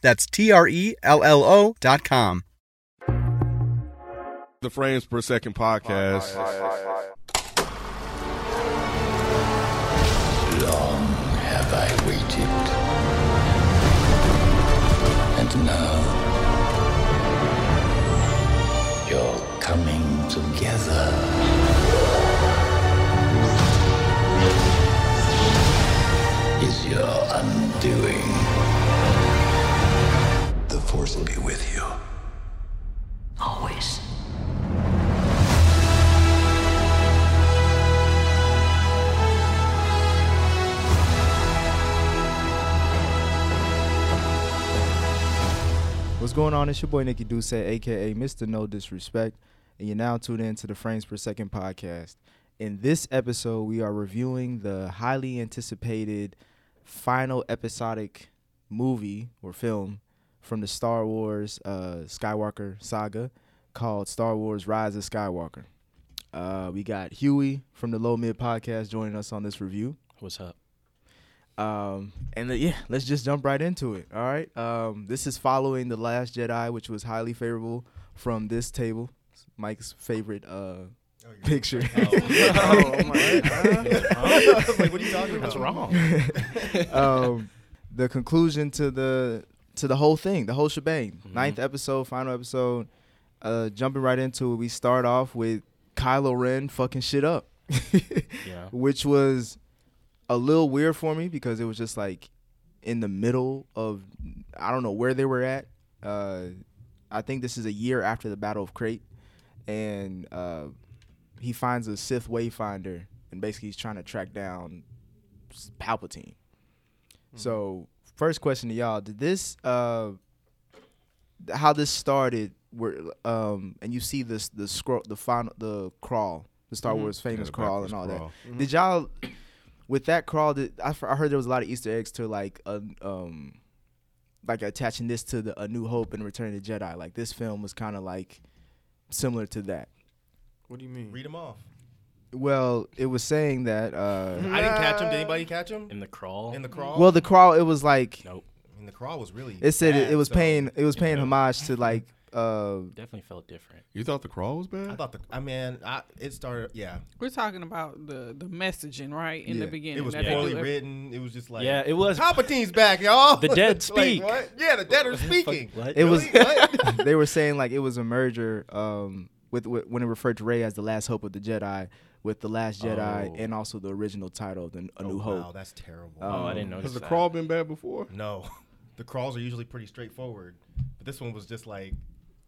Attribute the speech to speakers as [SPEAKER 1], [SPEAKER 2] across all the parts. [SPEAKER 1] That's T R E L L O.com.
[SPEAKER 2] The Frames Per Second podcast.
[SPEAKER 3] Long have I waited. And now, you're coming together. Is your undoing. The Force will be with you. Always.
[SPEAKER 4] What's going on? It's your boy Nikki Duce, aka Mr. No Disrespect, and you're now tuned in to the Frames Per Second podcast. In this episode, we are reviewing the highly anticipated final episodic movie or film from the Star Wars uh, Skywalker saga called Star Wars Rise of Skywalker. Uh, we got Huey from the Low Mid podcast joining us on this review.
[SPEAKER 5] What's up?
[SPEAKER 4] Um, and the, yeah, let's just jump right into it. All right. Um, this is following The Last Jedi, which was highly favorable from this table. It's Mike's favorite uh, picture.
[SPEAKER 5] What's wrong?
[SPEAKER 4] um, the conclusion to the to the whole thing, the whole shebang. Ninth episode, final episode. Uh, jumping right into it, we start off with Kylo Ren fucking shit up,
[SPEAKER 5] Yeah.
[SPEAKER 4] which was a little weird for me because it was just like in the middle of I don't know where they were at. Uh, I think this is a year after the Battle of Crate, and uh, he finds a Sith Wayfinder, and basically he's trying to track down s- Palpatine. So, first question to y'all: Did this, uh, th- how this started? Where um, and you see this the scroll, the final, the crawl, the Star Wars
[SPEAKER 2] Yeah,
[SPEAKER 4] famous
[SPEAKER 2] the
[SPEAKER 4] crawl,
[SPEAKER 2] backwards
[SPEAKER 4] and all
[SPEAKER 2] crawl.
[SPEAKER 4] that. Did y'all with that crawl? Did, I, f- I heard there was a lot of Easter eggs to like a, um, like attaching this to the A New Hope and Return of the Jedi. Like this film was kind of like similar to that.
[SPEAKER 6] What do you mean?
[SPEAKER 7] Read them off.
[SPEAKER 4] Well, it was saying that. Uh,
[SPEAKER 7] I didn't catch him. Did anybody catch him?
[SPEAKER 5] In the crawl?
[SPEAKER 7] In the
[SPEAKER 6] Mm-hmm.
[SPEAKER 7] crawl.
[SPEAKER 4] well, the crawl. It was like
[SPEAKER 5] nope.
[SPEAKER 7] I mean, the crawl was really.
[SPEAKER 4] it said it,
[SPEAKER 7] bad,
[SPEAKER 4] it was
[SPEAKER 7] so
[SPEAKER 4] paying. It was paying homage to like. Uh,
[SPEAKER 5] Definitely felt different.
[SPEAKER 2] You thought the crawl was bad?
[SPEAKER 7] I thought the. I mean, I, it started. Yeah,
[SPEAKER 8] We're talking about the the messaging, right? In
[SPEAKER 4] Yeah.
[SPEAKER 8] the beginning,
[SPEAKER 7] it was
[SPEAKER 8] that they
[SPEAKER 7] poorly
[SPEAKER 8] do.
[SPEAKER 7] written. It was just like.
[SPEAKER 5] yeah, it was.
[SPEAKER 7] Palpatine's back, y'all.
[SPEAKER 5] The dead
[SPEAKER 7] like,
[SPEAKER 5] speak.
[SPEAKER 7] what? Yeah, the dead are speaking.
[SPEAKER 5] Fuck, what?
[SPEAKER 4] it was.
[SPEAKER 7] Really? What?
[SPEAKER 4] they were saying like it was a merger um, with, with when it referred to Ray as the last hope of the Jedi, with the Last Jedi
[SPEAKER 5] Oh.
[SPEAKER 4] and also the original title of the A New Hope.
[SPEAKER 7] Oh, Wow, that's terrible.
[SPEAKER 5] oh, I
[SPEAKER 4] um,
[SPEAKER 5] didn't notice
[SPEAKER 2] Has the
[SPEAKER 5] that.
[SPEAKER 2] crawl been bad before?
[SPEAKER 7] no, the crawls are usually pretty straightforward, but this one was just like,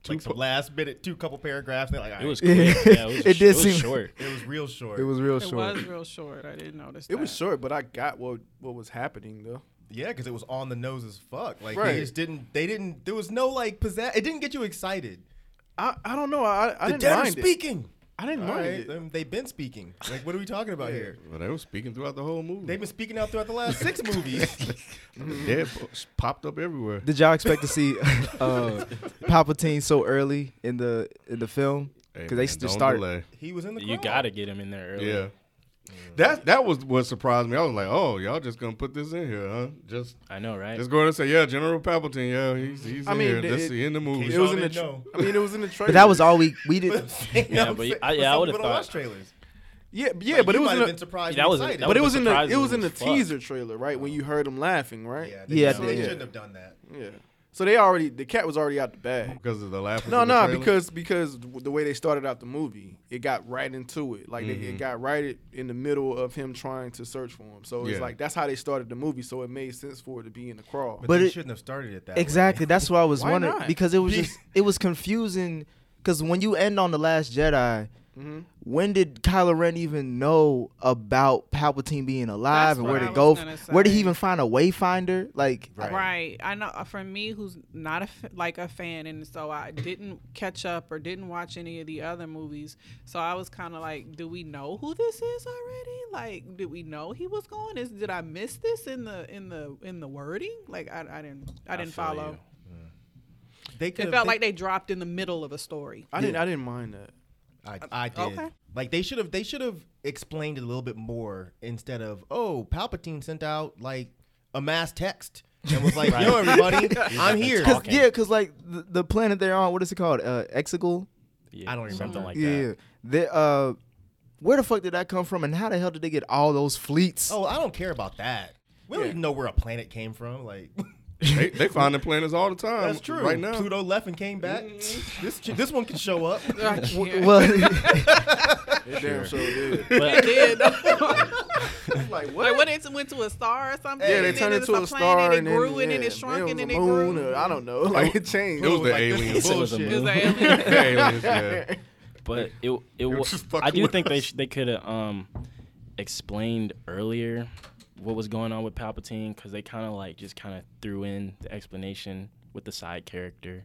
[SPEAKER 2] Two
[SPEAKER 7] like some
[SPEAKER 2] pa-
[SPEAKER 7] last minute, two couple paragraphs. And they're like,
[SPEAKER 5] It was
[SPEAKER 7] "All right."
[SPEAKER 5] quick. Yeah, it, was
[SPEAKER 4] It did
[SPEAKER 5] it did
[SPEAKER 4] seem-
[SPEAKER 5] short.
[SPEAKER 7] It was real short.
[SPEAKER 4] It was real
[SPEAKER 8] It
[SPEAKER 4] short.
[SPEAKER 8] was real short. I didn't notice.
[SPEAKER 6] It was
[SPEAKER 8] that.
[SPEAKER 6] short, but I got what what was happening though.
[SPEAKER 7] Yeah, because it was on the nose as fuck. Like
[SPEAKER 6] Right.
[SPEAKER 7] they just didn't. They didn't. There was no like pizzazz. It didn't get you excited.
[SPEAKER 6] I, I don't know. I, I
[SPEAKER 7] the
[SPEAKER 6] didn't
[SPEAKER 7] dead are
[SPEAKER 6] mind it.
[SPEAKER 7] speaking.
[SPEAKER 6] I didn't
[SPEAKER 7] All
[SPEAKER 6] mind
[SPEAKER 7] right,
[SPEAKER 6] it.
[SPEAKER 7] them- they've been speaking. Like, what are we talking about here?
[SPEAKER 2] Well, they were speaking throughout the whole movie.
[SPEAKER 7] They've been speaking out throughout the last six movies.
[SPEAKER 2] The dead folks popped up everywhere.
[SPEAKER 4] Did y'all expect to see uh, Palpatine so early in the in the film?
[SPEAKER 2] Hey,
[SPEAKER 4] Because they
[SPEAKER 2] man,
[SPEAKER 4] just
[SPEAKER 2] don't
[SPEAKER 4] started.
[SPEAKER 2] delay.
[SPEAKER 7] He was in the.
[SPEAKER 5] You
[SPEAKER 7] crowd.
[SPEAKER 5] got to get him in there early.
[SPEAKER 2] Yeah. That that was what surprised me. I was like, oh, y'all just gonna put this in here, huh? Just
[SPEAKER 5] I know, right?
[SPEAKER 2] just going to say, yeah, General Palpatine, yeah, he's he's
[SPEAKER 6] I
[SPEAKER 2] in
[SPEAKER 6] mean,
[SPEAKER 2] here. This
[SPEAKER 6] it-
[SPEAKER 2] he in the movie.
[SPEAKER 6] It was
[SPEAKER 7] Y'all
[SPEAKER 6] in the.
[SPEAKER 7] didn't
[SPEAKER 6] Tra-
[SPEAKER 7] know.
[SPEAKER 6] I mean, it was in the trailer.
[SPEAKER 4] But that was all we we
[SPEAKER 7] You know
[SPEAKER 4] did.
[SPEAKER 7] what
[SPEAKER 5] Yeah,
[SPEAKER 7] I'm
[SPEAKER 5] but
[SPEAKER 7] saying?
[SPEAKER 5] I-
[SPEAKER 7] But
[SPEAKER 5] yeah, I
[SPEAKER 7] some
[SPEAKER 5] would've
[SPEAKER 7] people don't watch
[SPEAKER 5] thought-
[SPEAKER 7] trailers.
[SPEAKER 6] Yeah, b- yeah,
[SPEAKER 7] Like,
[SPEAKER 6] but it
[SPEAKER 7] you
[SPEAKER 6] was
[SPEAKER 7] might
[SPEAKER 6] in
[SPEAKER 7] have
[SPEAKER 6] the.
[SPEAKER 7] been surprised.
[SPEAKER 5] Yeah,
[SPEAKER 7] and
[SPEAKER 5] that was a-
[SPEAKER 7] excited.
[SPEAKER 5] that
[SPEAKER 6] But it was in the. It
[SPEAKER 5] surprising
[SPEAKER 6] was in the
[SPEAKER 5] as fuck.
[SPEAKER 6] teaser trailer, right? When you heard him laughing, right?
[SPEAKER 7] Yeah,
[SPEAKER 4] Yeah,
[SPEAKER 7] they, so
[SPEAKER 4] I
[SPEAKER 7] they
[SPEAKER 4] did.
[SPEAKER 7] shouldn't have done that.
[SPEAKER 6] Yeah. So they already the cat was already out the bag.
[SPEAKER 2] because of the laughing.
[SPEAKER 6] No,
[SPEAKER 2] in the
[SPEAKER 6] no,
[SPEAKER 2] trailer?
[SPEAKER 6] because because w- the way they started out the movie, it got right into it. Like they, it got right i- in the middle of him trying to search for him. So
[SPEAKER 2] Yeah.
[SPEAKER 6] it's like that's how they started the movie. So it made sense for it to be in the crawl.
[SPEAKER 7] But,
[SPEAKER 4] But
[SPEAKER 7] they
[SPEAKER 4] it-
[SPEAKER 7] shouldn't have started it that way.
[SPEAKER 4] Exactly. That's what I was
[SPEAKER 6] Why
[SPEAKER 4] wondering
[SPEAKER 6] not?
[SPEAKER 4] because it was
[SPEAKER 7] Be-
[SPEAKER 4] just it was confusing because when you end on the Last Jedi,
[SPEAKER 6] Mm-hmm.
[SPEAKER 4] When did Kylo Ren even know about Palpatine being alive
[SPEAKER 8] That's
[SPEAKER 4] and
[SPEAKER 8] what
[SPEAKER 4] where to
[SPEAKER 8] I
[SPEAKER 4] go?
[SPEAKER 8] was gonna
[SPEAKER 4] Where did he
[SPEAKER 8] say.
[SPEAKER 4] even find a wayfinder? Like,
[SPEAKER 8] Right. I know uh, for me who's not a f- like a fan and so I didn't catch up or didn't watch any of the other movies. So I was kind of like, do we know who this is already? Like did we know he was going? Is did I miss this in the in the in the wording? Like I, I didn't I didn't
[SPEAKER 5] feel
[SPEAKER 8] follow.
[SPEAKER 7] They
[SPEAKER 8] It
[SPEAKER 7] could
[SPEAKER 8] felt like they dropped in the middle of a story.
[SPEAKER 6] I didn't. I didn't mind that.
[SPEAKER 7] I, I did.
[SPEAKER 8] Okay.
[SPEAKER 7] Like they should have they should have explained it a little bit more instead of oh Palpatine sent out like a mass text and was like yo everybody I'm here.
[SPEAKER 4] cause, yeah, because like the, the planet they're on, what is it called? Uh, Exegol.
[SPEAKER 5] Yeah,
[SPEAKER 7] I don't
[SPEAKER 5] something
[SPEAKER 7] remember.
[SPEAKER 5] like
[SPEAKER 4] yeah,
[SPEAKER 5] that.
[SPEAKER 4] They, uh, where the fuck did that come from? And how the hell did they get all those fleets?
[SPEAKER 7] Oh I don't care about that. We don't even know where a planet came from. Like
[SPEAKER 2] they, they find the planets all the time.
[SPEAKER 7] that's true.
[SPEAKER 2] Right now,
[SPEAKER 7] Pluto left and came back.
[SPEAKER 5] Mm-hmm.
[SPEAKER 7] this this one can show up.
[SPEAKER 4] W- well,
[SPEAKER 6] It damn sure did.
[SPEAKER 5] But
[SPEAKER 8] did. like what? Like what? It went to a star or something.
[SPEAKER 6] Yeah, they
[SPEAKER 8] and
[SPEAKER 6] turned
[SPEAKER 8] then
[SPEAKER 6] into a
[SPEAKER 8] it's planet,
[SPEAKER 6] star and
[SPEAKER 8] it grew
[SPEAKER 6] then,
[SPEAKER 8] and then
[SPEAKER 6] yeah,
[SPEAKER 8] it shrunk
[SPEAKER 6] was
[SPEAKER 8] and
[SPEAKER 6] a
[SPEAKER 8] then it
[SPEAKER 6] moon
[SPEAKER 8] grew.
[SPEAKER 6] or- I don't know. Like it changed.
[SPEAKER 2] it was the
[SPEAKER 7] Like, this
[SPEAKER 2] alien
[SPEAKER 7] is
[SPEAKER 5] it was a
[SPEAKER 2] bullshit.
[SPEAKER 8] It was
[SPEAKER 5] movie.
[SPEAKER 8] an alien.
[SPEAKER 2] The aliens, yeah.
[SPEAKER 5] But it it was.
[SPEAKER 2] just fucking
[SPEAKER 5] I do
[SPEAKER 2] with
[SPEAKER 5] think they
[SPEAKER 2] us.
[SPEAKER 5] sh- they could have um explained earlier what was going on with Palpatine because they kind of like just kind of threw in the explanation with the side character,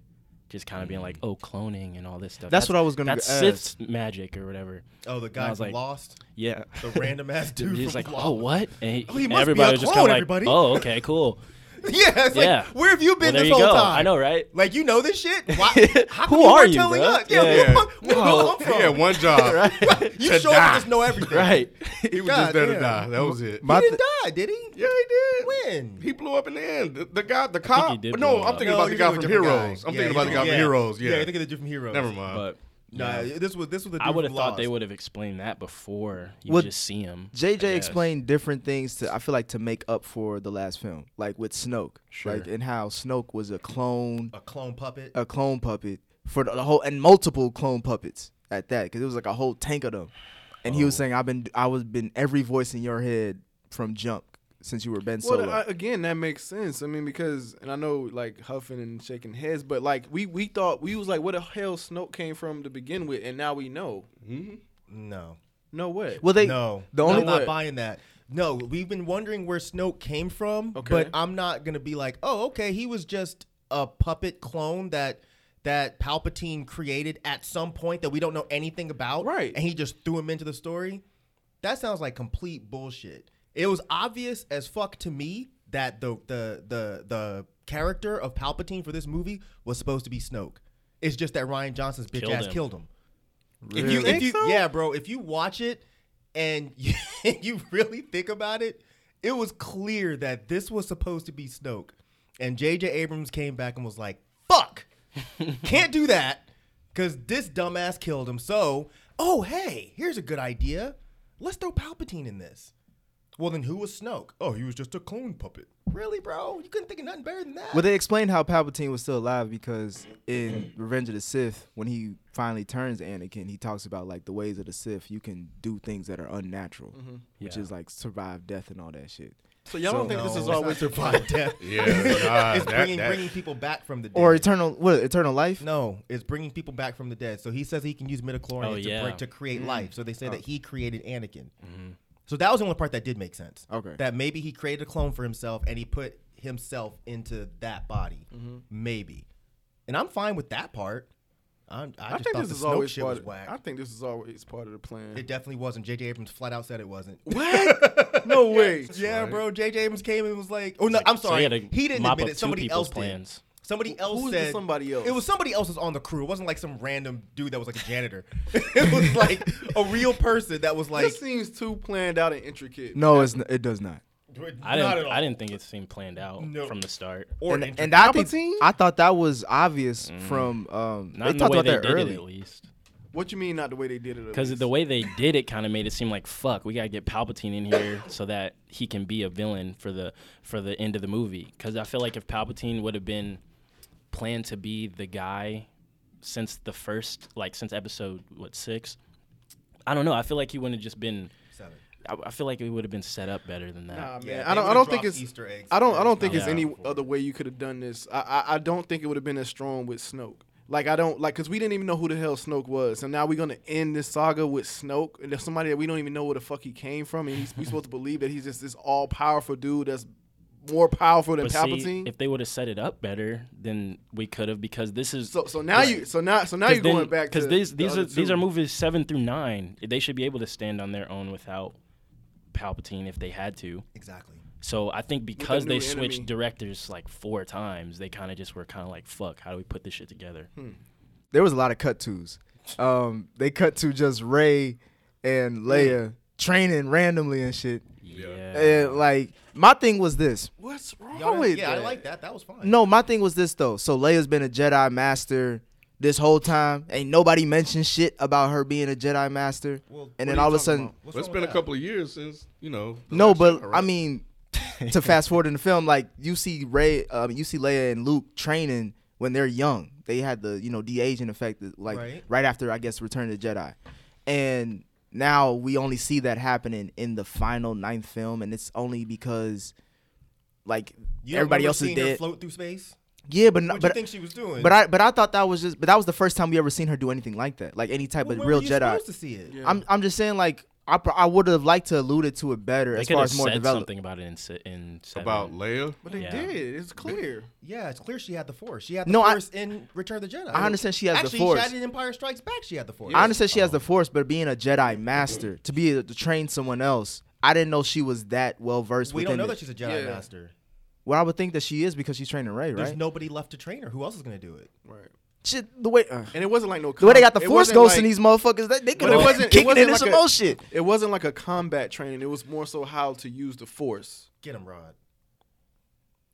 [SPEAKER 5] just kind of being like, oh, cloning and all this stuff.
[SPEAKER 4] That's what I was gonna
[SPEAKER 5] That's
[SPEAKER 4] ask.
[SPEAKER 5] Sith's magic or whatever.
[SPEAKER 7] Oh the guy
[SPEAKER 5] was
[SPEAKER 7] from
[SPEAKER 5] like-
[SPEAKER 7] Lost.
[SPEAKER 5] Yeah.
[SPEAKER 7] The random ass dude.
[SPEAKER 5] He's
[SPEAKER 7] from
[SPEAKER 5] like,
[SPEAKER 7] Lost.
[SPEAKER 5] oh, what? And he-
[SPEAKER 7] Oh, he must
[SPEAKER 5] and
[SPEAKER 7] be a
[SPEAKER 5] everybody was just
[SPEAKER 7] clone,
[SPEAKER 5] kind of like,
[SPEAKER 7] everybody.
[SPEAKER 5] oh, okay, cool.
[SPEAKER 7] Yeah, it's
[SPEAKER 5] Yeah.
[SPEAKER 7] like where have you been
[SPEAKER 5] Well, there
[SPEAKER 7] this
[SPEAKER 5] you
[SPEAKER 7] whole
[SPEAKER 5] go.
[SPEAKER 7] time?
[SPEAKER 5] I know, right?
[SPEAKER 7] Like you know this shit. Why, how come
[SPEAKER 5] Who
[SPEAKER 7] you
[SPEAKER 5] are
[SPEAKER 7] weren't
[SPEAKER 5] you,
[SPEAKER 7] telling
[SPEAKER 5] bruh?
[SPEAKER 7] us? Yeah,
[SPEAKER 5] Yeah.
[SPEAKER 7] where, where the hell I'm from?
[SPEAKER 2] He had one job.
[SPEAKER 7] You
[SPEAKER 2] to
[SPEAKER 7] showed up
[SPEAKER 2] die.
[SPEAKER 7] and just know everything.
[SPEAKER 5] Right.
[SPEAKER 2] He was just there to
[SPEAKER 7] Goddamn.
[SPEAKER 2] die. That was it.
[SPEAKER 7] he didn't die, did he?
[SPEAKER 2] yeah, he did.
[SPEAKER 7] When?
[SPEAKER 2] He blew up in the end. The, the guy, the cop.
[SPEAKER 5] he did
[SPEAKER 2] no,
[SPEAKER 5] blow
[SPEAKER 2] I'm
[SPEAKER 5] up.
[SPEAKER 2] thinking
[SPEAKER 7] No,
[SPEAKER 2] about the
[SPEAKER 7] you're
[SPEAKER 2] guy
[SPEAKER 7] thinking
[SPEAKER 2] from
[SPEAKER 7] of a different
[SPEAKER 2] Heroes.
[SPEAKER 7] guy.
[SPEAKER 2] I'm
[SPEAKER 7] Yeah,
[SPEAKER 2] thinking about the guy
[SPEAKER 7] you're
[SPEAKER 2] from
[SPEAKER 7] thinking-
[SPEAKER 2] Heroes. Yeah,
[SPEAKER 7] Yeah, I think of the dude from Heroes.
[SPEAKER 2] never mind.
[SPEAKER 5] But
[SPEAKER 7] Nah, this was this was the. Dude
[SPEAKER 5] I would have
[SPEAKER 7] from
[SPEAKER 5] thought they
[SPEAKER 7] Lost.
[SPEAKER 5] would have explained that before you
[SPEAKER 4] Well,
[SPEAKER 5] just see him.
[SPEAKER 4] JJ
[SPEAKER 5] I guess.
[SPEAKER 4] explained different things to I feel like to make up for the last film, like with Snoke,
[SPEAKER 5] Sure.
[SPEAKER 4] like and how Snoke was a clone,
[SPEAKER 7] a clone puppet.
[SPEAKER 4] a clone puppet for the, the whole and multiple clone puppets at that because it was like a whole tank of them, and he was saying I've been I was been every voice in your head from jump since you were Ben Solo.
[SPEAKER 6] Well, I, again, that makes sense. I mean, because and I know like huffing and shaking heads, but like we we thought we was like, where the hell Snoke came from to begin with, and now we know.
[SPEAKER 7] no,
[SPEAKER 6] No way.
[SPEAKER 4] well, they
[SPEAKER 7] no,
[SPEAKER 4] the only
[SPEAKER 7] I'm not buying that. No, we've been wondering where Snoke came from, but
[SPEAKER 6] Okay.
[SPEAKER 7] I'm not gonna be like, oh, okay, he was just a puppet clone that that Palpatine created at some point that we don't know anything about,
[SPEAKER 6] Right.
[SPEAKER 7] And he just threw him into the story. That sounds like complete bullshit. It was obvious as fuck to me that the the the the character of Palpatine for this movie was supposed to be Snoke. It's just that Ryan Johnson's bitch
[SPEAKER 5] Killed
[SPEAKER 7] ass
[SPEAKER 5] him.
[SPEAKER 7] killed him. If you, if you, yeah, bro. If you watch it and you, you really think about it, it was clear that this was supposed to be Snoke, and J.J. Abrams came back and was like, "Fuck, can't do that," because this dumbass killed him. So, oh hey, here's a good idea. Let's throw Palpatine in this. Well, then who was Snoke? Oh, he was just a clone puppet. Really, bro? You couldn't think of nothing better than that.
[SPEAKER 4] Well, they explained how Palpatine was still alive because in Revenge of the Sith, when he finally turns Anakin, he talks about like the ways of the Sith. You can do things that are unnatural, which
[SPEAKER 5] Yeah.
[SPEAKER 4] is like survive death and all that shit.
[SPEAKER 6] Mm-hmm. so y'all don't think this is
[SPEAKER 7] it's not
[SPEAKER 6] always
[SPEAKER 7] survive death.
[SPEAKER 2] Yeah, nah,
[SPEAKER 7] it's
[SPEAKER 2] that-
[SPEAKER 7] bringing
[SPEAKER 2] that-
[SPEAKER 7] bringing people back from the dead.
[SPEAKER 4] Or eternal, what eternal life?
[SPEAKER 7] No, it's bringing people back from the dead. So he says he can use midichlorians
[SPEAKER 5] Oh,
[SPEAKER 7] to,
[SPEAKER 5] yeah. Mm-hmm.
[SPEAKER 7] break, to create
[SPEAKER 6] Mm.
[SPEAKER 7] life. So they say
[SPEAKER 6] Oh.
[SPEAKER 7] that he created Anakin. So that was the only part that did make sense.
[SPEAKER 4] Okay.
[SPEAKER 7] That maybe he created a clone for himself and he put himself into that body.
[SPEAKER 5] Mm-hmm.
[SPEAKER 7] Maybe. And I'm fine with that part. I'm, I,
[SPEAKER 6] I
[SPEAKER 7] just
[SPEAKER 6] think
[SPEAKER 7] thought
[SPEAKER 6] this
[SPEAKER 7] the
[SPEAKER 6] is
[SPEAKER 7] Snoke
[SPEAKER 6] always
[SPEAKER 7] shit
[SPEAKER 6] part.
[SPEAKER 7] was
[SPEAKER 6] Of,
[SPEAKER 7] whack.
[SPEAKER 6] I think this is always part of the plan.
[SPEAKER 7] it definitely wasn't. J.J. Abrams flat out said it wasn't.
[SPEAKER 6] What? No way.
[SPEAKER 7] Yeah, bro. J.J. Abrams came and was like, "Oh no, I'm
[SPEAKER 5] he
[SPEAKER 7] sorry,
[SPEAKER 5] had to
[SPEAKER 7] he, didn't
[SPEAKER 5] mop
[SPEAKER 7] admit
[SPEAKER 5] up
[SPEAKER 7] it.
[SPEAKER 5] two
[SPEAKER 7] Somebody
[SPEAKER 5] people's
[SPEAKER 7] else
[SPEAKER 5] plans.
[SPEAKER 7] did. Somebody else
[SPEAKER 6] who was the
[SPEAKER 7] said
[SPEAKER 6] somebody else?
[SPEAKER 7] It was somebody else was on the crew. It wasn't like some random dude that was like a janitor. it was like a real person that was like
[SPEAKER 6] this seems too planned out and intricate.
[SPEAKER 4] No, it's n- it does not.
[SPEAKER 5] I
[SPEAKER 7] not at
[SPEAKER 5] didn't.
[SPEAKER 7] all.
[SPEAKER 5] I didn't think it seemed planned out
[SPEAKER 7] No.
[SPEAKER 5] from the start.
[SPEAKER 7] Or
[SPEAKER 4] And,
[SPEAKER 7] intro-
[SPEAKER 4] and I think
[SPEAKER 6] Palpatine?
[SPEAKER 4] I thought that was obvious from um.
[SPEAKER 5] Mm. Not
[SPEAKER 4] they
[SPEAKER 5] in
[SPEAKER 4] talked
[SPEAKER 5] the way
[SPEAKER 4] about that
[SPEAKER 5] they did it,
[SPEAKER 4] early.
[SPEAKER 5] at least.
[SPEAKER 6] What you mean? Not the way they did it. at
[SPEAKER 5] Because
[SPEAKER 6] least?
[SPEAKER 5] the way they did it kind of made it seem like fuck, we gotta get Palpatine in here so that he can be a villain for the for the end of the movie. Because I feel like if Palpatine would have been planned to be the guy since the first, like since episode what six, I don't know. I feel like he wouldn't have just been.
[SPEAKER 7] Seven.
[SPEAKER 5] I, I feel like it would have been set up better than that.
[SPEAKER 6] Nah, man.
[SPEAKER 7] Yeah,
[SPEAKER 6] I
[SPEAKER 7] they
[SPEAKER 6] don't. I
[SPEAKER 7] would've
[SPEAKER 6] don't think
[SPEAKER 7] dropped
[SPEAKER 6] it's
[SPEAKER 7] Easter eggs.
[SPEAKER 6] I don't.
[SPEAKER 7] Yeah,
[SPEAKER 6] I don't think
[SPEAKER 7] it's
[SPEAKER 6] it's
[SPEAKER 7] not
[SPEAKER 6] any
[SPEAKER 7] before.
[SPEAKER 6] other way you could have done this. I, I. I don't think it would have been as strong with Snoke. Like I don't like because we didn't even know who the hell Snoke was, so now we're gonna end this saga with Snoke and there's somebody that we don't even know where the fuck he came from, and he's, we supposed to believe that he's just this all powerful dude that's more powerful than
[SPEAKER 5] But
[SPEAKER 6] Palpatine.
[SPEAKER 5] see, if they would have set it up better, then we could have because this is
[SPEAKER 6] so so now you so now so now you're going back to
[SPEAKER 5] because these
[SPEAKER 6] the
[SPEAKER 5] these
[SPEAKER 6] other
[SPEAKER 5] are these
[SPEAKER 6] two.
[SPEAKER 5] are movies seven through nine. They should be able to stand on their own without Palpatine if they had to.
[SPEAKER 7] Exactly.
[SPEAKER 5] So I think because
[SPEAKER 6] new
[SPEAKER 5] they switched
[SPEAKER 6] enemy.
[SPEAKER 5] directors like four times, they kind of just were kind of like, "Fuck, how do we put this shit together?"
[SPEAKER 6] Hmm.
[SPEAKER 4] there was a lot of cut twos. Um, they cut to just Ray and Leia training randomly and shit.
[SPEAKER 5] Yeah.
[SPEAKER 4] And like my thing was this.
[SPEAKER 6] What's wrong
[SPEAKER 7] Y'all
[SPEAKER 6] with
[SPEAKER 7] didn't- yeah, I
[SPEAKER 6] that?
[SPEAKER 7] like that. That was fine.
[SPEAKER 4] No, my thing was this though. So Leia's been a Jedi master this whole time. Ain't nobody mentioned shit about her being a Jedi master.
[SPEAKER 7] Well,
[SPEAKER 4] and
[SPEAKER 7] what
[SPEAKER 4] then
[SPEAKER 7] are you
[SPEAKER 4] all of a
[SPEAKER 7] talking
[SPEAKER 4] sudden,
[SPEAKER 7] about? What's
[SPEAKER 2] Well, it's
[SPEAKER 7] wrong
[SPEAKER 2] been
[SPEAKER 7] with
[SPEAKER 2] a
[SPEAKER 7] that?
[SPEAKER 2] couple of years since you know. the
[SPEAKER 4] No,
[SPEAKER 2] last
[SPEAKER 4] but
[SPEAKER 2] Jedi,
[SPEAKER 4] I
[SPEAKER 2] right?
[SPEAKER 4] mean, to fast forward in the film, like you see Ray, um, you see Leia and Luke training when they're young. They had the you know de aging effect, that, like right.
[SPEAKER 7] Right.
[SPEAKER 4] after I guess Return of the Jedi, and now we only see that happening in the final ninth film, and it's only because like
[SPEAKER 7] You don't
[SPEAKER 4] everybody
[SPEAKER 7] remember
[SPEAKER 4] else is
[SPEAKER 7] seeing her
[SPEAKER 4] dead.
[SPEAKER 7] Float through space.
[SPEAKER 4] Yeah, but
[SPEAKER 7] What
[SPEAKER 4] not,
[SPEAKER 7] do you
[SPEAKER 4] but
[SPEAKER 7] think she was doing?
[SPEAKER 4] but I but I thought that was just but that was the first time we ever seen her do anything like that, like any type
[SPEAKER 7] Well,
[SPEAKER 4] of
[SPEAKER 7] when
[SPEAKER 4] real
[SPEAKER 7] were you
[SPEAKER 4] Jedi.
[SPEAKER 7] Supposed to see it.
[SPEAKER 4] I'm I'm just saying like. I, pro- I would have liked to allude it to it better
[SPEAKER 5] They
[SPEAKER 4] as
[SPEAKER 5] could
[SPEAKER 4] far
[SPEAKER 5] have
[SPEAKER 4] as more
[SPEAKER 5] said
[SPEAKER 4] developed.
[SPEAKER 5] something about it in se- in seven.
[SPEAKER 2] about Leia.
[SPEAKER 6] But they
[SPEAKER 5] Yeah.
[SPEAKER 6] did. It's clear.
[SPEAKER 7] Yeah, it's clear she had the force. She had the
[SPEAKER 4] No, I-
[SPEAKER 7] force in Return of the Jedi.
[SPEAKER 4] I understand she has the
[SPEAKER 7] Actually,
[SPEAKER 4] Force.
[SPEAKER 7] She had it in Empire Strikes Back. She had the force.
[SPEAKER 4] I understand
[SPEAKER 5] Oh.
[SPEAKER 4] she has the force, but being a Jedi master to be a, to train someone else, I didn't know she was that well versed.
[SPEAKER 7] We don't know that
[SPEAKER 4] It.
[SPEAKER 7] she's a Jedi
[SPEAKER 6] Yeah.
[SPEAKER 7] Master.
[SPEAKER 4] Well, I would think that she is because she's training Ray,
[SPEAKER 7] There's
[SPEAKER 4] right?
[SPEAKER 7] nobody left to train her. Who else is gonna do it?
[SPEAKER 6] Right.
[SPEAKER 4] Shit, the way uh,
[SPEAKER 6] And it wasn't like no.
[SPEAKER 4] the way they
[SPEAKER 6] com-
[SPEAKER 4] got the
[SPEAKER 6] it
[SPEAKER 4] force
[SPEAKER 6] wasn't
[SPEAKER 4] ghosts in
[SPEAKER 6] like-
[SPEAKER 4] these motherfuckers, they, they
[SPEAKER 6] But
[SPEAKER 4] could
[SPEAKER 6] it
[SPEAKER 4] have
[SPEAKER 6] wasn't.
[SPEAKER 4] kicking
[SPEAKER 6] it wasn't
[SPEAKER 4] in
[SPEAKER 6] like
[SPEAKER 4] some
[SPEAKER 6] a,
[SPEAKER 4] old shit.
[SPEAKER 6] It wasn't like a combat training. It was more so how to use the force.
[SPEAKER 7] Get him, Rod.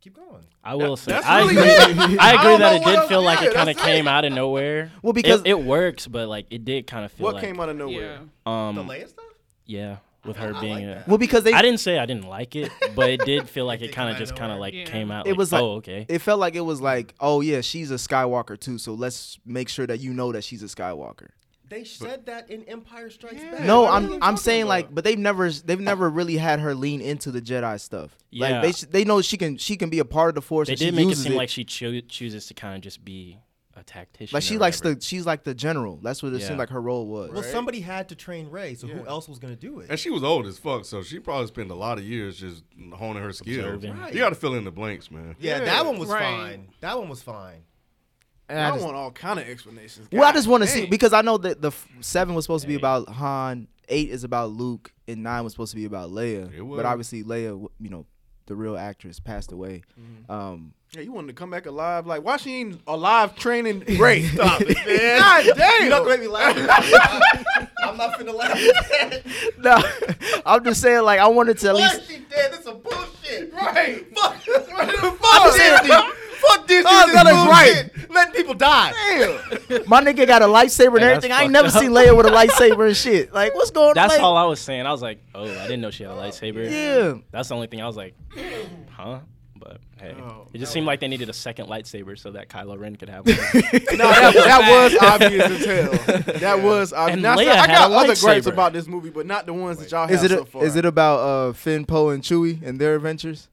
[SPEAKER 7] Keep going.
[SPEAKER 5] I will say,
[SPEAKER 6] that's
[SPEAKER 5] I
[SPEAKER 6] really
[SPEAKER 5] agree, I agree that it
[SPEAKER 6] what
[SPEAKER 5] did
[SPEAKER 6] else-
[SPEAKER 5] feel like
[SPEAKER 6] yeah,
[SPEAKER 5] it kind of
[SPEAKER 6] that's
[SPEAKER 5] came out of nowhere.
[SPEAKER 4] Well, because-
[SPEAKER 5] it, it works, but like it did kind of feel
[SPEAKER 6] What
[SPEAKER 5] like
[SPEAKER 6] came out of
[SPEAKER 8] Yeah.
[SPEAKER 6] nowhere?
[SPEAKER 5] um
[SPEAKER 7] The Leia stuff.
[SPEAKER 5] yeah with her
[SPEAKER 7] I
[SPEAKER 5] being
[SPEAKER 7] like
[SPEAKER 5] a,
[SPEAKER 7] that.
[SPEAKER 4] Well, because they,
[SPEAKER 5] I didn't say I didn't like it, but it did feel like
[SPEAKER 7] It
[SPEAKER 5] it
[SPEAKER 7] did
[SPEAKER 5] kind
[SPEAKER 7] come
[SPEAKER 5] of
[SPEAKER 7] out
[SPEAKER 5] just
[SPEAKER 7] of
[SPEAKER 5] kind of
[SPEAKER 7] nowhere.
[SPEAKER 5] like
[SPEAKER 8] Yeah.
[SPEAKER 5] came out.
[SPEAKER 4] It
[SPEAKER 5] like,
[SPEAKER 4] was like-
[SPEAKER 5] oh okay.
[SPEAKER 4] it felt like it was like, oh yeah, she's a Skywalker too, so let's make sure that you know that she's a Skywalker.
[SPEAKER 7] They said that in Empire Strikes Back.
[SPEAKER 4] No,
[SPEAKER 7] What are you
[SPEAKER 4] I'm I'm
[SPEAKER 7] talking
[SPEAKER 4] saying
[SPEAKER 7] about?
[SPEAKER 4] like, but they've never they've never really had her lean into the Jedi stuff. Like
[SPEAKER 5] Yeah.
[SPEAKER 4] they sh- they know she can she can be a part of the force.
[SPEAKER 5] They
[SPEAKER 4] and
[SPEAKER 5] did
[SPEAKER 4] she
[SPEAKER 5] make it
[SPEAKER 4] uses
[SPEAKER 5] seem like she choo- chooses to kind of just be a tactician.
[SPEAKER 4] Like
[SPEAKER 5] or
[SPEAKER 4] she likes
[SPEAKER 5] whatever.
[SPEAKER 4] the she's like the general. That's what it
[SPEAKER 5] Yeah.
[SPEAKER 4] seemed like her role was.
[SPEAKER 7] Well, somebody had to train Ray, so who else was gonna do it?
[SPEAKER 2] And she was old as fuck, so she probably spent a lot of years just honing her skills.
[SPEAKER 5] Observing.
[SPEAKER 7] Right.
[SPEAKER 2] You got to fill in the blanks, man.
[SPEAKER 7] Yeah, that one was
[SPEAKER 8] Right.
[SPEAKER 7] fine. That one was fine.
[SPEAKER 4] And
[SPEAKER 6] I,
[SPEAKER 4] I just,
[SPEAKER 6] want all kind of explanations.
[SPEAKER 4] well, I just
[SPEAKER 6] God
[SPEAKER 4] want to see
[SPEAKER 6] dang.
[SPEAKER 4] because I know that the f- seven was supposed to be about Han, eight is about Luke, and nine was supposed to be about Leia.
[SPEAKER 2] It was.
[SPEAKER 4] But obviously, Leia, w- you know, the real actress passed away.
[SPEAKER 5] Mm-hmm.
[SPEAKER 4] Um,
[SPEAKER 6] Yeah, you wanted to come back alive? Like, why she ain't alive training? Great, stop it, man. God damn.
[SPEAKER 7] You not gonna make me laugh. I- I'm not finna laugh. at that.
[SPEAKER 4] no, I'm just saying like I wanted to at
[SPEAKER 7] What
[SPEAKER 4] least.
[SPEAKER 7] she did? This is bullshit.
[SPEAKER 6] Right.
[SPEAKER 7] Fuck.
[SPEAKER 4] I'm just
[SPEAKER 7] Fuck
[SPEAKER 4] saying-
[SPEAKER 7] Disney. Fuck Disney.
[SPEAKER 4] Oh,
[SPEAKER 7] This
[SPEAKER 4] that is
[SPEAKER 7] bullshit. Letting people die.
[SPEAKER 4] My nigga got a lightsaber and
[SPEAKER 5] Yeah,
[SPEAKER 4] everything.
[SPEAKER 5] that's
[SPEAKER 4] I ain't
[SPEAKER 5] fucked
[SPEAKER 4] never
[SPEAKER 5] up.
[SPEAKER 4] seen Leia with a lightsaber and shit. Like what's going on?
[SPEAKER 5] That's
[SPEAKER 4] Leia?
[SPEAKER 5] all I was saying. I was like, oh, I didn't know she had a lightsaber.
[SPEAKER 4] Yeah.
[SPEAKER 5] That's the only thing I was like, huh? But hey,
[SPEAKER 7] Oh,
[SPEAKER 5] it just seemed like they needed a second lightsaber so that Kylo Ren could have one.
[SPEAKER 6] No, that, that was obvious as hell. That was obvious.
[SPEAKER 5] And
[SPEAKER 6] Now, see,
[SPEAKER 5] Leia
[SPEAKER 6] I
[SPEAKER 5] had
[SPEAKER 6] got
[SPEAKER 5] a
[SPEAKER 6] other gripes
[SPEAKER 5] lightsaber.
[SPEAKER 6] about this movie, but not the ones that y'all have
[SPEAKER 4] Is it
[SPEAKER 6] so
[SPEAKER 4] a,
[SPEAKER 6] far.
[SPEAKER 4] is it about uh, Finn Poe and Chewie and their adventures?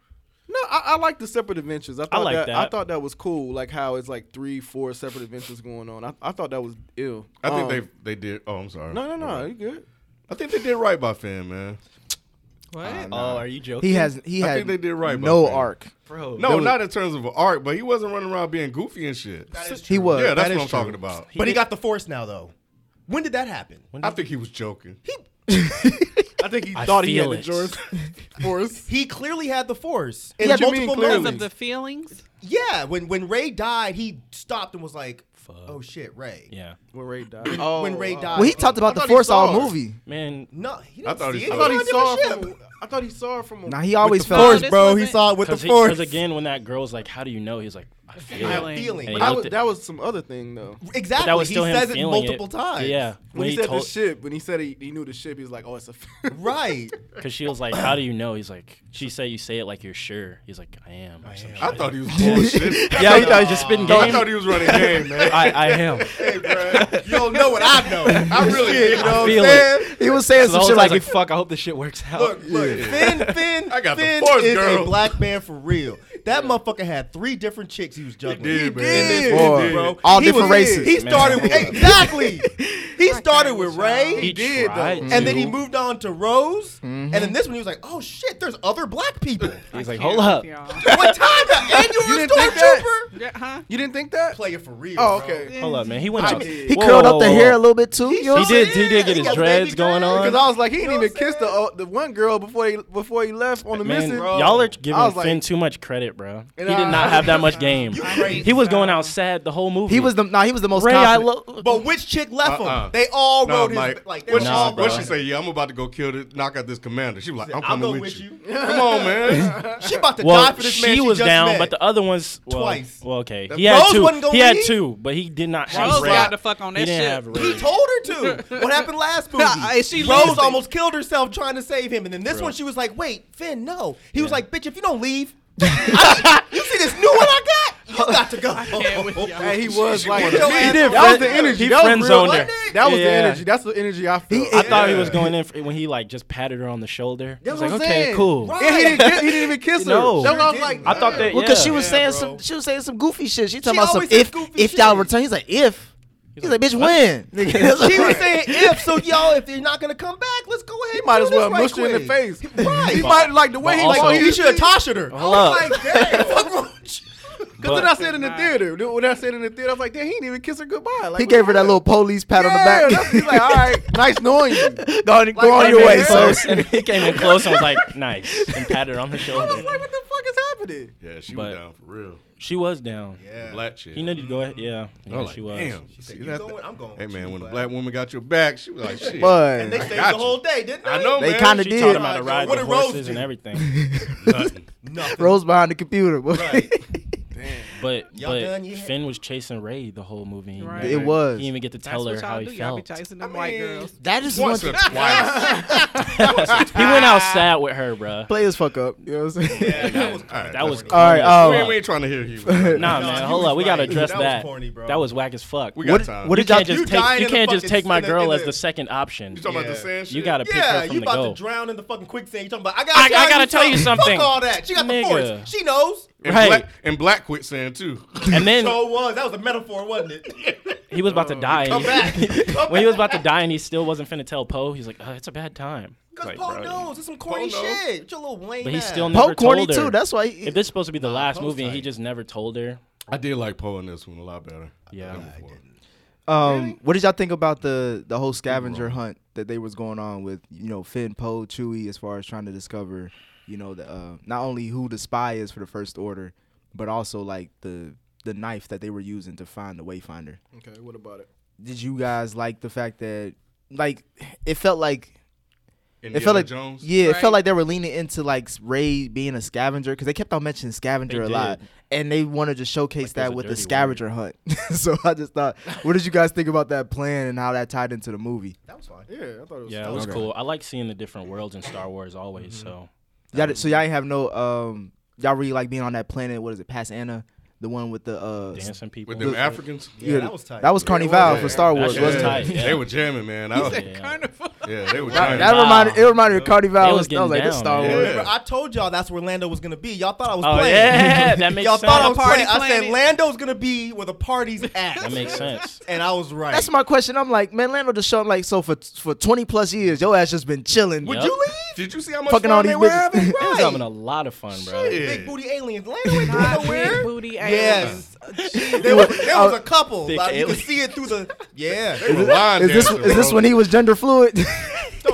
[SPEAKER 6] No, I, I like the separate adventures. I thought
[SPEAKER 5] like
[SPEAKER 6] that,
[SPEAKER 5] that.
[SPEAKER 6] I thought that was cool. Like how it's like three, four separate adventures going on. I, I thought that was ill.
[SPEAKER 2] I think
[SPEAKER 6] Um,
[SPEAKER 2] they they did. Oh, I'm sorry.
[SPEAKER 6] No, no, no. You good?
[SPEAKER 2] I think they did right by Finn, man.
[SPEAKER 5] oh, are you joking?
[SPEAKER 4] He has he
[SPEAKER 2] I
[SPEAKER 4] had
[SPEAKER 2] think they did right by
[SPEAKER 4] no
[SPEAKER 2] Finn.
[SPEAKER 4] arc.
[SPEAKER 5] bro.
[SPEAKER 2] No, not in terms of art, but he wasn't running around being goofy and shit.
[SPEAKER 4] He was.
[SPEAKER 2] yeah, that's
[SPEAKER 4] That
[SPEAKER 2] what
[SPEAKER 4] is
[SPEAKER 2] I'm
[SPEAKER 4] true.
[SPEAKER 2] talking about.
[SPEAKER 7] But he got the force now, though. When did that happen?
[SPEAKER 2] I think he was joking.
[SPEAKER 6] I think he
[SPEAKER 5] I
[SPEAKER 6] thought he had
[SPEAKER 5] feel
[SPEAKER 6] the
[SPEAKER 5] it.
[SPEAKER 6] George force.
[SPEAKER 7] He clearly had the force.
[SPEAKER 6] Yeah, what you mean
[SPEAKER 8] Because
[SPEAKER 6] clearly?
[SPEAKER 8] of the feelings.
[SPEAKER 7] Yeah, when when Ray died, he stopped and was like, "Oh shit, Ray."
[SPEAKER 5] Yeah,
[SPEAKER 6] When Ray died.
[SPEAKER 7] when Ray
[SPEAKER 6] oh.
[SPEAKER 7] died.
[SPEAKER 4] Well, he talked about the
[SPEAKER 6] thought he
[SPEAKER 4] Force
[SPEAKER 6] saw
[SPEAKER 4] all
[SPEAKER 6] her.
[SPEAKER 4] movie.
[SPEAKER 5] man.
[SPEAKER 7] No, he
[SPEAKER 2] I
[SPEAKER 7] didn't
[SPEAKER 2] thought
[SPEAKER 7] see
[SPEAKER 2] he
[SPEAKER 7] it.
[SPEAKER 2] saw
[SPEAKER 6] I
[SPEAKER 2] it.
[SPEAKER 6] thought he
[SPEAKER 7] was on a
[SPEAKER 6] saw her
[SPEAKER 7] different ship.
[SPEAKER 6] from. I thought he saw her from. a-
[SPEAKER 4] Now he always
[SPEAKER 7] The
[SPEAKER 4] felt.
[SPEAKER 7] force,
[SPEAKER 8] this
[SPEAKER 7] bro. He
[SPEAKER 8] wasn't-
[SPEAKER 7] saw it with the
[SPEAKER 5] Because
[SPEAKER 7] force.
[SPEAKER 5] again, when that girl's like, "How do you know?" He's like, "I feel
[SPEAKER 7] I have
[SPEAKER 5] it."
[SPEAKER 7] feeling.
[SPEAKER 5] And he
[SPEAKER 7] But
[SPEAKER 6] I
[SPEAKER 5] looked
[SPEAKER 6] was,
[SPEAKER 5] at-
[SPEAKER 6] that was some other thing though.
[SPEAKER 7] Exactly.
[SPEAKER 5] that was still
[SPEAKER 7] he
[SPEAKER 5] him
[SPEAKER 7] says it
[SPEAKER 5] feeling
[SPEAKER 7] multiple times.
[SPEAKER 5] Yeah,
[SPEAKER 6] When he, said
[SPEAKER 5] told,
[SPEAKER 6] the ship, when he said he, he knew the ship, he was like, "Oh, it's a."
[SPEAKER 7] Right.
[SPEAKER 5] Because she was like, "How do you know?" He's like, "She said you say it like you're sure." He's like, "I am." or some
[SPEAKER 2] I thought he was bullshit.
[SPEAKER 5] shit. Yeah, I thought he was just spitting
[SPEAKER 2] I
[SPEAKER 5] game.
[SPEAKER 2] thought he was running game, man.
[SPEAKER 5] I, I am.
[SPEAKER 2] Hey, bruh,
[SPEAKER 7] you don't know Oh, what I know.
[SPEAKER 2] I really did. You know
[SPEAKER 5] feel
[SPEAKER 2] what I'm
[SPEAKER 5] it.
[SPEAKER 2] saying?
[SPEAKER 4] He was saying
[SPEAKER 5] So the
[SPEAKER 4] some
[SPEAKER 5] whole
[SPEAKER 4] shit
[SPEAKER 5] time I
[SPEAKER 4] like,
[SPEAKER 5] was like,
[SPEAKER 4] if,
[SPEAKER 5] "Fuck, I hope this shit works out."
[SPEAKER 7] Look, look, Finn, Finn,
[SPEAKER 2] I got the
[SPEAKER 7] Finn
[SPEAKER 2] force,
[SPEAKER 7] is
[SPEAKER 2] girl.
[SPEAKER 7] a black man for real. That motherfucker had three different chicks he was juggling.
[SPEAKER 2] did, man.
[SPEAKER 7] in this
[SPEAKER 2] He
[SPEAKER 7] movie,
[SPEAKER 2] did.
[SPEAKER 7] bro.
[SPEAKER 4] All
[SPEAKER 7] He
[SPEAKER 4] different races.
[SPEAKER 7] He
[SPEAKER 5] Man.
[SPEAKER 7] started with, exactly. He started with Ray.
[SPEAKER 5] He did, though.
[SPEAKER 7] And then he moved on to Rose. And then this one, he was like, "Oh shit, there's other black people."
[SPEAKER 5] He's
[SPEAKER 8] I
[SPEAKER 5] like,
[SPEAKER 8] can't
[SPEAKER 5] hold up.
[SPEAKER 8] with y'all.
[SPEAKER 7] what time? And you were a
[SPEAKER 6] didn't think that?
[SPEAKER 7] stormtrooper.
[SPEAKER 8] Yeah, huh?
[SPEAKER 6] You didn't think that?
[SPEAKER 7] Player for real.
[SPEAKER 6] Oh,
[SPEAKER 7] bro.
[SPEAKER 6] okay.
[SPEAKER 5] Hold up, man. He went out.
[SPEAKER 4] He curled up the hair a little bit too. you know
[SPEAKER 5] He
[SPEAKER 4] what I'm
[SPEAKER 5] did.
[SPEAKER 4] saying?
[SPEAKER 5] He did get his
[SPEAKER 7] got
[SPEAKER 5] dreads
[SPEAKER 7] baby
[SPEAKER 5] going
[SPEAKER 7] dreads.
[SPEAKER 5] on.
[SPEAKER 6] Because I was like, he didn't
[SPEAKER 7] You know
[SPEAKER 6] even
[SPEAKER 7] what I'm
[SPEAKER 6] kiss the uh, the one girl before he before he left on the
[SPEAKER 5] Man,
[SPEAKER 6] mission.
[SPEAKER 5] y'all are giving
[SPEAKER 6] I was like-
[SPEAKER 5] Finn too much credit, bro. He
[SPEAKER 6] And
[SPEAKER 5] did
[SPEAKER 6] I-
[SPEAKER 5] not have that much game.
[SPEAKER 7] crazy.
[SPEAKER 5] He was going out sad the whole movie.
[SPEAKER 4] He was the nah. He was the most.
[SPEAKER 5] Ray. I
[SPEAKER 4] confident.
[SPEAKER 5] love.
[SPEAKER 7] But which chick left
[SPEAKER 2] Uh-uh.
[SPEAKER 7] him? They all
[SPEAKER 2] No,
[SPEAKER 7] wrote his
[SPEAKER 2] Mike.
[SPEAKER 7] like. they
[SPEAKER 2] what,
[SPEAKER 7] were
[SPEAKER 2] she,
[SPEAKER 7] all
[SPEAKER 5] Nah,
[SPEAKER 2] what she
[SPEAKER 7] wrote
[SPEAKER 5] bro.
[SPEAKER 7] his-
[SPEAKER 2] say? Yeah, I'm about to go kill this, knock out this commander. She was like, I'm
[SPEAKER 7] I'll
[SPEAKER 2] coming
[SPEAKER 7] go
[SPEAKER 2] with,
[SPEAKER 7] with
[SPEAKER 2] you.
[SPEAKER 7] you.
[SPEAKER 2] Come on, man.
[SPEAKER 7] She about to die
[SPEAKER 5] Well,
[SPEAKER 7] for this man.
[SPEAKER 5] she was
[SPEAKER 7] just
[SPEAKER 5] down,
[SPEAKER 7] met.
[SPEAKER 5] but the other ones well,
[SPEAKER 7] Twice.
[SPEAKER 5] Well, okay,
[SPEAKER 7] The
[SPEAKER 5] he had
[SPEAKER 7] Rose wasn't
[SPEAKER 5] two.
[SPEAKER 7] gonna
[SPEAKER 5] He had
[SPEAKER 7] leave.
[SPEAKER 5] two, but he did not have
[SPEAKER 8] Rose
[SPEAKER 5] Ray.
[SPEAKER 8] got to fuck on
[SPEAKER 5] he
[SPEAKER 8] that
[SPEAKER 5] didn't
[SPEAKER 8] shit.
[SPEAKER 5] have
[SPEAKER 7] he
[SPEAKER 5] Ray.
[SPEAKER 7] told her to. What happened last movie?
[SPEAKER 8] Nah, and she
[SPEAKER 7] Rose
[SPEAKER 8] leaves.
[SPEAKER 7] almost killed herself trying to save him, and then this one she was like, "Wait, Finn, no." He was like, "Bitch, if you don't leave, I- you see this new one I got? You got to go."
[SPEAKER 8] can't with y'all.
[SPEAKER 6] Hey, he was like,
[SPEAKER 7] wanted to- He
[SPEAKER 6] that
[SPEAKER 7] did
[SPEAKER 6] was
[SPEAKER 7] friend-
[SPEAKER 6] the energy.
[SPEAKER 5] he
[SPEAKER 6] that was
[SPEAKER 5] friend
[SPEAKER 6] real-
[SPEAKER 5] zoned her.
[SPEAKER 6] That was the
[SPEAKER 5] Yeah.
[SPEAKER 6] energy. That's the energy I felt.
[SPEAKER 5] I thought he was going in for, when he like just patted her on the shoulder. I
[SPEAKER 6] That's
[SPEAKER 5] was
[SPEAKER 6] what
[SPEAKER 5] like,
[SPEAKER 6] I'm
[SPEAKER 5] okay,
[SPEAKER 6] saying.
[SPEAKER 5] cool.
[SPEAKER 7] Right.
[SPEAKER 6] Yeah, he didn't. Kiss, he didn't even kiss her.
[SPEAKER 5] No.
[SPEAKER 6] That's what I was
[SPEAKER 7] Sure
[SPEAKER 6] like.
[SPEAKER 5] I thought that
[SPEAKER 4] Well,
[SPEAKER 5] yeah.
[SPEAKER 4] cause she was
[SPEAKER 7] Yeah,
[SPEAKER 4] saying
[SPEAKER 7] bro.
[SPEAKER 4] some, she was saying some goofy shit. She talking
[SPEAKER 7] She
[SPEAKER 4] about some
[SPEAKER 7] always says
[SPEAKER 4] if,
[SPEAKER 7] goofy
[SPEAKER 4] if y'all
[SPEAKER 7] shit.
[SPEAKER 4] return. He's like, if. He's like, bitch, when? Nigga,
[SPEAKER 7] She was saying, "If so, y'all, if you're not gonna come back, let's go ahead."
[SPEAKER 6] He
[SPEAKER 7] and
[SPEAKER 6] might
[SPEAKER 7] do
[SPEAKER 6] as well
[SPEAKER 7] this right
[SPEAKER 6] mush her in the
[SPEAKER 7] quick."
[SPEAKER 6] face.
[SPEAKER 7] Right.
[SPEAKER 6] He might like the way
[SPEAKER 5] But
[SPEAKER 6] he
[SPEAKER 5] also-
[SPEAKER 6] like.
[SPEAKER 7] He should have Tashed
[SPEAKER 2] Oh,
[SPEAKER 7] her.
[SPEAKER 5] Hold up.
[SPEAKER 7] Like, damn, fuck wrong with you?
[SPEAKER 6] Because then I said in the theater, dude, when I said in the theater, I was like, damn, he didn't even kiss her goodbye. Like,
[SPEAKER 4] he gave her that little police pat
[SPEAKER 6] yeah,
[SPEAKER 4] on the
[SPEAKER 6] that's-
[SPEAKER 4] back.
[SPEAKER 6] He's like, all right, nice knowing you.
[SPEAKER 4] No, go on
[SPEAKER 5] Came
[SPEAKER 4] your
[SPEAKER 5] in
[SPEAKER 4] way, sir.
[SPEAKER 5] close, and he came in close and was like, nice, and patted her on the
[SPEAKER 6] I was
[SPEAKER 5] shoulder.
[SPEAKER 6] like, what the fuck is happening?
[SPEAKER 2] yeah, she
[SPEAKER 5] But-
[SPEAKER 2] was down for real.
[SPEAKER 5] She was down.
[SPEAKER 7] Yeah.
[SPEAKER 2] Black chick.
[SPEAKER 5] He needed to go ahead. Yeah,
[SPEAKER 2] I
[SPEAKER 5] yeah
[SPEAKER 2] was like,
[SPEAKER 5] she was.
[SPEAKER 2] Damn.
[SPEAKER 7] said,
[SPEAKER 2] See
[SPEAKER 7] "You
[SPEAKER 2] that-
[SPEAKER 7] going? I'm going
[SPEAKER 2] Hey
[SPEAKER 7] with
[SPEAKER 2] man,
[SPEAKER 7] you,
[SPEAKER 2] when the
[SPEAKER 7] but-"
[SPEAKER 2] black woman got your back, she was like, shit.
[SPEAKER 7] And they
[SPEAKER 4] But
[SPEAKER 7] stayed
[SPEAKER 2] got
[SPEAKER 7] the
[SPEAKER 2] you.
[SPEAKER 7] whole day, didn't they?
[SPEAKER 2] I know,
[SPEAKER 6] They
[SPEAKER 2] man.
[SPEAKER 4] kinda
[SPEAKER 5] She
[SPEAKER 4] did.
[SPEAKER 5] taught him how to
[SPEAKER 7] What
[SPEAKER 5] ride
[SPEAKER 7] did
[SPEAKER 5] the
[SPEAKER 7] Rose
[SPEAKER 5] horses
[SPEAKER 7] do?
[SPEAKER 5] and everything.
[SPEAKER 2] Nothing.
[SPEAKER 7] Nothing.
[SPEAKER 4] Rose behind the computer. boy.
[SPEAKER 7] Right.
[SPEAKER 5] But
[SPEAKER 7] Y'all
[SPEAKER 5] but
[SPEAKER 7] done yet?
[SPEAKER 5] Finn was chasing Ray the whole movie.
[SPEAKER 8] Right.
[SPEAKER 5] He
[SPEAKER 4] It was.
[SPEAKER 5] didn't even get to
[SPEAKER 8] That's
[SPEAKER 5] tell
[SPEAKER 8] what
[SPEAKER 5] her how
[SPEAKER 8] y'all
[SPEAKER 5] he
[SPEAKER 8] do. Y'all be
[SPEAKER 5] felt.
[SPEAKER 8] chasing them white girls.
[SPEAKER 4] That is one
[SPEAKER 2] Once or twice.
[SPEAKER 5] He went outside with her, bro.
[SPEAKER 4] play as fuck up. You know what I'm saying?
[SPEAKER 7] Yeah, that was corny.
[SPEAKER 5] That was
[SPEAKER 4] All right,
[SPEAKER 5] corny as
[SPEAKER 4] um,
[SPEAKER 2] we,
[SPEAKER 5] fuck.
[SPEAKER 2] ain't, we ain't trying to hear you. man.
[SPEAKER 5] Nah,
[SPEAKER 7] No,
[SPEAKER 5] man,
[SPEAKER 7] you
[SPEAKER 5] hold
[SPEAKER 7] was
[SPEAKER 5] up. We gotta
[SPEAKER 7] right.
[SPEAKER 5] address
[SPEAKER 7] That
[SPEAKER 5] that.
[SPEAKER 7] was
[SPEAKER 5] That was,
[SPEAKER 7] corny, bro.
[SPEAKER 5] whack as fuck.
[SPEAKER 2] We got
[SPEAKER 4] What,
[SPEAKER 2] time.
[SPEAKER 4] what
[SPEAKER 5] you
[SPEAKER 4] did y'all?
[SPEAKER 5] can't just
[SPEAKER 7] You
[SPEAKER 5] take
[SPEAKER 7] dying
[SPEAKER 5] you
[SPEAKER 7] in the
[SPEAKER 5] can't just
[SPEAKER 7] fucking-
[SPEAKER 5] take my
[SPEAKER 7] in the- in
[SPEAKER 5] girl as
[SPEAKER 7] the-
[SPEAKER 5] the second option.
[SPEAKER 2] You talking about the sand shit?
[SPEAKER 5] You gotta pick
[SPEAKER 7] Yeah,
[SPEAKER 5] her from
[SPEAKER 7] you
[SPEAKER 5] the
[SPEAKER 7] about
[SPEAKER 5] go.
[SPEAKER 7] to drown in the fucking quicksand. You talking about? I
[SPEAKER 5] I- I
[SPEAKER 7] gotta, tell,
[SPEAKER 5] gotta
[SPEAKER 7] you
[SPEAKER 5] tell you something.
[SPEAKER 7] Fuck all that. She got
[SPEAKER 5] Nigga.
[SPEAKER 7] the force. She knows.
[SPEAKER 2] And
[SPEAKER 5] Right.
[SPEAKER 2] black and black quicksand too.
[SPEAKER 5] and then
[SPEAKER 7] So it was. That was a metaphor, wasn't it?
[SPEAKER 5] he was about to die.
[SPEAKER 7] Come
[SPEAKER 5] And
[SPEAKER 7] back.
[SPEAKER 5] he,
[SPEAKER 7] Come
[SPEAKER 5] when he was
[SPEAKER 7] back.
[SPEAKER 5] about to die, and he still wasn't finna tell Poe, he's like, uh, "It's a bad time."
[SPEAKER 7] Because
[SPEAKER 5] Like,
[SPEAKER 7] Paul
[SPEAKER 5] bro,
[SPEAKER 7] knows. It's some corny
[SPEAKER 2] Paul knows.
[SPEAKER 7] shit. It's your little lame
[SPEAKER 5] But he
[SPEAKER 7] ass.
[SPEAKER 5] still never
[SPEAKER 4] Pope corny
[SPEAKER 5] told her.
[SPEAKER 4] too. That's why.
[SPEAKER 5] if
[SPEAKER 4] He,
[SPEAKER 5] this is supposed to be the last
[SPEAKER 7] Poe's
[SPEAKER 5] movie, and he
[SPEAKER 7] tight.
[SPEAKER 5] just never told her.
[SPEAKER 2] I did like Poe in this one a lot better.
[SPEAKER 5] Yeah.
[SPEAKER 2] Number four.
[SPEAKER 4] um, what did y'all think about the the whole scavenger hunt that they was going on with you know Finn, Poe, Chewie, as far as trying to discover you know the uh, not only who the spy is for the First Order, but also like the the knife that they were using to find the Wayfinder.
[SPEAKER 6] Okay, what about it?
[SPEAKER 4] Did you guys like the fact that like it felt like
[SPEAKER 2] Indiana
[SPEAKER 4] it felt like
[SPEAKER 2] Jones.
[SPEAKER 4] yeah, it
[SPEAKER 8] Right.
[SPEAKER 4] felt like they were leaning into like Ray being a scavenger because they kept on mentioning scavenger
[SPEAKER 5] They
[SPEAKER 4] a lot,
[SPEAKER 5] did.
[SPEAKER 4] and they wanted to showcase
[SPEAKER 5] there's
[SPEAKER 4] that
[SPEAKER 5] a
[SPEAKER 4] with the
[SPEAKER 5] dirty word.
[SPEAKER 4] scavenger hunt. so I just thought, what did you guys think about that plan and how that tied into the movie?
[SPEAKER 7] That was fine.
[SPEAKER 6] Yeah, I thought it was.
[SPEAKER 5] Yeah, it was cool. I like seeing the different worlds in Star Wars always. So
[SPEAKER 4] Y'all, did- so y'all ain't have no um, y'all really like being on that planet. What is it, Pass Anna, the one with the uh, s-
[SPEAKER 5] dancing people.
[SPEAKER 2] with them Africans.
[SPEAKER 7] Yeah, that was tight.
[SPEAKER 4] that was Carnival for Star
[SPEAKER 5] That
[SPEAKER 4] Wars,
[SPEAKER 5] shit
[SPEAKER 4] wasn't
[SPEAKER 5] tight.
[SPEAKER 4] it?
[SPEAKER 5] yeah.
[SPEAKER 2] They were jamming, man. I was,
[SPEAKER 5] Yeah.
[SPEAKER 8] Carnival.
[SPEAKER 2] yeah, they were
[SPEAKER 4] That,
[SPEAKER 2] jamming.
[SPEAKER 4] that reminded it reminded me of Carnival. I
[SPEAKER 5] They was
[SPEAKER 4] was, I was
[SPEAKER 5] getting
[SPEAKER 4] like, this
[SPEAKER 5] down,
[SPEAKER 4] Star
[SPEAKER 5] man.
[SPEAKER 4] Wars.
[SPEAKER 2] Yeah.
[SPEAKER 7] Remember, I told y'all that's where Lando was gonna be. Y'all thought I was
[SPEAKER 5] Oh,
[SPEAKER 7] playing.
[SPEAKER 5] yeah, that makes
[SPEAKER 7] y'all thought I
[SPEAKER 5] sense.
[SPEAKER 7] was playing. I
[SPEAKER 8] Party
[SPEAKER 7] said
[SPEAKER 8] planet.
[SPEAKER 7] Lando's gonna be where the party's at.
[SPEAKER 5] That makes sense.
[SPEAKER 7] And I was right.
[SPEAKER 4] That's my question. I'm like, man, Lando just showed like so for for 20 plus years, your ass just been chilling.
[SPEAKER 5] Would
[SPEAKER 2] Did you leave? Did you see how much
[SPEAKER 4] Fucking
[SPEAKER 2] fun
[SPEAKER 4] all
[SPEAKER 2] they
[SPEAKER 4] these
[SPEAKER 2] were
[SPEAKER 4] bitches.
[SPEAKER 2] having?
[SPEAKER 5] They was
[SPEAKER 7] Right.
[SPEAKER 5] having a lot of fun, bro.
[SPEAKER 7] Big
[SPEAKER 2] Shit.
[SPEAKER 7] booty aliens. Lando ain't going
[SPEAKER 8] Not
[SPEAKER 7] nowhere.
[SPEAKER 8] big booty
[SPEAKER 7] Yes.
[SPEAKER 8] aliens.
[SPEAKER 7] There was, there was a couple.
[SPEAKER 5] Thick
[SPEAKER 7] Like, you could
[SPEAKER 5] aliens.
[SPEAKER 7] see it through the. Yeah.
[SPEAKER 2] They were line
[SPEAKER 4] Is this
[SPEAKER 2] dancing,
[SPEAKER 4] is this
[SPEAKER 2] bro.
[SPEAKER 4] when he was gender fluid?
[SPEAKER 7] Don't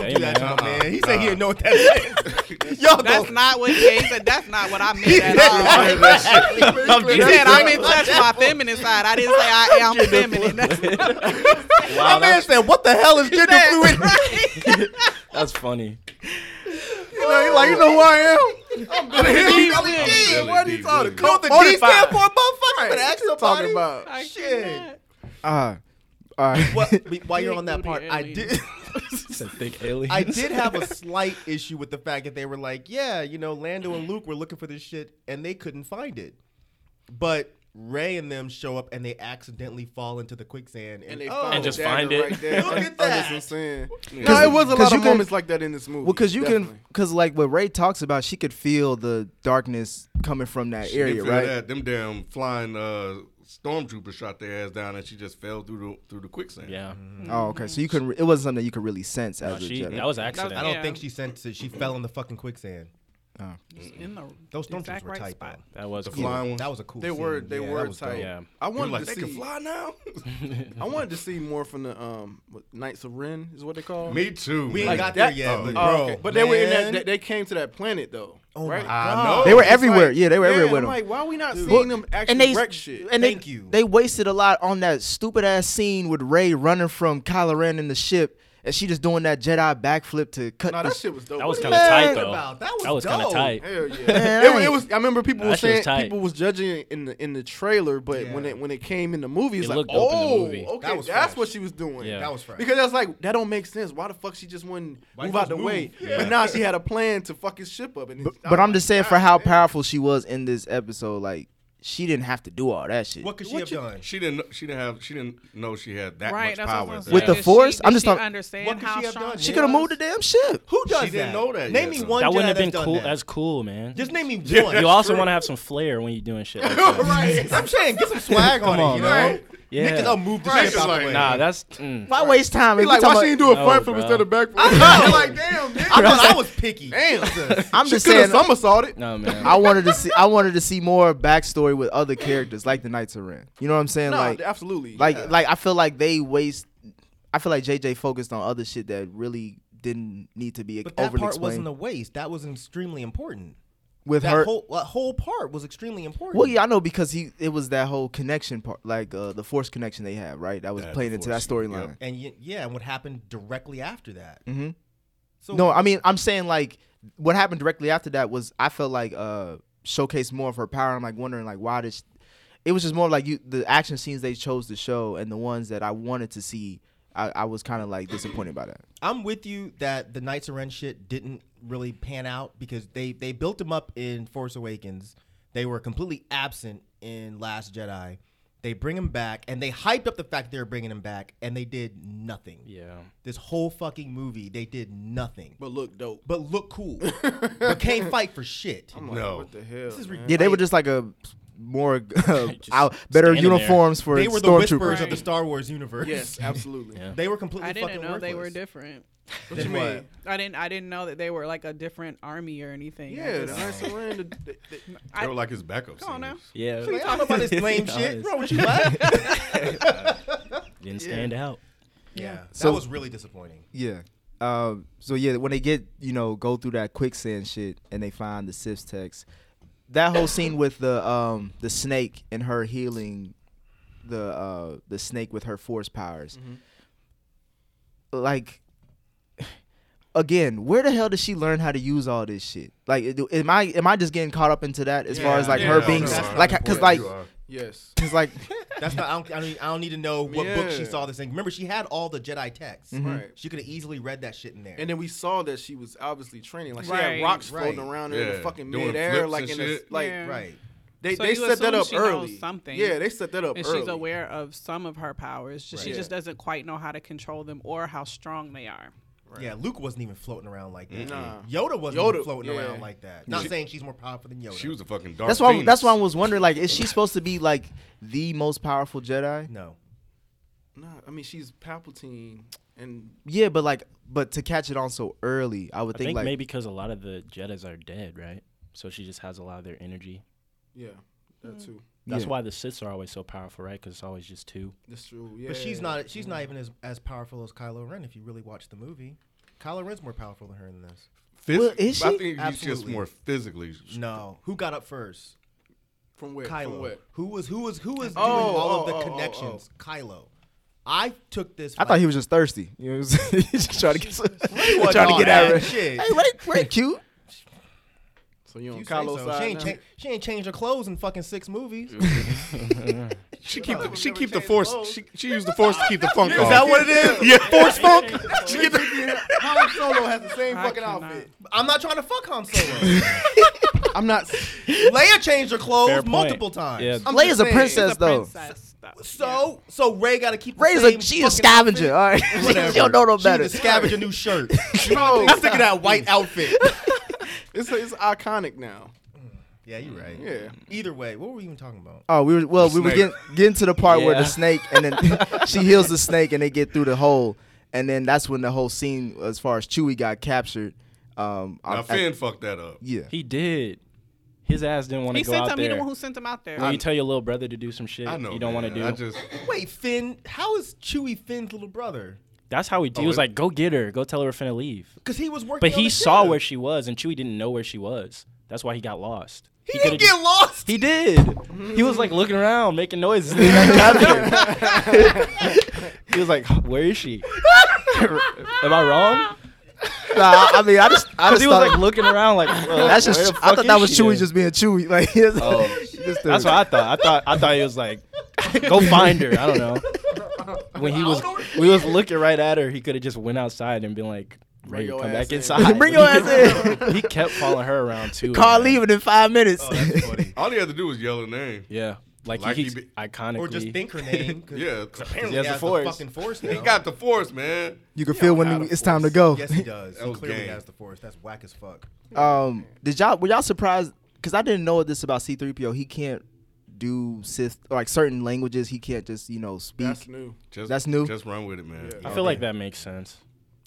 [SPEAKER 5] Hey,
[SPEAKER 7] do that, to
[SPEAKER 5] man.
[SPEAKER 7] my man. He said he didn't know what that is. Y'all
[SPEAKER 8] That's
[SPEAKER 7] go.
[SPEAKER 8] not what yeah, he said. That's not what I meant at all.
[SPEAKER 7] He
[SPEAKER 8] He said I'm in touch with my feminine side. I didn't say I am feminine. That's
[SPEAKER 7] My man said, "What the hell is gender fluid?"
[SPEAKER 5] That's funny.
[SPEAKER 4] like you know who I
[SPEAKER 2] Really
[SPEAKER 7] What are
[SPEAKER 2] deep,
[SPEAKER 7] you talking
[SPEAKER 2] really
[SPEAKER 7] about? What the D stand for, motherfucker? You better ask somebody.
[SPEAKER 6] Talking about.
[SPEAKER 8] I
[SPEAKER 7] Shit.
[SPEAKER 4] am. Uh, all right.
[SPEAKER 7] Well, while you're on that
[SPEAKER 8] Big
[SPEAKER 7] part,
[SPEAKER 8] booty
[SPEAKER 7] I
[SPEAKER 8] alien.
[SPEAKER 7] did.
[SPEAKER 5] Said thick aliens.
[SPEAKER 7] I did have a slight issue with the fact that they were like, yeah, you know, Lando and Luke were looking for this shit and they couldn't find it. But Ray and them show up and they accidentally fall into the quicksand and,
[SPEAKER 6] and they
[SPEAKER 7] oh,
[SPEAKER 6] found
[SPEAKER 5] And
[SPEAKER 6] the
[SPEAKER 5] just
[SPEAKER 6] dagger
[SPEAKER 5] find it.
[SPEAKER 6] Right there.
[SPEAKER 7] Look at
[SPEAKER 6] Oh, that's
[SPEAKER 7] that.
[SPEAKER 6] what I'm saying.
[SPEAKER 4] Cause-
[SPEAKER 6] No, it was a lot
[SPEAKER 4] cause you
[SPEAKER 6] of
[SPEAKER 4] can-
[SPEAKER 6] moments like that in this movie.
[SPEAKER 4] Well, because you
[SPEAKER 6] definitely.
[SPEAKER 4] can, because like what Ray talks about, she could feel the darkness coming from that
[SPEAKER 2] She
[SPEAKER 4] area,
[SPEAKER 2] didn't feel
[SPEAKER 4] right?
[SPEAKER 2] That. Them damn flying uh, stormtroopers shot their ass down, and she just fell through the through the quicksand.
[SPEAKER 5] Yeah.
[SPEAKER 4] Oh, okay. So you couldn't. Re- it wasn't something that you could really sense as
[SPEAKER 5] No,
[SPEAKER 4] a
[SPEAKER 5] she,
[SPEAKER 4] Jedi.
[SPEAKER 5] that was an accident.
[SPEAKER 7] I don't
[SPEAKER 8] Yeah.
[SPEAKER 7] think she sent it. She fell in the fucking quicksand.
[SPEAKER 8] in the
[SPEAKER 7] Those stormtroopers
[SPEAKER 8] exact
[SPEAKER 7] were
[SPEAKER 8] right
[SPEAKER 7] tight,
[SPEAKER 8] spot.
[SPEAKER 7] though.
[SPEAKER 5] that was
[SPEAKER 2] The
[SPEAKER 5] cool.
[SPEAKER 2] flying one.
[SPEAKER 7] That was a cool.
[SPEAKER 6] They were
[SPEAKER 7] scene.
[SPEAKER 6] they
[SPEAKER 7] Yeah,
[SPEAKER 6] were
[SPEAKER 7] that was dope.
[SPEAKER 6] tight.
[SPEAKER 5] Yeah.
[SPEAKER 6] I
[SPEAKER 2] You
[SPEAKER 6] wanted
[SPEAKER 2] like
[SPEAKER 6] to
[SPEAKER 2] they
[SPEAKER 6] see
[SPEAKER 2] can fly now.
[SPEAKER 6] I wanted to see more from the um what, Knights of Ren is what they call.
[SPEAKER 2] Me too.
[SPEAKER 7] We ain't
[SPEAKER 2] man.
[SPEAKER 7] got
[SPEAKER 6] that-
[SPEAKER 7] there yet,
[SPEAKER 2] oh,
[SPEAKER 7] but
[SPEAKER 2] yeah.
[SPEAKER 7] bro.
[SPEAKER 6] But they were in that.
[SPEAKER 7] man.
[SPEAKER 6] They, they came to that planet though.
[SPEAKER 7] Oh my
[SPEAKER 6] right?
[SPEAKER 7] God.
[SPEAKER 4] They were
[SPEAKER 6] It's like-
[SPEAKER 4] everywhere. Yeah, they were everywhere
[SPEAKER 6] I'm
[SPEAKER 4] with 'em.
[SPEAKER 6] Like, why are we not
[SPEAKER 4] Well,
[SPEAKER 6] seeing them actually wreck shit?
[SPEAKER 4] And they,
[SPEAKER 7] Thank you.
[SPEAKER 4] They wasted a lot on that stupid ass scene with Ray running from Kylo Ren in the ship, and she just doing that Jedi backflip to cut.
[SPEAKER 6] Nah,
[SPEAKER 4] the
[SPEAKER 6] that shit was dope.
[SPEAKER 5] That was
[SPEAKER 6] What
[SPEAKER 5] kind of
[SPEAKER 4] you
[SPEAKER 5] tight
[SPEAKER 4] mad
[SPEAKER 5] though.
[SPEAKER 7] about? That was
[SPEAKER 5] kind of
[SPEAKER 7] dope.
[SPEAKER 5] tight.
[SPEAKER 6] Hell yeah.
[SPEAKER 4] Man,
[SPEAKER 6] it,
[SPEAKER 4] I
[SPEAKER 6] it
[SPEAKER 4] ain't-
[SPEAKER 6] was. I remember people were
[SPEAKER 5] Nah, that shit was
[SPEAKER 6] saying
[SPEAKER 5] tight.
[SPEAKER 6] people was judging in the in the trailer, but when it when it came in the movie, it's
[SPEAKER 5] It
[SPEAKER 6] like,
[SPEAKER 5] looked dope in the
[SPEAKER 6] oh,
[SPEAKER 5] movie.
[SPEAKER 6] okay,
[SPEAKER 7] That was
[SPEAKER 6] that's
[SPEAKER 7] fresh.
[SPEAKER 6] what she was doing.
[SPEAKER 5] Yeah.
[SPEAKER 7] That was fresh.
[SPEAKER 6] Because that's like that don't make sense. Why the fuck she just wouldn't
[SPEAKER 7] Why
[SPEAKER 6] move
[SPEAKER 7] just
[SPEAKER 6] out the
[SPEAKER 7] move?
[SPEAKER 6] way?
[SPEAKER 7] Yeah.
[SPEAKER 6] But now she had a plan to fuck his ship up. And
[SPEAKER 4] But, but I'm just saying for how powerful she was in this episode, like she didn't have to do all that shit.
[SPEAKER 7] What could she
[SPEAKER 6] What
[SPEAKER 7] have
[SPEAKER 6] you-
[SPEAKER 7] done?
[SPEAKER 2] She didn't. She didn't have. She didn't know she had that much
[SPEAKER 8] right, that's what I
[SPEAKER 2] power.
[SPEAKER 8] was gonna
[SPEAKER 2] at
[SPEAKER 4] With
[SPEAKER 8] say.
[SPEAKER 4] the
[SPEAKER 8] Did she-
[SPEAKER 4] Force?
[SPEAKER 8] did
[SPEAKER 4] I'm just
[SPEAKER 8] she
[SPEAKER 4] talking-
[SPEAKER 8] understand
[SPEAKER 7] What could
[SPEAKER 8] how
[SPEAKER 7] she have
[SPEAKER 8] strong
[SPEAKER 7] done?
[SPEAKER 4] she
[SPEAKER 7] Yeah.
[SPEAKER 4] could have moved the damn ship.
[SPEAKER 7] Who does
[SPEAKER 2] She didn't
[SPEAKER 7] that?
[SPEAKER 2] know that
[SPEAKER 7] Name
[SPEAKER 2] yet,
[SPEAKER 7] me
[SPEAKER 2] son.
[SPEAKER 7] one. Jedi
[SPEAKER 5] That wouldn't have
[SPEAKER 7] that's
[SPEAKER 5] been
[SPEAKER 7] done
[SPEAKER 5] cool.
[SPEAKER 7] That.
[SPEAKER 5] That's cool, man.
[SPEAKER 7] Just name me one.
[SPEAKER 5] you also want to have some flair when you're doing shit. Like that.
[SPEAKER 7] right. I'm saying get some swag on it. You know.
[SPEAKER 8] Right.
[SPEAKER 5] Yeah.
[SPEAKER 7] Niggas up moved the
[SPEAKER 2] Right.
[SPEAKER 7] ship out the way.
[SPEAKER 5] Nah, that's. mm.
[SPEAKER 4] Why waste time? If
[SPEAKER 6] like,
[SPEAKER 4] we talking
[SPEAKER 6] why she didn't do a
[SPEAKER 5] No,
[SPEAKER 6] front flip
[SPEAKER 5] bro.
[SPEAKER 6] instead of back flip?
[SPEAKER 7] like damn. I thought I was picky. Damn.
[SPEAKER 4] about- I'm
[SPEAKER 6] She
[SPEAKER 4] just
[SPEAKER 6] could have
[SPEAKER 4] saying.
[SPEAKER 6] somersaulted.
[SPEAKER 5] No man.
[SPEAKER 4] I wanted to see. I wanted to see more backstory with other characters, like the Knights of Ren. You know what I'm saying?
[SPEAKER 6] No,
[SPEAKER 4] like,
[SPEAKER 6] absolutely.
[SPEAKER 4] like, like I feel like they waste. I feel like JJ focused on other shit that really didn't need to be
[SPEAKER 7] But that
[SPEAKER 4] overly
[SPEAKER 7] part
[SPEAKER 4] explained.
[SPEAKER 7] wasn't a waste. That was extremely important.
[SPEAKER 4] with
[SPEAKER 7] That
[SPEAKER 4] her,
[SPEAKER 7] whole that whole part was extremely important.
[SPEAKER 4] Well, yeah, I know because he it was that whole connection part, like uh, the force connection they have, right? That was playing into that storyline.
[SPEAKER 7] And y- yeah, and what happened directly after that?
[SPEAKER 4] hmm
[SPEAKER 7] So
[SPEAKER 4] No, I mean I'm saying like what happened directly after that was I felt like uh showcased more of her power. I'm like wondering like why did she, it was just more like you the action scenes they chose to show and the ones that I wanted to see. I, I was kind of like disappointed by that.
[SPEAKER 7] I'm with you that the Knights of Ren shit didn't really pan out because they they built them up in Force Awakens. They were completely absent in Last Jedi. They bring them back and they hyped up the fact they were bringing them back and they did nothing.
[SPEAKER 5] Yeah.
[SPEAKER 7] This whole fucking movie, they did nothing. But,
[SPEAKER 6] but look dope.
[SPEAKER 7] look cool. but can't fight for shit.
[SPEAKER 6] Like,
[SPEAKER 2] No.
[SPEAKER 6] what the hell?
[SPEAKER 7] This is
[SPEAKER 6] man?
[SPEAKER 7] ridiculous.
[SPEAKER 4] Yeah, they were just like a more uh,
[SPEAKER 5] Just
[SPEAKER 4] out, better
[SPEAKER 5] standing there.
[SPEAKER 4] uniforms for
[SPEAKER 7] They were the whispers
[SPEAKER 4] stormtroopers.
[SPEAKER 7] of the Star Wars universe.
[SPEAKER 6] Yes, absolutely.
[SPEAKER 7] They were completely
[SPEAKER 8] I didn't
[SPEAKER 7] fucking
[SPEAKER 8] know they were
[SPEAKER 7] worthless.
[SPEAKER 8] different.
[SPEAKER 6] What you
[SPEAKER 7] Then what?
[SPEAKER 6] mean?
[SPEAKER 8] I didn't. I didn't know that they were like a different army or anything. I
[SPEAKER 6] Yeah, the
[SPEAKER 8] just-
[SPEAKER 6] Knights of Ren. the- the- the-
[SPEAKER 2] They were like his backup.
[SPEAKER 8] Come on now.
[SPEAKER 2] singers.
[SPEAKER 5] Yeah.
[SPEAKER 7] Like, I don't know about this lame shit. What's wrong with you, bud?
[SPEAKER 5] Didn't stand out.
[SPEAKER 7] Yeah. That
[SPEAKER 4] So-
[SPEAKER 7] was really disappointing.
[SPEAKER 4] Yeah. Um, so yeah, when they get you know go through that quicksand shit and they find the Sith text, that whole scene with the um the snake and her healing the uh the snake with her force powers, like. Again, where the hell did she learn how to use all this shit? Like, do- am I am I just getting caught up into that as far as like
[SPEAKER 6] Yeah,
[SPEAKER 4] her
[SPEAKER 6] no,
[SPEAKER 4] being
[SPEAKER 6] no,
[SPEAKER 4] s-
[SPEAKER 6] that's not
[SPEAKER 4] like, cause
[SPEAKER 7] important.
[SPEAKER 4] like,
[SPEAKER 2] You are.
[SPEAKER 6] yes.
[SPEAKER 4] cause like,
[SPEAKER 7] That's not. I don't, I don't. I don't need to know what book she
[SPEAKER 6] Yeah.
[SPEAKER 7] saw this thing. Remember, she had all the Jedi texts.
[SPEAKER 6] Right.
[SPEAKER 7] She could have easily read that shit in there.
[SPEAKER 6] And then we saw that she was obviously training. Like she
[SPEAKER 8] Right.
[SPEAKER 6] had rocks
[SPEAKER 7] Right.
[SPEAKER 6] floating around her in
[SPEAKER 2] Yeah.
[SPEAKER 6] the fucking
[SPEAKER 2] Doing
[SPEAKER 6] midair,
[SPEAKER 2] flips
[SPEAKER 6] like
[SPEAKER 2] and
[SPEAKER 6] in the
[SPEAKER 2] shit.
[SPEAKER 6] like.
[SPEAKER 8] Yeah.
[SPEAKER 7] right.
[SPEAKER 6] They
[SPEAKER 8] So
[SPEAKER 6] they
[SPEAKER 8] you
[SPEAKER 6] set that
[SPEAKER 8] assume
[SPEAKER 6] up
[SPEAKER 8] she knows
[SPEAKER 6] early.
[SPEAKER 8] something.
[SPEAKER 6] Yeah, they set that up
[SPEAKER 8] and
[SPEAKER 6] early.
[SPEAKER 8] she's aware of some of her powers. Just, She
[SPEAKER 6] Right.
[SPEAKER 8] just doesn't quite know how to control them or how strong they are.
[SPEAKER 7] Yeah. Luke wasn't even floating around like that.
[SPEAKER 6] Nah.
[SPEAKER 7] Yoda wasn't
[SPEAKER 6] Yoda-
[SPEAKER 7] even floating
[SPEAKER 6] yeah.
[SPEAKER 7] around like that. Not
[SPEAKER 2] She-
[SPEAKER 7] saying she's more powerful than Yoda.
[SPEAKER 2] She was a fucking dark.
[SPEAKER 4] that's why
[SPEAKER 2] Phoenix.
[SPEAKER 4] that's why I was wondering like, is she supposed to be like the most powerful Jedi?
[SPEAKER 7] no.
[SPEAKER 6] Nah, I mean she's Palpatine, and
[SPEAKER 4] Yeah, but like, but to catch it on so early, I would
[SPEAKER 5] I
[SPEAKER 4] think,
[SPEAKER 5] think
[SPEAKER 4] like
[SPEAKER 5] maybe because a lot of the Jedi's are dead, right? So she just has a lot of their energy.
[SPEAKER 6] yeah, that too.
[SPEAKER 5] That's
[SPEAKER 4] Yeah.
[SPEAKER 5] why the Siths are always so powerful, right? Because it's always just two.
[SPEAKER 6] That's true. Yeah,
[SPEAKER 7] But she's not. She's not even as, as powerful as Kylo Ren. If you really watch the movie, Kylo Ren's more powerful than her in this.
[SPEAKER 2] Phys-
[SPEAKER 4] Well, is
[SPEAKER 2] I
[SPEAKER 4] she?
[SPEAKER 2] think he's just
[SPEAKER 7] Absolutely.
[SPEAKER 2] more physically.
[SPEAKER 7] No. Who got up first?
[SPEAKER 6] from where? From
[SPEAKER 7] Kylo.
[SPEAKER 6] where?
[SPEAKER 7] Who was who was who was
[SPEAKER 6] Oh,
[SPEAKER 7] doing all
[SPEAKER 6] oh,
[SPEAKER 7] of the
[SPEAKER 6] oh, oh, oh.
[SPEAKER 7] connections? Kylo. I took this.
[SPEAKER 4] I thought he was just thirsty. You know, what I'm saying? he's just trying to get, some,
[SPEAKER 7] was
[SPEAKER 4] trying to get out of it.
[SPEAKER 7] Shit.
[SPEAKER 4] Hey, what? it- What? it Cute.
[SPEAKER 6] So you on
[SPEAKER 7] You say
[SPEAKER 6] Kylo's
[SPEAKER 7] so.
[SPEAKER 6] side
[SPEAKER 7] She ain't,
[SPEAKER 6] now?
[SPEAKER 7] cha- she ain't changed her clothes in fucking six movies.
[SPEAKER 2] She keep the, she keep the force. She, she used the force to keep the funk
[SPEAKER 7] Is that
[SPEAKER 2] off.
[SPEAKER 7] what it is?
[SPEAKER 2] Yeah, force funk. She get the,
[SPEAKER 6] Han Solo has the same
[SPEAKER 8] I
[SPEAKER 6] fucking
[SPEAKER 8] cannot.
[SPEAKER 6] outfit.
[SPEAKER 7] I'm not trying to fuck Han Solo.
[SPEAKER 6] I'm not.
[SPEAKER 7] Leia changed her
[SPEAKER 5] Fair
[SPEAKER 7] clothes
[SPEAKER 5] point.
[SPEAKER 7] multiple times.
[SPEAKER 5] Yeah.
[SPEAKER 7] I'm
[SPEAKER 4] Leia's
[SPEAKER 7] just
[SPEAKER 4] a
[SPEAKER 7] saying.
[SPEAKER 4] princess.
[SPEAKER 8] She's a
[SPEAKER 4] though.
[SPEAKER 8] princess, though.
[SPEAKER 7] So so Ray got to keep. the
[SPEAKER 4] Ray's
[SPEAKER 7] same
[SPEAKER 4] a she a
[SPEAKER 7] fucking
[SPEAKER 4] scavenger. All right,
[SPEAKER 7] outfit.
[SPEAKER 4] she
[SPEAKER 7] Whatever.
[SPEAKER 4] don't know no
[SPEAKER 7] She
[SPEAKER 4] better.
[SPEAKER 7] need to scavenge a new shirt.
[SPEAKER 6] No,
[SPEAKER 7] I'm thinking that white outfit.
[SPEAKER 6] it's it's iconic now.
[SPEAKER 7] Yeah, you're right.
[SPEAKER 6] Yeah.
[SPEAKER 7] Either way, what were we even talking about?
[SPEAKER 4] Oh, we were well. we were
[SPEAKER 2] snake.
[SPEAKER 4] getting getting to the part where the
[SPEAKER 5] Yeah.
[SPEAKER 4] snake and then she heals the snake and they get through the hole, and then that's when the whole scene as far as Chewie got captured. Um, I-
[SPEAKER 2] now
[SPEAKER 4] I-
[SPEAKER 2] Finn fucked that up.
[SPEAKER 4] yeah,
[SPEAKER 5] He did. His ass didn't want
[SPEAKER 8] He
[SPEAKER 5] to go
[SPEAKER 8] sent
[SPEAKER 5] out
[SPEAKER 8] him. He the
[SPEAKER 5] there.
[SPEAKER 8] one who sent him out there.
[SPEAKER 5] When you tell your little brother to do some shit,
[SPEAKER 2] I know.
[SPEAKER 5] you don't want to
[SPEAKER 2] man.
[SPEAKER 5] do.
[SPEAKER 2] I just
[SPEAKER 7] Wait, Finn. How is Chewie Finn's little brother?
[SPEAKER 5] That's how he. He
[SPEAKER 2] Oh,
[SPEAKER 5] was
[SPEAKER 2] it-
[SPEAKER 5] like, "Go get her. Go tell her we're finna leave."
[SPEAKER 7] Because he was working.
[SPEAKER 5] But
[SPEAKER 7] on
[SPEAKER 5] he
[SPEAKER 7] the
[SPEAKER 5] saw
[SPEAKER 7] ship.
[SPEAKER 5] where she was, and Chewie didn't know where she was. That's why he got lost.
[SPEAKER 7] He,
[SPEAKER 5] coulda
[SPEAKER 7] didn't get
[SPEAKER 5] just-
[SPEAKER 7] lost.
[SPEAKER 5] He did. He was like looking around, making noises. and then he got there. he was like, "Where is she? Am I wrong?"
[SPEAKER 4] Nah, I mean, I just, I
[SPEAKER 5] Because
[SPEAKER 4] just
[SPEAKER 5] he was
[SPEAKER 4] thought
[SPEAKER 5] like looking around, like "Well,
[SPEAKER 4] that's
[SPEAKER 5] where
[SPEAKER 4] just.
[SPEAKER 5] the
[SPEAKER 4] I
[SPEAKER 5] fuck
[SPEAKER 4] thought that
[SPEAKER 5] is
[SPEAKER 4] was
[SPEAKER 5] she
[SPEAKER 4] Chewie
[SPEAKER 5] at?"
[SPEAKER 4] just being Chewie. Like, just,
[SPEAKER 5] Oh.
[SPEAKER 4] just the-
[SPEAKER 5] That's what I thought. I thought I thought he was like, "Go find her." I don't know. When he was we was looking right at her, he could have just went outside and been like, "Ray,
[SPEAKER 6] your
[SPEAKER 5] come
[SPEAKER 6] ass
[SPEAKER 5] back
[SPEAKER 6] in."
[SPEAKER 5] inside."
[SPEAKER 4] Bring your ass
[SPEAKER 5] in. he kept following her around too.
[SPEAKER 4] Car
[SPEAKER 5] man.
[SPEAKER 4] leaving in five minutes.
[SPEAKER 7] Oh.
[SPEAKER 2] all he had to do was yell her name.
[SPEAKER 5] Yeah, like,
[SPEAKER 2] Like he
[SPEAKER 5] he, he's
[SPEAKER 2] be-
[SPEAKER 5] iconically.
[SPEAKER 7] Or just think her name. 'cause-
[SPEAKER 2] Yeah,
[SPEAKER 7] 'cause apparently
[SPEAKER 5] He has the force.
[SPEAKER 7] fucking force now.
[SPEAKER 2] he got the force, man.
[SPEAKER 4] you can feel when it's time to go.
[SPEAKER 7] Yes, he does.
[SPEAKER 2] That
[SPEAKER 7] He
[SPEAKER 2] was
[SPEAKER 7] clearly
[SPEAKER 2] game.
[SPEAKER 7] has the force. That's whack as fuck.
[SPEAKER 4] Um, did y'all were y'all surprised? Because I didn't know this about C three PO. He can't do Sith like certain languages. He can't just you know speak.
[SPEAKER 6] That's new.
[SPEAKER 2] Just,
[SPEAKER 4] That's new.
[SPEAKER 2] Just run with it, man.
[SPEAKER 5] I feel like that makes sense.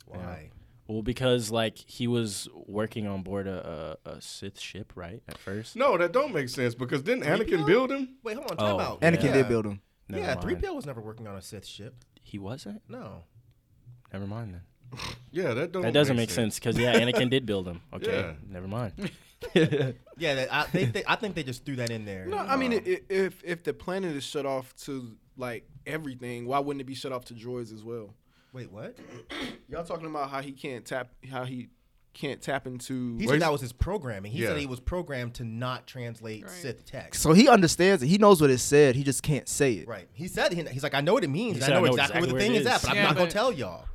[SPEAKER 7] Why?
[SPEAKER 5] Well, because like he was working on board a a, a Sith ship, right? At first.
[SPEAKER 2] No, that don't make sense because didn't Anakin
[SPEAKER 7] 3PO?
[SPEAKER 2] build him?
[SPEAKER 7] Wait, hold on. Time
[SPEAKER 5] Oh,
[SPEAKER 7] out.
[SPEAKER 4] Anakin
[SPEAKER 7] yeah.
[SPEAKER 4] did build him.
[SPEAKER 5] Never
[SPEAKER 7] yeah,
[SPEAKER 5] mind.
[SPEAKER 7] three PO was never working on a Sith ship.
[SPEAKER 5] He wasn't.
[SPEAKER 7] No.
[SPEAKER 5] Never mind then.
[SPEAKER 2] Yeah, that don't.
[SPEAKER 5] That doesn't make sense because yeah, Anakin did build him. Okay,
[SPEAKER 2] Yeah.
[SPEAKER 5] never mind.
[SPEAKER 7] Yeah, that, I, they, they, I think they just threw that in there.
[SPEAKER 6] No, I mean, i- i- if if the planet is shut off to like everything, why wouldn't it be shut off to droids as well?
[SPEAKER 7] wait, what?
[SPEAKER 6] Y'all talking about how he can't tap, how he can't tap into.
[SPEAKER 7] He
[SPEAKER 2] Where's-
[SPEAKER 7] said that was his programming. He
[SPEAKER 2] Yeah.
[SPEAKER 7] said he was programmed to not translate Sith text.
[SPEAKER 4] So he understands it. He knows what it said. He just can't say it.
[SPEAKER 7] right. He said he, he's like, I know what it means.
[SPEAKER 5] He
[SPEAKER 7] and
[SPEAKER 5] said,
[SPEAKER 7] I know, exactly, where the
[SPEAKER 5] it
[SPEAKER 7] thing is.
[SPEAKER 5] is.
[SPEAKER 7] at, but
[SPEAKER 8] Yeah,
[SPEAKER 7] I'm not gonna
[SPEAKER 8] but-
[SPEAKER 7] tell y'all.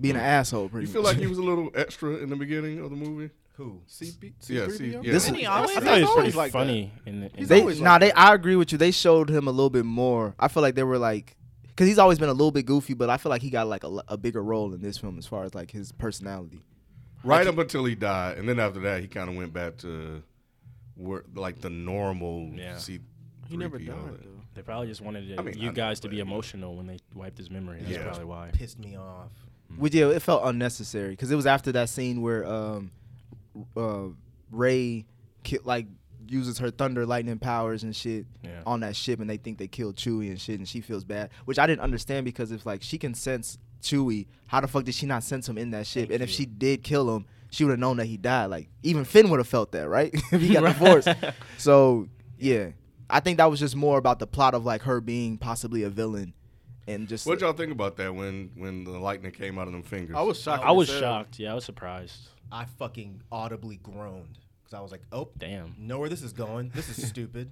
[SPEAKER 4] Being an asshole, pretty
[SPEAKER 2] You feel
[SPEAKER 4] much.
[SPEAKER 2] like he was a little extra in the beginning of the movie?
[SPEAKER 7] Who?
[SPEAKER 6] CP,
[SPEAKER 2] Yeah,
[SPEAKER 6] C3PO?
[SPEAKER 2] see, yeah.
[SPEAKER 4] This
[SPEAKER 8] Didn't he always?
[SPEAKER 5] I thought he
[SPEAKER 6] He's
[SPEAKER 5] was
[SPEAKER 6] always
[SPEAKER 5] pretty
[SPEAKER 6] like that.
[SPEAKER 5] funny in the. In
[SPEAKER 6] He's
[SPEAKER 5] the
[SPEAKER 4] They
[SPEAKER 6] always
[SPEAKER 4] nah,
[SPEAKER 6] like
[SPEAKER 4] they.
[SPEAKER 6] that.
[SPEAKER 4] I agree with you. They showed him a little bit more. I feel like they were like, because he's always been a little bit goofy, but I feel like he got like a, l- a bigger role in this film as far as like his personality.
[SPEAKER 2] Right up until he died, and then after that, he kind of went back to where, like the normal.
[SPEAKER 5] Yeah.
[SPEAKER 2] C-
[SPEAKER 6] He never died though.
[SPEAKER 5] they probably just wanted to,
[SPEAKER 2] I mean, I
[SPEAKER 5] you
[SPEAKER 2] know,
[SPEAKER 5] guys to
[SPEAKER 2] but,
[SPEAKER 5] be
[SPEAKER 2] you know.
[SPEAKER 5] emotional when they wiped his memory. That's
[SPEAKER 2] Yeah.
[SPEAKER 5] probably why.
[SPEAKER 7] Pissed me off.
[SPEAKER 6] Hmm.
[SPEAKER 4] Which yeah, it felt unnecessary because it was after that scene where um, uh, Ray ki- like uses her thunder lightning powers and shit
[SPEAKER 5] Yeah.
[SPEAKER 4] on that ship, and they think they killed Chewie and shit, and she feels bad, which I didn't understand because if like she can sense Chewie, how the fuck did she not sense him in that ship? and if she did kill him, she would have known that he died. Like even Finn would have felt that, right? if he got divorced. So yeah, I think that was just more about the plot of like her being possibly a villain. And just
[SPEAKER 2] What y'all think about that when when the lightning came out of them fingers?
[SPEAKER 6] I was shocked.
[SPEAKER 5] I was
[SPEAKER 6] myself.
[SPEAKER 5] shocked. Yeah, I was surprised.
[SPEAKER 7] I fucking audibly groaned because I was like, oh
[SPEAKER 5] Damn.
[SPEAKER 7] know where this is going. This is stupid.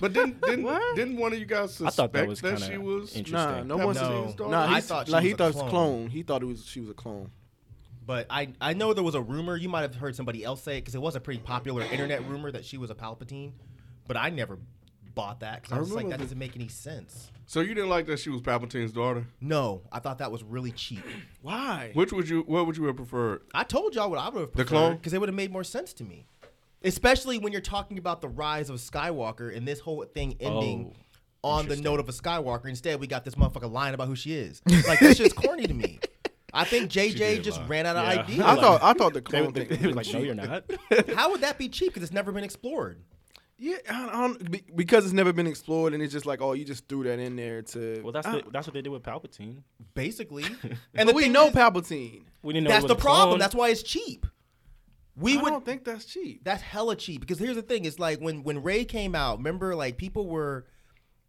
[SPEAKER 2] but didn't didn't, didn't one of you guys
[SPEAKER 5] I
[SPEAKER 2] suspect
[SPEAKER 5] thought that was kind
[SPEAKER 2] she was?
[SPEAKER 5] of interesting.
[SPEAKER 6] Nah, no
[SPEAKER 2] That
[SPEAKER 6] one.
[SPEAKER 2] was
[SPEAKER 7] No.
[SPEAKER 2] his daughter?
[SPEAKER 6] Nah,
[SPEAKER 7] I
[SPEAKER 6] he's-
[SPEAKER 7] thought she
[SPEAKER 6] like,
[SPEAKER 7] was
[SPEAKER 6] he
[SPEAKER 7] a
[SPEAKER 6] thought it was
[SPEAKER 7] clone.
[SPEAKER 6] clone. He thought it was she was a clone.
[SPEAKER 7] But I, I know there was a rumor. You might have heard somebody else say it because it was a pretty popular internet rumor that she was a Palpatine. But I never bought that because I,
[SPEAKER 2] I
[SPEAKER 7] was just like,
[SPEAKER 2] remember
[SPEAKER 7] that
[SPEAKER 2] the-
[SPEAKER 7] doesn't make any sense.
[SPEAKER 2] So you didn't like that she was Palpatine's daughter?
[SPEAKER 7] No, I thought that was really cheap.
[SPEAKER 6] Why?
[SPEAKER 2] Which would you? What would you have preferred?
[SPEAKER 7] I told y'all what I would have preferred
[SPEAKER 2] clone?
[SPEAKER 7] because it would have made more sense to me, especially when you're talking about the rise of Skywalker and this whole thing ending
[SPEAKER 2] Oh,
[SPEAKER 7] on the note of a Skywalker. Instead, we got this motherfucker lying about who she is. Like that shit's corny to me. I think JJ just
[SPEAKER 2] lie.
[SPEAKER 7] ran out of ideas.
[SPEAKER 6] I thought I thought the clone
[SPEAKER 5] They
[SPEAKER 6] thing.
[SPEAKER 5] were like, no, you're not.
[SPEAKER 7] How would that be cheap? Because it's never been explored.
[SPEAKER 6] Yeah, I don't, I don't- be- because it's never been explored, and it's just like, oh, you just threw that in there to.
[SPEAKER 5] well, that's
[SPEAKER 6] I-
[SPEAKER 5] the, that's what they did with Palpatine.
[SPEAKER 7] basically.
[SPEAKER 6] but
[SPEAKER 7] And the
[SPEAKER 6] we
[SPEAKER 7] thing
[SPEAKER 6] know
[SPEAKER 7] is,
[SPEAKER 6] Palpatine.
[SPEAKER 5] We didn't know
[SPEAKER 7] that's
[SPEAKER 5] it was
[SPEAKER 7] the
[SPEAKER 5] a
[SPEAKER 7] problem.
[SPEAKER 5] clone.
[SPEAKER 7] That's why it's cheap. We
[SPEAKER 6] I
[SPEAKER 7] would.
[SPEAKER 6] don't think that's cheap.
[SPEAKER 7] that's hella cheap because here's the thing: it's like when when Ray came out. Remember, like people were.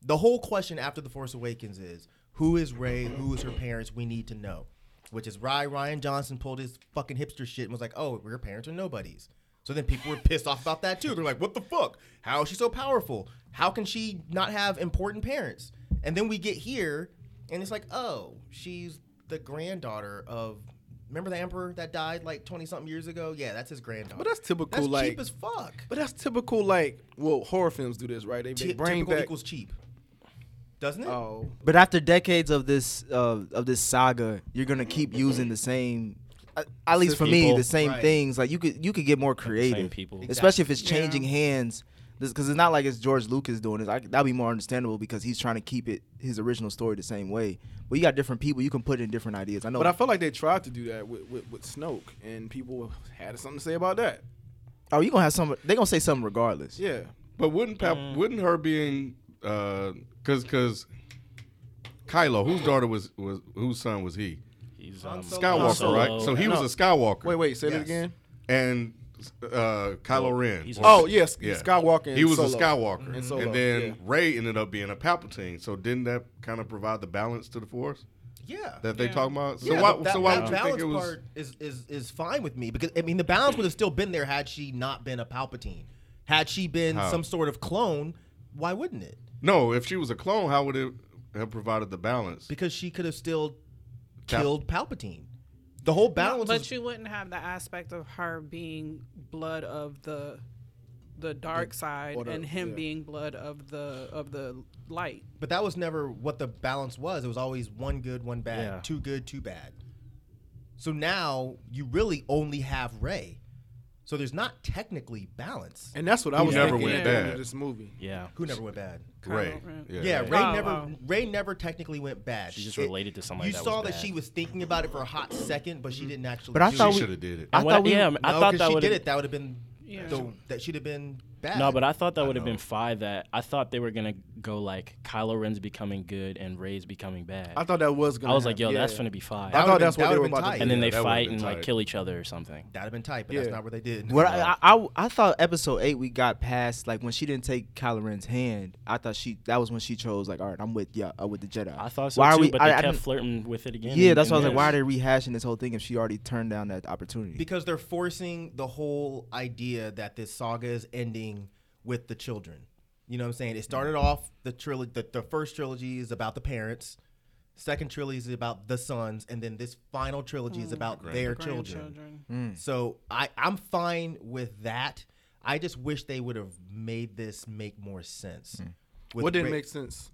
[SPEAKER 7] The whole question after the Force Awakens is who is Ray? Who is her parents? We need to know. Which is why Ryan Johnson pulled his fucking hipster shit and was like, "Oh, her parents are nobodies." So then people were pissed off about that too. They're like, "What the fuck? How is she so powerful? How can she not have important parents?" And then we get here, and it's like, "Oh, she's the granddaughter of." Remember the emperor that died like twenty something years ago? Yeah, that's his granddaughter.
[SPEAKER 6] But that's typical,
[SPEAKER 7] That's
[SPEAKER 6] like-
[SPEAKER 7] cheap as fuck.
[SPEAKER 6] But that's typical, like, well, horror films do this, right? They, they
[SPEAKER 7] Ty-
[SPEAKER 6] bring
[SPEAKER 7] typical
[SPEAKER 6] back.
[SPEAKER 7] equals cheap, doesn't it?
[SPEAKER 6] Oh,
[SPEAKER 4] But after decades of this uh, of this saga, you're gonna keep using the same. uh, At least for me,
[SPEAKER 5] People.
[SPEAKER 4] the same
[SPEAKER 7] Right.
[SPEAKER 4] things. Like you could you could get more creative,
[SPEAKER 5] people.
[SPEAKER 4] especially if it's changing hands. Because it's not like it's George Lucas doing this. I, that'd be more understandable because he's trying to keep it his original story the same way. But you got different people. You can put in different ideas. I know.
[SPEAKER 6] but I felt like they tried to do that with, with, with Snoke, and people had something to say about that.
[SPEAKER 4] oh, you gonna have some? They gonna say something regardless.
[SPEAKER 6] Yeah, Mm.
[SPEAKER 2] But wouldn't Pap- wouldn't her being because because Kylo, whose daughter was was whose son was he?
[SPEAKER 5] He's um,
[SPEAKER 2] Skywalker,
[SPEAKER 5] Solo.
[SPEAKER 2] right? So he was a Skywalker.
[SPEAKER 6] Wait, wait, say that
[SPEAKER 7] Yes.
[SPEAKER 6] again.
[SPEAKER 2] And uh, Kylo Ren.
[SPEAKER 5] he's
[SPEAKER 6] Oh yes,
[SPEAKER 2] Yeah.
[SPEAKER 6] Skywalker. and
[SPEAKER 2] He was a
[SPEAKER 6] Solo.
[SPEAKER 2] Skywalker, and,
[SPEAKER 6] And Solo,
[SPEAKER 2] then
[SPEAKER 6] yeah.
[SPEAKER 2] Ray ended up being a Palpatine. So didn't that kind of provide the balance to the Force
[SPEAKER 7] yeah.
[SPEAKER 2] that they talk about? So
[SPEAKER 7] Yeah,
[SPEAKER 2] why,
[SPEAKER 7] but that,
[SPEAKER 2] so why
[SPEAKER 7] that
[SPEAKER 2] would you
[SPEAKER 7] balance
[SPEAKER 2] think it was?
[SPEAKER 7] part is, is is fine with me because I mean the balance would have still been there had she not been a Palpatine, had she been
[SPEAKER 2] How?
[SPEAKER 7] some sort of clone. Why wouldn't it?
[SPEAKER 2] No, if she was a clone, how would it have provided the balance?
[SPEAKER 7] Because she could have still
[SPEAKER 2] Pal-
[SPEAKER 7] killed Palpatine. The whole balance.
[SPEAKER 8] but
[SPEAKER 7] is,
[SPEAKER 8] you wouldn't have the aspect of her being blood of the the dark side
[SPEAKER 6] the-
[SPEAKER 8] and him
[SPEAKER 6] yeah.
[SPEAKER 8] being blood of the of the light.
[SPEAKER 7] but that was never what the balance was. It was always one good, one bad,
[SPEAKER 5] Yeah.
[SPEAKER 7] two good, two bad. So now you really only have Ray. So there's not technically balance.
[SPEAKER 6] And that's what I was
[SPEAKER 2] never
[SPEAKER 6] thinking
[SPEAKER 2] went
[SPEAKER 6] at the end
[SPEAKER 2] bad.
[SPEAKER 6] of this movie.
[SPEAKER 5] yeah.
[SPEAKER 7] Who never went bad?
[SPEAKER 2] Ray,
[SPEAKER 8] Ren.
[SPEAKER 2] yeah,
[SPEAKER 7] Yeah,
[SPEAKER 2] Ray.
[SPEAKER 7] Ray
[SPEAKER 8] Oh,
[SPEAKER 7] never
[SPEAKER 8] oh.
[SPEAKER 7] Ray never technically went bad.
[SPEAKER 5] She just
[SPEAKER 7] It-
[SPEAKER 5] related to somebody
[SPEAKER 7] You
[SPEAKER 5] that was
[SPEAKER 7] saw that
[SPEAKER 5] bad.
[SPEAKER 7] she was thinking about it for a hot second, but
[SPEAKER 8] Mm-hmm.
[SPEAKER 7] she didn't actually.
[SPEAKER 4] But I
[SPEAKER 7] do
[SPEAKER 4] thought
[SPEAKER 7] it.
[SPEAKER 2] she
[SPEAKER 4] we-
[SPEAKER 2] should have did it.
[SPEAKER 4] I
[SPEAKER 5] And what-
[SPEAKER 4] thought we.
[SPEAKER 5] yeah, I
[SPEAKER 7] No,
[SPEAKER 5] thought
[SPEAKER 7] 'cause
[SPEAKER 5] that
[SPEAKER 7] she
[SPEAKER 5] would
[SPEAKER 7] did
[SPEAKER 5] have
[SPEAKER 7] it. That would have been
[SPEAKER 8] Yeah.
[SPEAKER 7] the- that should have been bad.
[SPEAKER 5] No, but I thought that would have
[SPEAKER 7] know.
[SPEAKER 5] been five. That I thought they were gonna go like Kylo Ren's becoming good and Ray's becoming bad.
[SPEAKER 6] I thought that was gonna.
[SPEAKER 5] I was like, yo,
[SPEAKER 6] happen.
[SPEAKER 5] that's
[SPEAKER 6] Yeah.
[SPEAKER 5] gonna be five.
[SPEAKER 6] I
[SPEAKER 7] That
[SPEAKER 6] thought
[SPEAKER 7] would've
[SPEAKER 6] that's
[SPEAKER 7] been-
[SPEAKER 6] what
[SPEAKER 7] that
[SPEAKER 6] they were
[SPEAKER 7] would've
[SPEAKER 6] about
[SPEAKER 7] been
[SPEAKER 6] to
[SPEAKER 5] and then
[SPEAKER 2] Yeah,
[SPEAKER 5] they
[SPEAKER 2] that would've
[SPEAKER 5] fight
[SPEAKER 2] been
[SPEAKER 5] and like
[SPEAKER 2] tight.
[SPEAKER 5] kill each other or something.
[SPEAKER 7] that'd have been tight, but
[SPEAKER 6] Yeah.
[SPEAKER 7] that's not what they did.
[SPEAKER 4] What I, I I- I thought episode eight we got past like when she didn't take Kylo Ren's hand. I thought she that was when she chose like all right I'm with yeah I'm with the Jedi.
[SPEAKER 5] I thought so too, but they kept
[SPEAKER 4] didn't-
[SPEAKER 5] flirting with it again.
[SPEAKER 4] Yeah,
[SPEAKER 5] and-
[SPEAKER 4] that's why I was
[SPEAKER 5] and
[SPEAKER 4] like, why are they rehashing this whole thing if she already turned down that opportunity?
[SPEAKER 7] because they're forcing the whole idea that this saga is ending with the children. You know what I'm saying? It started
[SPEAKER 4] Mm-hmm.
[SPEAKER 7] off the trilogy. The, the first trilogy is about the parents. Second trilogy is about the sons, and then this final trilogy is about their children.
[SPEAKER 8] Mm. Grandchildren.
[SPEAKER 7] So I, I'm fine with that. I just wish they would have made this make more sense. With
[SPEAKER 6] What didn't
[SPEAKER 7] Ray-
[SPEAKER 6] make sense?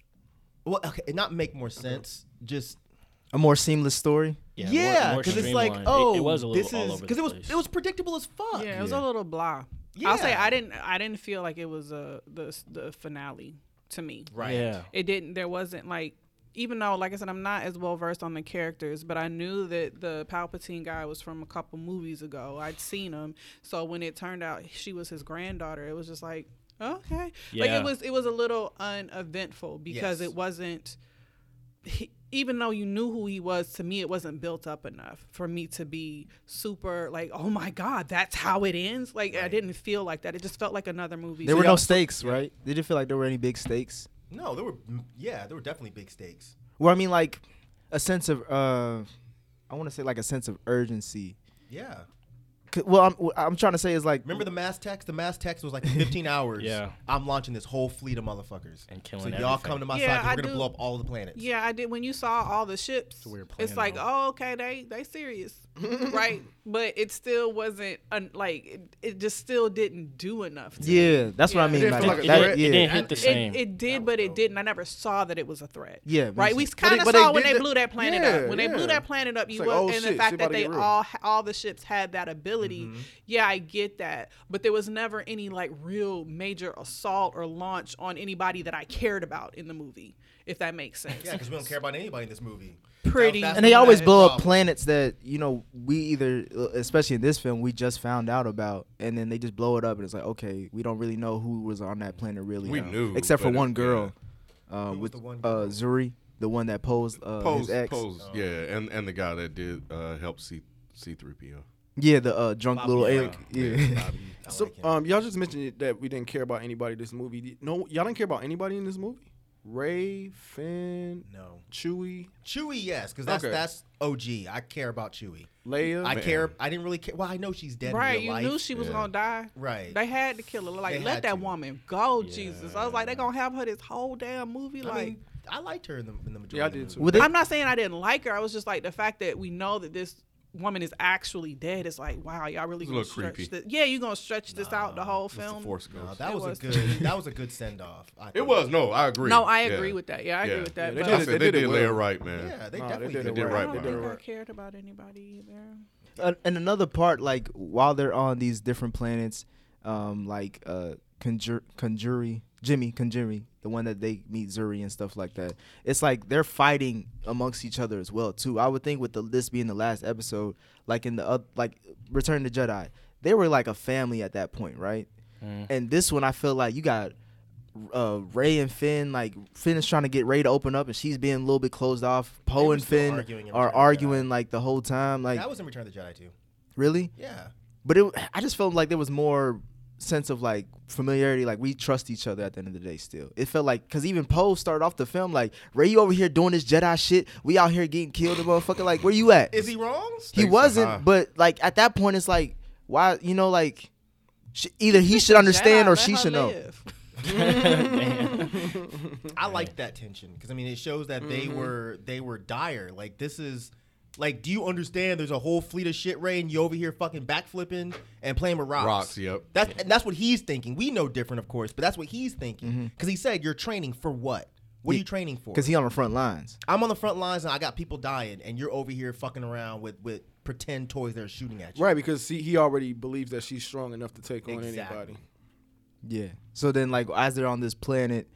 [SPEAKER 7] well, okay, not make more sense. Just
[SPEAKER 4] a more seamless story.
[SPEAKER 5] more-
[SPEAKER 7] yeah,
[SPEAKER 5] more
[SPEAKER 7] because it's like
[SPEAKER 5] streamlined.
[SPEAKER 7] oh,
[SPEAKER 5] It- it was a little
[SPEAKER 7] this
[SPEAKER 5] all
[SPEAKER 7] is
[SPEAKER 5] over the
[SPEAKER 7] because it was
[SPEAKER 5] place.
[SPEAKER 7] it was predictable as fuck.
[SPEAKER 8] Yeah, it was a little blah. I'll say
[SPEAKER 7] Yeah.
[SPEAKER 8] I didn't I didn't feel like it was a the the finale to me.
[SPEAKER 7] right.
[SPEAKER 5] yeah.
[SPEAKER 8] It didn't there wasn't like even though like I said I'm not as well versed on the characters, but I knew that the Palpatine guy was from a couple movies ago. I'd seen him. So when it turned out she was his granddaughter, it was just like okay. Like
[SPEAKER 5] Yeah.
[SPEAKER 8] it was it was a little uneventful because
[SPEAKER 7] Yes.
[SPEAKER 8] it wasn't he, even though you knew who he was, to me it wasn't built up enough for me to be super like, oh my god, that's how it ends. Like I didn't feel like that. It just felt like another movie.
[SPEAKER 4] There were no stakes, right? Did you feel like there were any big stakes?
[SPEAKER 7] No, there were yeah, there were definitely big stakes.
[SPEAKER 4] Well, I mean, like a sense of uh, I want to say like a sense of urgency.
[SPEAKER 7] Yeah.
[SPEAKER 4] 'Cause- Well, I'm what I'm trying to say is like
[SPEAKER 7] Remember the mass text? The mass text was like 15 hours.
[SPEAKER 5] Yeah.
[SPEAKER 7] I'm launching this whole fleet of motherfuckers
[SPEAKER 5] And killing
[SPEAKER 7] So y'all
[SPEAKER 5] everything.
[SPEAKER 7] come to my side.
[SPEAKER 8] Yeah,
[SPEAKER 7] 'cause
[SPEAKER 8] I
[SPEAKER 7] We're gonna
[SPEAKER 8] do-
[SPEAKER 7] blow up all the planets.
[SPEAKER 8] Yeah, I did. When you saw all the ships, it's,
[SPEAKER 5] weird plan,
[SPEAKER 8] like,
[SPEAKER 5] though.
[SPEAKER 8] oh, okay, they they serious, right? But it still wasn't un, like it, it just still didn't do enough. To me.
[SPEAKER 4] yeah, that's what I
[SPEAKER 8] Yeah.
[SPEAKER 4] mean.
[SPEAKER 6] It
[SPEAKER 4] Like,
[SPEAKER 6] felt like a
[SPEAKER 4] that,
[SPEAKER 6] threat.
[SPEAKER 5] It didn't
[SPEAKER 4] yeah,
[SPEAKER 5] hit the same.
[SPEAKER 8] It, it did, but it didn't. I never saw that it was a threat.
[SPEAKER 4] Yeah, me
[SPEAKER 8] right.
[SPEAKER 4] too.
[SPEAKER 8] We
[SPEAKER 6] they-
[SPEAKER 8] kind of
[SPEAKER 6] but they
[SPEAKER 8] saw when
[SPEAKER 6] did
[SPEAKER 8] they
[SPEAKER 6] the-
[SPEAKER 8] blew that planet
[SPEAKER 6] Yeah,
[SPEAKER 8] up. When they
[SPEAKER 6] yeah.
[SPEAKER 8] blew that planet up, you
[SPEAKER 6] like, oh
[SPEAKER 8] was,
[SPEAKER 6] shit,
[SPEAKER 8] and the
[SPEAKER 6] shit
[SPEAKER 8] fact
[SPEAKER 6] about
[SPEAKER 8] that
[SPEAKER 6] to
[SPEAKER 8] they
[SPEAKER 6] get real. Mm-hmm.
[SPEAKER 8] all all the ships had that ability. Yeah, I get that, but there was never any like real major assault or launch on anybody that I cared about in the movie. If that makes sense.
[SPEAKER 7] Yeah, because we don't care about anybody in this movie.
[SPEAKER 8] Pretty-
[SPEAKER 7] That- that's
[SPEAKER 4] and they
[SPEAKER 7] the
[SPEAKER 4] always
[SPEAKER 7] main
[SPEAKER 4] blow up
[SPEAKER 7] problem.
[SPEAKER 4] planets that you know we either uh, especially in this film we just found out about and then they just blow it up and it's like okay we don't really know who was on that planet really
[SPEAKER 2] We
[SPEAKER 4] now,
[SPEAKER 2] knew,
[SPEAKER 4] except for
[SPEAKER 2] but it-
[SPEAKER 4] one girl uh,
[SPEAKER 7] was
[SPEAKER 4] with
[SPEAKER 7] the one
[SPEAKER 4] uh
[SPEAKER 7] girl?
[SPEAKER 4] Zuri the one that posed uh, his
[SPEAKER 2] Pose,
[SPEAKER 4] ex
[SPEAKER 2] pose, yeah, and and the guy that did uh, help C C three PO.
[SPEAKER 4] yeah the uh, drunk little alien yeah
[SPEAKER 7] Bobby, I
[SPEAKER 6] So,
[SPEAKER 7] like him.
[SPEAKER 6] um, y'all just mentioned that we didn't care about anybody in this movie. No, y'all didn't care about anybody in this movie. Ray, Finn,
[SPEAKER 7] No.
[SPEAKER 6] Chewie,
[SPEAKER 7] Chewie, yes, because that's
[SPEAKER 6] Okay.
[SPEAKER 7] that's OG. I care about Chewie.
[SPEAKER 6] Leia.
[SPEAKER 7] I care. I didn't really care. Well, I know she's dead.
[SPEAKER 8] Right,
[SPEAKER 7] in real
[SPEAKER 8] you
[SPEAKER 7] life.
[SPEAKER 8] knew she was
[SPEAKER 2] Yeah.
[SPEAKER 8] gonna die.
[SPEAKER 7] Right.
[SPEAKER 8] They had to kill her. Like,
[SPEAKER 7] They
[SPEAKER 8] let
[SPEAKER 7] had
[SPEAKER 8] that
[SPEAKER 7] to.
[SPEAKER 8] woman go, Jesus. I was like, they gonna have her this whole damn movie.
[SPEAKER 7] I
[SPEAKER 8] like,
[SPEAKER 7] mean, I liked her in the, in the majority.
[SPEAKER 6] yeah, I
[SPEAKER 7] of the
[SPEAKER 6] did
[SPEAKER 7] movie.
[SPEAKER 6] too.
[SPEAKER 4] Would they-
[SPEAKER 8] I'm not saying I didn't like her. I was just like the fact that we know that this woman is actually dead. It's like, wow, y'all really
[SPEAKER 2] It's a
[SPEAKER 8] gonna
[SPEAKER 2] little
[SPEAKER 8] stretch
[SPEAKER 2] creepy.
[SPEAKER 8] this. Yeah, you gonna stretch this out the whole
[SPEAKER 2] It's the
[SPEAKER 8] film.
[SPEAKER 2] Force
[SPEAKER 7] No,
[SPEAKER 2] Ghost.
[SPEAKER 7] Uh, that
[SPEAKER 8] It
[SPEAKER 7] was,
[SPEAKER 8] was
[SPEAKER 7] a good. that was a good send off.
[SPEAKER 2] it was no. I agree.
[SPEAKER 8] No, I
[SPEAKER 2] Yeah.
[SPEAKER 8] agree with that. Yeah, I agree with that.
[SPEAKER 6] they
[SPEAKER 8] but
[SPEAKER 2] I
[SPEAKER 6] did
[SPEAKER 2] said
[SPEAKER 6] it-
[SPEAKER 2] they,
[SPEAKER 6] they did
[SPEAKER 2] did
[SPEAKER 6] it
[SPEAKER 2] Leia
[SPEAKER 6] well.
[SPEAKER 2] right, man.
[SPEAKER 7] Yeah, they
[SPEAKER 6] Nah, they
[SPEAKER 7] definitely
[SPEAKER 6] did it
[SPEAKER 2] they
[SPEAKER 7] did
[SPEAKER 2] did
[SPEAKER 7] it
[SPEAKER 8] I
[SPEAKER 2] right
[SPEAKER 8] don't
[SPEAKER 2] by
[SPEAKER 8] think
[SPEAKER 2] her.
[SPEAKER 8] I cared about anybody either.
[SPEAKER 4] Uh, and another part, like while they're on these different planets, um, like uh, Conjur- Conjuri, Jimmy Conjuri, the one that they meet Zuri and stuff like that. It's like they're fighting amongst each other as well too. I would think with the, this being the last episode, like in the oth- like Return to Jedi, they were like a family at that point, right?
[SPEAKER 7] Mm-hmm.
[SPEAKER 4] And this one, I feel like you got uh, Ray and Finn, like Finn is trying to get Ray to open up, and she's being a little bit closed off. Poe
[SPEAKER 7] were
[SPEAKER 4] and
[SPEAKER 7] still
[SPEAKER 4] Finn
[SPEAKER 7] arguing in Return
[SPEAKER 4] are
[SPEAKER 7] of the Jedi.
[SPEAKER 4] arguing like the whole time, like
[SPEAKER 7] That was in Return of the Jedi too.
[SPEAKER 4] really.
[SPEAKER 7] Yeah.
[SPEAKER 4] But it, I just felt like there was more sense of like familiarity. Like we trust each other at the end of the day. Still, it felt like because even Poe started off the film like Ray, you over here doing this Jedi shit. We out here getting killed, and motherfucker. Like where you at?
[SPEAKER 7] Is he uh-huh. wrong?
[SPEAKER 4] he
[SPEAKER 2] stakes are high.
[SPEAKER 4] wasn't, but like at that point, it's like why you know like sh- either he should understand
[SPEAKER 8] Jedi,
[SPEAKER 4] or
[SPEAKER 8] let
[SPEAKER 4] she
[SPEAKER 8] her
[SPEAKER 4] should know.
[SPEAKER 8] live.
[SPEAKER 5] Damn.
[SPEAKER 7] I like that tension because I mean it shows that they were they were dire. Like this is like, do you understand? There's a whole fleet of shit, Ray, and you over here fucking backflipping and playing with rocks.
[SPEAKER 2] Rocks, yep.
[SPEAKER 7] That's and that's what he's thinking. We know different, of course, but that's what he's thinking because he said you're training for what? What are you training for?
[SPEAKER 4] Cause he on the front lines.
[SPEAKER 7] I'm on the front lines and I got people dying, and you're over here fucking around with with pretend toys that are shooting at you.
[SPEAKER 6] Right, because see, he already believes that she's strong enough to take on
[SPEAKER 7] Exactly.
[SPEAKER 6] anybody.
[SPEAKER 4] Yeah. So then, like, as they're on this planet,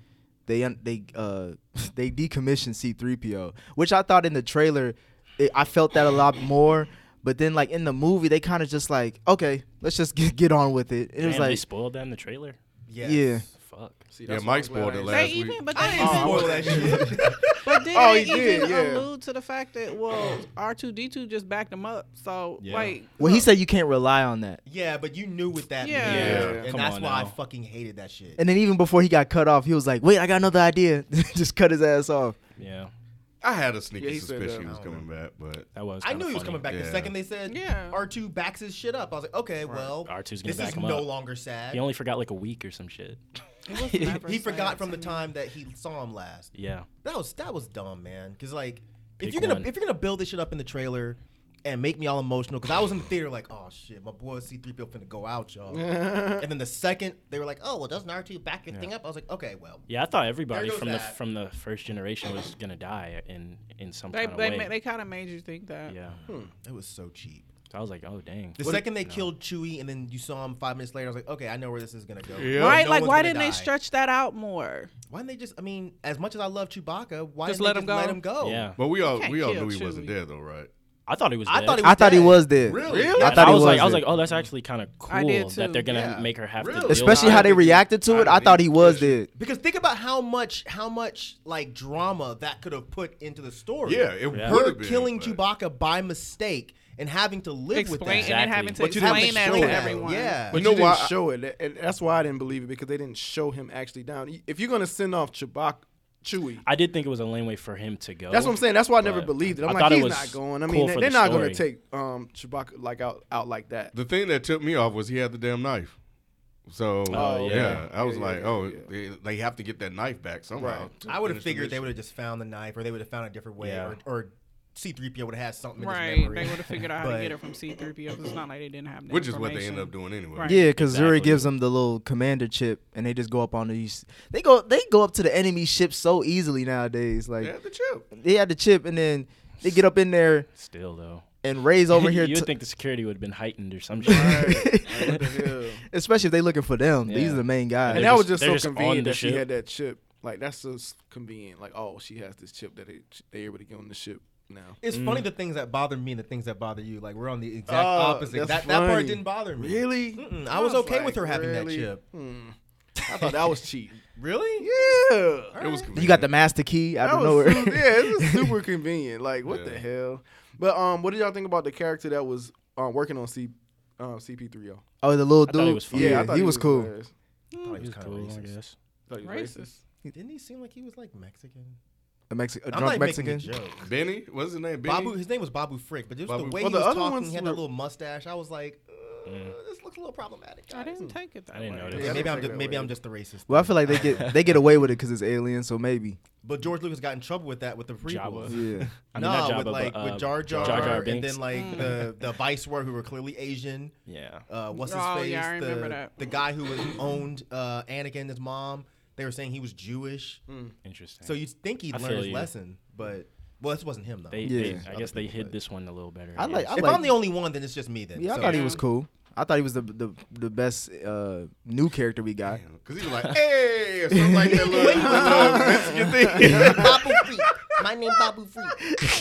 [SPEAKER 4] they un- they uh they decommission C three PO, which I thought in the trailer, it, I felt that a lot more. But then, like in the movie, they kind of just like, okay, let's just get, get on with it. It was
[SPEAKER 5] Damn, they
[SPEAKER 4] like,
[SPEAKER 5] spoiled that in the trailer.
[SPEAKER 7] Yes.
[SPEAKER 4] yeah,
[SPEAKER 5] Fuck.
[SPEAKER 6] See,
[SPEAKER 2] Yeah,
[SPEAKER 6] that's
[SPEAKER 2] Mike
[SPEAKER 6] why I'm
[SPEAKER 2] spoiled
[SPEAKER 6] glad
[SPEAKER 2] it
[SPEAKER 6] I
[SPEAKER 8] They
[SPEAKER 2] last week.
[SPEAKER 8] even, but they even,
[SPEAKER 7] Spoil that shit.
[SPEAKER 8] but did
[SPEAKER 6] Oh,
[SPEAKER 8] they
[SPEAKER 6] he
[SPEAKER 8] even
[SPEAKER 6] did, yeah.
[SPEAKER 8] allude to the fact that well, R two D two just backed them up. So
[SPEAKER 5] Yeah.
[SPEAKER 8] like,
[SPEAKER 4] well, he said you can't rely on that.
[SPEAKER 7] Yeah, but you knew with that.
[SPEAKER 8] Yeah.
[SPEAKER 7] movie,
[SPEAKER 2] Yeah.
[SPEAKER 7] And
[SPEAKER 5] Come
[SPEAKER 7] that's
[SPEAKER 5] on
[SPEAKER 7] why I
[SPEAKER 5] now.
[SPEAKER 7] fucking hated that shit.
[SPEAKER 4] And then even before he got cut off, he was like, wait, I got another idea. just cut his ass off.
[SPEAKER 5] Yeah,
[SPEAKER 2] I had a
[SPEAKER 6] Yeah,
[SPEAKER 2] sneaky
[SPEAKER 6] he said that.
[SPEAKER 2] suspicion he was
[SPEAKER 7] I don't
[SPEAKER 2] coming back, but
[SPEAKER 5] that was.
[SPEAKER 7] I
[SPEAKER 5] kinda
[SPEAKER 7] knew he was
[SPEAKER 5] funny.
[SPEAKER 7] coming back. The
[SPEAKER 2] Yeah.
[SPEAKER 7] second they said
[SPEAKER 8] Yeah.
[SPEAKER 7] R2 backs his shit up, I was like, okay, well,
[SPEAKER 5] R2's gonna
[SPEAKER 7] this
[SPEAKER 5] back
[SPEAKER 7] is
[SPEAKER 5] him
[SPEAKER 7] no
[SPEAKER 5] up.
[SPEAKER 7] longer sad.
[SPEAKER 5] He only forgot like a week or some shit.
[SPEAKER 7] He forgot from the time that he saw him last.
[SPEAKER 5] Yeah.
[SPEAKER 7] That was that was dumb, man. Because like, if
[SPEAKER 5] Pick
[SPEAKER 7] you're gonna
[SPEAKER 5] one.
[SPEAKER 7] if you're gonna build this shit up in the trailer and make me all emotional, because I was in the theater like, oh shit, my boy C3PO finna go out, y'all. and then the second they were like, oh well, doesn't R2 back your thing up? I was like, okay, well,
[SPEAKER 5] Yeah, I thought everybody
[SPEAKER 7] goes
[SPEAKER 5] from the
[SPEAKER 7] that.
[SPEAKER 5] from the first generation was gonna die in in some
[SPEAKER 8] They
[SPEAKER 5] kind of
[SPEAKER 8] they
[SPEAKER 5] way.
[SPEAKER 8] ma- they kind of made you think that.
[SPEAKER 5] yeah.
[SPEAKER 7] it was so cheap.
[SPEAKER 5] So I was like, oh dang.
[SPEAKER 7] The second they killed Chewie, and then you saw him five minutes later, I was like, okay, I know where this is gonna go.
[SPEAKER 2] Yeah.
[SPEAKER 8] Right,
[SPEAKER 7] No
[SPEAKER 8] like
[SPEAKER 7] one's
[SPEAKER 8] why
[SPEAKER 7] gonna
[SPEAKER 8] didn't they
[SPEAKER 7] die.
[SPEAKER 8] stretch that out more?
[SPEAKER 7] Why didn't they just? I mean, as much as I love Chewbacca, why
[SPEAKER 8] Just
[SPEAKER 7] didn't
[SPEAKER 8] let
[SPEAKER 7] they
[SPEAKER 8] him
[SPEAKER 7] just
[SPEAKER 8] go?
[SPEAKER 7] let him go?
[SPEAKER 5] Yeah.
[SPEAKER 2] but we all
[SPEAKER 8] can't
[SPEAKER 2] we all
[SPEAKER 8] kill
[SPEAKER 2] knew he wasn't
[SPEAKER 8] Chewie.
[SPEAKER 2] dead though, right?
[SPEAKER 5] I thought he was.
[SPEAKER 7] I
[SPEAKER 5] dead.
[SPEAKER 7] thought he was
[SPEAKER 4] I thought he
[SPEAKER 7] dead.
[SPEAKER 4] was dead.
[SPEAKER 2] Really?
[SPEAKER 4] I
[SPEAKER 5] And
[SPEAKER 4] thought
[SPEAKER 5] I
[SPEAKER 4] he
[SPEAKER 5] was,
[SPEAKER 4] was
[SPEAKER 5] like, I was
[SPEAKER 4] dead.
[SPEAKER 5] like, oh, that's actually kind of cool
[SPEAKER 8] I did
[SPEAKER 5] that
[SPEAKER 8] too.
[SPEAKER 5] they're gonna
[SPEAKER 2] Yeah.
[SPEAKER 5] make her have
[SPEAKER 2] Really?
[SPEAKER 5] to. Deal
[SPEAKER 4] Especially
[SPEAKER 5] with
[SPEAKER 4] how
[SPEAKER 5] it.
[SPEAKER 4] they reacted to it. I thought he was dead.
[SPEAKER 7] Because think about how much, how much like drama that could have put into the story.
[SPEAKER 2] Yeah, it
[SPEAKER 5] Yeah.
[SPEAKER 2] would
[SPEAKER 7] her
[SPEAKER 2] have been
[SPEAKER 7] killing
[SPEAKER 2] but-
[SPEAKER 7] Chewbacca by mistake and having to live with that.
[SPEAKER 8] Explain and then
[SPEAKER 5] Exactly.
[SPEAKER 8] having to
[SPEAKER 6] But you didn't
[SPEAKER 8] explain that
[SPEAKER 6] show
[SPEAKER 8] to
[SPEAKER 6] that.
[SPEAKER 8] everyone.
[SPEAKER 7] Yeah.
[SPEAKER 6] But
[SPEAKER 2] You know
[SPEAKER 6] you
[SPEAKER 2] why
[SPEAKER 6] didn't
[SPEAKER 2] I-
[SPEAKER 6] show it, That- and that's why I didn't believe it because they didn't show him actually down. If you're gonna send off Chewbacca, Chewie,
[SPEAKER 5] I did think it was a lame way for him to go.
[SPEAKER 6] that's what I'm saying. That's why I never
[SPEAKER 5] But
[SPEAKER 6] believed it. I'm
[SPEAKER 5] I
[SPEAKER 6] like,
[SPEAKER 5] thought it
[SPEAKER 6] he's
[SPEAKER 5] was
[SPEAKER 6] not going. I
[SPEAKER 5] cool
[SPEAKER 6] mean, they-
[SPEAKER 5] for
[SPEAKER 6] they're
[SPEAKER 5] the
[SPEAKER 6] not gonna
[SPEAKER 5] story.
[SPEAKER 6] take um Chewbacca like out out like that.
[SPEAKER 2] The thing that took me off was he had the damn knife. So
[SPEAKER 5] Oh,
[SPEAKER 2] yeah.
[SPEAKER 5] yeah.
[SPEAKER 2] I was
[SPEAKER 6] Yeah,
[SPEAKER 2] like,
[SPEAKER 6] yeah,
[SPEAKER 2] oh,
[SPEAKER 6] yeah.
[SPEAKER 2] They, they have to get that knife back somehow.
[SPEAKER 6] Right.
[SPEAKER 2] to
[SPEAKER 7] I would have
[SPEAKER 2] finish the
[SPEAKER 7] figured they
[SPEAKER 2] mission.
[SPEAKER 7] would have just found the knife, or they would have found a different way,
[SPEAKER 5] Yeah.
[SPEAKER 7] or, or C-3PO would have had something in his
[SPEAKER 8] Right,
[SPEAKER 7] memory.
[SPEAKER 8] they would have figured out how
[SPEAKER 7] But-
[SPEAKER 8] to get her from C-3PO. 'cause It's not like they didn't have that
[SPEAKER 2] which is what they
[SPEAKER 8] information.
[SPEAKER 2] ended up doing anyway.
[SPEAKER 8] Right.
[SPEAKER 4] Yeah, because
[SPEAKER 5] Exactly.
[SPEAKER 4] Zuri gives them the little commander chip, and they just go up on these. They go, they go up to the enemy ship so easily nowadays. Like
[SPEAKER 2] They had the chip.
[SPEAKER 4] they had the chip, and then they get up in there,
[SPEAKER 5] Still though.
[SPEAKER 4] and Ray's over here.
[SPEAKER 5] you
[SPEAKER 4] t-
[SPEAKER 5] would think the security would have been heightened or some shit.
[SPEAKER 6] What the hell?
[SPEAKER 4] especially if they looking for them. These
[SPEAKER 5] Yeah.
[SPEAKER 4] are the main guys.
[SPEAKER 6] And
[SPEAKER 5] They're
[SPEAKER 6] that was just
[SPEAKER 5] just- they're
[SPEAKER 6] so
[SPEAKER 5] just on
[SPEAKER 6] convenient
[SPEAKER 5] the
[SPEAKER 6] that she
[SPEAKER 5] ship.
[SPEAKER 6] had that chip. Like that's so s- convenient. Like oh, she has this chip that they they able to get on the ship now.
[SPEAKER 7] It's funny the things that bother me and the things that bother you. Like we're on the exact
[SPEAKER 6] Oh,
[SPEAKER 7] opposite.
[SPEAKER 6] that's
[SPEAKER 7] That, that part
[SPEAKER 6] funny.
[SPEAKER 7] didn't bother me.
[SPEAKER 6] Really?
[SPEAKER 7] Mm-mm. I was okay with her having that
[SPEAKER 6] really?
[SPEAKER 7] chip.
[SPEAKER 6] Hmm. I thought that was cheating.
[SPEAKER 7] Really?
[SPEAKER 6] Yeah.
[SPEAKER 2] It was
[SPEAKER 4] You got the master key out
[SPEAKER 6] That
[SPEAKER 4] of
[SPEAKER 6] was
[SPEAKER 4] nowhere.
[SPEAKER 6] super, yeah, it was super convenient. Like, what the
[SPEAKER 2] Yeah.
[SPEAKER 6] hell? But um, what did y'all think about the character that was um, working on C, um, CP3O?
[SPEAKER 4] oh, the little
[SPEAKER 5] I thought he
[SPEAKER 4] dude.
[SPEAKER 5] was funny.
[SPEAKER 4] yeah,
[SPEAKER 6] I thought
[SPEAKER 4] he was cool.
[SPEAKER 6] hilarious.
[SPEAKER 7] Probably
[SPEAKER 5] It was
[SPEAKER 7] Oh, kinda
[SPEAKER 5] cool, I
[SPEAKER 7] racist.
[SPEAKER 5] guess.
[SPEAKER 6] Thought he was
[SPEAKER 8] Racist.
[SPEAKER 6] racist.
[SPEAKER 7] Didn't he seem like he was like Mexican?
[SPEAKER 4] A, Mexi- a
[SPEAKER 7] I'm
[SPEAKER 4] drunk
[SPEAKER 7] not making a
[SPEAKER 4] Mexican.
[SPEAKER 7] joke.
[SPEAKER 2] Benny, what's his name? Benny.
[SPEAKER 7] Babu, his name was Babu Frick, but just
[SPEAKER 2] Babu-
[SPEAKER 7] the way
[SPEAKER 2] Well,
[SPEAKER 7] he
[SPEAKER 2] the
[SPEAKER 7] was
[SPEAKER 2] other
[SPEAKER 7] talking,
[SPEAKER 2] ones
[SPEAKER 7] he had that
[SPEAKER 2] were-
[SPEAKER 7] little mustache. I was like, uh,
[SPEAKER 5] Mm.
[SPEAKER 7] this looks a little problematic.
[SPEAKER 8] I
[SPEAKER 7] guys.
[SPEAKER 8] didn't take it that
[SPEAKER 5] I didn't
[SPEAKER 8] way.
[SPEAKER 5] notice.
[SPEAKER 7] Yeah, maybe I'm
[SPEAKER 6] take
[SPEAKER 7] just,
[SPEAKER 6] that
[SPEAKER 7] maybe
[SPEAKER 6] way.
[SPEAKER 7] I'm just the racist.
[SPEAKER 4] Well, I feel like they get they get away with it because it's alien, so maybe.
[SPEAKER 7] but George Lucas got in trouble with that with the prequel.
[SPEAKER 5] Jawa.
[SPEAKER 4] Yeah.
[SPEAKER 5] I mean,
[SPEAKER 7] nah,
[SPEAKER 5] not Jabba,
[SPEAKER 7] with
[SPEAKER 5] but,
[SPEAKER 7] like
[SPEAKER 5] uh,
[SPEAKER 7] with Jar Jar,
[SPEAKER 5] Jar Jar
[SPEAKER 7] and
[SPEAKER 5] Binks. Mm.
[SPEAKER 7] then like the the viceroy who were clearly Asian.
[SPEAKER 5] Yeah.
[SPEAKER 7] Uh, what's his
[SPEAKER 8] Oh,
[SPEAKER 7] face?
[SPEAKER 8] yeah, I remember
[SPEAKER 7] the,
[SPEAKER 8] that.
[SPEAKER 7] the guy who was owned uh, Anakin and his mom. They were saying he was Jewish,
[SPEAKER 8] Mm.
[SPEAKER 5] Interesting.
[SPEAKER 7] so you'd think he'd
[SPEAKER 5] I
[SPEAKER 7] learn
[SPEAKER 5] feel
[SPEAKER 7] his
[SPEAKER 5] you.
[SPEAKER 7] lesson, but well, this wasn't him though.
[SPEAKER 5] they,
[SPEAKER 4] Yeah.
[SPEAKER 5] they, I guess they hid this one a little better.
[SPEAKER 4] I like-
[SPEAKER 5] guess.
[SPEAKER 4] I
[SPEAKER 7] if
[SPEAKER 4] like-
[SPEAKER 7] I'm the only one, then it's just me then.
[SPEAKER 4] Yeah, I
[SPEAKER 7] So-
[SPEAKER 4] thought he was cool. I thought he was the the, the best uh, new character we got.
[SPEAKER 2] Because he was like, hey, or something like that little, little Mexican thing.
[SPEAKER 7] Babu Freak. My name Babu Freak.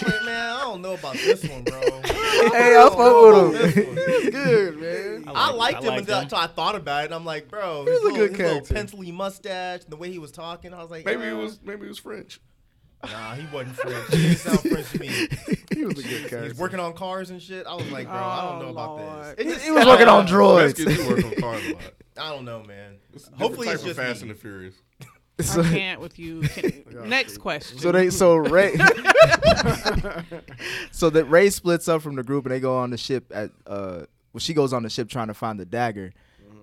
[SPEAKER 7] I'm like, man, I don't know about this one, bro.
[SPEAKER 4] Hey, I fuck with him.
[SPEAKER 6] Good man.
[SPEAKER 7] I liked him
[SPEAKER 5] liked
[SPEAKER 7] until, until I thought about it. and I'm like, bro,
[SPEAKER 4] was
[SPEAKER 7] his
[SPEAKER 4] a
[SPEAKER 7] little,
[SPEAKER 4] good
[SPEAKER 7] his little
[SPEAKER 4] character.
[SPEAKER 7] pencily mustache, and the way he was talking, I was like,
[SPEAKER 2] Maybe it
[SPEAKER 7] uh,
[SPEAKER 2] was maybe it was French.
[SPEAKER 7] Nah, he wasn't French. He didn't sound French to me.
[SPEAKER 4] he was a good character.
[SPEAKER 7] He's working on cars and shit. I was like, bro, I don't
[SPEAKER 8] Oh,
[SPEAKER 7] know about
[SPEAKER 8] Lord.
[SPEAKER 7] this. It just-
[SPEAKER 4] He was working on
[SPEAKER 2] Uh, Mexicans
[SPEAKER 4] droids.
[SPEAKER 2] do work on cars a lot.
[SPEAKER 7] I don't know, man.
[SPEAKER 2] It's a different
[SPEAKER 7] Hopefully,
[SPEAKER 2] type
[SPEAKER 7] it's
[SPEAKER 2] of
[SPEAKER 7] just
[SPEAKER 2] Fast
[SPEAKER 7] me.
[SPEAKER 2] and the Furious.
[SPEAKER 4] so,
[SPEAKER 8] I can't with you. Can- Next question.
[SPEAKER 4] so they so Ray. so that Ray splits up from the group and they go on the ship at uh well she goes on the ship trying to find the dagger,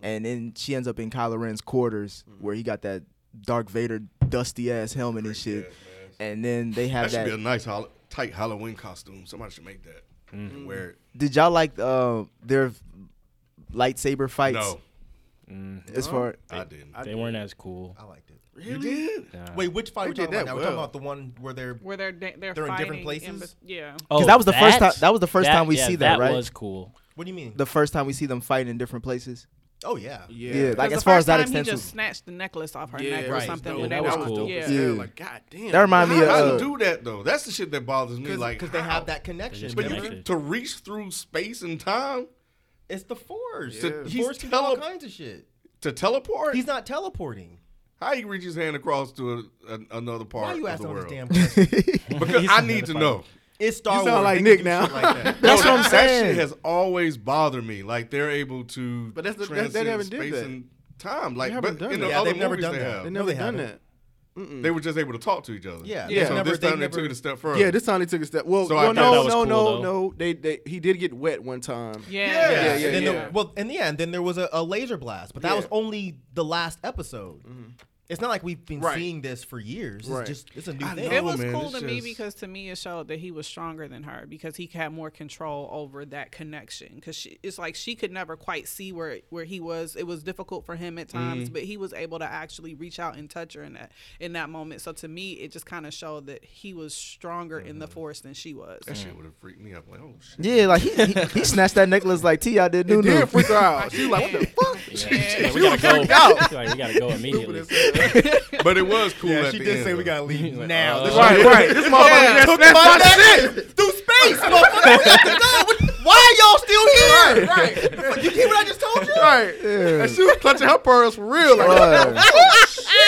[SPEAKER 4] and then she ends up in Kylo Ren's quarters where he got that Dark Vader dusty ass helmet and shit. and then they
[SPEAKER 2] That
[SPEAKER 4] have
[SPEAKER 2] should
[SPEAKER 4] that.
[SPEAKER 2] be a nice hol- tight Halloween costume. Somebody should make that. and Wear it.
[SPEAKER 4] Did y'all like uh, their lightsaber fights?
[SPEAKER 2] No,
[SPEAKER 4] As far
[SPEAKER 2] I didn't.
[SPEAKER 5] they weren't as cool.
[SPEAKER 7] I liked it.
[SPEAKER 2] You did?
[SPEAKER 5] Nah.
[SPEAKER 7] Wait, which fight are we
[SPEAKER 6] did
[SPEAKER 7] talking about
[SPEAKER 6] that
[SPEAKER 7] now? We're talking
[SPEAKER 6] well.
[SPEAKER 7] about the one where they're
[SPEAKER 8] Where they're da- they're,
[SPEAKER 7] They're in
[SPEAKER 8] fighting
[SPEAKER 7] different places?
[SPEAKER 8] bet- yeah.
[SPEAKER 4] Oh, that was the first time- that was the first time we
[SPEAKER 5] yeah,
[SPEAKER 4] see that, right?
[SPEAKER 5] That was cool.
[SPEAKER 7] What do you mean?
[SPEAKER 4] the first time we see them fighting in different places.
[SPEAKER 7] oh yeah.
[SPEAKER 6] Yeah.
[SPEAKER 4] Yeah, like
[SPEAKER 8] The
[SPEAKER 4] as far
[SPEAKER 8] first
[SPEAKER 4] as that
[SPEAKER 8] time
[SPEAKER 4] extends.
[SPEAKER 8] He
[SPEAKER 4] was-
[SPEAKER 8] just snatched the necklace off her
[SPEAKER 6] Yeah,
[SPEAKER 8] neck or
[SPEAKER 6] right.
[SPEAKER 8] something.
[SPEAKER 6] Dope.
[SPEAKER 8] when
[SPEAKER 5] That
[SPEAKER 8] they
[SPEAKER 5] was
[SPEAKER 8] was
[SPEAKER 5] cool.
[SPEAKER 8] dope
[SPEAKER 6] Yeah.
[SPEAKER 8] as
[SPEAKER 4] Yeah.
[SPEAKER 6] yeah. Like God damn.
[SPEAKER 4] that remind me of
[SPEAKER 2] How
[SPEAKER 4] uh,
[SPEAKER 2] to do that though? That's the shit that bothers me. Like,
[SPEAKER 7] because they
[SPEAKER 2] how?
[SPEAKER 7] have that connection.
[SPEAKER 5] just
[SPEAKER 2] But you
[SPEAKER 5] connected.
[SPEAKER 2] can, to reach through space and time
[SPEAKER 7] it's the
[SPEAKER 2] Yeah.
[SPEAKER 7] force. The
[SPEAKER 2] He's
[SPEAKER 7] force can do all
[SPEAKER 2] tele-
[SPEAKER 7] kinds of shit.
[SPEAKER 2] to teleport.
[SPEAKER 7] He's not teleporting.
[SPEAKER 2] how you reach his hand across to a, a, another part
[SPEAKER 7] Why are you
[SPEAKER 2] of the
[SPEAKER 7] asking all
[SPEAKER 2] world?
[SPEAKER 7] this damn question?
[SPEAKER 2] because I need to know.
[SPEAKER 7] It's Star
[SPEAKER 6] You
[SPEAKER 7] Wars.
[SPEAKER 6] sound like
[SPEAKER 7] They can
[SPEAKER 6] Nick
[SPEAKER 7] do
[SPEAKER 6] now.
[SPEAKER 7] shit like that.
[SPEAKER 4] That's what I'm
[SPEAKER 2] That
[SPEAKER 4] saying.
[SPEAKER 2] shit has always bothered me. Like they're able to,
[SPEAKER 6] But that's the- that- they
[SPEAKER 2] transcend
[SPEAKER 6] haven't did
[SPEAKER 2] space
[SPEAKER 6] that.
[SPEAKER 2] and time. Like,
[SPEAKER 6] haven't
[SPEAKER 2] but
[SPEAKER 6] done
[SPEAKER 2] in
[SPEAKER 6] that.
[SPEAKER 2] the
[SPEAKER 7] Yeah,
[SPEAKER 2] other
[SPEAKER 7] they've never
[SPEAKER 2] movies
[SPEAKER 7] done
[SPEAKER 2] they
[SPEAKER 7] that.
[SPEAKER 2] have,
[SPEAKER 6] They
[SPEAKER 2] they,
[SPEAKER 7] No,
[SPEAKER 6] never
[SPEAKER 7] they
[SPEAKER 6] done
[SPEAKER 7] haven't.
[SPEAKER 6] that.
[SPEAKER 2] were just able to talk to each other.
[SPEAKER 7] Yeah.
[SPEAKER 6] Yeah.
[SPEAKER 2] So
[SPEAKER 7] Never-
[SPEAKER 2] this
[SPEAKER 7] they
[SPEAKER 2] time they,
[SPEAKER 7] never-
[SPEAKER 2] took it a step further.
[SPEAKER 6] Yeah, this time they took a step. Well,
[SPEAKER 2] So I
[SPEAKER 6] well
[SPEAKER 2] thought
[SPEAKER 6] no,
[SPEAKER 5] that
[SPEAKER 6] no,
[SPEAKER 5] was cool,
[SPEAKER 6] no,
[SPEAKER 5] though.
[SPEAKER 6] no. They, they, he did get wet one time.
[SPEAKER 8] Yeah.
[SPEAKER 2] Yeah,
[SPEAKER 7] and then
[SPEAKER 6] yeah,
[SPEAKER 7] there-
[SPEAKER 6] yeah.
[SPEAKER 7] well, and yeah, and then there was a, a laser blast, but that was only the last episode. It's not like we've been
[SPEAKER 6] Right.
[SPEAKER 7] seeing this for years. It's
[SPEAKER 6] Right.
[SPEAKER 7] just it's a new
[SPEAKER 2] I
[SPEAKER 7] thing.
[SPEAKER 2] know.
[SPEAKER 8] It was
[SPEAKER 2] man,
[SPEAKER 8] cool
[SPEAKER 2] it's
[SPEAKER 8] to me
[SPEAKER 2] just-
[SPEAKER 8] because to me it showed that he was stronger than her because he had more control over that connection. Because it's like she could never quite see where where he was. It was difficult for him at times, but he was able to actually reach out and touch her in that in that moment. So to me, it just kind of showed that he was stronger in the force than she was.
[SPEAKER 2] That shit would have freaked me out. Like, oh shit.
[SPEAKER 4] yeah, like he, he, he snatched that necklace like T. I did new
[SPEAKER 6] Did
[SPEAKER 4] new.
[SPEAKER 6] freak her out. She was like, what the
[SPEAKER 8] Yeah.
[SPEAKER 6] fuck?
[SPEAKER 5] Yeah. Yeah, we gotta go. Like, we gotta go immediately.
[SPEAKER 2] But it was cool.
[SPEAKER 7] yeah,
[SPEAKER 2] at
[SPEAKER 7] she
[SPEAKER 2] the
[SPEAKER 7] did
[SPEAKER 2] end,
[SPEAKER 7] say we
[SPEAKER 2] though.
[SPEAKER 7] gotta leave now. This
[SPEAKER 6] Right, right. This motherfucker just snatched my
[SPEAKER 7] Through space, motherfucker. Why are y'all still here? Right, You hear what I just told you?
[SPEAKER 6] Right. And she was clutching her pearls for real. Like,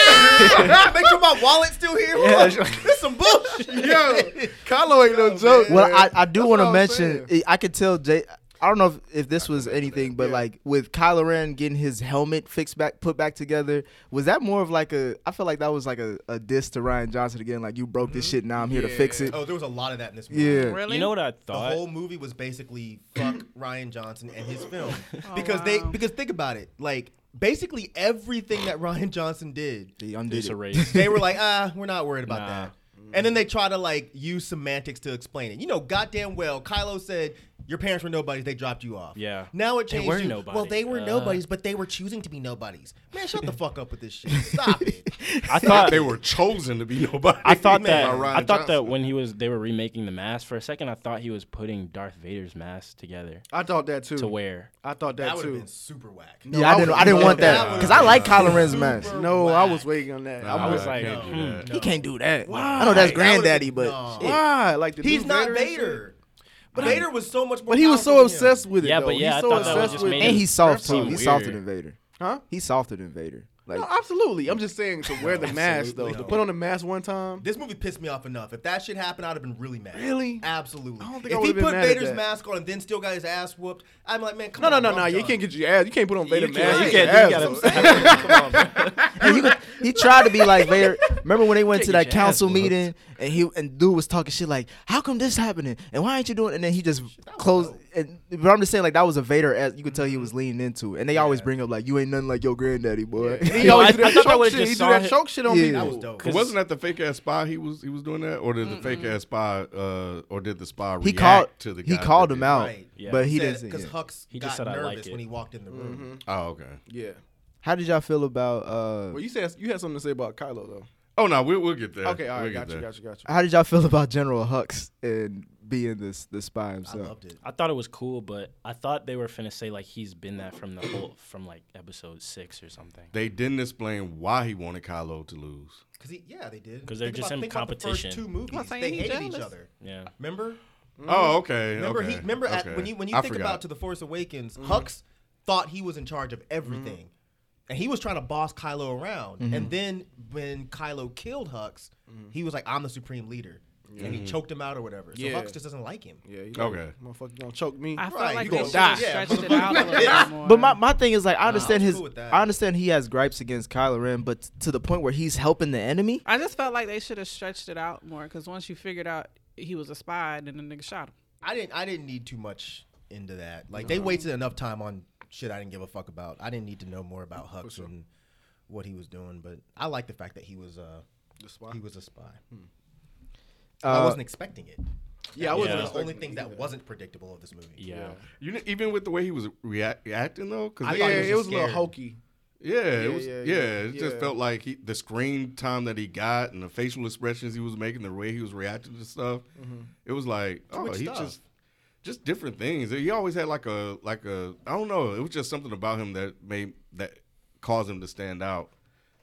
[SPEAKER 4] Uh,
[SPEAKER 7] Make sure my wallet's still here.
[SPEAKER 4] Yeah,
[SPEAKER 7] This some bullshit.
[SPEAKER 6] yo, Kylo ain't no joke.
[SPEAKER 4] well,
[SPEAKER 6] man.
[SPEAKER 4] I, I do
[SPEAKER 6] That's
[SPEAKER 4] want
[SPEAKER 6] what
[SPEAKER 4] to
[SPEAKER 6] I'm
[SPEAKER 4] mention. eh,
[SPEAKER 6] saying.
[SPEAKER 4] I could tell Jay. I don't know if, if this was anything, but like with Kylo Ren getting his helmet fixed back, put back together, was that more of like a? I feel like that was like a, a diss to Ryan Johnson again. Like you broke
[SPEAKER 6] Mm-hmm.
[SPEAKER 4] this shit, now I'm here to fix it.
[SPEAKER 7] Oh, there was a lot of that in this movie.
[SPEAKER 4] Yeah,
[SPEAKER 8] Really?
[SPEAKER 5] You know what I
[SPEAKER 7] The
[SPEAKER 5] thought?
[SPEAKER 7] whole movie was basically fuck Ryan Johnson and his film because they
[SPEAKER 8] wow.
[SPEAKER 7] because think about it like basically everything that Ryan Johnson did
[SPEAKER 4] he undid
[SPEAKER 5] It's
[SPEAKER 4] it.
[SPEAKER 5] a race.
[SPEAKER 7] they were like ah we're not worried about
[SPEAKER 5] Nah.
[SPEAKER 7] that and then they try to like use semantics to explain it you know goddamn well Kylo said your parents were nobodies they dropped you off
[SPEAKER 5] Yeah.
[SPEAKER 7] now it
[SPEAKER 5] They
[SPEAKER 7] changed
[SPEAKER 5] were
[SPEAKER 7] to, well
[SPEAKER 5] nobodies.
[SPEAKER 7] they were
[SPEAKER 5] Uh.
[SPEAKER 7] nobodies but they were choosing to be nobodies man shut the fuck up with this shit stop it
[SPEAKER 5] I thought
[SPEAKER 2] they were chosen to be nobody.
[SPEAKER 5] I thought that
[SPEAKER 2] By Ryan
[SPEAKER 5] I thought that
[SPEAKER 2] Johnson.
[SPEAKER 5] when he was they were remaking the mask for a second I thought he was putting Darth Vader's mask together
[SPEAKER 6] I thought that too.
[SPEAKER 4] Mm.
[SPEAKER 5] to wear.
[SPEAKER 6] I thought that,
[SPEAKER 7] that would have
[SPEAKER 6] too.
[SPEAKER 7] been super whack
[SPEAKER 4] yeah, I,
[SPEAKER 6] I
[SPEAKER 4] didn't.
[SPEAKER 6] was
[SPEAKER 4] I didn't
[SPEAKER 6] love
[SPEAKER 4] want
[SPEAKER 7] that.
[SPEAKER 4] that
[SPEAKER 7] That
[SPEAKER 4] because I like
[SPEAKER 7] would've
[SPEAKER 4] Kylo Ren's
[SPEAKER 7] been
[SPEAKER 4] mask.
[SPEAKER 7] super-
[SPEAKER 6] No, I was
[SPEAKER 7] Whack.
[SPEAKER 6] waiting on that.
[SPEAKER 2] Nah,
[SPEAKER 6] I was
[SPEAKER 5] I
[SPEAKER 6] like,
[SPEAKER 5] can't
[SPEAKER 7] no,
[SPEAKER 5] do that.
[SPEAKER 7] no.
[SPEAKER 4] He can't do that.
[SPEAKER 6] Why?
[SPEAKER 4] I know that's
[SPEAKER 7] That would've been-
[SPEAKER 4] granddaddy, but
[SPEAKER 7] No.
[SPEAKER 4] shit.
[SPEAKER 6] why? Like the
[SPEAKER 7] he's
[SPEAKER 6] new
[SPEAKER 7] not
[SPEAKER 6] and shit?
[SPEAKER 7] Vader. But Vader was so much more.
[SPEAKER 6] But he was so
[SPEAKER 7] powerful than him.
[SPEAKER 6] obsessed with it.
[SPEAKER 5] Yeah,
[SPEAKER 6] though.
[SPEAKER 5] but yeah,
[SPEAKER 6] he's
[SPEAKER 5] I
[SPEAKER 6] so
[SPEAKER 5] thought that was
[SPEAKER 6] obsessed
[SPEAKER 5] just
[SPEAKER 6] with
[SPEAKER 5] made
[SPEAKER 4] and
[SPEAKER 5] him-
[SPEAKER 4] he's soft
[SPEAKER 5] That
[SPEAKER 4] too.
[SPEAKER 5] seemed
[SPEAKER 4] He's softer
[SPEAKER 5] weird.
[SPEAKER 4] than Vader.
[SPEAKER 6] Huh?
[SPEAKER 4] He's softer than Vader. Like
[SPEAKER 6] No, absolutely. I'm just saying to wear the mask though. To put on the mask one time.
[SPEAKER 7] This movie pissed me off enough. If that shit happened, I'd have been really mad.
[SPEAKER 6] Really?
[SPEAKER 7] Absolutely.
[SPEAKER 6] I don't think I
[SPEAKER 7] if he
[SPEAKER 6] would've been
[SPEAKER 7] put
[SPEAKER 6] mad at
[SPEAKER 7] Vader's
[SPEAKER 6] that.
[SPEAKER 7] mask on and then still got his ass whooped, I'm like, man, come
[SPEAKER 6] No, no,
[SPEAKER 7] on.
[SPEAKER 6] no,
[SPEAKER 7] bro,
[SPEAKER 6] no.
[SPEAKER 7] I'm
[SPEAKER 6] You
[SPEAKER 7] done.
[SPEAKER 6] can't get your ass. You can't put on Vader
[SPEAKER 7] You
[SPEAKER 6] mask.
[SPEAKER 7] can't-
[SPEAKER 6] get
[SPEAKER 7] you
[SPEAKER 6] your ass
[SPEAKER 5] gotta-
[SPEAKER 6] whooped.
[SPEAKER 4] Hey, you could he tried to be like Vader. Remember when they went to
[SPEAKER 5] Get
[SPEAKER 4] that
[SPEAKER 5] your ass
[SPEAKER 4] council
[SPEAKER 5] whooped.
[SPEAKER 4] meeting and he and dude was talking shit like, "How come this happening? And why ain't you doing?" it?" And then he just closed. And, but I'm just saying like that was a Vader as you could tell he
[SPEAKER 6] Mm-hmm.
[SPEAKER 4] was leaning into. it. And they always bring up like, "You ain't nothing like your granddaddy, boy."
[SPEAKER 6] He
[SPEAKER 5] Yo,
[SPEAKER 6] always
[SPEAKER 5] I-
[SPEAKER 6] do that
[SPEAKER 5] I thought I
[SPEAKER 6] choke
[SPEAKER 5] would've
[SPEAKER 6] shit.
[SPEAKER 5] just
[SPEAKER 6] He do
[SPEAKER 5] saw
[SPEAKER 6] that
[SPEAKER 5] it.
[SPEAKER 6] choke shit on
[SPEAKER 4] Yeah.
[SPEAKER 6] people.
[SPEAKER 4] That was
[SPEAKER 7] dope.
[SPEAKER 5] Cause-
[SPEAKER 2] wasn't that the fake ass spy he was he was doing that, or did the fake ass spy uh, or did the spy react
[SPEAKER 4] he called.
[SPEAKER 2] to the guy
[SPEAKER 4] He called
[SPEAKER 2] that
[SPEAKER 4] him
[SPEAKER 2] did it?
[SPEAKER 4] out,
[SPEAKER 7] Right.
[SPEAKER 5] Yeah.
[SPEAKER 4] but he
[SPEAKER 7] said,
[SPEAKER 4] didn't.
[SPEAKER 7] Because
[SPEAKER 4] yeah.
[SPEAKER 7] Huck's
[SPEAKER 5] He
[SPEAKER 7] got
[SPEAKER 5] just said, "I like
[SPEAKER 7] nervous
[SPEAKER 5] it."
[SPEAKER 7] when he walked in the room.
[SPEAKER 2] Oh okay.
[SPEAKER 6] Yeah.
[SPEAKER 4] How did y'all feel about? uh
[SPEAKER 6] Well, you said you had something to say about Kylo though.
[SPEAKER 2] Oh no, we'll we'll get there.
[SPEAKER 6] Okay, all right,
[SPEAKER 2] we'll
[SPEAKER 6] got you,
[SPEAKER 2] there.
[SPEAKER 6] got you, got you.
[SPEAKER 4] How did y'all feel about General Hux and being this the spy
[SPEAKER 7] I
[SPEAKER 4] himself?
[SPEAKER 7] loved it.
[SPEAKER 5] I thought it was cool, but I thought they were finna say like he's been that from the whole from like episode six or something.
[SPEAKER 2] They didn't explain why he wanted Kylo to lose.
[SPEAKER 7] Because yeah, they did.
[SPEAKER 5] 'Cause they're
[SPEAKER 7] Think
[SPEAKER 5] just
[SPEAKER 7] about-
[SPEAKER 5] in
[SPEAKER 7] think about the first
[SPEAKER 5] competition.
[SPEAKER 7] Two
[SPEAKER 8] Not
[SPEAKER 7] movies,
[SPEAKER 8] saying
[SPEAKER 7] they
[SPEAKER 8] he
[SPEAKER 7] hated each
[SPEAKER 8] jealous.
[SPEAKER 7] other.
[SPEAKER 5] Yeah,
[SPEAKER 7] Remember?
[SPEAKER 2] Oh okay.
[SPEAKER 7] Mm-hmm. Remember?
[SPEAKER 2] okay,
[SPEAKER 7] He, remember at-
[SPEAKER 2] okay.
[SPEAKER 7] when you when you
[SPEAKER 2] I
[SPEAKER 7] think
[SPEAKER 2] forgot.
[SPEAKER 7] about to the Force Awakens, Hux thought he was in charge of everything, and he was trying to boss Kylo around. And then when Kylo killed Hux, he was like, "I'm the supreme leader," and he choked him out or whatever. So
[SPEAKER 6] Yeah.
[SPEAKER 7] Hux just doesn't like him.
[SPEAKER 6] Yeah. You
[SPEAKER 2] Okay.
[SPEAKER 6] Motherfucker gonna choke me.
[SPEAKER 8] I felt
[SPEAKER 7] Right,
[SPEAKER 8] like
[SPEAKER 7] you
[SPEAKER 8] they
[SPEAKER 7] gonna
[SPEAKER 8] should
[SPEAKER 7] die.
[SPEAKER 8] have
[SPEAKER 7] Yeah,
[SPEAKER 8] stretched it out a little bit more.
[SPEAKER 4] But my, my thing is like I understand
[SPEAKER 7] I was
[SPEAKER 4] his
[SPEAKER 7] cool with that.
[SPEAKER 4] I understand he has gripes against Kylo Ren, but to the point where he's helping the enemy.
[SPEAKER 8] I just felt like they should have stretched it out more because once you figured out he was a spy, then the nigga shot him.
[SPEAKER 7] I didn't. I didn't need too much into that. Like they wasted enough time on shit I didn't give a fuck about. I didn't need to know more about Hux and what he was doing. But I like the fact that he was uh, he was a spy. I wasn't expecting it.
[SPEAKER 6] Hmm. Yeah, I wasn't.
[SPEAKER 7] That was one of the
[SPEAKER 6] expecting
[SPEAKER 7] only
[SPEAKER 6] it
[SPEAKER 7] things that
[SPEAKER 6] either.
[SPEAKER 7] wasn't predictable of this movie.
[SPEAKER 5] yeah.
[SPEAKER 2] You kn- even with the way he was react- reacting though, because
[SPEAKER 7] I
[SPEAKER 6] Yeah,
[SPEAKER 7] thought he was
[SPEAKER 6] it
[SPEAKER 7] just
[SPEAKER 6] was a little
[SPEAKER 7] scared.
[SPEAKER 6] hokey.
[SPEAKER 2] yeah, it was, yeah,
[SPEAKER 6] yeah,
[SPEAKER 2] it just
[SPEAKER 6] yeah.
[SPEAKER 2] felt like he, the screen time that he got and the facial expressions he was making, the way he was reacting to stuff, it was like, oh,
[SPEAKER 7] which
[SPEAKER 2] he
[SPEAKER 7] Mm-hmm. stuff?
[SPEAKER 2] just just different things. He always had like a like a I don't know. It was just something about him that made that caused him to stand out.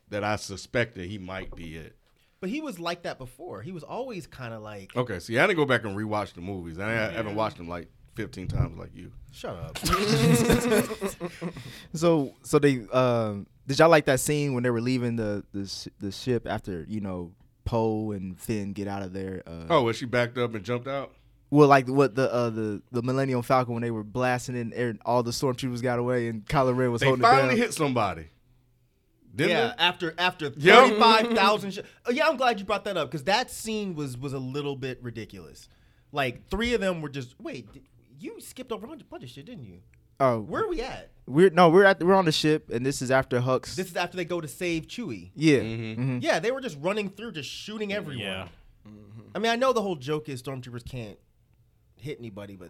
[SPEAKER 2] That I suspected he might be it.
[SPEAKER 7] But he was like that before. He was always kind of like,
[SPEAKER 2] Okay, see, I didn't go back and rewatch the movies. I, I
[SPEAKER 7] Mm-hmm.
[SPEAKER 2] haven't watched them like fifteen times like you.
[SPEAKER 7] shut up.
[SPEAKER 4] So so they um did y'all like that scene when they were leaving the the, sh- the ship after you know Poe and Finn get out of there? Uh,
[SPEAKER 2] Oh, well, she backed up and jumped out.
[SPEAKER 4] Well, like what the uh, the the Millennium Falcon when they were blasting in air, and all the stormtroopers got away and Kylo Ren was
[SPEAKER 2] They
[SPEAKER 4] holding it
[SPEAKER 2] finally
[SPEAKER 4] down.
[SPEAKER 2] hit somebody. Didn't
[SPEAKER 7] yeah,
[SPEAKER 2] they?
[SPEAKER 7] after after
[SPEAKER 2] Yep.
[SPEAKER 7] thirty five thousand. Sh- oh, yeah, I'm glad you brought that up because that scene was was a little bit ridiculous. Like three of them were just wait. d- You skipped over a bunch bunch of shit, didn't you?
[SPEAKER 4] oh,
[SPEAKER 7] Where
[SPEAKER 4] we're,
[SPEAKER 7] are we at?
[SPEAKER 4] no, we're at we're on the ship, and this is after Hux.
[SPEAKER 7] This Mm-hmm. is after they go to save Chewie.
[SPEAKER 4] yeah,
[SPEAKER 6] Mm-hmm.
[SPEAKER 7] Yeah, they were just running through, just shooting everyone.
[SPEAKER 5] Yeah.
[SPEAKER 7] I mean, I know the whole joke is stormtroopers can't hit anybody, but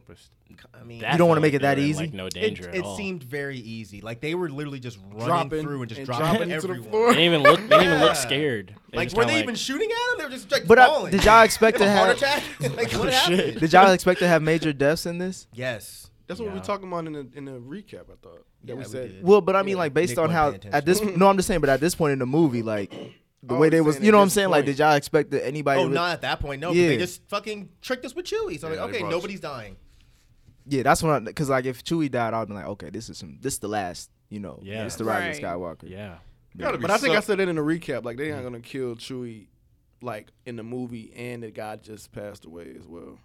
[SPEAKER 7] I mean,
[SPEAKER 5] That
[SPEAKER 4] You don't wanna
[SPEAKER 5] felt
[SPEAKER 4] make
[SPEAKER 5] like
[SPEAKER 4] it that
[SPEAKER 5] they were in,
[SPEAKER 4] easy?
[SPEAKER 5] Like no
[SPEAKER 7] it,
[SPEAKER 5] danger at
[SPEAKER 7] it
[SPEAKER 5] all.
[SPEAKER 7] seemed very easy. Like they were literally just running
[SPEAKER 6] Dropping
[SPEAKER 7] through and just
[SPEAKER 6] and
[SPEAKER 7] dropping
[SPEAKER 6] dropping to the
[SPEAKER 7] everyone.
[SPEAKER 5] They
[SPEAKER 6] floor.
[SPEAKER 5] didn't even look. They didn't even
[SPEAKER 7] Yeah.
[SPEAKER 5] look scared. They
[SPEAKER 7] Like
[SPEAKER 5] just
[SPEAKER 7] were
[SPEAKER 5] kinda
[SPEAKER 7] they
[SPEAKER 5] like-
[SPEAKER 7] even shooting at him? They were just like
[SPEAKER 4] But uh,
[SPEAKER 7] falling.
[SPEAKER 4] did y'all expect
[SPEAKER 7] They
[SPEAKER 4] to
[SPEAKER 7] have a heart
[SPEAKER 4] have?
[SPEAKER 7] attack? like what happened?
[SPEAKER 4] Did y'all expect to have major deaths in this?
[SPEAKER 7] yes.
[SPEAKER 6] That's what we were talking about in the in the recap. I thought that we
[SPEAKER 7] we
[SPEAKER 6] said.
[SPEAKER 7] did.
[SPEAKER 4] Well, but I mean,
[SPEAKER 7] Yeah,
[SPEAKER 4] like based
[SPEAKER 7] Nick
[SPEAKER 4] on
[SPEAKER 7] wasn't
[SPEAKER 4] how
[SPEAKER 7] paying
[SPEAKER 4] at this no, I'm just saying, but at this point in the movie, like the way
[SPEAKER 6] was
[SPEAKER 4] they was,
[SPEAKER 6] saying
[SPEAKER 4] you
[SPEAKER 6] at
[SPEAKER 4] know what I'm
[SPEAKER 6] this
[SPEAKER 4] saying? Like,
[SPEAKER 6] point.
[SPEAKER 4] did y'all expect that anybody?
[SPEAKER 7] Oh,
[SPEAKER 4] would-
[SPEAKER 7] not at that point. No, 'cause they
[SPEAKER 4] Yeah.
[SPEAKER 7] just fucking tricked us with Chewie. So I'm
[SPEAKER 2] Yeah,
[SPEAKER 7] like,
[SPEAKER 2] they
[SPEAKER 7] okay,
[SPEAKER 2] brought-
[SPEAKER 7] nobody's dying.
[SPEAKER 4] Yeah, that's what I because like if Chewie died, I'd be like, okay, this is some, this the last, you know,
[SPEAKER 5] Yeah.
[SPEAKER 4] it's the rise
[SPEAKER 8] Right.
[SPEAKER 4] of Skywalker.
[SPEAKER 5] Yeah.
[SPEAKER 2] Gotta be
[SPEAKER 6] But I think I
[SPEAKER 2] some-
[SPEAKER 6] said that in the recap. Like they ain't gonna kill Chewie, like in the movie, and the guy just passed away as well.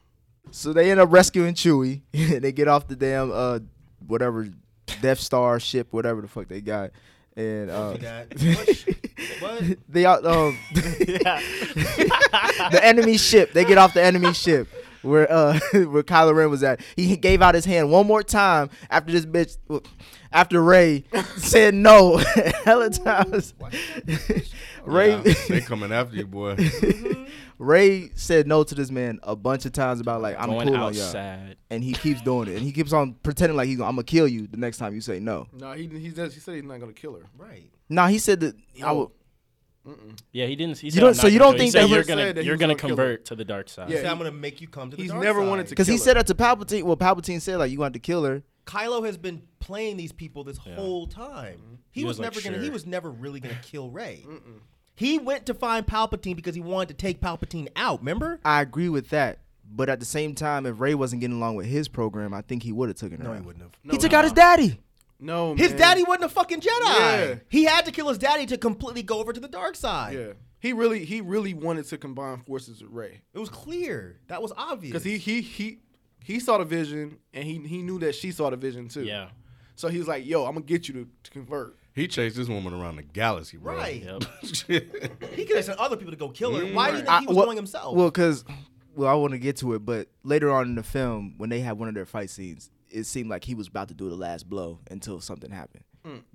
[SPEAKER 4] So they end up rescuing Chewie. they get off the damn uh whatever Death Star ship, whatever the fuck they got, and uh,
[SPEAKER 7] That- what? What?
[SPEAKER 4] they out um the enemy ship. They get off the enemy ship where uh where Kylo Ren was at. He gave out his hand one more time after this bitch after Ray said no hella times. Ray
[SPEAKER 2] Yeah, they coming after you, boy.
[SPEAKER 4] Ray said no to this man a bunch of times about like I'm
[SPEAKER 5] going
[SPEAKER 4] cool on y'all.
[SPEAKER 5] outside.
[SPEAKER 4] And he keeps doing it. And he keeps on pretending like he's gonna, I'm gonna kill you the next time you say no.
[SPEAKER 6] No, he he says he said he's not gonna kill her.
[SPEAKER 7] Right.
[SPEAKER 4] Nah, he said that I would,
[SPEAKER 5] Yeah, he didn't. He said,
[SPEAKER 4] don't-
[SPEAKER 5] "I'm
[SPEAKER 4] so
[SPEAKER 5] not
[SPEAKER 4] you
[SPEAKER 5] gonna
[SPEAKER 4] don't
[SPEAKER 5] do it."
[SPEAKER 4] think
[SPEAKER 5] he said,
[SPEAKER 4] that
[SPEAKER 5] you're
[SPEAKER 4] he
[SPEAKER 5] gonna
[SPEAKER 6] said that he
[SPEAKER 5] you're
[SPEAKER 6] was
[SPEAKER 5] gonna
[SPEAKER 6] gonna kill
[SPEAKER 5] convert to the dark side?
[SPEAKER 6] Yeah.
[SPEAKER 7] So I'm gonna make you come to the
[SPEAKER 6] He's
[SPEAKER 7] dark
[SPEAKER 6] never
[SPEAKER 7] side.
[SPEAKER 6] wanted to
[SPEAKER 4] because he
[SPEAKER 6] Kill her.
[SPEAKER 4] said that to Palpatine. Well, Palpatine said like you want to kill her.
[SPEAKER 7] Kylo has been playing these people this whole time. Mm-hmm. He,
[SPEAKER 5] He
[SPEAKER 7] was,
[SPEAKER 5] was like,
[SPEAKER 7] never gonna. He
[SPEAKER 5] sure.
[SPEAKER 7] was never really gonna kill Rey. He went to find Palpatine because he wanted to take Palpatine out. Remember?
[SPEAKER 4] I agree with that. But at the same time, if Ray wasn't getting along with his program, I think he would have taken her.
[SPEAKER 7] No, he
[SPEAKER 4] out.
[SPEAKER 7] wouldn't have.
[SPEAKER 4] he took out his daddy.
[SPEAKER 6] No,
[SPEAKER 7] His
[SPEAKER 6] man.
[SPEAKER 7] daddy wasn't a fucking Jedi.
[SPEAKER 6] Yeah.
[SPEAKER 7] He had to kill his daddy to completely go over to the dark side.
[SPEAKER 6] Yeah, he really he really wanted to combine forces with Ray
[SPEAKER 7] It was clear. That was obvious.
[SPEAKER 6] because he he he he saw the vision and he he knew that she saw the vision too.
[SPEAKER 5] Yeah.
[SPEAKER 6] So he was like, "Yo, I'm gonna get you to, to convert."
[SPEAKER 2] He chased this woman around the galaxy, bro.
[SPEAKER 7] Right.
[SPEAKER 5] Yep.
[SPEAKER 7] He could have sent other people to go kill her. Why do you think
[SPEAKER 4] Mm. I-
[SPEAKER 7] he was
[SPEAKER 4] well-
[SPEAKER 7] going himself?
[SPEAKER 4] Well, because well, I want to get to it, but later on in the film, when they had one of their fight scenes, it seemed like he was about to do the last blow until something happened.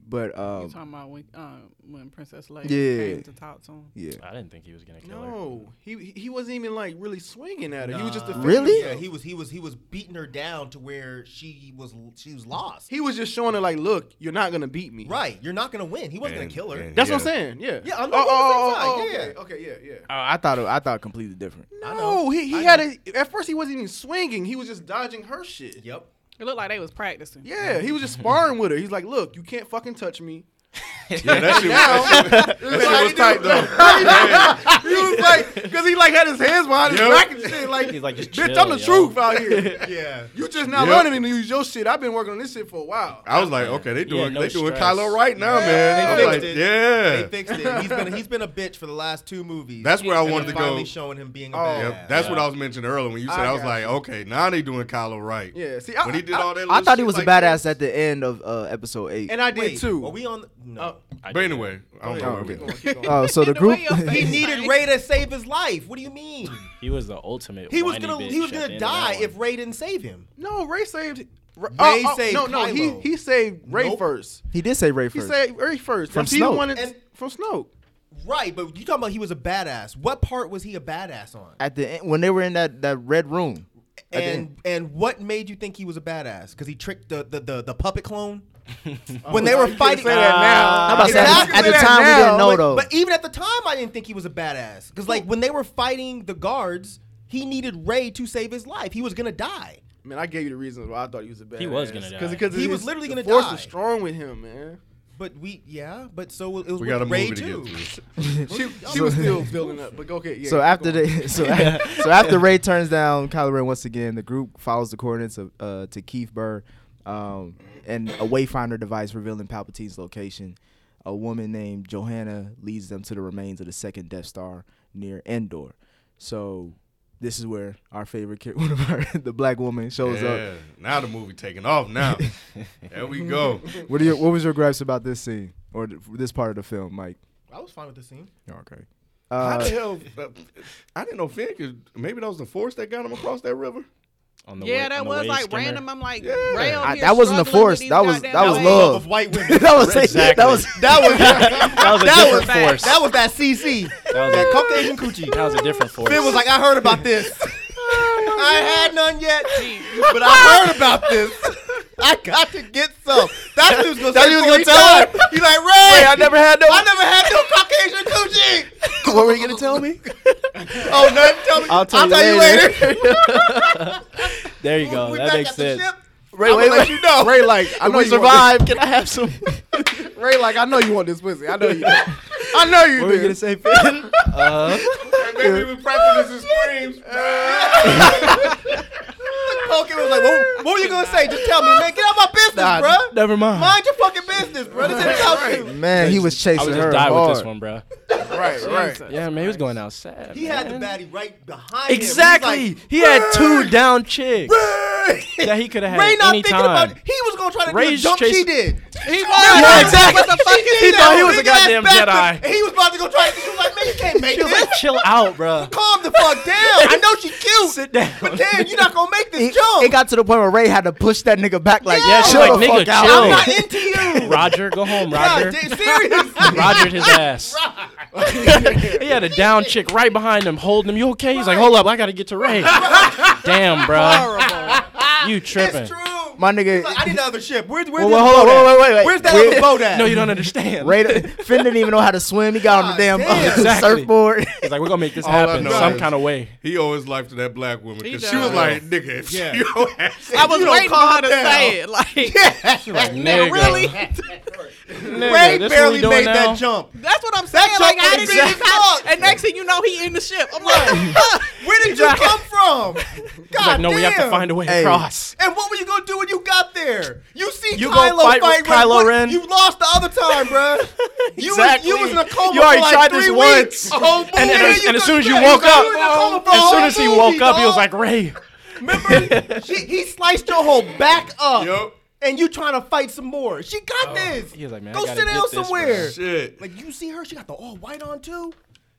[SPEAKER 4] But
[SPEAKER 8] You
[SPEAKER 7] Oh.
[SPEAKER 4] um,
[SPEAKER 8] talking about when, um, when Princess Leia
[SPEAKER 4] Yeah.
[SPEAKER 8] came to talk to him?
[SPEAKER 4] yeah,
[SPEAKER 5] I didn't think he was gonna kill her.
[SPEAKER 6] No, he he- he wasn't even like really swinging at her. He was just defending
[SPEAKER 4] really?
[SPEAKER 7] yeah, he was he was he was beating her down to where she was she was lost.
[SPEAKER 6] He was just showing her like, look, you're not gonna beat me.
[SPEAKER 7] right, you're not gonna win. He wasn't
[SPEAKER 2] And-
[SPEAKER 7] gonna kill her.
[SPEAKER 2] and
[SPEAKER 6] That's what I'm
[SPEAKER 2] yeah.
[SPEAKER 6] saying. Yeah.
[SPEAKER 7] Yeah, I'm-
[SPEAKER 6] oh, oh,
[SPEAKER 7] I'm
[SPEAKER 6] oh,
[SPEAKER 7] on the same
[SPEAKER 6] oh,
[SPEAKER 7] side,
[SPEAKER 6] okay, okay, yeah, yeah.
[SPEAKER 4] Oh, I thought it, I thought completely different.
[SPEAKER 7] I know.
[SPEAKER 6] No, he, he
[SPEAKER 7] I
[SPEAKER 6] had a. At first, he wasn't even swinging. He was just dodging her shit.
[SPEAKER 7] Yep.
[SPEAKER 8] It looked like they was practicing.
[SPEAKER 6] Yeah, he was just sparring with her. He's like, "Look, you can't fucking touch me."
[SPEAKER 2] Yeah, that shit, that shit, that shit was tight though.
[SPEAKER 6] He was like, because he like had his hands behind his
[SPEAKER 2] Yeah.
[SPEAKER 6] back and shit. Like,
[SPEAKER 5] He's like, just
[SPEAKER 6] bitch,
[SPEAKER 5] chill,
[SPEAKER 6] I'm the
[SPEAKER 5] yo."
[SPEAKER 6] truth out here.
[SPEAKER 7] Yeah.
[SPEAKER 6] You just now
[SPEAKER 2] Yep.
[SPEAKER 6] learning to use your shit. I've been working on this shit for a while.
[SPEAKER 2] I was like, okay, they doing
[SPEAKER 5] no
[SPEAKER 2] they doing
[SPEAKER 5] stress.
[SPEAKER 2] Kylo right now,
[SPEAKER 7] They
[SPEAKER 2] man. I'm
[SPEAKER 7] fixed
[SPEAKER 2] like,
[SPEAKER 7] it.
[SPEAKER 2] yeah.
[SPEAKER 7] They fixed it. He's been he's been a bitch for the last two movies.
[SPEAKER 2] That's where I
[SPEAKER 7] And
[SPEAKER 2] wanted
[SPEAKER 7] they're
[SPEAKER 2] to go.
[SPEAKER 7] Finally showing him being a
[SPEAKER 6] Oh.
[SPEAKER 7] badass.
[SPEAKER 2] Yep, that's what I was mentioning earlier when you said
[SPEAKER 6] I
[SPEAKER 2] I, was
[SPEAKER 6] got
[SPEAKER 2] like, okay, now they doing Kylo right.
[SPEAKER 6] Yeah, see, I-
[SPEAKER 2] when he did
[SPEAKER 6] I-
[SPEAKER 2] all that,
[SPEAKER 4] I
[SPEAKER 2] little
[SPEAKER 4] thought he
[SPEAKER 2] shit
[SPEAKER 4] was
[SPEAKER 2] like
[SPEAKER 4] a
[SPEAKER 2] that-
[SPEAKER 4] badass at the end of uh, episode eight.
[SPEAKER 6] and I did
[SPEAKER 7] Wait,
[SPEAKER 6] too.
[SPEAKER 7] Are we on? The, no.
[SPEAKER 5] I
[SPEAKER 2] But
[SPEAKER 5] did.
[SPEAKER 2] anyway, I don't
[SPEAKER 6] Oh,
[SPEAKER 2] know.
[SPEAKER 6] okay.
[SPEAKER 2] where we-
[SPEAKER 4] oh, so the
[SPEAKER 8] The way
[SPEAKER 4] group.
[SPEAKER 8] your face-
[SPEAKER 7] He needed Ray to save his life. What do you mean?
[SPEAKER 5] he was the ultimate.
[SPEAKER 7] He was
[SPEAKER 5] whiny
[SPEAKER 7] gonna
[SPEAKER 5] bitch
[SPEAKER 7] he was
[SPEAKER 5] at the
[SPEAKER 7] gonna
[SPEAKER 5] end of that
[SPEAKER 7] die
[SPEAKER 5] one.
[SPEAKER 7] if Ray didn't save him.
[SPEAKER 6] no, Ray saved. Ray
[SPEAKER 7] saved
[SPEAKER 6] No, no,
[SPEAKER 7] Kylo.
[SPEAKER 6] he he saved Ray
[SPEAKER 7] Nope.
[SPEAKER 6] first.
[SPEAKER 4] He did say Ray
[SPEAKER 6] He
[SPEAKER 4] first.
[SPEAKER 6] saved Ray first
[SPEAKER 4] From
[SPEAKER 6] If he
[SPEAKER 4] Snoke.
[SPEAKER 6] wanted-
[SPEAKER 7] And-
[SPEAKER 6] from Snoke.
[SPEAKER 7] Right, but you talking about he was a badass. What part was he a badass on?
[SPEAKER 4] at the end when they were in that, that red room. at the end.
[SPEAKER 7] And and what made you think he was a badass? Because he tricked the the, the, the puppet clone. when
[SPEAKER 4] Oh,
[SPEAKER 7] they were fighting,
[SPEAKER 4] I'm about to say,
[SPEAKER 7] Exactly.
[SPEAKER 4] at the
[SPEAKER 7] You can say
[SPEAKER 4] time
[SPEAKER 7] that
[SPEAKER 4] we didn't know
[SPEAKER 7] but,
[SPEAKER 4] though.
[SPEAKER 7] but even at the time, I didn't think he was a badass. Because like when they were fighting the guards, he needed Ray to save his life. He was gonna die.
[SPEAKER 6] Man, I gave you the reasons why I thought he was a bad.
[SPEAKER 5] He was gonna die.
[SPEAKER 6] because
[SPEAKER 7] He was literally gonna
[SPEAKER 6] the force
[SPEAKER 7] die.
[SPEAKER 6] was strong with him, man.
[SPEAKER 7] But we, yeah, but so it was
[SPEAKER 2] We
[SPEAKER 7] with
[SPEAKER 2] got a
[SPEAKER 7] Ray
[SPEAKER 2] movie to
[SPEAKER 7] too.
[SPEAKER 2] get through.
[SPEAKER 6] She, she was still building up, but go okay. Yeah,
[SPEAKER 4] so
[SPEAKER 6] keep
[SPEAKER 4] after
[SPEAKER 6] going.
[SPEAKER 4] the so, a- so after Ray turns down Kylo Ren once again, the group follows the coordinates of, uh, to Keith Burr, um, and a wayfinder device revealing Palpatine's location. A woman named Johanna leads them to the remains of the second Death Star near Endor. So this is where our favorite kid, one of our the black woman, shows
[SPEAKER 2] Yeah, now the movie taking off. Now there we go.
[SPEAKER 4] up. What are your, what was your gripes about this scene or th- this part of the film, Mike?
[SPEAKER 7] I was fine with the scene.
[SPEAKER 4] Okay.
[SPEAKER 2] How
[SPEAKER 4] Uh,
[SPEAKER 2] the hell? I didn't know Finn could. Maybe that was the force that got him across that river.
[SPEAKER 5] On the
[SPEAKER 8] Yeah,
[SPEAKER 5] wa-
[SPEAKER 8] that
[SPEAKER 5] on the
[SPEAKER 8] was
[SPEAKER 5] wave
[SPEAKER 8] like
[SPEAKER 5] skimmer.
[SPEAKER 8] random. I'm like,
[SPEAKER 2] Yeah.
[SPEAKER 8] Ray over
[SPEAKER 4] I-
[SPEAKER 8] here
[SPEAKER 4] that wasn't the force.
[SPEAKER 8] struggling with these
[SPEAKER 4] That was
[SPEAKER 8] goddamn
[SPEAKER 4] that was
[SPEAKER 8] waves.
[SPEAKER 4] love
[SPEAKER 7] Of white women.
[SPEAKER 4] that was
[SPEAKER 5] Exactly.
[SPEAKER 4] that was
[SPEAKER 7] That was that
[SPEAKER 5] That was a
[SPEAKER 7] was
[SPEAKER 5] different
[SPEAKER 7] that,
[SPEAKER 5] force.
[SPEAKER 7] was that CC.
[SPEAKER 5] That was
[SPEAKER 7] That
[SPEAKER 5] a-
[SPEAKER 7] Caucasian coochie.
[SPEAKER 5] That was a different force.
[SPEAKER 7] Finn was like, I heard about this.
[SPEAKER 4] Oh,
[SPEAKER 7] I had none yet, but I heard about this. I got to get some. That's what he was gonna
[SPEAKER 4] That's
[SPEAKER 7] say.
[SPEAKER 4] what he was gonna
[SPEAKER 7] before
[SPEAKER 4] tell
[SPEAKER 7] died. He like, Ray, I never,
[SPEAKER 4] had no.
[SPEAKER 7] I never had no Caucasian coochie.
[SPEAKER 4] What were you gonna tell me?
[SPEAKER 7] Oh, no, tell me.
[SPEAKER 4] I'll tell you
[SPEAKER 5] there you go.
[SPEAKER 7] we
[SPEAKER 5] that
[SPEAKER 7] back
[SPEAKER 5] makes
[SPEAKER 7] at the
[SPEAKER 5] sense.
[SPEAKER 7] ship.
[SPEAKER 4] Ray,
[SPEAKER 7] I'ma let you know.
[SPEAKER 4] Ray, like I
[SPEAKER 6] If
[SPEAKER 4] know
[SPEAKER 6] we
[SPEAKER 4] you survive. Can I have some?
[SPEAKER 6] Ray, like I know you want this pussy. I know you. do. I know you.
[SPEAKER 4] what were you
[SPEAKER 6] do.
[SPEAKER 4] gonna say, Finn? Uh,
[SPEAKER 2] Maybe we practicing his screams.
[SPEAKER 7] Poking was like, what, what were you gonna say? Just tell me, man. Get out my business,
[SPEAKER 4] nah,
[SPEAKER 7] bruh.
[SPEAKER 4] never mind.
[SPEAKER 7] Mind your fucking business, bruh. This ain't about you.
[SPEAKER 4] Man, he was chasing
[SPEAKER 5] I would
[SPEAKER 4] her
[SPEAKER 5] just die
[SPEAKER 4] hard.
[SPEAKER 5] with this one, bro.
[SPEAKER 6] Right, right.
[SPEAKER 5] Yeah, man, he was going out sad.
[SPEAKER 7] He had the
[SPEAKER 5] man.
[SPEAKER 7] baddie right behind
[SPEAKER 5] Exactly.
[SPEAKER 7] him.
[SPEAKER 5] he had two down chicks
[SPEAKER 7] Exactly.
[SPEAKER 5] that he could have had
[SPEAKER 7] Ray
[SPEAKER 5] at
[SPEAKER 7] not
[SPEAKER 5] any
[SPEAKER 7] thinking
[SPEAKER 5] time.
[SPEAKER 7] about he was gonna try to do
[SPEAKER 5] Ray's
[SPEAKER 7] the jump she
[SPEAKER 5] chasing-
[SPEAKER 7] did.
[SPEAKER 8] He
[SPEAKER 4] Yeah,
[SPEAKER 8] was.
[SPEAKER 4] exactly.
[SPEAKER 5] He thought he was a goddamn Jedi.
[SPEAKER 7] And he was about to go try. He was like, man, you can't make
[SPEAKER 5] He was like,
[SPEAKER 7] this.
[SPEAKER 5] chill out, bro.
[SPEAKER 7] Calm the fuck down. I know she cute.
[SPEAKER 5] Sit down.
[SPEAKER 7] But damn, you're not gonna make this
[SPEAKER 4] It,
[SPEAKER 7] jump.
[SPEAKER 4] it got to the point where Ray had to push that nigga back. Like,
[SPEAKER 7] Yeah,
[SPEAKER 4] chill
[SPEAKER 5] like,
[SPEAKER 4] the
[SPEAKER 5] nigga,
[SPEAKER 4] fuck out.
[SPEAKER 5] chill.
[SPEAKER 7] I'm not into you.
[SPEAKER 5] Roger, go home, Roger.
[SPEAKER 7] God, damn, seriously.
[SPEAKER 5] Rogered his ass. he had a down chick right behind him, holding him. You okay? He's like, hold up, I gotta get to Ray. Damn, bro. You tripping?
[SPEAKER 7] It's true.
[SPEAKER 4] My
[SPEAKER 7] It's like, I
[SPEAKER 4] nigga.
[SPEAKER 7] need another ship. Where's where's
[SPEAKER 4] Well,
[SPEAKER 7] this
[SPEAKER 4] well, hold on,
[SPEAKER 7] boat
[SPEAKER 4] wait, wait,
[SPEAKER 7] at?
[SPEAKER 4] wait, wait.
[SPEAKER 7] Where's that
[SPEAKER 4] Where-
[SPEAKER 7] other boat at?
[SPEAKER 5] No, you don't understand.
[SPEAKER 4] Ray, Finn didn't even know how to swim. He got on the damn, uh,
[SPEAKER 7] damn.
[SPEAKER 5] Exactly.
[SPEAKER 4] surfboard.
[SPEAKER 5] He's like, we're gonna make this
[SPEAKER 2] All I
[SPEAKER 5] happen
[SPEAKER 2] know
[SPEAKER 5] some
[SPEAKER 2] is-
[SPEAKER 5] kind of way.
[SPEAKER 2] He owes his life to that black woman
[SPEAKER 8] He
[SPEAKER 2] because she
[SPEAKER 8] does.
[SPEAKER 2] was like, nigga, if
[SPEAKER 7] Yeah.
[SPEAKER 2] you don't ask-
[SPEAKER 8] I was
[SPEAKER 7] You don't
[SPEAKER 8] waiting for
[SPEAKER 7] calm
[SPEAKER 8] her to
[SPEAKER 7] down.
[SPEAKER 8] say it. Like,
[SPEAKER 5] You're like, nigga,
[SPEAKER 8] really?
[SPEAKER 5] nigga,
[SPEAKER 7] Ray
[SPEAKER 5] this what we
[SPEAKER 7] barely
[SPEAKER 5] doing
[SPEAKER 7] made
[SPEAKER 5] now?
[SPEAKER 7] that jump.
[SPEAKER 8] That's what I'm saying.
[SPEAKER 7] jump
[SPEAKER 8] Like, I
[SPEAKER 7] was
[SPEAKER 8] didn't even
[SPEAKER 7] exact-
[SPEAKER 8] have- And next thing you know, he in the ship. I'm like,
[SPEAKER 7] Where did you come from? God
[SPEAKER 5] He's like, no, we have to
[SPEAKER 7] damn.
[SPEAKER 5] find a way across.
[SPEAKER 7] And what were you gonna do when you got there? You see
[SPEAKER 5] You gonna
[SPEAKER 7] Kylo
[SPEAKER 5] fight
[SPEAKER 7] fight,
[SPEAKER 5] with Kylo
[SPEAKER 7] what-
[SPEAKER 5] Ren?
[SPEAKER 7] You lost the other time, bruh. You was,
[SPEAKER 5] Exactly.
[SPEAKER 7] you was in a coma.
[SPEAKER 5] You already
[SPEAKER 7] for like
[SPEAKER 5] tried
[SPEAKER 7] three
[SPEAKER 5] this
[SPEAKER 7] weeks.
[SPEAKER 5] once.
[SPEAKER 7] A whole movie.
[SPEAKER 5] And, and, as,
[SPEAKER 7] you
[SPEAKER 5] and
[SPEAKER 7] couldn't
[SPEAKER 5] as soon as you
[SPEAKER 7] finish.
[SPEAKER 5] woke
[SPEAKER 7] was
[SPEAKER 5] up,
[SPEAKER 7] in a coma for a
[SPEAKER 5] as soon
[SPEAKER 7] whole
[SPEAKER 5] as he
[SPEAKER 7] movie,
[SPEAKER 5] woke up, he was
[SPEAKER 7] dog.
[SPEAKER 5] like, Ray.
[SPEAKER 7] Remember, she, he sliced your whole back up.
[SPEAKER 2] Yup.
[SPEAKER 7] and you trying to fight some more. She got this.
[SPEAKER 5] Oh. He was like, man, I
[SPEAKER 7] go
[SPEAKER 5] gotta
[SPEAKER 7] sit
[SPEAKER 5] get
[SPEAKER 7] down
[SPEAKER 5] this, bro.
[SPEAKER 7] somewhere.
[SPEAKER 2] Shit.
[SPEAKER 7] Like you see her, she got the all white on too.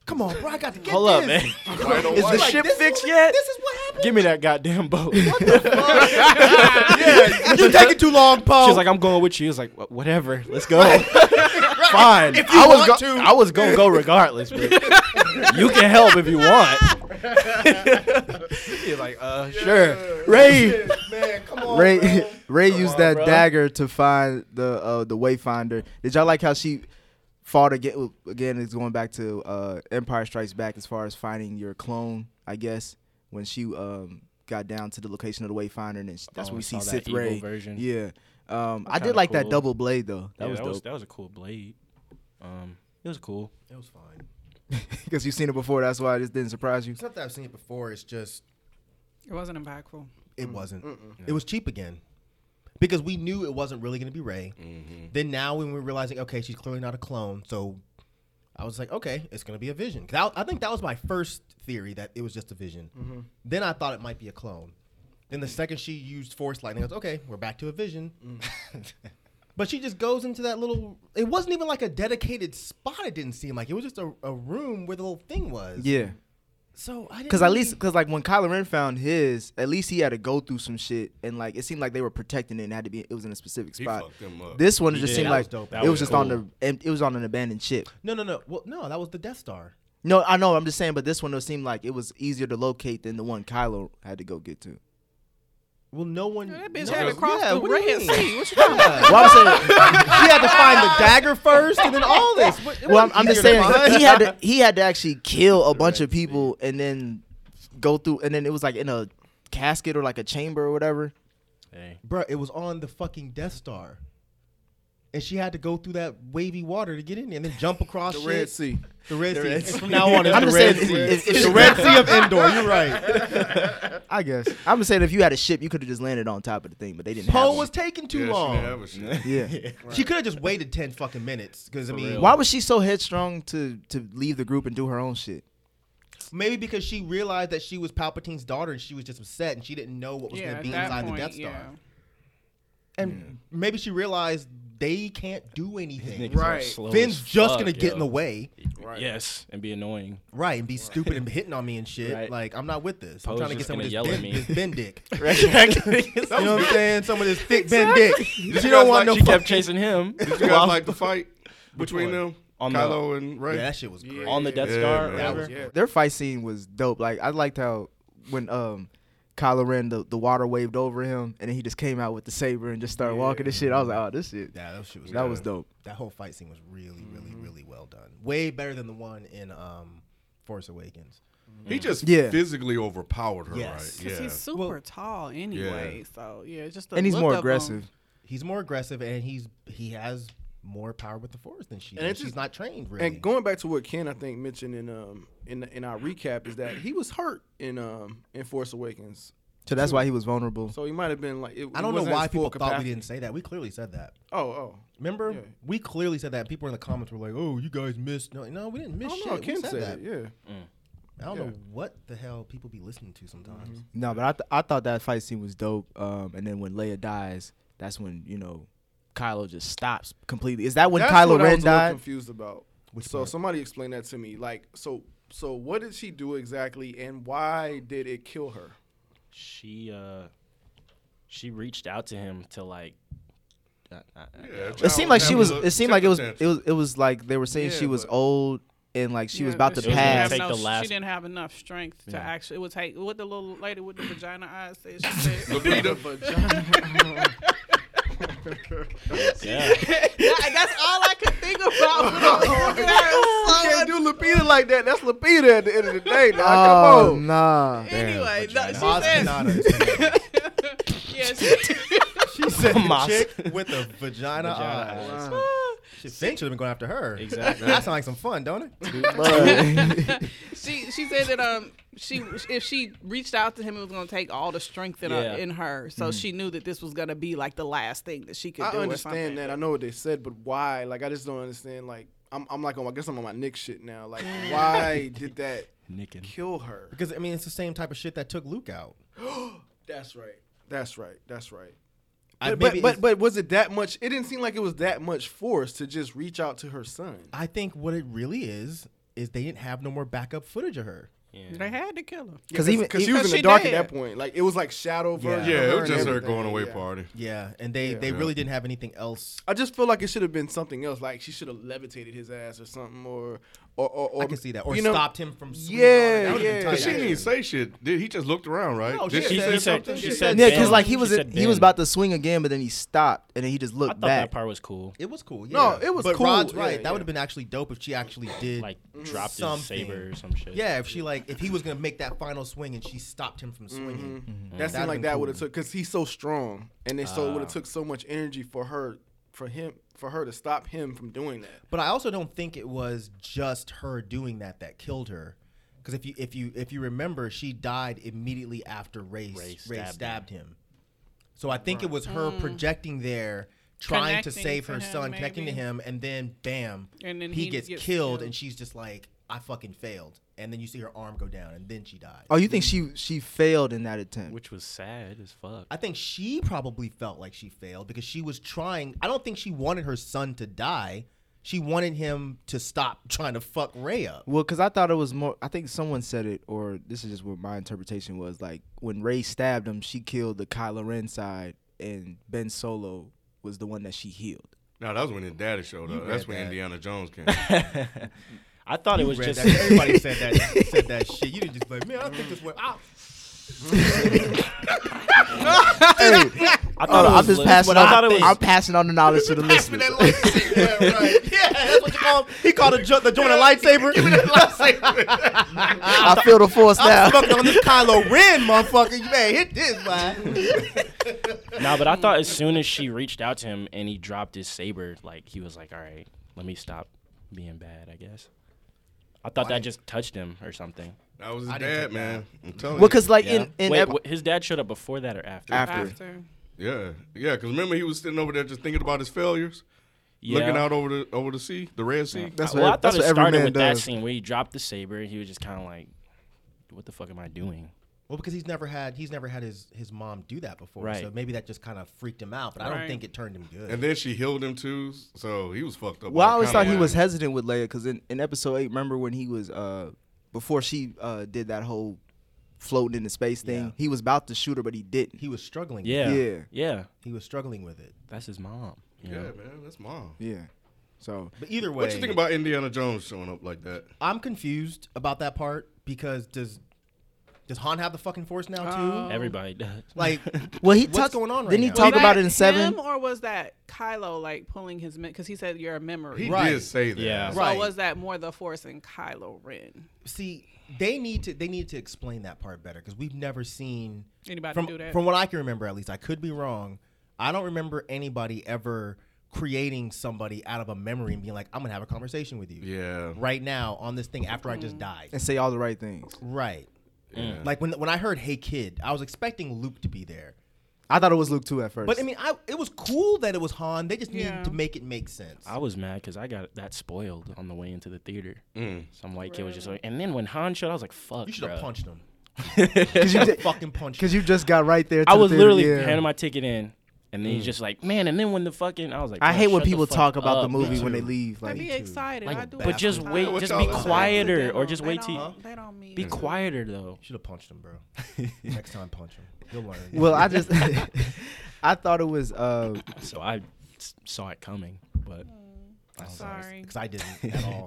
[SPEAKER 7] Come on, bro, I got to get
[SPEAKER 5] Hold up,
[SPEAKER 7] this.
[SPEAKER 5] man.
[SPEAKER 2] White on
[SPEAKER 5] Is
[SPEAKER 2] white.
[SPEAKER 5] the
[SPEAKER 7] Like,
[SPEAKER 5] ship
[SPEAKER 7] this is
[SPEAKER 5] fixed
[SPEAKER 7] what-
[SPEAKER 5] yet?
[SPEAKER 7] This is what happened.
[SPEAKER 5] Give me that goddamn boat. She
[SPEAKER 7] yeah, you taking too long, Paul.
[SPEAKER 5] was like, I'm going with you. He was like, "Wha- whatever, let's go. Fine.
[SPEAKER 7] If you
[SPEAKER 5] I was
[SPEAKER 7] want
[SPEAKER 5] go-
[SPEAKER 7] to.
[SPEAKER 5] I was gonna go regardless, but you can help if you want. He's like, uh, sure.
[SPEAKER 4] Ray,
[SPEAKER 7] man, come on,
[SPEAKER 4] Ray,
[SPEAKER 7] bro.
[SPEAKER 4] Ray used that
[SPEAKER 5] bro.
[SPEAKER 4] dagger to find the uh, the wayfinder. Did y'all like how she fought again? Again, it's going back to uh, Empire Strikes Back as far as finding your clone. I guess when she um, got down to the location of the wayfinder, and then she- that's
[SPEAKER 5] Oh,
[SPEAKER 4] when
[SPEAKER 5] I
[SPEAKER 4] we see
[SPEAKER 5] saw that
[SPEAKER 4] Sith
[SPEAKER 5] evil
[SPEAKER 4] Ray.
[SPEAKER 5] version.
[SPEAKER 4] Yeah, um, I
[SPEAKER 5] kinda
[SPEAKER 4] did like
[SPEAKER 5] cool.
[SPEAKER 4] that double blade though. That
[SPEAKER 5] Yeah,
[SPEAKER 4] was
[SPEAKER 5] that was
[SPEAKER 4] dope
[SPEAKER 5] that was a cool blade. Um, it was cool.
[SPEAKER 7] It was fine.
[SPEAKER 4] because you've seen it before. That's why this didn't surprise you.
[SPEAKER 7] It's not that I've seen it before. It's just
[SPEAKER 8] It wasn't impactful.
[SPEAKER 7] it wasn't. It was cheap again because we knew it wasn't really going to be Ray. Then now when we're realizing, okay, she's clearly not a clone, so I was like, okay, it's going to be a vision. 'Cause I, I think that was my first theory that it was just a vision. Then I thought it might be a clone. Then the second she used force lightning, I was okay, we're back to a vision. but she just goes into that little. It wasn't even like a dedicated spot. It didn't seem like it was just a, a room where the little thing was.
[SPEAKER 4] Yeah.
[SPEAKER 7] So I didn't
[SPEAKER 4] Cause at
[SPEAKER 7] really-
[SPEAKER 4] least, cause like when Kylo Ren found his, at least he had to go through some shit, and like it seemed like they were protecting it, and had to be it was in a specific
[SPEAKER 2] He
[SPEAKER 4] spot.
[SPEAKER 2] fucked them up.
[SPEAKER 4] This one it just
[SPEAKER 5] Yeah,
[SPEAKER 4] seemed
[SPEAKER 5] that
[SPEAKER 4] like
[SPEAKER 7] was dope.
[SPEAKER 4] it
[SPEAKER 5] That
[SPEAKER 4] was,
[SPEAKER 5] was
[SPEAKER 4] just on the and it was on an abandoned ship.
[SPEAKER 7] no, no, no. Well, no, that was the Death Star.
[SPEAKER 4] No, I know, I'm just saying, but this one it seemed like it was easier to locate than the one Kylo had to go get to.
[SPEAKER 7] Well, no one.
[SPEAKER 8] Yeah, that bitch
[SPEAKER 7] no,
[SPEAKER 8] had to cross the
[SPEAKER 7] what do you
[SPEAKER 8] Red
[SPEAKER 7] mean?
[SPEAKER 8] Sea. What you
[SPEAKER 4] Well, I'm saying,
[SPEAKER 7] He had to find the dagger first, and then all this. What, it
[SPEAKER 4] well, I'm,
[SPEAKER 7] wasn't
[SPEAKER 4] I'm just
[SPEAKER 7] easier to
[SPEAKER 4] saying
[SPEAKER 7] find.
[SPEAKER 4] he had to he had to actually kill a bunch of people and then go through, and then it was like in a casket or like a chamber or whatever.
[SPEAKER 5] Hey,
[SPEAKER 7] Bruh, it was on the fucking Death Star, and she had to go through that wavy water to get in there, and then jump across
[SPEAKER 6] The
[SPEAKER 7] shit.
[SPEAKER 6] Red Sea.
[SPEAKER 7] The Red Sea. And From now on, it's
[SPEAKER 4] I'm
[SPEAKER 7] the
[SPEAKER 4] just
[SPEAKER 7] Red
[SPEAKER 4] saying,
[SPEAKER 7] Sea.
[SPEAKER 4] if- if-
[SPEAKER 7] It's the Red Sea of Endor. You're right.
[SPEAKER 4] I guess I'm just saying if you had a ship, you could have just landed on top of the thing, but they didn't. have
[SPEAKER 7] Poe
[SPEAKER 4] one.
[SPEAKER 7] was taking too
[SPEAKER 2] Yeah, she
[SPEAKER 7] long.
[SPEAKER 2] didn't have a shit.
[SPEAKER 4] yeah.
[SPEAKER 7] She could have just waited ten fucking minutes. Because I mean,
[SPEAKER 4] Why was she so headstrong to to leave the group and do her own shit?
[SPEAKER 7] maybe because she realized that she was Palpatine's daughter, and she was just upset, and she didn't know what was
[SPEAKER 8] yeah,
[SPEAKER 7] going to
[SPEAKER 8] at
[SPEAKER 7] be
[SPEAKER 8] that
[SPEAKER 7] inside
[SPEAKER 8] point,
[SPEAKER 7] the Death Star.
[SPEAKER 8] yeah.
[SPEAKER 7] And maybe she realized they can't do anything.
[SPEAKER 5] niggas are
[SPEAKER 6] Right.
[SPEAKER 5] slow
[SPEAKER 7] Finn's
[SPEAKER 5] as
[SPEAKER 7] just
[SPEAKER 5] fuck,
[SPEAKER 7] gonna get
[SPEAKER 5] Oh, yo.
[SPEAKER 7] in the way,
[SPEAKER 5] Yes, and be annoying.
[SPEAKER 7] right, and be stupid and hitting on me and shit.
[SPEAKER 5] Right.
[SPEAKER 7] Like I'm not with this. I'm
[SPEAKER 5] Poe's
[SPEAKER 7] trying to get
[SPEAKER 5] just
[SPEAKER 7] some of
[SPEAKER 5] gonna
[SPEAKER 7] this
[SPEAKER 5] yell at
[SPEAKER 7] ben,
[SPEAKER 5] me.
[SPEAKER 7] this ben dick. you
[SPEAKER 5] she
[SPEAKER 7] know what I'm saying? Some of this thick ben dick. She
[SPEAKER 2] guys
[SPEAKER 7] don't
[SPEAKER 2] like-
[SPEAKER 7] want no.
[SPEAKER 2] she
[SPEAKER 5] kept
[SPEAKER 7] fucking-
[SPEAKER 5] chasing him
[SPEAKER 2] Did you guys like the fight between
[SPEAKER 7] one?
[SPEAKER 2] them?
[SPEAKER 5] On the-
[SPEAKER 2] Kylo and Ray.
[SPEAKER 7] Yeah, that shit was great.
[SPEAKER 5] on the Death
[SPEAKER 2] Yeah,
[SPEAKER 5] Star.
[SPEAKER 2] man.
[SPEAKER 5] or
[SPEAKER 7] That
[SPEAKER 5] whatever.
[SPEAKER 7] was
[SPEAKER 4] Their fight scene was dope. Like I liked how when um Kylo Ren the, the water waved over him and then he just came out with the saber and just started walking and shit. I was like, oh, this shit.
[SPEAKER 7] Yeah, that shit was.
[SPEAKER 4] That
[SPEAKER 7] good.
[SPEAKER 4] was dope.
[SPEAKER 7] That whole fight scene was really, really,
[SPEAKER 5] Mm-hmm.
[SPEAKER 7] really well done. Way better than the one in um, Force Awakens.
[SPEAKER 2] He just
[SPEAKER 4] Yeah.
[SPEAKER 2] physically overpowered her,
[SPEAKER 7] Yes.
[SPEAKER 2] right?
[SPEAKER 8] Because
[SPEAKER 2] Yeah.
[SPEAKER 8] he's super tall anyway. So, yeah, it's just the
[SPEAKER 4] And he's
[SPEAKER 8] look
[SPEAKER 4] more
[SPEAKER 8] up on-
[SPEAKER 4] aggressive.
[SPEAKER 7] He's more aggressive, and he's he has more power with the Force than she.
[SPEAKER 6] And
[SPEAKER 7] does.
[SPEAKER 6] it's
[SPEAKER 7] she's
[SPEAKER 6] just-
[SPEAKER 7] not trained really.
[SPEAKER 6] And going back to what Ken I think mentioned in um in in our recap is that he was hurt in um in Force Awakens,
[SPEAKER 4] So that's why he was vulnerable.
[SPEAKER 6] so he might have been like it,
[SPEAKER 7] I
[SPEAKER 6] he
[SPEAKER 7] don't know
[SPEAKER 6] wasn't
[SPEAKER 7] why
[SPEAKER 6] his full
[SPEAKER 7] people thought we
[SPEAKER 6] capacity.
[SPEAKER 7] didn't say that. We clearly said that.
[SPEAKER 6] Oh oh.
[SPEAKER 7] Remember,
[SPEAKER 6] Yeah.
[SPEAKER 7] we clearly said that. People in the comments were like, "Oh, you guys missed." No, no, we didn't miss
[SPEAKER 6] Oh
[SPEAKER 7] shit.
[SPEAKER 6] no,
[SPEAKER 7] We
[SPEAKER 6] Ken
[SPEAKER 7] said
[SPEAKER 6] said
[SPEAKER 7] that.
[SPEAKER 6] it. Yeah.
[SPEAKER 7] I don't
[SPEAKER 6] Yeah. Mm-hmm.
[SPEAKER 7] know what the hell people be listening to sometimes.
[SPEAKER 4] No, but I th- I thought that fight scene was dope. Um, and then when Leia dies, that's when you know Kylo just stops completely. Is that when
[SPEAKER 6] That's
[SPEAKER 4] Kylo
[SPEAKER 6] what I
[SPEAKER 4] Ren
[SPEAKER 6] was a little
[SPEAKER 4] died?
[SPEAKER 6] confused about.
[SPEAKER 7] Which
[SPEAKER 6] so
[SPEAKER 7] part?
[SPEAKER 6] somebody explain that to me. Like so so what did she do exactly and why did it kill her?
[SPEAKER 5] She uh, she reached out to him to like. I- I- I-
[SPEAKER 2] Yeah,
[SPEAKER 4] It seemed like she
[SPEAKER 2] having
[SPEAKER 4] was.
[SPEAKER 2] a
[SPEAKER 4] It seemed like it was.
[SPEAKER 2] temper
[SPEAKER 4] It was. It was like they were saying
[SPEAKER 6] Yeah,
[SPEAKER 4] she was
[SPEAKER 6] but-
[SPEAKER 4] old and like she was
[SPEAKER 8] Yeah,
[SPEAKER 4] about
[SPEAKER 8] but
[SPEAKER 4] to
[SPEAKER 8] she didn't have
[SPEAKER 4] pass.
[SPEAKER 5] Take
[SPEAKER 8] no-
[SPEAKER 5] the last-
[SPEAKER 8] She didn't have enough strength to
[SPEAKER 5] Yeah.
[SPEAKER 8] actually. It would take what the little lady with the vagina eyes said. She said,
[SPEAKER 2] tantrum. Lupita,
[SPEAKER 5] Yeah.
[SPEAKER 8] That- that's all I could think about. When I was looking at her.
[SPEAKER 6] Can't do Lupita like that. That's Lupita at the end of the day. Now
[SPEAKER 4] Oh
[SPEAKER 6] come on.
[SPEAKER 4] nah.
[SPEAKER 8] anyway, no, she
[SPEAKER 7] Maz
[SPEAKER 8] said,
[SPEAKER 7] Kanata is saying that.
[SPEAKER 8] yeah, she,
[SPEAKER 7] she said the
[SPEAKER 5] Maz.
[SPEAKER 7] chick with the vagina, eyes.
[SPEAKER 5] eyes.
[SPEAKER 7] Shit, Finn should have been going after her.
[SPEAKER 5] Exactly.
[SPEAKER 7] that sounds like some fun, don't it?
[SPEAKER 8] she she said that um she if she reached out to him, it was gonna take all the strength in,
[SPEAKER 5] Yeah.
[SPEAKER 8] her, in her. So
[SPEAKER 4] Mm-hmm.
[SPEAKER 8] she knew that this was gonna be like the last thing that she could
[SPEAKER 6] I
[SPEAKER 8] do. or something.
[SPEAKER 6] understand that. I know what they said, but why? Like I just don't understand. Like I'm, I'm like, on, I guess I'm on my Nick shit now. Like why did that
[SPEAKER 5] Nicking.
[SPEAKER 6] kill her?
[SPEAKER 7] Because I mean, it's the same type of shit that took Luke out.
[SPEAKER 6] That's right. That's right. That's right.
[SPEAKER 7] I,
[SPEAKER 6] But,
[SPEAKER 7] maybe
[SPEAKER 6] but, but
[SPEAKER 7] it's-
[SPEAKER 6] but was it that much? It didn't seem like it was that much force to just reach out to her son.
[SPEAKER 7] I think what it really is is they didn't have no more backup footage of her.
[SPEAKER 8] They had to kill her.
[SPEAKER 4] Because even e
[SPEAKER 6] Because she was in
[SPEAKER 8] she
[SPEAKER 6] the dark
[SPEAKER 8] dead.
[SPEAKER 6] at that point. Like it was like shadow version. of
[SPEAKER 2] Yeah, it was
[SPEAKER 6] and
[SPEAKER 2] just her
[SPEAKER 6] everything,
[SPEAKER 2] going away
[SPEAKER 6] yeah.
[SPEAKER 2] party.
[SPEAKER 7] Yeah, and they they really didn't have anything else.
[SPEAKER 6] I just feel like it should have been something else. Like she should have levitated his ass or something, or or or, or
[SPEAKER 7] I can see that, or
[SPEAKER 6] you know-
[SPEAKER 7] stopped him from. swinging on
[SPEAKER 6] Yeah,
[SPEAKER 7] it. That would've been
[SPEAKER 6] yeah.
[SPEAKER 7] tight.
[SPEAKER 2] But she didn't even say shit. Did he just looked around, right?
[SPEAKER 7] No,
[SPEAKER 2] Did
[SPEAKER 7] she
[SPEAKER 2] she
[SPEAKER 7] said-
[SPEAKER 2] say
[SPEAKER 5] he said,
[SPEAKER 2] something?
[SPEAKER 5] she
[SPEAKER 2] Yeah.
[SPEAKER 5] said
[SPEAKER 4] yeah, because
[SPEAKER 5] Ben.
[SPEAKER 4] like he was
[SPEAKER 5] She said
[SPEAKER 4] he was
[SPEAKER 5] Ben.
[SPEAKER 4] about to swing again, but then he stopped and then he just
[SPEAKER 5] I
[SPEAKER 4] looked
[SPEAKER 5] thought
[SPEAKER 4] back.
[SPEAKER 5] that part was cool.
[SPEAKER 7] It was cool.
[SPEAKER 6] No,
[SPEAKER 7] yeah.
[SPEAKER 6] it was
[SPEAKER 7] but
[SPEAKER 6] cool,
[SPEAKER 7] Rod's
[SPEAKER 6] yeah,
[SPEAKER 7] right. that
[SPEAKER 6] yeah.
[SPEAKER 7] would have been actually dope if she actually did
[SPEAKER 5] Like dropped his
[SPEAKER 7] something.
[SPEAKER 5] saber or some shit.
[SPEAKER 7] Yeah, if she like if he was gonna make that final swing and she stopped him from swinging.
[SPEAKER 6] That seemed like
[SPEAKER 7] That'd been
[SPEAKER 6] that
[SPEAKER 7] cool. Ah.
[SPEAKER 6] would have took because he's so strong, and then so it would have took so much energy for her, for him, for her to stop him from doing that.
[SPEAKER 7] But I also don't think it was just her doing that that killed her, because if you if you if you remember, she died immediately after Ray Ray stabbed,
[SPEAKER 5] stabbed him.
[SPEAKER 7] him. So I think it was her projecting there, trying to
[SPEAKER 8] Mm. Connecting
[SPEAKER 7] save
[SPEAKER 8] to
[SPEAKER 7] her
[SPEAKER 8] him,
[SPEAKER 7] son, connecting to
[SPEAKER 8] maybe.
[SPEAKER 7] him, and then bam,
[SPEAKER 8] And then
[SPEAKER 7] he,
[SPEAKER 8] he
[SPEAKER 7] gets,
[SPEAKER 8] gets
[SPEAKER 7] killed,
[SPEAKER 8] killed.
[SPEAKER 7] and she's just like, I fucking failed, and then you see her arm go down, and then she died.
[SPEAKER 4] oh, you think
[SPEAKER 7] Mm-hmm.
[SPEAKER 4] she she failed in that attempt?
[SPEAKER 5] Which was sad as fuck.
[SPEAKER 7] I think she probably felt like she failed because she was trying. I don't think she wanted her son to die. She wanted him to stop trying to fuck Ray up.
[SPEAKER 4] Well, because I thought it was more. I think someone said it, or this is just what my interpretation was. Like when Ray stabbed him, she killed the Kylo Ren side, and Ben Solo was the one that she healed.
[SPEAKER 2] No, that was when his daddy showed up. That's
[SPEAKER 7] read
[SPEAKER 2] when
[SPEAKER 7] that.
[SPEAKER 2] Indiana Jones came.
[SPEAKER 5] I thought it was
[SPEAKER 7] Read
[SPEAKER 5] just
[SPEAKER 7] that. Everybody said that said that shit. You didn't just be like, man, I think this went out.
[SPEAKER 5] I
[SPEAKER 4] Oh,
[SPEAKER 5] thought it
[SPEAKER 4] I'm
[SPEAKER 5] was
[SPEAKER 4] just
[SPEAKER 5] lit-
[SPEAKER 4] passing.
[SPEAKER 5] I
[SPEAKER 4] on-
[SPEAKER 5] thought it was-
[SPEAKER 4] I'm passing on the knowledge to the listeners.
[SPEAKER 7] yeah, right. Yeah, that's what you call him. He called a ju- the joint a lightsaber. Give me that lightsaber.
[SPEAKER 4] I feel the force now.
[SPEAKER 7] I'm smoking on this Kylo Ren, motherfucker. You better hit this, man.
[SPEAKER 5] No, but I thought as soon as she reached out to him and he dropped his saber, like he was like, "All right, let me stop being bad," I guess. I thought that just touched him or something.
[SPEAKER 2] That was his
[SPEAKER 7] I
[SPEAKER 2] dad,
[SPEAKER 7] didn't take that.
[SPEAKER 2] man. I'm telling
[SPEAKER 4] Well,
[SPEAKER 2] you.
[SPEAKER 4] because like in, in
[SPEAKER 5] Wait,
[SPEAKER 4] ep-
[SPEAKER 5] wh- his dad showed up before that or after?
[SPEAKER 4] after,
[SPEAKER 8] After.
[SPEAKER 2] Yeah, yeah. Because remember, he was sitting over there just thinking about his failures,
[SPEAKER 5] Yeah.
[SPEAKER 2] looking out over the over the sea, the Red Sea.
[SPEAKER 6] That's
[SPEAKER 5] well,
[SPEAKER 6] what-
[SPEAKER 5] I thought
[SPEAKER 6] that's
[SPEAKER 5] it
[SPEAKER 6] what every
[SPEAKER 5] started
[SPEAKER 6] man
[SPEAKER 5] with that
[SPEAKER 6] does.
[SPEAKER 5] scene where he dropped the saber. and He was just kind of like, "What the fuck am I doing?"
[SPEAKER 7] Well, because he's never had he's never had his his mom do that before.
[SPEAKER 5] Right.
[SPEAKER 7] So maybe that just kind of freaked him out. But I don't
[SPEAKER 8] Right.
[SPEAKER 7] think it turned him good.
[SPEAKER 2] And then she healed him too, so he was fucked up.
[SPEAKER 4] Well, I
[SPEAKER 2] all
[SPEAKER 4] always
[SPEAKER 2] kinda
[SPEAKER 4] thought he was
[SPEAKER 2] ways.
[SPEAKER 4] hesitant with Leia because in, in episode eight, remember when he was uh before she uh did that whole floating into space thing,
[SPEAKER 7] Yeah.
[SPEAKER 4] he was about to shoot her, but he didn't.
[SPEAKER 7] he was struggling.
[SPEAKER 5] Yeah,
[SPEAKER 4] Yeah.
[SPEAKER 5] yeah.
[SPEAKER 7] He was struggling with it.
[SPEAKER 5] That's his mom. you
[SPEAKER 2] Yeah,
[SPEAKER 5] know?
[SPEAKER 2] man, that's mom.
[SPEAKER 4] Yeah. So
[SPEAKER 7] But either way,
[SPEAKER 2] What you think about Indiana Jones showing up like that?
[SPEAKER 7] I'm confused about that part because does does Han have the fucking force now too?
[SPEAKER 5] Everybody does.
[SPEAKER 7] like,
[SPEAKER 4] well, he
[SPEAKER 7] What's
[SPEAKER 4] talked-
[SPEAKER 7] going on right
[SPEAKER 4] Didn't he
[SPEAKER 7] now?
[SPEAKER 4] talk
[SPEAKER 8] Was
[SPEAKER 4] about
[SPEAKER 8] that
[SPEAKER 4] it in seven?
[SPEAKER 8] him or was that Kylo like pulling his because he said you're a memory.
[SPEAKER 2] He
[SPEAKER 7] Right.
[SPEAKER 2] did say that.
[SPEAKER 5] Yeah.
[SPEAKER 8] So
[SPEAKER 7] Right.
[SPEAKER 8] was that more the Force in Kylo Ren?
[SPEAKER 7] see, they need to they need to explain that part better because we've never seen
[SPEAKER 8] Anybody
[SPEAKER 7] from
[SPEAKER 8] do that?
[SPEAKER 7] from what I can remember at least. I could be wrong. I don't remember anybody ever creating somebody out of a memory and being like, "I'm gonna have a conversation with you
[SPEAKER 2] Yeah.
[SPEAKER 7] right now on this thing after I just
[SPEAKER 8] Mm.
[SPEAKER 7] died."
[SPEAKER 4] and say all the right things.
[SPEAKER 7] Right.
[SPEAKER 4] Mm.
[SPEAKER 7] Like when when I heard "Hey Kid," I was expecting Luke to be there.
[SPEAKER 4] I thought it was Luke two at first.
[SPEAKER 7] But I mean, I it was cool that it was Han. They just
[SPEAKER 8] Yeah.
[SPEAKER 7] needed to make it make sense.
[SPEAKER 5] I was mad because I got that spoiled on the way into the theater. Some white kid was just like, and then when Han showed, I was like, "Fuck."
[SPEAKER 7] you should have
[SPEAKER 5] bruh."
[SPEAKER 7] punched him.
[SPEAKER 4] because you, did-
[SPEAKER 7] fucking punched
[SPEAKER 4] 'cause you just got right there. To
[SPEAKER 5] I
[SPEAKER 4] the
[SPEAKER 5] was
[SPEAKER 4] theater,
[SPEAKER 5] literally
[SPEAKER 4] yeah.
[SPEAKER 5] handing my ticket in, and then he's just like, "Man!" And then when the fucking, I was like,
[SPEAKER 4] I
[SPEAKER 5] "Bro,
[SPEAKER 4] hate when
[SPEAKER 5] shut the
[SPEAKER 4] people
[SPEAKER 5] fuck
[SPEAKER 4] talk about the
[SPEAKER 5] up."
[SPEAKER 4] movie when they leave.
[SPEAKER 8] I'd be
[SPEAKER 4] Like,
[SPEAKER 8] excited.
[SPEAKER 7] Like
[SPEAKER 8] I
[SPEAKER 7] a
[SPEAKER 8] do.
[SPEAKER 7] bastard.
[SPEAKER 5] But just
[SPEAKER 8] I-
[SPEAKER 5] wait,
[SPEAKER 2] what
[SPEAKER 5] just
[SPEAKER 2] y'all
[SPEAKER 5] be
[SPEAKER 2] listening to?
[SPEAKER 5] quieter, or just
[SPEAKER 8] They
[SPEAKER 5] wait till
[SPEAKER 8] don't-
[SPEAKER 5] you
[SPEAKER 8] They don't mean.
[SPEAKER 5] be quieter though.
[SPEAKER 7] Should have punched him, bro. Next time, punch him. You'll learn.
[SPEAKER 4] well, I just I thought it was uh
[SPEAKER 5] So I s- saw it coming, but
[SPEAKER 8] Sorry.
[SPEAKER 7] because I didn't at all.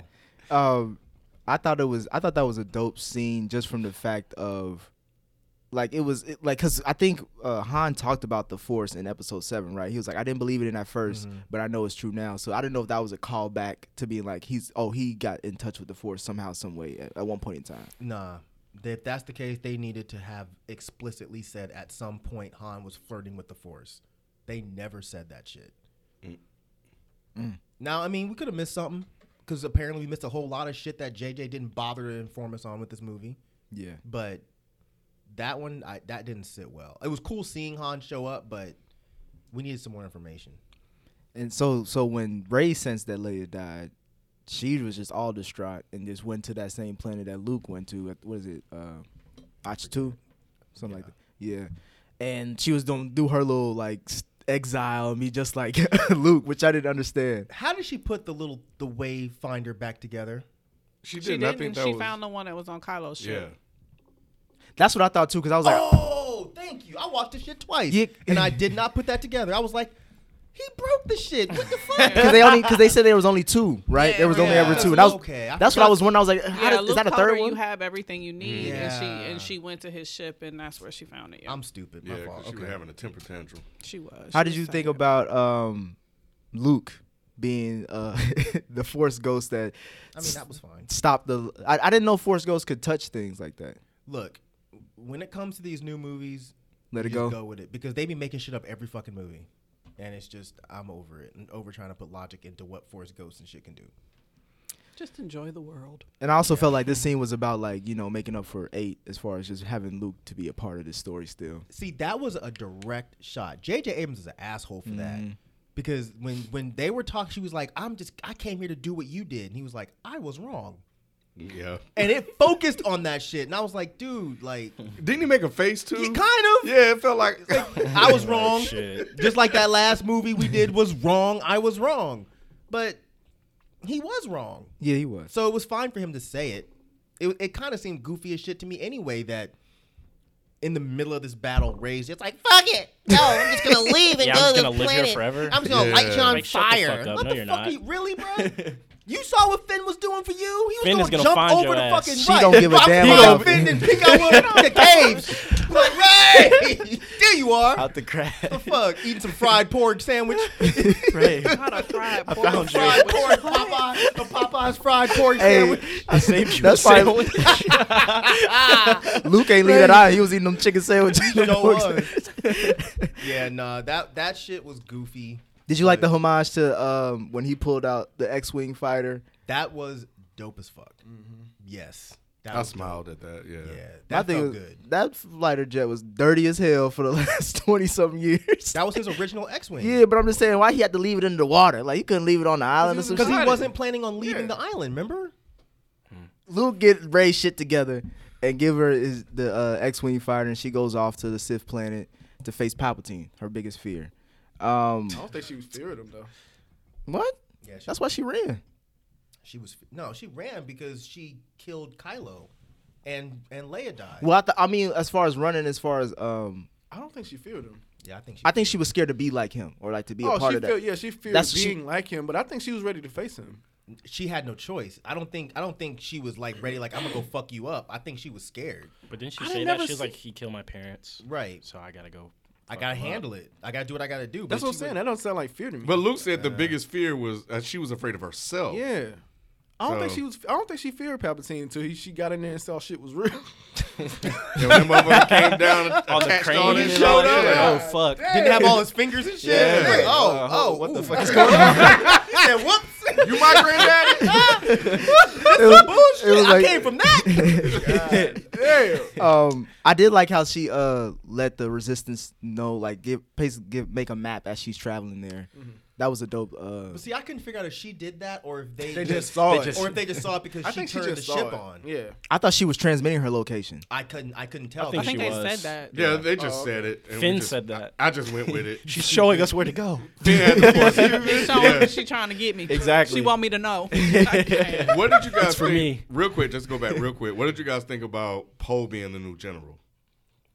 [SPEAKER 4] um, I thought it was I thought that was a dope scene just from the fact of like it was it, like because I think uh, Han talked about the Force in Episode Seven, right? He was like, I didn't believe it in at 1st but I know it's true now. So I didn't know if that was a callback to being like he's oh he got in touch with the Force somehow, some way at, at one point in time.
[SPEAKER 7] Nah. If that's the case, they needed to have explicitly said at some point Han was flirting with the Force. They never said that shit.
[SPEAKER 4] Mm.
[SPEAKER 7] Now, I mean, we could have missed something because apparently we missed a whole lot of shit that JJ didn't bother to inform us on with this movie.
[SPEAKER 4] Yeah,
[SPEAKER 7] But that one, I, that didn't sit well. It was cool seeing Han show up, but we needed some more information.
[SPEAKER 4] and so so when Ray sensed that Leia died. She was just all distraught and just went to that same planet that Luke went to. What is it? Uh, Ach two, something like that. Yeah, and she was doing do her little like s- exile and be just like Luke, which I didn't understand.
[SPEAKER 7] How did she put the little the wayfinder back together?
[SPEAKER 2] She
[SPEAKER 8] She
[SPEAKER 2] did. not I
[SPEAKER 8] didn't.
[SPEAKER 2] think that
[SPEAKER 8] she
[SPEAKER 2] was.
[SPEAKER 8] found the one that was on Kylo's ship.
[SPEAKER 2] yeah.
[SPEAKER 4] That's what I thought too, because I was like,
[SPEAKER 7] Oh, thank you. I watched this shit twice,
[SPEAKER 4] Yeah.
[SPEAKER 7] and I did not put that together. I was like, he broke the shit. What the fuck?
[SPEAKER 4] because they only because they said there was only two, right?
[SPEAKER 8] Yeah,
[SPEAKER 4] there was only
[SPEAKER 8] yeah.
[SPEAKER 4] ever two, and I was
[SPEAKER 7] Okay, I
[SPEAKER 4] that's what
[SPEAKER 7] forgot-
[SPEAKER 4] I was wondering. I was like, how
[SPEAKER 8] Yeah,
[SPEAKER 4] did- is
[SPEAKER 8] Luke
[SPEAKER 4] that a
[SPEAKER 8] told her
[SPEAKER 4] third
[SPEAKER 8] You
[SPEAKER 4] one?
[SPEAKER 8] have everything you need, and she
[SPEAKER 7] Yeah.
[SPEAKER 8] and she went to his ship, and that's where she found it. Yeah,
[SPEAKER 7] I'm stupid. My
[SPEAKER 2] Yeah, 'cause
[SPEAKER 7] fault.
[SPEAKER 2] she was
[SPEAKER 7] Okay.
[SPEAKER 2] having a temper tantrum.
[SPEAKER 8] she was.
[SPEAKER 4] How
[SPEAKER 8] She
[SPEAKER 4] did
[SPEAKER 8] was
[SPEAKER 4] you think
[SPEAKER 8] sad.
[SPEAKER 4] about um, Luke being uh, the Force Ghost that
[SPEAKER 7] I mean, that was fine.
[SPEAKER 4] stopped the? I, I didn't know Force Ghosts could touch things like that.
[SPEAKER 7] Look, when it comes to these new movies,
[SPEAKER 4] Let
[SPEAKER 7] you
[SPEAKER 4] it
[SPEAKER 7] just
[SPEAKER 4] go.
[SPEAKER 7] Go with it because they be making shit up every fucking movie, and it's just I'm over it and over trying to put logic into what Forrest Ghost and shit can do.
[SPEAKER 8] Just enjoy the world.
[SPEAKER 4] And I also felt like this scene was about like you know making up for eight as far as just having Luke to be a part of this story still.
[SPEAKER 7] See, that was a direct shot. J.J. Abrams is an asshole for that. Because when when they were talking, she was like, "I'm just I came here to do what you did," and he was like, "I was wrong,"
[SPEAKER 2] Yeah.
[SPEAKER 7] and it focused on that shit. And I was like, "Dude, like,
[SPEAKER 2] Didn't he make a face too?
[SPEAKER 7] yeah, kind of,
[SPEAKER 2] Yeah, it felt like.
[SPEAKER 7] I was wrong.
[SPEAKER 5] shit.
[SPEAKER 7] Just like that last movie we did was wrong. I was wrong, but he was wrong.
[SPEAKER 4] Yeah, he was.
[SPEAKER 7] So it was fine for him to say it. It, it kind of seemed goofy as shit to me anyway that in the middle of this battle, Ray's just like, fuck it. No, I'm just going to leave and
[SPEAKER 5] Yeah, I'm
[SPEAKER 7] go
[SPEAKER 5] just
[SPEAKER 7] to
[SPEAKER 5] gonna
[SPEAKER 7] this
[SPEAKER 5] live
[SPEAKER 7] planet.
[SPEAKER 5] here forever."
[SPEAKER 7] I'm just going to light you on
[SPEAKER 5] Like, shut the
[SPEAKER 7] fire.
[SPEAKER 5] fuck up.
[SPEAKER 7] What
[SPEAKER 5] No,
[SPEAKER 7] the
[SPEAKER 5] you're
[SPEAKER 7] fuck?
[SPEAKER 5] not.
[SPEAKER 7] He, really, bro? You saw what Finn was doing for you? He was
[SPEAKER 5] Finn
[SPEAKER 7] gonna
[SPEAKER 5] is gonna
[SPEAKER 7] jump
[SPEAKER 5] find
[SPEAKER 7] over
[SPEAKER 5] your
[SPEAKER 7] the
[SPEAKER 5] ass.
[SPEAKER 7] fucking
[SPEAKER 4] She
[SPEAKER 7] right.
[SPEAKER 4] don't give a
[SPEAKER 7] I'm
[SPEAKER 4] damn
[SPEAKER 7] gonna
[SPEAKER 4] about-
[SPEAKER 7] Finn and pick out one of the caves. Like, Ray! there you are.
[SPEAKER 4] Out the crash.
[SPEAKER 7] the fuck? Eating some fried pork sandwich.
[SPEAKER 8] Not a fried pork
[SPEAKER 4] found you.
[SPEAKER 8] fried
[SPEAKER 7] fried
[SPEAKER 8] pork.
[SPEAKER 7] pork. Popeye, a Popeye's fried pork
[SPEAKER 4] Hey,
[SPEAKER 7] sandwich.
[SPEAKER 4] I saved you. That's fine. Luke ain't leave that eye. He was eating them chicken sandwiches.
[SPEAKER 7] Sure was. yeah, nah, that that shit was goofy.
[SPEAKER 4] Did you like the homage to um, when he pulled out the X-wing fighter?
[SPEAKER 7] That was dope as fuck. Yes, that
[SPEAKER 2] I
[SPEAKER 7] was
[SPEAKER 2] smiled at that. Yeah.
[SPEAKER 7] dope. Yeah,
[SPEAKER 4] My
[SPEAKER 7] that
[SPEAKER 4] thing
[SPEAKER 7] felt
[SPEAKER 4] was-
[SPEAKER 7] good.
[SPEAKER 4] That fighter jet was dirty as hell for the last twenty something years.
[SPEAKER 7] That was his original X-wing.
[SPEAKER 4] yeah, but I'm just saying why he had to leave it in the water. Like he couldn't leave it on the island or some
[SPEAKER 7] because
[SPEAKER 4] shit.
[SPEAKER 7] he wasn't planning on leaving the island. Remember?
[SPEAKER 4] Luke get Ray shit together and give her his, the uh, X-wing fighter, and she goes off to the Sith planet to face Palpatine, her biggest fear. Um,
[SPEAKER 6] I don't think she was fearing him though.
[SPEAKER 4] what?
[SPEAKER 7] Yeah, she,
[SPEAKER 4] That's why she ran.
[SPEAKER 7] she was. No, she ran because she killed Kylo, and and Leia died.
[SPEAKER 4] Well, I, th- I mean, as far as running, as far as um,
[SPEAKER 6] I don't think she feared him.
[SPEAKER 7] Yeah, I think she.
[SPEAKER 4] I think she was scared to be like him or like to be a
[SPEAKER 6] Oh,
[SPEAKER 4] part
[SPEAKER 6] she
[SPEAKER 4] of that.
[SPEAKER 6] feared. Yeah, she feared
[SPEAKER 4] That's- she-
[SPEAKER 6] being like him, but I think she was ready to face him.
[SPEAKER 7] she had no choice. I don't think. I don't think she was like ready. Like I'm gonna go fuck you up. I think she was scared.
[SPEAKER 5] But didn't she
[SPEAKER 6] I
[SPEAKER 5] say that?
[SPEAKER 6] never
[SPEAKER 5] She was
[SPEAKER 6] see-
[SPEAKER 5] like, he killed my parents.
[SPEAKER 7] Right.
[SPEAKER 5] So I gotta go.
[SPEAKER 7] I
[SPEAKER 5] fuck
[SPEAKER 7] gotta
[SPEAKER 5] him up."
[SPEAKER 7] handle it. I gotta do what I gotta do.
[SPEAKER 6] That's
[SPEAKER 7] But
[SPEAKER 6] what I'm
[SPEAKER 7] she
[SPEAKER 6] saying.
[SPEAKER 7] was-
[SPEAKER 6] That don't sound like fear to me.
[SPEAKER 2] But Luke said the biggest fear was that she was afraid of herself.
[SPEAKER 6] yeah. I don't think
[SPEAKER 2] So-
[SPEAKER 6] she was. I don't think she feared Palpatine until he, she got in there and saw shit was real.
[SPEAKER 2] And when the motherfucker came down and
[SPEAKER 5] On the
[SPEAKER 2] attached
[SPEAKER 5] crane
[SPEAKER 2] on
[SPEAKER 5] and
[SPEAKER 2] his
[SPEAKER 5] shit, like,
[SPEAKER 2] shoulder.
[SPEAKER 5] oh fuck!
[SPEAKER 7] Didn't have all his fingers and shit.
[SPEAKER 2] Yeah.
[SPEAKER 7] Like, oh,
[SPEAKER 5] Uh,
[SPEAKER 7] oh,
[SPEAKER 5] what the
[SPEAKER 7] ooh.
[SPEAKER 5] fuck is going
[SPEAKER 7] yeah, whoops.
[SPEAKER 2] You my granddaddy?
[SPEAKER 4] It was-
[SPEAKER 7] Bullshit.
[SPEAKER 4] it was
[SPEAKER 7] I
[SPEAKER 4] like-
[SPEAKER 7] came from that.
[SPEAKER 4] um, I did like how she uh let the resistance know, like give, basically give make a map as she's traveling there.
[SPEAKER 7] Mm-hmm.
[SPEAKER 4] That was a dope. Uh,
[SPEAKER 7] But see, I couldn't figure out if she did that or if they,
[SPEAKER 6] They just saw it.
[SPEAKER 7] or if they just saw it because
[SPEAKER 6] I
[SPEAKER 7] she
[SPEAKER 6] think
[SPEAKER 7] turned
[SPEAKER 6] she just
[SPEAKER 7] the
[SPEAKER 6] saw
[SPEAKER 7] ship
[SPEAKER 6] it.
[SPEAKER 7] on.
[SPEAKER 6] Yeah.
[SPEAKER 4] I thought she was transmitting her location.
[SPEAKER 7] I couldn't. I couldn't tell.
[SPEAKER 5] I think
[SPEAKER 8] I think
[SPEAKER 5] she
[SPEAKER 8] they
[SPEAKER 5] was.
[SPEAKER 8] said that.
[SPEAKER 2] Yeah, they just said it. and we
[SPEAKER 5] Finn
[SPEAKER 2] just-
[SPEAKER 5] said that.
[SPEAKER 2] I, I just went with it.
[SPEAKER 9] She's showing us where to go.
[SPEAKER 2] Finn had the force.
[SPEAKER 8] They showing
[SPEAKER 2] Yeah.
[SPEAKER 8] she trying to get me.
[SPEAKER 9] Exactly.
[SPEAKER 8] She want me to know. I can't.
[SPEAKER 2] What did you guys
[SPEAKER 5] for
[SPEAKER 2] think?
[SPEAKER 5] me.
[SPEAKER 2] Real quick, just go back real quick. What did you guys think about Poe being the new general?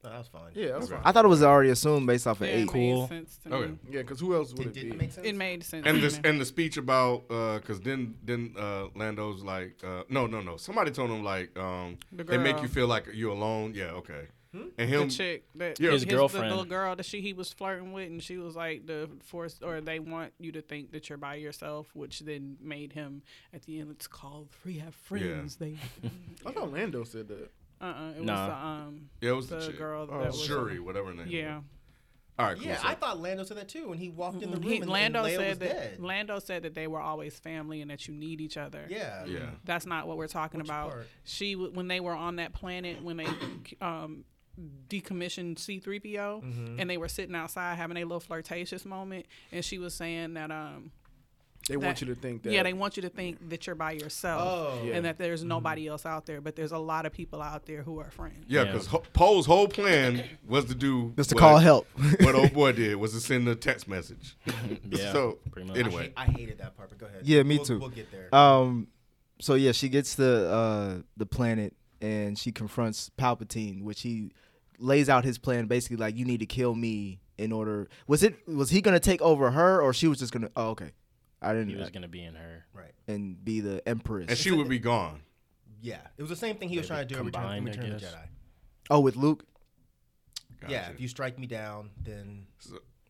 [SPEAKER 7] No, that was fine.
[SPEAKER 6] Yeah, that's fine.
[SPEAKER 4] I thought it was already assumed based off of
[SPEAKER 8] Yeah,
[SPEAKER 4] eight.
[SPEAKER 8] It made
[SPEAKER 5] Cool.
[SPEAKER 8] sense to
[SPEAKER 2] Okay.
[SPEAKER 8] me.
[SPEAKER 6] Yeah, because who else would
[SPEAKER 7] It
[SPEAKER 6] it,
[SPEAKER 7] didn't
[SPEAKER 6] be?
[SPEAKER 7] make sense.
[SPEAKER 8] It made sense.
[SPEAKER 2] And
[SPEAKER 8] to
[SPEAKER 2] this
[SPEAKER 8] me.
[SPEAKER 2] and the speech about because then then uh, Lando's like uh, no no no somebody told him like um,
[SPEAKER 8] The
[SPEAKER 2] they make
[SPEAKER 8] girl.
[SPEAKER 2] you feel like you're alone yeah okay and him
[SPEAKER 8] the chick that
[SPEAKER 2] Yeah. His
[SPEAKER 8] the
[SPEAKER 5] girlfriend.
[SPEAKER 8] little girl that she he was flirting with, and she was like the force, or they want you to think that you're by yourself, which then made him at the end. It's called free have friends.
[SPEAKER 6] I thought Lando said that.
[SPEAKER 8] They uh uh it was
[SPEAKER 5] Nah.
[SPEAKER 8] the um
[SPEAKER 2] yeah it was the,
[SPEAKER 8] the
[SPEAKER 2] chick.
[SPEAKER 8] girl that
[SPEAKER 2] Oh,
[SPEAKER 8] was-
[SPEAKER 2] Shuri whatever her name was.
[SPEAKER 8] yeah.
[SPEAKER 2] all right cool
[SPEAKER 7] Yeah,
[SPEAKER 2] so-
[SPEAKER 7] I thought Lando said that too when he walked in the room.
[SPEAKER 8] Mm, He,
[SPEAKER 7] and,
[SPEAKER 8] Lando
[SPEAKER 7] and Leia was
[SPEAKER 8] said that
[SPEAKER 7] dead.
[SPEAKER 8] Lando said that they were always family and that you need each other.
[SPEAKER 7] yeah.
[SPEAKER 2] yeah
[SPEAKER 8] That's not what we're talking about.
[SPEAKER 7] part?
[SPEAKER 8] She w- when they were on that planet when they um, decommissioned C3PO
[SPEAKER 6] Mm-hmm.
[SPEAKER 8] and they were sitting outside having a little flirtatious moment and she was saying that um
[SPEAKER 6] They want you to think that. Oh.
[SPEAKER 8] Yeah, they want you to think that you're by yourself and that there's nobody
[SPEAKER 6] Mm-hmm.
[SPEAKER 8] else out there. But there's a lot of people out there who are friends.
[SPEAKER 2] Yeah,
[SPEAKER 5] Yeah.
[SPEAKER 2] because Poe's whole plan was to do
[SPEAKER 4] Just to
[SPEAKER 2] what-
[SPEAKER 4] call help.
[SPEAKER 2] what old boy did was to send a text message.
[SPEAKER 5] Yeah,
[SPEAKER 2] so
[SPEAKER 5] pretty much.
[SPEAKER 7] I,
[SPEAKER 2] anyway,
[SPEAKER 7] hate- I hated that part, but go ahead.
[SPEAKER 4] Yeah, me
[SPEAKER 7] We'll-
[SPEAKER 4] too.
[SPEAKER 7] We'll get there.
[SPEAKER 4] Um, so yeah, she gets the uh the planet and she confronts Palpatine, which he lays out his plan basically like you need to kill me in order. Was it was he gonna take over her or she was just gonna? Oh, okay, I didn't.
[SPEAKER 5] He was gonna be in her.
[SPEAKER 7] right.
[SPEAKER 4] and be the empress.
[SPEAKER 2] and she would be gone.
[SPEAKER 7] Yeah. It was the same thing he was trying to do in Return, in
[SPEAKER 5] combined, I
[SPEAKER 7] Return of the
[SPEAKER 5] guess.
[SPEAKER 7] Jedi.
[SPEAKER 4] oh, with Luke.
[SPEAKER 7] Yeah, if you strike me down, then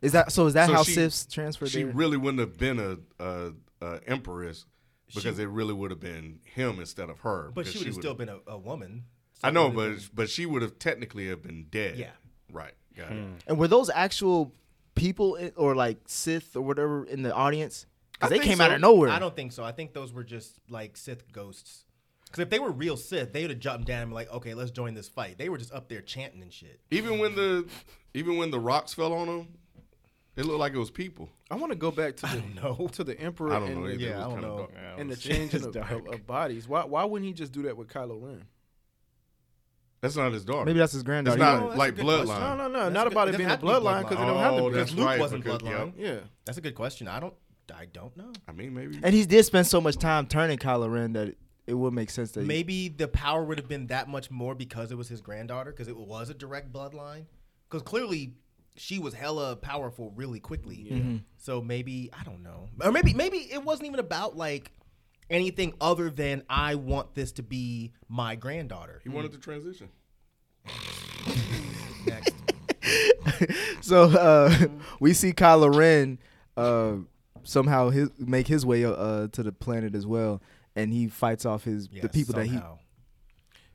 [SPEAKER 4] Is that so? Is that
[SPEAKER 2] So
[SPEAKER 4] how
[SPEAKER 2] she-
[SPEAKER 4] Siths transfer?
[SPEAKER 2] she
[SPEAKER 4] their-
[SPEAKER 2] really wouldn't have been a, a, a empress because it really would have been him instead of her.
[SPEAKER 7] but
[SPEAKER 2] because
[SPEAKER 7] she would have
[SPEAKER 2] would've-
[SPEAKER 7] still been a, a woman.
[SPEAKER 2] I know,
[SPEAKER 7] would've
[SPEAKER 2] but but she would have technically have been dead.
[SPEAKER 7] Yeah.
[SPEAKER 2] Right. Got it.
[SPEAKER 4] and were those actual people in, or like Sith or whatever in the audience? Because
[SPEAKER 2] I
[SPEAKER 4] they
[SPEAKER 2] think
[SPEAKER 4] came
[SPEAKER 2] so.
[SPEAKER 4] out of nowhere.
[SPEAKER 7] I don't think so. I think those were just like Sith ghosts. Because if they were real Sith, they would have jumped down and been like, okay, let's join this fight. They were just up there chanting and shit.
[SPEAKER 2] Even when the even when the rocks fell on them, it looked like it was people.
[SPEAKER 6] I want to go back to the to the emperor
[SPEAKER 2] I don't
[SPEAKER 6] and
[SPEAKER 2] know.
[SPEAKER 6] the,
[SPEAKER 2] Either.
[SPEAKER 7] yeah,
[SPEAKER 2] it was
[SPEAKER 7] I don't
[SPEAKER 2] kinda
[SPEAKER 7] know.
[SPEAKER 2] dark.
[SPEAKER 6] and the changing of, of, of bodies. Why why wouldn't he just do that with Kylo Ren?
[SPEAKER 2] That's not his daughter.
[SPEAKER 4] Maybe that's his
[SPEAKER 2] it's
[SPEAKER 4] granddaughter. He
[SPEAKER 2] not
[SPEAKER 4] wanted-
[SPEAKER 7] that's a
[SPEAKER 2] like
[SPEAKER 7] good question.
[SPEAKER 2] bloodline.
[SPEAKER 6] No, no, no.
[SPEAKER 7] That's
[SPEAKER 6] Not
[SPEAKER 7] a
[SPEAKER 6] about
[SPEAKER 7] good- doesn't
[SPEAKER 6] it being a
[SPEAKER 7] have to be
[SPEAKER 6] bloodline because it don't have to
[SPEAKER 2] Oh,
[SPEAKER 6] be.
[SPEAKER 2] that's
[SPEAKER 7] Because Luke
[SPEAKER 2] right,
[SPEAKER 7] wasn't
[SPEAKER 2] because-
[SPEAKER 7] bloodline.
[SPEAKER 2] yep.
[SPEAKER 6] Yeah.
[SPEAKER 7] That's a good question. I don't, I don't know.
[SPEAKER 2] I mean, maybe.
[SPEAKER 4] and he did spend so much time turning Kylo Ren that it, it would make sense that he-
[SPEAKER 7] Maybe the power would have been that much more because it was his granddaughter, because it was a direct bloodline. Because clearly, she was hella powerful really quickly. So maybe I don't know, or maybe maybe it wasn't even about like anything other than I want this to be my granddaughter.
[SPEAKER 2] He wanted to transition.
[SPEAKER 7] Next.
[SPEAKER 4] So uh, we see Kylo Ren uh, somehow his, make his way uh, to the planet as well, and he fights off his
[SPEAKER 7] Yeah,
[SPEAKER 4] the people
[SPEAKER 7] somehow.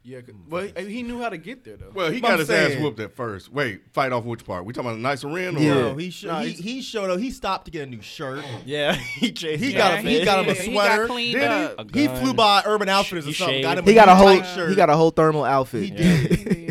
[SPEAKER 6] Yeah. 'cause- Well, he, he knew how to get there though.
[SPEAKER 2] Well, he
[SPEAKER 7] But
[SPEAKER 2] got
[SPEAKER 7] I'm
[SPEAKER 2] his ass
[SPEAKER 7] saying-
[SPEAKER 2] whooped at first. Wait, fight off which part? We talking about nice Ren or
[SPEAKER 4] Yeah.
[SPEAKER 7] No, Oh, he, sho-
[SPEAKER 6] Nah,
[SPEAKER 7] he
[SPEAKER 6] he's-
[SPEAKER 7] he showed up. He stopped to get a new shirt.
[SPEAKER 5] Yeah, he chased.
[SPEAKER 7] He
[SPEAKER 5] her
[SPEAKER 7] got
[SPEAKER 5] out,
[SPEAKER 7] him. He
[SPEAKER 5] man.
[SPEAKER 7] got him a
[SPEAKER 8] he
[SPEAKER 7] sweater.
[SPEAKER 8] got cleaned
[SPEAKER 7] Did he?
[SPEAKER 8] up.
[SPEAKER 5] A
[SPEAKER 7] He
[SPEAKER 5] gun.
[SPEAKER 7] flew by Urban Outfitters or
[SPEAKER 5] He
[SPEAKER 7] something. Got
[SPEAKER 5] shaved.
[SPEAKER 7] him.
[SPEAKER 4] he he got a
[SPEAKER 7] new
[SPEAKER 4] whole
[SPEAKER 7] tight shirt.
[SPEAKER 4] he got a whole thermal outfit.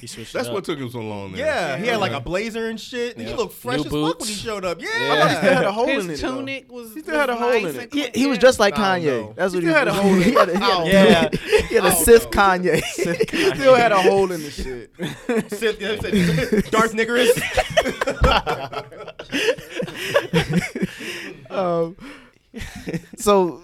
[SPEAKER 5] He switched.
[SPEAKER 2] That's
[SPEAKER 5] it
[SPEAKER 2] what
[SPEAKER 5] up.
[SPEAKER 2] took him so long. Then.
[SPEAKER 7] Yeah, he had like a blazer and shit. He
[SPEAKER 5] Yeah.
[SPEAKER 7] looked fresh as
[SPEAKER 5] New
[SPEAKER 7] fuck when
[SPEAKER 5] boots.
[SPEAKER 7] he showed up. Yeah,
[SPEAKER 6] He still had a hole in it.
[SPEAKER 8] His
[SPEAKER 6] though.
[SPEAKER 8] tunic was.
[SPEAKER 6] He still had a hole in it. Oh,
[SPEAKER 4] He, he was just like Kanye. That's what he,
[SPEAKER 6] still had a
[SPEAKER 4] was.
[SPEAKER 6] hole in
[SPEAKER 4] he had a, he had a, yeah. he had a Sith Kanye.
[SPEAKER 6] He still had a hole in the shit.
[SPEAKER 7] Sith- yeah, Sith- Darth Niggerus.
[SPEAKER 4] um, so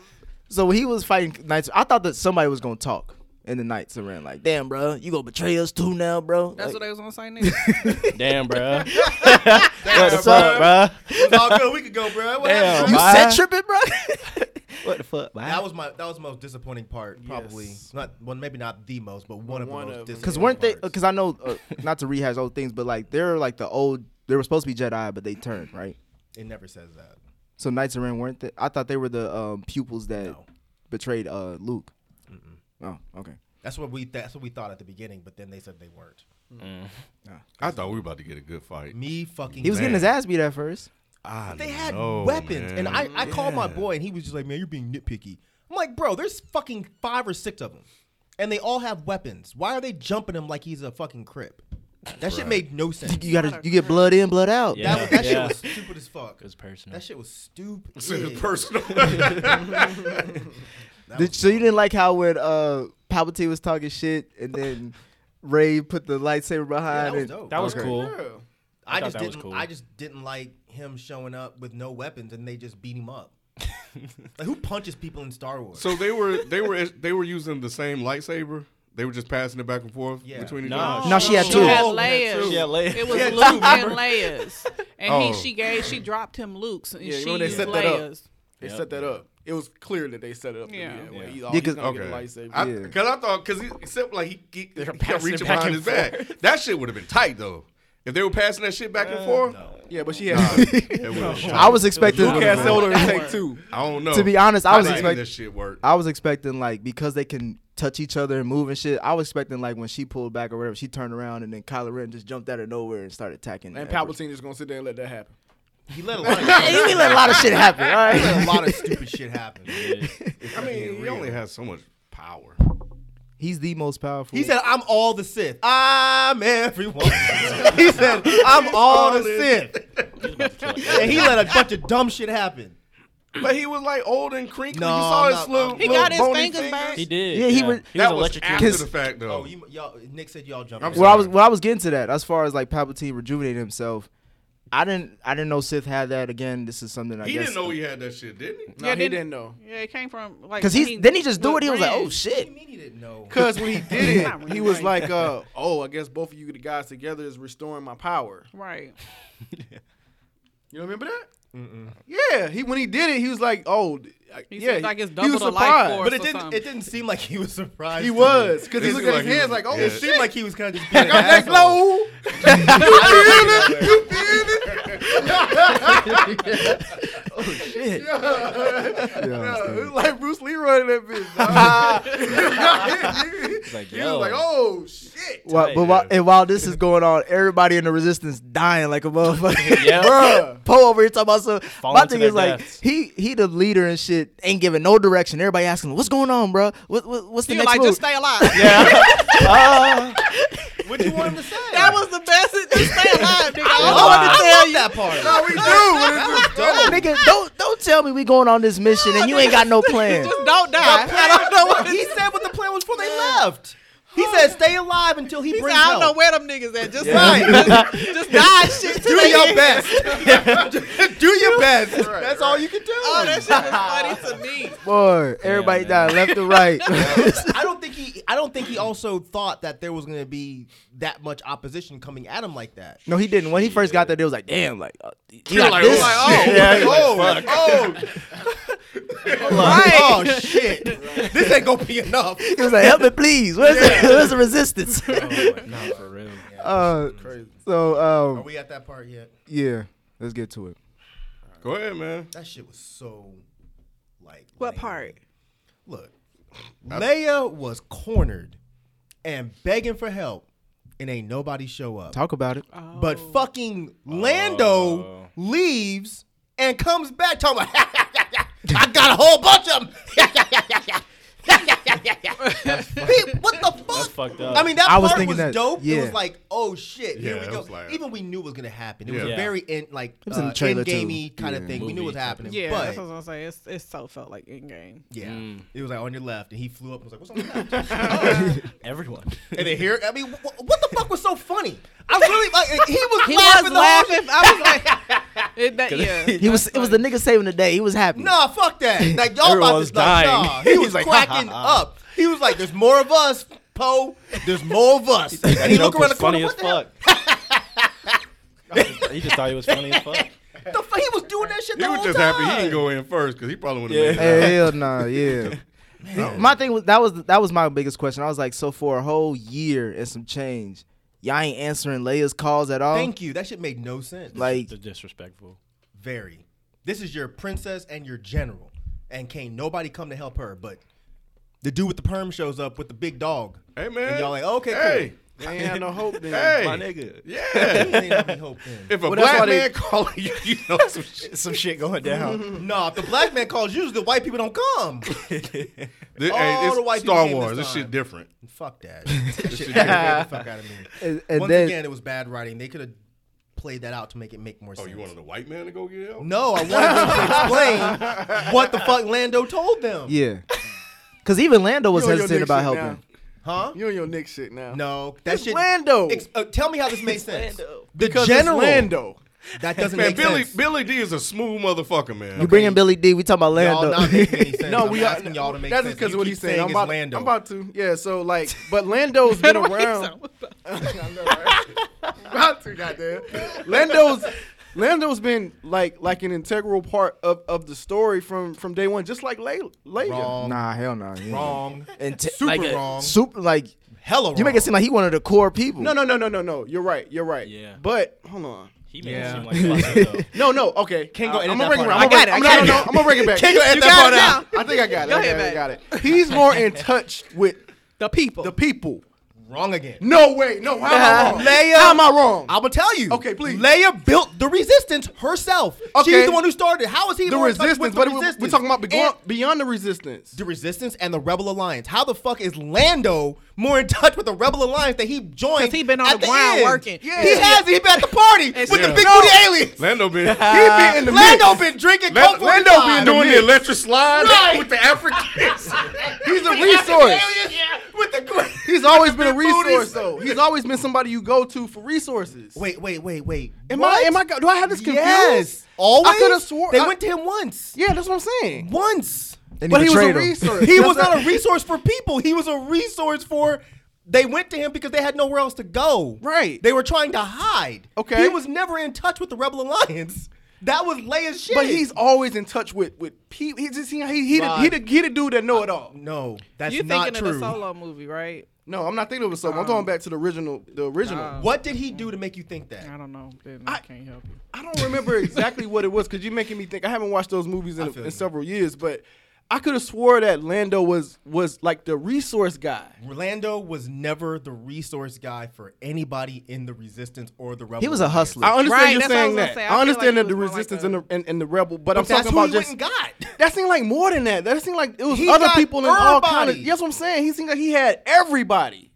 [SPEAKER 4] so when he was fighting Knights, I thought that somebody was gonna talk in the Knights of Ren. Like, damn, bro, you gonna betray us too now, bro?
[SPEAKER 8] That's
[SPEAKER 4] Like,
[SPEAKER 8] what I was gonna say next.
[SPEAKER 5] Damn, bro.
[SPEAKER 4] what's up, bro?
[SPEAKER 7] It's all good. We could go, bro. What
[SPEAKER 5] Damn.
[SPEAKER 7] happened,
[SPEAKER 4] You
[SPEAKER 7] bro?
[SPEAKER 5] Bye.
[SPEAKER 4] set tripping, bro? what the fuck?
[SPEAKER 7] That was my that was the most disappointing part, probably.
[SPEAKER 6] Yes.
[SPEAKER 7] Not well, maybe not the most, but one of
[SPEAKER 6] One
[SPEAKER 7] the most
[SPEAKER 6] of them.
[SPEAKER 7] disappointing.
[SPEAKER 4] Because weren't they?
[SPEAKER 7] parts.
[SPEAKER 4] Because I know, uh, not to rehash old things, but like they're like the old. They were supposed to be Jedi, but they turned right.
[SPEAKER 7] it never says that.
[SPEAKER 4] So Knights of Ren weren't. They, I thought they were the um, pupils that
[SPEAKER 7] No.
[SPEAKER 4] betrayed uh, Luke. Oh, okay.
[SPEAKER 7] That's what we that's what we thought at the beginning, but then they said they weren't.
[SPEAKER 2] I thought we were about to get a good fight.
[SPEAKER 7] Me fucking.
[SPEAKER 4] He was getting
[SPEAKER 7] mad.
[SPEAKER 4] his ass beat at first.
[SPEAKER 2] I
[SPEAKER 7] They had
[SPEAKER 2] know,
[SPEAKER 7] weapons, and I,
[SPEAKER 2] man.
[SPEAKER 7] I called my
[SPEAKER 2] Yeah.
[SPEAKER 7] boy, and he was just like, "Man, you're being nitpicky." I'm like, "Bro, there's fucking five or six of them, and they all have weapons. Why are they jumping him like he's a fucking crip?" That shit made no sense.
[SPEAKER 4] You gotta. You get blood in, blood out.
[SPEAKER 5] Yeah.
[SPEAKER 7] That, was, that
[SPEAKER 5] Yeah.
[SPEAKER 7] shit was stupid as fuck.
[SPEAKER 5] It was personal.
[SPEAKER 7] That shit was stupid.
[SPEAKER 2] It's in his personal.
[SPEAKER 7] That
[SPEAKER 4] Did,
[SPEAKER 7] was
[SPEAKER 4] so you
[SPEAKER 7] dumb.
[SPEAKER 4] didn't like how when uh, Palpatine was talking shit, and then Ray put the lightsaber
[SPEAKER 7] Yeah,
[SPEAKER 4] behind
[SPEAKER 7] that was
[SPEAKER 4] it.
[SPEAKER 7] dope.
[SPEAKER 5] That was
[SPEAKER 4] Okay.
[SPEAKER 5] cool.
[SPEAKER 6] Yeah.
[SPEAKER 7] I,
[SPEAKER 5] I thought
[SPEAKER 7] just
[SPEAKER 5] that was
[SPEAKER 7] didn't.
[SPEAKER 5] cool.
[SPEAKER 7] I just didn't like him showing up with no weapons, and they just beat him up. like who punches people in Star Wars?
[SPEAKER 2] so they were they were they were using the same lightsaber. They were just passing it back and forth
[SPEAKER 7] Yeah.
[SPEAKER 2] between each
[SPEAKER 5] Nah,
[SPEAKER 2] other.
[SPEAKER 4] No, she had
[SPEAKER 8] She
[SPEAKER 4] two.
[SPEAKER 8] had
[SPEAKER 7] Oh,
[SPEAKER 8] layers.
[SPEAKER 5] she had layers.
[SPEAKER 8] It was
[SPEAKER 7] Yeah,
[SPEAKER 8] Luke
[SPEAKER 7] two,
[SPEAKER 8] and
[SPEAKER 7] remember?
[SPEAKER 8] layers. And
[SPEAKER 2] Oh.
[SPEAKER 8] he she gave she dropped him Luke's and
[SPEAKER 6] Yeah,
[SPEAKER 8] she
[SPEAKER 6] remember they
[SPEAKER 8] used
[SPEAKER 6] set that up.
[SPEAKER 8] layers.
[SPEAKER 6] They
[SPEAKER 5] Yep.
[SPEAKER 6] set that up. It was clear that they set it up. to be
[SPEAKER 8] Yeah.
[SPEAKER 6] that way. He's,
[SPEAKER 4] Yeah,
[SPEAKER 6] always
[SPEAKER 4] 'cause-
[SPEAKER 6] gonna get a
[SPEAKER 2] Okay, because
[SPEAKER 6] lightsaber.
[SPEAKER 2] I,
[SPEAKER 4] Yeah.
[SPEAKER 2] 'cause I thought because he except like he, he, he kept
[SPEAKER 5] passing
[SPEAKER 2] reaching
[SPEAKER 5] it back
[SPEAKER 2] behind his
[SPEAKER 5] and
[SPEAKER 2] back. That shit would have been tight though. If they were passing that shit back and forth,
[SPEAKER 6] Yeah, but she had
[SPEAKER 2] it would have
[SPEAKER 4] I was expecting.
[SPEAKER 6] Luke had Zelda to take two.
[SPEAKER 2] I don't know.
[SPEAKER 4] To be honest, I was
[SPEAKER 2] How did
[SPEAKER 4] expect-
[SPEAKER 2] this shit work.
[SPEAKER 4] I was expecting like because they can touch each other and move and shit. I was expecting like when she pulled back or whatever, she turned around and then Kylo Ren just jumped out of nowhere and started attacking.
[SPEAKER 6] And
[SPEAKER 4] the Emperor.
[SPEAKER 6] Palpatine just gonna sit there and let that happen.
[SPEAKER 7] he let a lot of,
[SPEAKER 4] Hey, we let a lot of shit happen. All
[SPEAKER 7] he let
[SPEAKER 4] right,
[SPEAKER 7] a lot of stupid shit happen.
[SPEAKER 2] I mean, he only has so much power.
[SPEAKER 4] he's the most powerful.
[SPEAKER 7] He said, "I'm all the Sith. I'm everyone." he said, "I'm all the Sith,"
[SPEAKER 5] He was about to kill it.
[SPEAKER 7] and he let a bunch of dumb shit happen.
[SPEAKER 2] But he was like old and crinkly.
[SPEAKER 7] No,
[SPEAKER 2] you saw
[SPEAKER 7] I'm
[SPEAKER 2] his
[SPEAKER 7] not-
[SPEAKER 2] little,
[SPEAKER 8] He
[SPEAKER 2] little
[SPEAKER 8] got his
[SPEAKER 2] bony
[SPEAKER 8] fingers burnt.
[SPEAKER 5] He did.
[SPEAKER 4] Yeah, he was-
[SPEAKER 5] He
[SPEAKER 2] that
[SPEAKER 5] was
[SPEAKER 2] was
[SPEAKER 5] electrocuted.
[SPEAKER 2] after
[SPEAKER 4] Cause-
[SPEAKER 2] the fact though.
[SPEAKER 7] Oh, you, y'all. Nick said y'all jumped.
[SPEAKER 2] I'm
[SPEAKER 7] in.
[SPEAKER 4] Well, I was
[SPEAKER 2] Sorry.
[SPEAKER 4] well, I was getting to that as far as like Palpatine rejuvenating himself. I didn't I didn't know Sith had that again. This is something I
[SPEAKER 2] he
[SPEAKER 4] guess
[SPEAKER 2] didn't know he had that shit, didn't uh, he?
[SPEAKER 6] No,
[SPEAKER 8] Yeah,
[SPEAKER 6] he
[SPEAKER 8] didn't-
[SPEAKER 6] didn't know.
[SPEAKER 8] Yeah, it came from like
[SPEAKER 4] because
[SPEAKER 8] when
[SPEAKER 4] he then he just do
[SPEAKER 8] with
[SPEAKER 4] it. He was like, oh
[SPEAKER 8] friends.
[SPEAKER 7] What do you
[SPEAKER 4] shit.
[SPEAKER 7] mean he didn't know?
[SPEAKER 6] Cause when he did
[SPEAKER 8] Not
[SPEAKER 6] it,
[SPEAKER 8] really,
[SPEAKER 6] he was
[SPEAKER 8] right.
[SPEAKER 6] like, uh, "Oh, I guess both of you guys together is restoring my power."
[SPEAKER 8] Right.
[SPEAKER 6] You remember that? Yeah, he when he did it, he was like, "Oh, I-
[SPEAKER 8] He
[SPEAKER 6] yeah."
[SPEAKER 8] seems like it's
[SPEAKER 6] he
[SPEAKER 8] double
[SPEAKER 6] was
[SPEAKER 8] the life force.
[SPEAKER 7] But it
[SPEAKER 8] or
[SPEAKER 7] didn't.
[SPEAKER 8] something.
[SPEAKER 7] It didn't seem like he was surprised.
[SPEAKER 6] He
[SPEAKER 7] to me.
[SPEAKER 6] was because he
[SPEAKER 2] This
[SPEAKER 6] looked
[SPEAKER 2] is
[SPEAKER 6] at
[SPEAKER 2] like
[SPEAKER 6] his
[SPEAKER 2] he
[SPEAKER 6] hands
[SPEAKER 2] was-
[SPEAKER 6] like, "Oh
[SPEAKER 2] yeah.
[SPEAKER 7] It
[SPEAKER 6] shit,
[SPEAKER 7] seemed like he was kind of just being an
[SPEAKER 6] that's
[SPEAKER 7] asshole.
[SPEAKER 6] low."
[SPEAKER 4] Shit.
[SPEAKER 6] It was Oh, like Bruce Leroy in that bitch. dog.
[SPEAKER 5] He's like,
[SPEAKER 6] he was
[SPEAKER 5] yo.
[SPEAKER 6] like, "Oh shit."
[SPEAKER 4] While, but while, and while this is going on, everybody in the resistance dying like a motherfucker.
[SPEAKER 5] Yeah.
[SPEAKER 4] Bruh, Poe over here talking about some.
[SPEAKER 5] Falling
[SPEAKER 4] my
[SPEAKER 5] to
[SPEAKER 4] thing
[SPEAKER 5] their
[SPEAKER 4] is like
[SPEAKER 5] deaths.
[SPEAKER 4] he he the leader and shit ain't giving no direction. Everybody asking him, what's going on, bro? What, what what's the
[SPEAKER 8] He was
[SPEAKER 4] next
[SPEAKER 8] like,
[SPEAKER 4] move?
[SPEAKER 8] just stay alive.
[SPEAKER 7] What you want him to say?
[SPEAKER 8] That was the best. Just stay alive, nigga.
[SPEAKER 4] I
[SPEAKER 8] I was-
[SPEAKER 4] wanna tell you.
[SPEAKER 7] that part. No, we
[SPEAKER 4] Nigga, don't don't tell me we going on this mission and you ain't got no plan.
[SPEAKER 8] Just don't die. I don't know what
[SPEAKER 7] he said what the plan was before they left. He said, "Stay alive until he,
[SPEAKER 8] He said,
[SPEAKER 7] brings
[SPEAKER 8] I don't know
[SPEAKER 7] help.
[SPEAKER 8] where them niggas at. Just
[SPEAKER 7] Right.
[SPEAKER 8] just, just die shit.
[SPEAKER 7] Do your best. do your best. That's all you can do.
[SPEAKER 8] Oh, that shit was funny to me.
[SPEAKER 4] Boy, everybody
[SPEAKER 5] man.
[SPEAKER 4] died left and right.
[SPEAKER 7] I don't think he. I don't think he also thought that there was going to be that much opposition coming at him like that.
[SPEAKER 4] no, he didn't. When he first got there, they was like, damn, like, uh, you
[SPEAKER 2] He was
[SPEAKER 4] got
[SPEAKER 2] like,
[SPEAKER 4] this?
[SPEAKER 2] oh,
[SPEAKER 4] Yeah.
[SPEAKER 2] oh, oh,
[SPEAKER 7] Right. Oh shit. This ain't gonna be enough.
[SPEAKER 4] He was like, help me, please. Where's, the, where's the resistance?
[SPEAKER 7] Oh,
[SPEAKER 5] no, for real.
[SPEAKER 4] Uh, so,
[SPEAKER 7] Are
[SPEAKER 4] um,
[SPEAKER 7] we at that part yet?
[SPEAKER 4] yeah, let's get to it.
[SPEAKER 2] Go ahead, man.
[SPEAKER 7] That shit was so like.
[SPEAKER 8] What
[SPEAKER 7] lame.
[SPEAKER 8] part?
[SPEAKER 7] Look, Leia was cornered and begging for help, and ain't nobody show up.
[SPEAKER 4] Talk about it.
[SPEAKER 7] But
[SPEAKER 8] Oh.
[SPEAKER 7] fucking
[SPEAKER 2] Oh.
[SPEAKER 7] Lando leaves and comes back talking about, I got a whole bunch of them. what the fuck?
[SPEAKER 5] fucked up.
[SPEAKER 7] I mean, that
[SPEAKER 4] I was
[SPEAKER 7] part
[SPEAKER 4] thinking
[SPEAKER 7] was
[SPEAKER 4] that,
[SPEAKER 7] dope. It
[SPEAKER 4] yeah.
[SPEAKER 7] was like, oh shit, here
[SPEAKER 2] Yeah,
[SPEAKER 7] we
[SPEAKER 2] it
[SPEAKER 7] go.
[SPEAKER 2] was like-
[SPEAKER 7] Even we knew it was gonna happen. It was
[SPEAKER 2] Yeah.
[SPEAKER 7] a very in, like
[SPEAKER 4] was in
[SPEAKER 7] uh,
[SPEAKER 4] the trailer, too.
[SPEAKER 7] endgamey kind of
[SPEAKER 4] Yeah.
[SPEAKER 7] thing. We knew it was happening.
[SPEAKER 8] Yeah,
[SPEAKER 7] but
[SPEAKER 8] that's what I was gonna say. It's it's so felt like in game.
[SPEAKER 7] yeah,
[SPEAKER 2] Mm.
[SPEAKER 7] it was like on your left, and he flew up and was like, "What's on your left?"
[SPEAKER 5] Everyone.
[SPEAKER 7] and then here, I mean, wh- what the fuck was so funny? I really like he was
[SPEAKER 8] He
[SPEAKER 7] laughing.
[SPEAKER 8] was
[SPEAKER 7] the whole
[SPEAKER 8] laughing. I was like, it, that, yeah.
[SPEAKER 4] He was, it was the nigga saving the day. He was happy.
[SPEAKER 7] Nah, fuck that. Like y'all about
[SPEAKER 5] Everyone's
[SPEAKER 7] to like,
[SPEAKER 5] dying.
[SPEAKER 7] nah. He was quacking up. He was like, "There's more of us, Poe. There's more of us." And he look around the corner.
[SPEAKER 5] funny
[SPEAKER 7] What
[SPEAKER 5] as
[SPEAKER 7] the hell?
[SPEAKER 5] fuck. he just thought he was funny as fuck.
[SPEAKER 7] The fuck? He was doing that shit.
[SPEAKER 2] He
[SPEAKER 7] the
[SPEAKER 2] was
[SPEAKER 7] whole
[SPEAKER 2] just
[SPEAKER 7] time.
[SPEAKER 2] happy he didn't go in first because he probably would have
[SPEAKER 5] Yeah.
[SPEAKER 2] made it. out.
[SPEAKER 4] Hell nah, yeah. Uh, My thing was that was that was my biggest question. I was like, so for a whole year and some change, y'all ain't answering Leia's calls at all.
[SPEAKER 7] Thank you. That shit made no sense.
[SPEAKER 4] like,
[SPEAKER 5] It's disrespectful.
[SPEAKER 7] very. This is your princess and your general, and can't nobody come to help her. But the dude with the perm shows up with the big dog.
[SPEAKER 2] Hey, man.
[SPEAKER 7] And y'all like, okay,
[SPEAKER 2] Hey,
[SPEAKER 6] They ain't had no hope then.
[SPEAKER 2] hey,
[SPEAKER 5] nigga.
[SPEAKER 2] yeah.
[SPEAKER 7] cool. Ain't nobody hope then.
[SPEAKER 2] If a
[SPEAKER 6] that's why
[SPEAKER 2] black
[SPEAKER 6] they-
[SPEAKER 2] man calling you, you know some shit.
[SPEAKER 5] Some shit going down.
[SPEAKER 7] Nah, if the black man calls, usually the white people don't come.
[SPEAKER 2] This,
[SPEAKER 7] All
[SPEAKER 2] hey, it's
[SPEAKER 7] the white people
[SPEAKER 2] Star
[SPEAKER 7] came this
[SPEAKER 2] Wars. This
[SPEAKER 7] time.
[SPEAKER 2] shit different.
[SPEAKER 7] Fuck that. That shit aggravated the fuck out of me.
[SPEAKER 4] and, and
[SPEAKER 7] Once
[SPEAKER 4] then
[SPEAKER 7] again, it was bad writing. They could have played that out to make it make more
[SPEAKER 2] Oh,
[SPEAKER 7] sense.
[SPEAKER 2] you wanted a white man to go get help?
[SPEAKER 7] no, I wanted them to explain what the fuck Lando told them.
[SPEAKER 4] yeah, because even Lando was
[SPEAKER 6] You on your
[SPEAKER 4] hesitant
[SPEAKER 6] Nick
[SPEAKER 4] about
[SPEAKER 6] shit
[SPEAKER 4] helping.
[SPEAKER 7] Huh?
[SPEAKER 6] now. You on your Nick shit now?
[SPEAKER 7] No, that
[SPEAKER 6] It's
[SPEAKER 7] shit.
[SPEAKER 6] Lando.
[SPEAKER 7] Ex- uh, tell me how this made sense.
[SPEAKER 8] Lando.
[SPEAKER 7] The
[SPEAKER 6] because it's
[SPEAKER 7] general.
[SPEAKER 6] Lando.
[SPEAKER 7] That doesn't
[SPEAKER 2] Man,
[SPEAKER 7] make
[SPEAKER 2] Billy
[SPEAKER 7] sense.
[SPEAKER 2] Billy D is a smooth motherfucker, man.
[SPEAKER 4] You bringing Billy D? We talking about
[SPEAKER 7] Y'all
[SPEAKER 4] Lando?
[SPEAKER 7] not making any sense.
[SPEAKER 6] No,
[SPEAKER 7] I'm
[SPEAKER 6] we are.
[SPEAKER 7] asking y'all to make
[SPEAKER 6] that's
[SPEAKER 7] sense.
[SPEAKER 6] because
[SPEAKER 7] You
[SPEAKER 6] of what
[SPEAKER 7] keep
[SPEAKER 6] he's saying. I'm
[SPEAKER 7] it's
[SPEAKER 6] about,
[SPEAKER 7] Lando.
[SPEAKER 6] I'm about to. Yeah. So like, but Lando's been around. about to, goddamn. Lando's Lando's been like like an integral part of, of the story from from day one, just like Layla. Leia.
[SPEAKER 7] Wrong.
[SPEAKER 4] nah, hell no. yeah.
[SPEAKER 7] Wrong.
[SPEAKER 4] And t-
[SPEAKER 7] Super
[SPEAKER 4] like,
[SPEAKER 7] wrong.
[SPEAKER 4] super like
[SPEAKER 7] Hella wrong.
[SPEAKER 4] you make it seem like he one of the core people.
[SPEAKER 6] No, no, no, no, no, no. You're right. You're right.
[SPEAKER 5] Yeah.
[SPEAKER 6] But hold on.
[SPEAKER 5] He made it seem like fuck,
[SPEAKER 6] No,
[SPEAKER 5] though.
[SPEAKER 6] no. Okay.
[SPEAKER 7] Can't go
[SPEAKER 6] I,
[SPEAKER 7] edit
[SPEAKER 6] I'm
[SPEAKER 7] that
[SPEAKER 6] gonna bring it.
[SPEAKER 7] part
[SPEAKER 6] around.
[SPEAKER 7] out.
[SPEAKER 6] I'm
[SPEAKER 7] I
[SPEAKER 6] gonna
[SPEAKER 7] got
[SPEAKER 6] bring
[SPEAKER 7] it, I
[SPEAKER 6] it. No, no,
[SPEAKER 7] got it.
[SPEAKER 6] no, I'm gonna bring it back.
[SPEAKER 7] Can't go edit
[SPEAKER 6] You
[SPEAKER 7] that
[SPEAKER 6] got
[SPEAKER 7] part
[SPEAKER 6] it
[SPEAKER 7] out.
[SPEAKER 6] now. I think I got it.
[SPEAKER 8] Go
[SPEAKER 6] I got
[SPEAKER 8] ahead,
[SPEAKER 6] it, I
[SPEAKER 8] babe.
[SPEAKER 6] got it. He's more in touch with
[SPEAKER 8] The people.
[SPEAKER 6] the people.
[SPEAKER 7] wrong again.
[SPEAKER 4] No way. No, how am
[SPEAKER 6] Uh,
[SPEAKER 4] I wrong?
[SPEAKER 7] Leia,
[SPEAKER 4] How am I wrong?
[SPEAKER 7] I'm gonna tell you.
[SPEAKER 4] Okay, please.
[SPEAKER 7] Leia built the resistance herself.
[SPEAKER 4] Okay.
[SPEAKER 7] She's the one who started. How is he
[SPEAKER 4] the
[SPEAKER 7] more in touch
[SPEAKER 4] resistance,
[SPEAKER 7] with the
[SPEAKER 4] but we-
[SPEAKER 7] resistance?
[SPEAKER 4] we're talking about beyond,
[SPEAKER 7] And-
[SPEAKER 4] beyond the resistance.
[SPEAKER 7] the resistance and the Rebel Alliance. How the fuck is Lando more in touch with the Rebel Alliance that he joined?
[SPEAKER 8] 'Cause he been on
[SPEAKER 7] at
[SPEAKER 8] the ground
[SPEAKER 7] end?
[SPEAKER 8] working.
[SPEAKER 7] He
[SPEAKER 8] Yeah.
[SPEAKER 7] has. He been at the party with the big booty aliens.
[SPEAKER 2] Lando been
[SPEAKER 4] he be in the
[SPEAKER 7] Lando
[SPEAKER 4] mix.
[SPEAKER 7] been drinking
[SPEAKER 2] Lan-
[SPEAKER 7] Coke for
[SPEAKER 2] Lando
[SPEAKER 7] five.
[SPEAKER 2] been doing the electric slide
[SPEAKER 7] Right.
[SPEAKER 2] with the Africans.
[SPEAKER 4] He's a
[SPEAKER 7] African
[SPEAKER 4] resource.
[SPEAKER 7] aliens with the great-
[SPEAKER 4] He's always been a
[SPEAKER 7] with the big
[SPEAKER 4] resource,
[SPEAKER 7] booties.
[SPEAKER 4] though. He's always been somebody you go to for resources.
[SPEAKER 7] Wait, wait, wait, wait.
[SPEAKER 4] am
[SPEAKER 7] What?
[SPEAKER 4] I? Am I? Do I have this confused?
[SPEAKER 7] Yes. Always.
[SPEAKER 4] I could have swore.
[SPEAKER 7] they
[SPEAKER 4] I-
[SPEAKER 7] went to him once.
[SPEAKER 4] Yeah, that's what I'm saying.
[SPEAKER 7] Once.
[SPEAKER 10] And
[SPEAKER 4] But he was a
[SPEAKER 10] betrayed him.
[SPEAKER 4] resource.
[SPEAKER 7] He
[SPEAKER 4] That's
[SPEAKER 7] was
[SPEAKER 4] not-
[SPEAKER 7] not a resource for people. He was a resource for. They went to him because they had nowhere else to go.
[SPEAKER 4] Right.
[SPEAKER 7] They were trying to hide.
[SPEAKER 4] Okay.
[SPEAKER 7] He was never in touch with the Rebel Alliance. That was Leia's shit.
[SPEAKER 4] But he's always in touch with with people. He just he he he, the, he, the, he the dude that know it all.
[SPEAKER 7] no. That's
[SPEAKER 8] You
[SPEAKER 7] not
[SPEAKER 8] thinking
[SPEAKER 7] true.
[SPEAKER 8] of the solo movie, right?
[SPEAKER 4] No, I'm not thinking of a song. I'm talking back to the original. The original.
[SPEAKER 7] What did he do to make you think that?
[SPEAKER 8] I don't know. Then I, can't help you.
[SPEAKER 4] I don't remember exactly what it was because you're making me think. I haven't watched those movies in, in several years, but I could have swore that Lando was was like the resource guy.
[SPEAKER 7] Orlando was never the resource guy for anybody in the Resistance or the Rebel.
[SPEAKER 10] He was a
[SPEAKER 7] Alliance.
[SPEAKER 10] hustler.
[SPEAKER 4] I understand
[SPEAKER 8] Right,
[SPEAKER 4] you're
[SPEAKER 8] that's what I
[SPEAKER 4] saying
[SPEAKER 8] was gonna
[SPEAKER 4] that.
[SPEAKER 8] say. I
[SPEAKER 4] I,
[SPEAKER 8] feel
[SPEAKER 4] understand
[SPEAKER 8] like
[SPEAKER 4] that the
[SPEAKER 8] he was more like
[SPEAKER 4] resistance
[SPEAKER 8] a-
[SPEAKER 4] and, the, and, and the rebel, but, I'm
[SPEAKER 7] But that's
[SPEAKER 4] talking about
[SPEAKER 7] who he
[SPEAKER 4] just
[SPEAKER 7] went and got.
[SPEAKER 4] that seemed like more than that. That seemed like it was
[SPEAKER 7] He
[SPEAKER 4] other
[SPEAKER 7] got
[SPEAKER 4] people in all kind of.
[SPEAKER 7] everybody.
[SPEAKER 4] Yes, what I'm saying. He seemed like he had everybody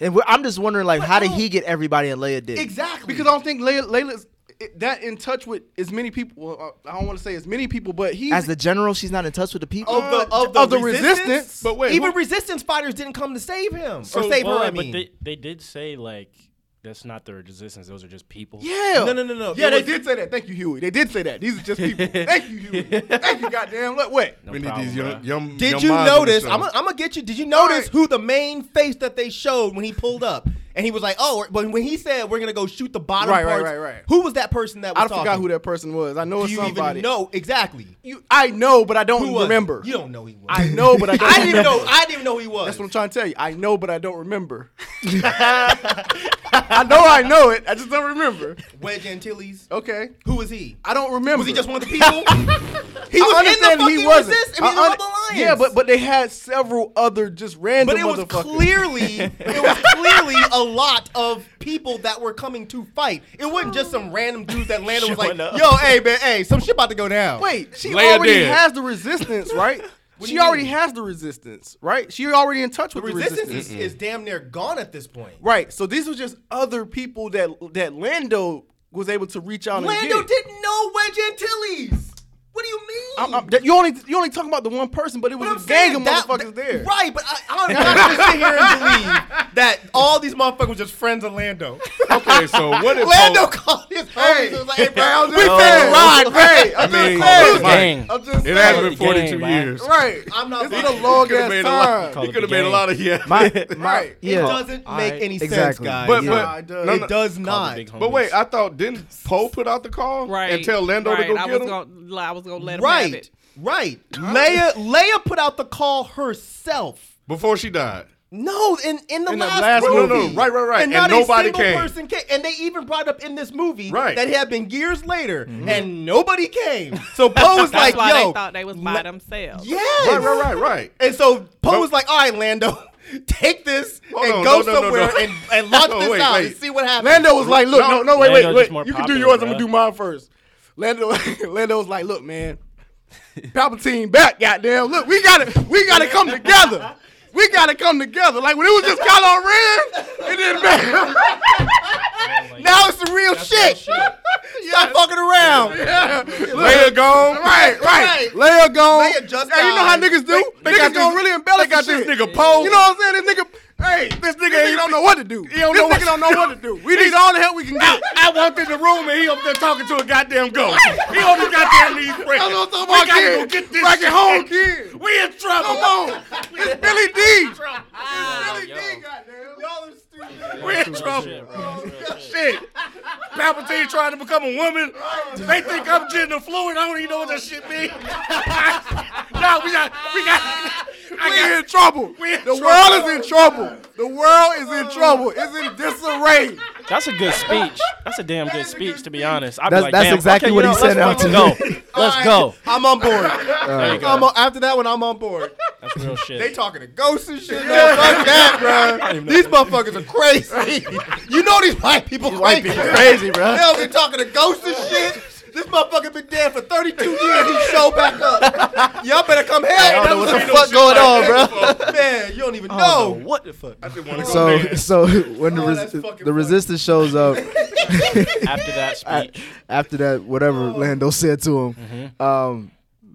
[SPEAKER 10] And we- I'm just wondering, like, how did he get everybody and Leia did?
[SPEAKER 7] Exactly.
[SPEAKER 4] because I don't think Layla, Layla's it- that in touch with as many people. well, I I don't want to say as many people, but he
[SPEAKER 10] As the general, she's not in touch with the people.
[SPEAKER 7] of the of the,
[SPEAKER 4] of the
[SPEAKER 7] resistance,
[SPEAKER 4] resistance?
[SPEAKER 2] But wait,
[SPEAKER 7] even
[SPEAKER 2] who-
[SPEAKER 7] resistance fighters didn't come to save him
[SPEAKER 2] So-
[SPEAKER 7] or save
[SPEAKER 5] Well,
[SPEAKER 7] her. I
[SPEAKER 5] right,
[SPEAKER 7] mean,
[SPEAKER 5] but they, they did say like that's not the resistance; those are just people.
[SPEAKER 4] Yeah.
[SPEAKER 7] No, no, no, no.
[SPEAKER 4] Yeah,
[SPEAKER 7] It
[SPEAKER 4] they
[SPEAKER 7] was-
[SPEAKER 4] did say that. Thank you, Huey. They did say that. These are just people. Thank you, Huey. Thank you, goddamn. Look, wait.
[SPEAKER 5] No
[SPEAKER 2] we need
[SPEAKER 5] problem,
[SPEAKER 2] these young,
[SPEAKER 5] bruh.
[SPEAKER 2] young
[SPEAKER 7] did
[SPEAKER 2] young
[SPEAKER 7] you
[SPEAKER 2] minds on
[SPEAKER 7] notice?
[SPEAKER 2] the show.
[SPEAKER 7] I'm gonna get you. Did you notice
[SPEAKER 4] right.
[SPEAKER 7] who the main face that they showed when he pulled up? And he was like, "Oh," but when he said we're gonna go shoot the bottom
[SPEAKER 4] Right, right,
[SPEAKER 7] parts,
[SPEAKER 4] right, right.
[SPEAKER 7] who was that person that was
[SPEAKER 4] I forgot
[SPEAKER 7] talking?
[SPEAKER 4] who that person was. I know
[SPEAKER 7] Do
[SPEAKER 4] it's
[SPEAKER 7] you
[SPEAKER 4] somebody.
[SPEAKER 7] even know exactly?
[SPEAKER 4] You, I know, but I don't
[SPEAKER 7] Who was it?
[SPEAKER 4] remember.
[SPEAKER 7] You don't know he was.
[SPEAKER 4] I know, but I don't
[SPEAKER 7] I didn't even
[SPEAKER 4] remember.
[SPEAKER 7] know. I didn't even know he was.
[SPEAKER 4] That's what I'm trying to tell you. I know, but I don't remember. I know I know it. I just don't remember.
[SPEAKER 7] Wedge Antilles.
[SPEAKER 4] Okay.
[SPEAKER 7] Who was he?
[SPEAKER 4] I don't remember.
[SPEAKER 7] Was he just one of the people? he
[SPEAKER 4] I
[SPEAKER 7] was in the
[SPEAKER 4] understand
[SPEAKER 7] fucking
[SPEAKER 4] he wasn't.
[SPEAKER 7] resist. I mean,
[SPEAKER 4] I
[SPEAKER 7] the
[SPEAKER 4] un-
[SPEAKER 7] Rebel Alliance.
[SPEAKER 4] Yeah, but but they had several other just random
[SPEAKER 7] But it was
[SPEAKER 4] motherfuckers.
[SPEAKER 7] clearly, it was clearly a lot of people that were coming to fight. It wasn't just some random dudes that Lando was like, "Yo, hey man, hey, some shit about to go down."
[SPEAKER 4] Wait, she
[SPEAKER 2] Leia
[SPEAKER 4] already
[SPEAKER 2] dead.
[SPEAKER 4] has the resistance, right?
[SPEAKER 7] do
[SPEAKER 4] she
[SPEAKER 7] you
[SPEAKER 4] already
[SPEAKER 7] mean?
[SPEAKER 4] has the resistance, right? She already in touch
[SPEAKER 7] the
[SPEAKER 4] with the
[SPEAKER 7] resistance,
[SPEAKER 4] resistance.
[SPEAKER 7] Is, is damn near gone at this point.
[SPEAKER 4] Right. So these were just other people that that Lando was able to reach out and
[SPEAKER 7] Lando
[SPEAKER 4] get.
[SPEAKER 7] didn't know Wedge Antilles. What do you mean?
[SPEAKER 4] I'm- I'm- that- you only you only talking about the one person, but it was
[SPEAKER 7] But
[SPEAKER 4] a
[SPEAKER 7] I'm
[SPEAKER 4] gang
[SPEAKER 7] saying
[SPEAKER 4] of
[SPEAKER 7] that-
[SPEAKER 4] motherfuckers
[SPEAKER 7] that-
[SPEAKER 4] there.
[SPEAKER 7] Right, but I, I'm not gonna sit here and believe that all these motherfuckers were just friends of Lando.
[SPEAKER 2] okay, so what if
[SPEAKER 7] Lando
[SPEAKER 2] Poe-
[SPEAKER 7] called his homies and was like, "Hey, bro,
[SPEAKER 4] we finna ride, right?
[SPEAKER 2] I
[SPEAKER 4] I'm
[SPEAKER 2] mean,
[SPEAKER 4] just saying.
[SPEAKER 5] Gang.
[SPEAKER 4] I'm just
[SPEAKER 2] it
[SPEAKER 4] saying.
[SPEAKER 2] has been 42
[SPEAKER 5] Gang, man.
[SPEAKER 2] years.
[SPEAKER 4] Right.
[SPEAKER 7] I'm not
[SPEAKER 4] It's been
[SPEAKER 7] fucking-
[SPEAKER 4] a long
[SPEAKER 2] He coulda
[SPEAKER 4] ass
[SPEAKER 2] made a lot-
[SPEAKER 4] time.
[SPEAKER 5] Call
[SPEAKER 2] He
[SPEAKER 5] it
[SPEAKER 2] could have
[SPEAKER 5] the
[SPEAKER 2] made a
[SPEAKER 5] gang.
[SPEAKER 2] lot of yeah.
[SPEAKER 10] my, my,
[SPEAKER 7] It
[SPEAKER 10] yeah.
[SPEAKER 7] doesn't make any sense,
[SPEAKER 10] Exactly.
[SPEAKER 7] guys.
[SPEAKER 2] But-
[SPEAKER 10] yeah.
[SPEAKER 2] but-
[SPEAKER 4] Nah, it does.
[SPEAKER 2] No,
[SPEAKER 7] it
[SPEAKER 2] no.
[SPEAKER 7] does
[SPEAKER 5] Called
[SPEAKER 7] not.
[SPEAKER 5] the big
[SPEAKER 2] But wait,
[SPEAKER 5] homies.
[SPEAKER 2] I thought didn't Poe put out the call
[SPEAKER 8] Right.
[SPEAKER 2] and tell Lando
[SPEAKER 8] right.
[SPEAKER 2] to
[SPEAKER 8] I
[SPEAKER 2] go get
[SPEAKER 8] was
[SPEAKER 2] him?
[SPEAKER 8] Gonna, I was gonna let him have
[SPEAKER 7] Right,
[SPEAKER 8] it.
[SPEAKER 7] right. Leia, Leia put out the call herself.
[SPEAKER 2] Before she died.
[SPEAKER 7] No, in in the
[SPEAKER 4] In the
[SPEAKER 7] last,
[SPEAKER 4] last
[SPEAKER 7] movie.
[SPEAKER 4] movie. No, no,
[SPEAKER 2] right, right, right.
[SPEAKER 7] And,
[SPEAKER 2] And
[SPEAKER 7] not
[SPEAKER 2] nobody
[SPEAKER 7] a single
[SPEAKER 2] came.
[SPEAKER 7] person came. And they even brought up in this movie
[SPEAKER 2] Right. Mm-hmm.
[SPEAKER 7] that it had been years later, and nobody came. So Poe was like,
[SPEAKER 8] That's why
[SPEAKER 7] "Yo,
[SPEAKER 8] they thought they was by
[SPEAKER 7] Le-
[SPEAKER 8] themselves.
[SPEAKER 7] yes,
[SPEAKER 2] Right, right, right, right.
[SPEAKER 7] And so Poe
[SPEAKER 2] Well-
[SPEAKER 7] was like, "All right, Lando, take this
[SPEAKER 2] Hold
[SPEAKER 7] and
[SPEAKER 2] on,
[SPEAKER 7] go
[SPEAKER 2] no, no, no,
[SPEAKER 7] somewhere
[SPEAKER 2] no.
[SPEAKER 7] And, and launch
[SPEAKER 2] No,
[SPEAKER 7] this
[SPEAKER 2] wait,
[SPEAKER 7] out
[SPEAKER 2] wait.
[SPEAKER 7] and see what happens."
[SPEAKER 4] Lando was like, look, no, no, wait, wait,
[SPEAKER 5] Lando's
[SPEAKER 4] wait.
[SPEAKER 5] just more
[SPEAKER 4] You can do
[SPEAKER 5] popular,
[SPEAKER 4] yours. I'm
[SPEAKER 5] bruh.
[SPEAKER 4] gonna do mine first. Lando, Lando was like, look, man, Palpatine back, goddamn. Look, we gotta, we gotta come together. We gotta come together. Like when it was just Kylo Ren, it didn't matter.
[SPEAKER 7] now it's the real shit. Stop fucking around.
[SPEAKER 2] Leia gone.
[SPEAKER 4] Right, right. Leia gone.
[SPEAKER 7] Leia just
[SPEAKER 4] hey, you know how
[SPEAKER 7] died.
[SPEAKER 4] niggas do?
[SPEAKER 2] They- they
[SPEAKER 4] niggas
[SPEAKER 2] got
[SPEAKER 4] gonna
[SPEAKER 2] this-
[SPEAKER 4] really embellish
[SPEAKER 2] they got
[SPEAKER 4] the
[SPEAKER 2] this
[SPEAKER 4] shit.
[SPEAKER 2] nigga Poe.
[SPEAKER 4] You know what I'm saying? This nigga, hey, this nigga, he don't know what to do. He
[SPEAKER 2] don't
[SPEAKER 4] this
[SPEAKER 2] know what
[SPEAKER 4] nigga don't know what to do. We need all the help we can get.
[SPEAKER 2] I walked in the room and he up there talking to a goddamn ghost. He on his goddamn knees praying.
[SPEAKER 4] That's what I'm talking
[SPEAKER 2] We
[SPEAKER 4] about,
[SPEAKER 2] gotta
[SPEAKER 4] kid.
[SPEAKER 2] go get this
[SPEAKER 4] Rock it
[SPEAKER 2] shit.
[SPEAKER 4] home, kid.
[SPEAKER 2] We in trouble.
[SPEAKER 4] Come on. It's Billy D. Billy D,
[SPEAKER 2] We in trouble. Shit. Palpatine trying to become a woman. They think I'm gender fluid. I don't even know what that shit means. no, we got, we got, I
[SPEAKER 4] We in
[SPEAKER 2] got,
[SPEAKER 4] trouble.
[SPEAKER 2] We in
[SPEAKER 4] the
[SPEAKER 2] trouble.
[SPEAKER 4] world is in trouble. The world is in trouble. It's in disarray.
[SPEAKER 5] That's a good speech. That's a damn good speech, to be honest. I'd
[SPEAKER 10] That's-
[SPEAKER 5] be like,
[SPEAKER 10] that's
[SPEAKER 5] damn,
[SPEAKER 10] exactly
[SPEAKER 5] okay,
[SPEAKER 10] what
[SPEAKER 5] you
[SPEAKER 10] he
[SPEAKER 5] know,
[SPEAKER 10] set
[SPEAKER 5] let's
[SPEAKER 10] out to
[SPEAKER 5] fucking go. Let's go.
[SPEAKER 7] I'm on board.
[SPEAKER 5] There you
[SPEAKER 7] I'm
[SPEAKER 5] go.
[SPEAKER 7] on- after that one, I'm on board.
[SPEAKER 5] That's real shit.
[SPEAKER 6] They talking to ghosts and shit. No, fuck that, bro. These motherfuckers are crazy. You know these white people
[SPEAKER 4] White
[SPEAKER 6] crazy.
[SPEAKER 4] people crazy, bro.
[SPEAKER 6] Hell, they talking to ghosts and shit. This motherfucker been dead for 32 years. He show back up. Y'all better come
[SPEAKER 4] I don't
[SPEAKER 6] hell.
[SPEAKER 4] know what the fuck going on, bro.
[SPEAKER 6] Man, you don't even know.
[SPEAKER 7] what the fuck?
[SPEAKER 4] So, so when the,
[SPEAKER 6] Oh,
[SPEAKER 4] res-
[SPEAKER 6] that's
[SPEAKER 4] the
[SPEAKER 6] fucking funny.
[SPEAKER 4] resistance shows up
[SPEAKER 5] After that speech,
[SPEAKER 4] after that, whatever
[SPEAKER 2] Oh.
[SPEAKER 4] Lando said to him,
[SPEAKER 2] Mm-hmm.
[SPEAKER 4] um,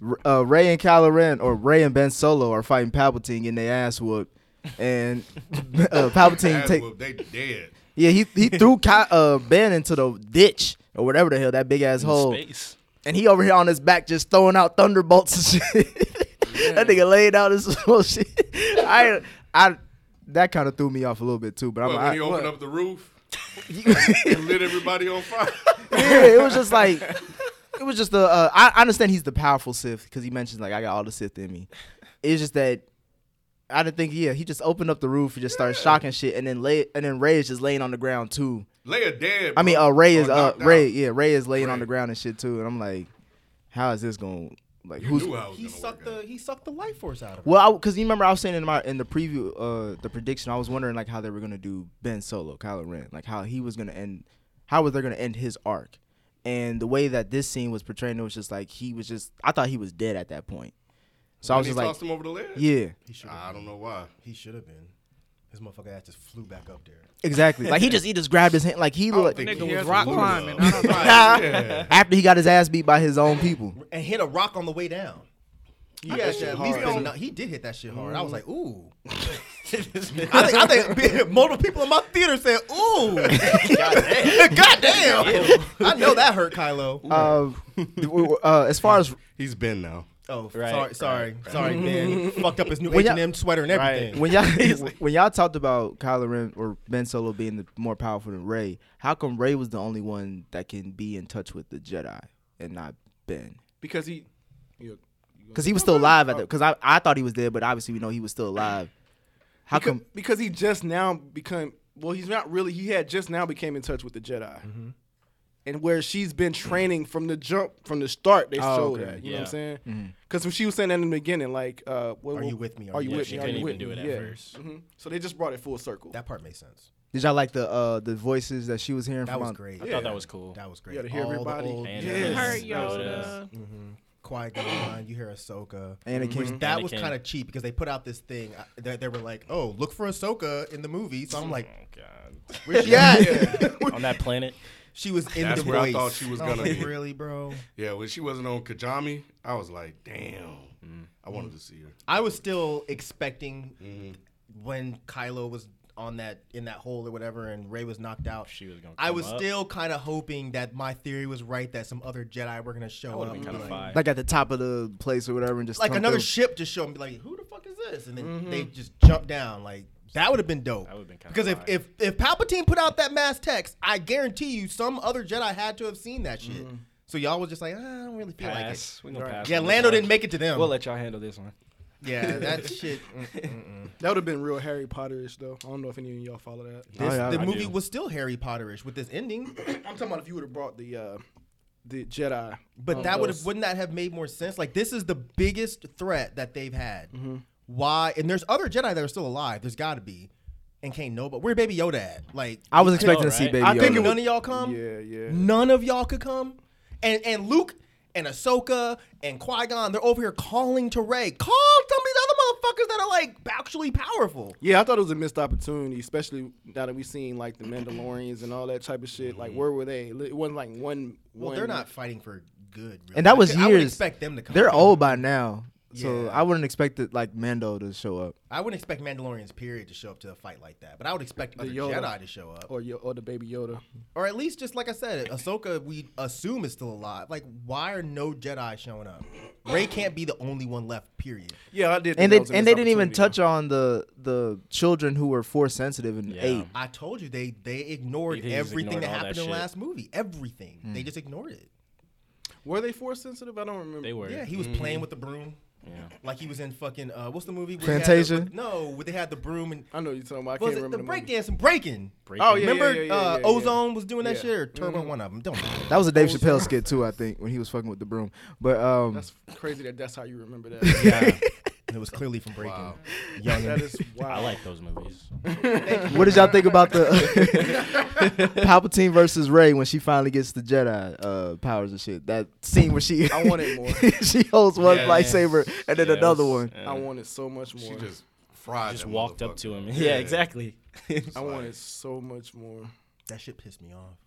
[SPEAKER 4] R- uh, Ray and Kylo Ren or Ray and Ben Solo are fighting Palpatine getting their ass whooped, and uh, Palpatine
[SPEAKER 2] Ass
[SPEAKER 4] take
[SPEAKER 2] whoop, they dead.
[SPEAKER 4] yeah he he threw Ky- uh, Ben into the ditch or whatever the hell that big ass hole,
[SPEAKER 5] space.
[SPEAKER 4] and he over here on his back just throwing out thunderbolts and shit. that nigga laid out his bullshit. I I that kind of threw me off a little bit too, but I'm
[SPEAKER 2] But
[SPEAKER 4] I-
[SPEAKER 2] when he opened up the roof and lit everybody on fire.
[SPEAKER 4] yeah, it was just like it was just the. Uh, I, I understand he's the powerful Sith because he mentions like I got all the Sith in me. It's just that I didn't think. Yeah, he just opened up the roof and just started shocking shit, and then lay and then Ray is just laying on the ground too.
[SPEAKER 2] Leia dead.
[SPEAKER 4] I mean,
[SPEAKER 2] bro.
[SPEAKER 4] uh, Ray is
[SPEAKER 2] Or
[SPEAKER 4] uh,
[SPEAKER 2] knocked out.
[SPEAKER 4] Ray. Yeah, Ray is laying on
[SPEAKER 2] Ray.
[SPEAKER 4] the ground and shit too, and I'm like, how is this going? Like
[SPEAKER 2] You
[SPEAKER 4] who's
[SPEAKER 2] knew I was
[SPEAKER 7] He
[SPEAKER 2] gonna
[SPEAKER 7] sucked
[SPEAKER 2] work
[SPEAKER 7] the he sucked the life force out of him.
[SPEAKER 4] well, because you remember I was saying in my in the preview, uh, the prediction, I was wondering like how they were gonna do Ben Solo, Kylo Ren, like how he was gonna end, how was they gonna end his arc, and the way that this scene was portraying, it was just like he was just, I thought he was dead at that point, so I
[SPEAKER 2] When
[SPEAKER 4] was
[SPEAKER 2] he
[SPEAKER 4] just like,
[SPEAKER 2] tossed him over the ledge.
[SPEAKER 4] yeah,
[SPEAKER 7] He should
[SPEAKER 2] I
[SPEAKER 7] have.
[SPEAKER 2] don't know why.
[SPEAKER 7] He should have been. His motherfucker ass just flew back up there.
[SPEAKER 4] exactly, like he just he just grabbed his hand, like he looked
[SPEAKER 2] think
[SPEAKER 8] Nigga
[SPEAKER 2] he
[SPEAKER 8] was
[SPEAKER 2] has a
[SPEAKER 8] rock
[SPEAKER 2] clue,
[SPEAKER 8] climbing.
[SPEAKER 2] though.
[SPEAKER 8] I don't know.
[SPEAKER 2] Right, yeah.
[SPEAKER 4] after he got his ass beat by his own people.
[SPEAKER 7] And hit a rock on the way down. You got shit at least been no- he did hit that shit hard. I was like, ooh. I think, I think multiple people in my theater said, "Ooh, goddamn, goddamn!" I know that hurt Kylo.
[SPEAKER 4] Uh, we were- uh, as far as
[SPEAKER 2] He's been now.
[SPEAKER 7] Oh,
[SPEAKER 5] Right,
[SPEAKER 7] sorry,
[SPEAKER 5] right,
[SPEAKER 7] sorry, sorry, man. Fucked up his new
[SPEAKER 4] When
[SPEAKER 7] H
[SPEAKER 4] y'all-
[SPEAKER 7] and M sweater and everything.
[SPEAKER 4] when y'all when y'all talked about Kylo Ren or Ben Solo being the more powerful than Ray, how come Ray was the only one that can be in touch with the Jedi and not Ben?
[SPEAKER 6] Because he. you-
[SPEAKER 4] Because he was still alive at that. Because I, I thought he was dead, but obviously we know he was still alive. How
[SPEAKER 6] Because,
[SPEAKER 4] come?
[SPEAKER 6] because he just now become well, he's not really. He had just now became in touch with the Jedi,
[SPEAKER 4] Mm-hmm.
[SPEAKER 6] and where she's been training from the jump, from the start. They
[SPEAKER 4] Oh,
[SPEAKER 6] showed
[SPEAKER 4] okay. Mm-hmm.
[SPEAKER 6] that. You know what
[SPEAKER 5] Yeah.
[SPEAKER 6] I'm saying? Because when she was saying that in the beginning, like, uh, what,
[SPEAKER 7] Are
[SPEAKER 6] what-
[SPEAKER 7] you with me?
[SPEAKER 6] Are you
[SPEAKER 5] Yeah,
[SPEAKER 6] with
[SPEAKER 5] she
[SPEAKER 6] me? Are
[SPEAKER 5] couldn't
[SPEAKER 6] you
[SPEAKER 5] even
[SPEAKER 6] with
[SPEAKER 5] do
[SPEAKER 6] me?
[SPEAKER 5] it at
[SPEAKER 6] yeah.
[SPEAKER 5] first.
[SPEAKER 6] Mhm. So they just brought it full circle.
[SPEAKER 7] That part made sense.
[SPEAKER 4] Did y'all like the uh the voices that she was hearing
[SPEAKER 7] That
[SPEAKER 4] from?
[SPEAKER 7] was
[SPEAKER 4] on-
[SPEAKER 7] great.
[SPEAKER 5] I thought that was cool.
[SPEAKER 7] That was great.
[SPEAKER 6] You gotta hear
[SPEAKER 7] All the
[SPEAKER 6] everybody.
[SPEAKER 7] old-
[SPEAKER 5] And
[SPEAKER 6] Yes.
[SPEAKER 5] it
[SPEAKER 8] Heard uh,
[SPEAKER 5] was- that was-
[SPEAKER 8] Yoda.
[SPEAKER 7] Qui Gon, you hear Ahsoka.
[SPEAKER 4] Anakin.
[SPEAKER 7] Which that was
[SPEAKER 5] Anakin.
[SPEAKER 7] kind of cheap because they put out this thing uh, that they were like, "Oh, look for Ahsoka in the movie." So I'm like,
[SPEAKER 5] God.
[SPEAKER 7] "Where's she at?"
[SPEAKER 5] On that planet,
[SPEAKER 7] she was in
[SPEAKER 2] That's
[SPEAKER 7] the
[SPEAKER 2] where I
[SPEAKER 7] voice.
[SPEAKER 2] thought she was
[SPEAKER 7] And I
[SPEAKER 2] gonna
[SPEAKER 7] Oh, like,
[SPEAKER 2] be.
[SPEAKER 7] really, bro.
[SPEAKER 2] Yeah, when she wasn't on Kajami, I was like, damn.
[SPEAKER 5] Mm.
[SPEAKER 2] I wanted to see her.
[SPEAKER 7] I was still expecting
[SPEAKER 5] Mm-hmm.
[SPEAKER 7] when Kylo was on that in that hole or whatever, and Ray was knocked out.
[SPEAKER 5] she was gonna.
[SPEAKER 7] I
[SPEAKER 5] come
[SPEAKER 7] was
[SPEAKER 5] up.
[SPEAKER 7] still kind of hoping that my theory was right that some other Jedi were gonna show up,
[SPEAKER 5] Would've been
[SPEAKER 7] and
[SPEAKER 5] kinda
[SPEAKER 7] be like,
[SPEAKER 5] fire.
[SPEAKER 4] Like at the top of the place or whatever, and just
[SPEAKER 7] like
[SPEAKER 4] come
[SPEAKER 7] another
[SPEAKER 4] through?
[SPEAKER 7] ship just show and be like, "Who the fuck is this?" And then they just jump down. Like that would have been dope.
[SPEAKER 5] Mm-hmm. That would've been kinda
[SPEAKER 7] because if,
[SPEAKER 5] fire.
[SPEAKER 7] if if Palpatine put out that mass text, I guarantee you some other Jedi had to have seen that shit. So y'all was just like, ah, "I don't really feel
[SPEAKER 5] Mm-hmm. pass. we gonna
[SPEAKER 7] like
[SPEAKER 5] pass.
[SPEAKER 7] it." Yeah,
[SPEAKER 5] on this
[SPEAKER 7] Lando
[SPEAKER 5] one.
[SPEAKER 7] didn't make it to them.
[SPEAKER 5] We'll let y'all handle this one.
[SPEAKER 7] yeah, that shit. mm.
[SPEAKER 6] That would have been real Harry Potterish though. I don't know if any of y'all follow that.
[SPEAKER 7] This,
[SPEAKER 4] yeah,
[SPEAKER 7] the
[SPEAKER 4] I
[SPEAKER 7] movie
[SPEAKER 5] do.
[SPEAKER 7] was still Harry Potterish with this ending,
[SPEAKER 2] Oh,
[SPEAKER 6] I'm talking about if you would have brought the uh, the Jedi,
[SPEAKER 7] but
[SPEAKER 6] um,
[SPEAKER 7] that would have
[SPEAKER 6] those-
[SPEAKER 7] wouldn't that have made more sense? Like this is the biggest threat that they've had. Why? And there's other Jedi that are still alive. There's got to be. And can't know, but where Baby Yoda at? Like
[SPEAKER 4] I was expecting
[SPEAKER 5] know,
[SPEAKER 4] to see
[SPEAKER 5] right?
[SPEAKER 4] Baby
[SPEAKER 6] I think
[SPEAKER 4] Yoda.
[SPEAKER 6] it
[SPEAKER 7] none of y'all come.
[SPEAKER 6] Yeah, yeah.
[SPEAKER 7] None of y'all could come. And and Luke and Ahsoka and Qui Gon, they're over here calling to Ray. Call some of these other motherfuckers that are like actually powerful.
[SPEAKER 6] Yeah, I thought it was a missed opportunity, especially now that we've seen like the Mandalorians and all that type of shit. Like, where were they? It wasn't like one.
[SPEAKER 7] Well,
[SPEAKER 6] one
[SPEAKER 7] they're not fighting for good. Really.
[SPEAKER 4] and that was
[SPEAKER 7] I
[SPEAKER 4] years.
[SPEAKER 7] could- I would expect them to come.
[SPEAKER 4] They're old by now, so
[SPEAKER 7] Yeah.
[SPEAKER 4] I wouldn't expect it like Mando to show up.
[SPEAKER 7] I wouldn't expect Mandalorians period to show up to a fight like that, but I would expect other
[SPEAKER 6] Yoda.
[SPEAKER 7] Jedi to show up, or,
[SPEAKER 6] Or, Yo- or the baby Yoda.
[SPEAKER 7] at least just like I said, Ahsoka we assume is still alive. Like, why are no Jedi showing up? Ray can't be the only one left. Period.
[SPEAKER 6] Yeah, I did.
[SPEAKER 4] And they and they didn't even touch on the the children who were force sensitive and
[SPEAKER 5] Yeah.
[SPEAKER 4] eight.
[SPEAKER 7] I told you they they ignored
[SPEAKER 5] They just
[SPEAKER 7] everything
[SPEAKER 5] ignored
[SPEAKER 7] that
[SPEAKER 5] all that
[SPEAKER 7] happened in the
[SPEAKER 5] shit.
[SPEAKER 7] last movie. Everything. They
[SPEAKER 4] Mm.
[SPEAKER 7] just ignored it.
[SPEAKER 6] Were they force sensitive? I don't remember.
[SPEAKER 5] They were.
[SPEAKER 7] Yeah, he was
[SPEAKER 5] Mm-hmm.
[SPEAKER 7] playing with the broom. Like he was in fucking uh, what's the movie? where they had the-
[SPEAKER 4] Fantasia?
[SPEAKER 7] with- no, where they had the broom and
[SPEAKER 6] I know you're talking about. I
[SPEAKER 7] was
[SPEAKER 6] can't
[SPEAKER 7] it
[SPEAKER 6] remember
[SPEAKER 7] the
[SPEAKER 6] movie.
[SPEAKER 7] breakdance and breaking.
[SPEAKER 6] Oh yeah,
[SPEAKER 7] Remember
[SPEAKER 6] yeah, yeah,
[SPEAKER 7] uh,
[SPEAKER 6] yeah, yeah.
[SPEAKER 7] Ozone was doing that
[SPEAKER 6] Yeah.
[SPEAKER 7] shit or Turbo, one of them. Don't. remember.
[SPEAKER 4] That was a Dave Chappelle skit too, I think, when he was fucking with the broom. But um,
[SPEAKER 6] That's crazy that that's how you remember that.
[SPEAKER 5] Yeah.
[SPEAKER 7] and it was clearly from Breaking. Young
[SPEAKER 9] That
[SPEAKER 7] and-
[SPEAKER 9] is wild.
[SPEAKER 5] I like those movies.
[SPEAKER 4] What did y'all think about the Palpatine versus Ray when she finally gets the Jedi uh, powers and shit? That scene where she
[SPEAKER 9] I want it more.
[SPEAKER 4] she holds one
[SPEAKER 9] Yeah.
[SPEAKER 4] lightsaber and then
[SPEAKER 5] Yeah, it
[SPEAKER 4] another
[SPEAKER 5] was-
[SPEAKER 4] one.
[SPEAKER 5] yeah.
[SPEAKER 9] I want it so much
[SPEAKER 2] She
[SPEAKER 9] more.
[SPEAKER 2] just fried.
[SPEAKER 5] just
[SPEAKER 2] that
[SPEAKER 5] walked up
[SPEAKER 2] motherfucker.
[SPEAKER 5] to him. Yeah, exactly.
[SPEAKER 9] I want it so much more.
[SPEAKER 7] that shit pissed me off.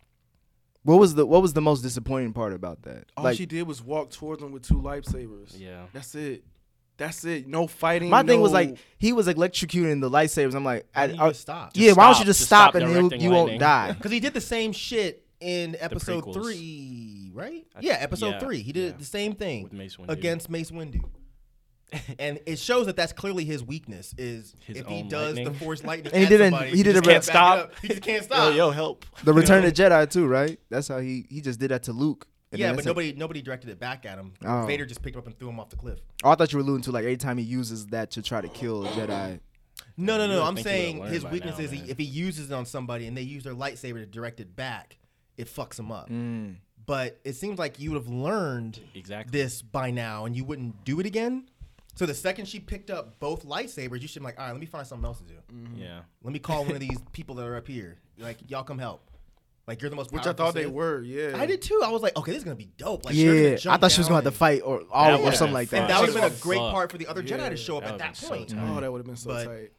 [SPEAKER 4] What was the what was the most disappointing part about that?
[SPEAKER 9] All
[SPEAKER 4] like
[SPEAKER 9] Oh, she did was walk towards him with two lightsabers.
[SPEAKER 5] Yeah.
[SPEAKER 9] That's it. That's it. No fighting.
[SPEAKER 4] my thing was
[SPEAKER 9] no-
[SPEAKER 4] like he was electrocuting the lightsabers. I'm like, I,
[SPEAKER 7] Why didn't
[SPEAKER 4] I-
[SPEAKER 7] you just stop?
[SPEAKER 4] yeah, why don't
[SPEAKER 5] stop.
[SPEAKER 4] you just
[SPEAKER 5] Just
[SPEAKER 4] stop,
[SPEAKER 5] stop
[SPEAKER 4] and you,
[SPEAKER 5] directing
[SPEAKER 4] you won't
[SPEAKER 5] lightning.
[SPEAKER 4] die?
[SPEAKER 7] Because he did the same shit in episode
[SPEAKER 5] prequels.
[SPEAKER 7] three, right? Yeah, episode
[SPEAKER 5] Yeah,
[SPEAKER 7] three. He did
[SPEAKER 5] yeah.
[SPEAKER 7] the same thing
[SPEAKER 5] With Mace Windu.
[SPEAKER 7] against Mace Windu. and it shows that that's clearly his weakness is
[SPEAKER 5] His
[SPEAKER 7] if he
[SPEAKER 5] own
[SPEAKER 7] does
[SPEAKER 5] lightning.
[SPEAKER 7] the force lightning.
[SPEAKER 4] And he
[SPEAKER 7] at
[SPEAKER 4] didn't-
[SPEAKER 7] somebody,
[SPEAKER 4] he didn't
[SPEAKER 7] just can't
[SPEAKER 5] re-
[SPEAKER 7] back it
[SPEAKER 5] stop.
[SPEAKER 7] up. He just can't stop.
[SPEAKER 5] help.
[SPEAKER 4] The Return of Jedi too, right? That's how he he just did that to Luke. And
[SPEAKER 7] Yeah,
[SPEAKER 4] then
[SPEAKER 7] but
[SPEAKER 4] that's it.
[SPEAKER 7] nobody nobody directed it back at him.
[SPEAKER 4] Oh.
[SPEAKER 7] Vader just picked him up and threw him off the cliff.
[SPEAKER 4] Oh, I thought you were alluding to like every time he uses that to try to kill a Jedi.
[SPEAKER 7] No, no,
[SPEAKER 5] you
[SPEAKER 7] no.
[SPEAKER 5] would
[SPEAKER 7] I'm
[SPEAKER 5] think he would've
[SPEAKER 7] saying
[SPEAKER 5] learned
[SPEAKER 7] his
[SPEAKER 5] by
[SPEAKER 7] weakness
[SPEAKER 5] now,
[SPEAKER 7] is he,
[SPEAKER 5] man.
[SPEAKER 7] if he uses it on somebody and they use their lightsaber to direct it back, it fucks him up. But it seems like you would have learned
[SPEAKER 5] Mm. Exactly.
[SPEAKER 7] this by now, and you wouldn't do it again. So the second she picked up both lightsabers, you should be like, all right, let me find something else to do.
[SPEAKER 5] Yeah.
[SPEAKER 7] Let me call one of these people that are up here. Like, y'all come help. Like you're the most.
[SPEAKER 9] which I
[SPEAKER 7] powerful
[SPEAKER 9] thought they
[SPEAKER 7] Sith.
[SPEAKER 9] were. Yeah,
[SPEAKER 7] I did too. I was like, okay, this is gonna be dope. Like, she's gonna
[SPEAKER 4] yeah, I
[SPEAKER 7] jump
[SPEAKER 4] thought she was
[SPEAKER 7] down
[SPEAKER 4] gonna have to
[SPEAKER 7] and-
[SPEAKER 4] fight or all
[SPEAKER 5] would've
[SPEAKER 4] or something
[SPEAKER 5] been
[SPEAKER 4] like
[SPEAKER 5] fun.
[SPEAKER 4] that.
[SPEAKER 7] And that
[SPEAKER 5] She
[SPEAKER 7] would have been a
[SPEAKER 5] was
[SPEAKER 7] great
[SPEAKER 5] fucked.
[SPEAKER 7] part for the other Jedi to show up
[SPEAKER 5] That
[SPEAKER 7] at
[SPEAKER 5] would've
[SPEAKER 7] that
[SPEAKER 5] been so
[SPEAKER 7] point.
[SPEAKER 5] tight.
[SPEAKER 9] Oh, that would have been so
[SPEAKER 7] But-
[SPEAKER 9] tight.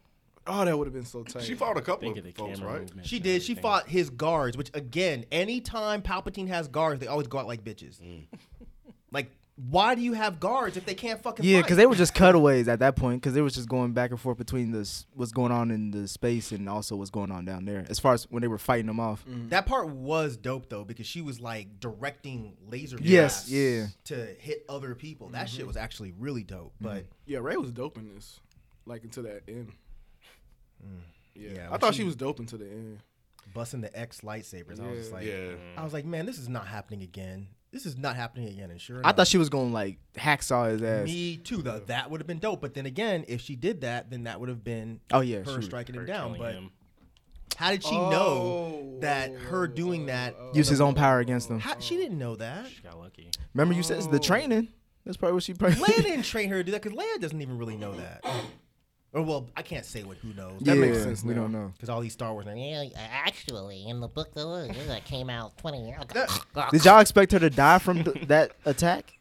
[SPEAKER 9] Oh, that would have been so tight.
[SPEAKER 2] She fought a couple
[SPEAKER 5] Think of
[SPEAKER 2] of
[SPEAKER 5] the
[SPEAKER 2] folks,
[SPEAKER 5] camera
[SPEAKER 2] right?
[SPEAKER 5] movement.
[SPEAKER 7] She
[SPEAKER 5] and
[SPEAKER 7] did. She
[SPEAKER 5] everything.
[SPEAKER 7] fought his guards, which again, anytime Palpatine has guards, they always go out like bitches.
[SPEAKER 5] Mm.
[SPEAKER 7] like, why do you have guards if they can't fucking?
[SPEAKER 4] Yeah,
[SPEAKER 7] because
[SPEAKER 4] because they were just cutaways at that point. Because they was just going back and forth between this what's going on in the space and also what's going on down there. As far as when they were fighting them off,
[SPEAKER 5] Mm.
[SPEAKER 7] that part was dope though because she was like directing laser.
[SPEAKER 4] Yes,
[SPEAKER 7] blasts
[SPEAKER 4] yeah.
[SPEAKER 7] To hit other people, that shit
[SPEAKER 5] Mm-hmm.
[SPEAKER 7] was actually really dope. But
[SPEAKER 9] Yeah, Ray was dope in this, like until that end.
[SPEAKER 5] Mm.
[SPEAKER 9] Yeah,
[SPEAKER 7] Yeah,
[SPEAKER 9] I
[SPEAKER 7] when
[SPEAKER 9] thought
[SPEAKER 7] she-
[SPEAKER 9] she was dope until the end.
[SPEAKER 7] busting the X lightsabers, I was just like,
[SPEAKER 2] Yeah,
[SPEAKER 7] I was like, man, this is not happening again. This is not happening again. And sure,
[SPEAKER 4] I
[SPEAKER 7] enough,
[SPEAKER 4] thought she was going to like hacksaw his ass.
[SPEAKER 7] Me too. Though that would have been dope. But then again, if she did that, then that would have been
[SPEAKER 4] Oh, yeah,
[SPEAKER 7] her
[SPEAKER 4] shoot.
[SPEAKER 7] striking him
[SPEAKER 5] Her
[SPEAKER 7] down.
[SPEAKER 5] killing
[SPEAKER 7] But
[SPEAKER 5] him.
[SPEAKER 7] how did she know that
[SPEAKER 5] Oh.
[SPEAKER 7] her doing that?
[SPEAKER 4] Use his own power against them.
[SPEAKER 7] How, she didn't know that.
[SPEAKER 5] She got lucky.
[SPEAKER 4] Remember, you said it's the training. That's probably what she probably.
[SPEAKER 7] Leia didn't train her to do that because Leia doesn't even really know that. Or well, I can't say what who knows.
[SPEAKER 4] yeah,
[SPEAKER 7] That makes
[SPEAKER 9] sense
[SPEAKER 4] We
[SPEAKER 9] now.
[SPEAKER 4] don't know.
[SPEAKER 7] because all these Star Wars.
[SPEAKER 11] Yeah, actually, in the book that, was- that came out 20 years ago.
[SPEAKER 7] Ah.
[SPEAKER 4] Did y'all expect her to die from th- that attack?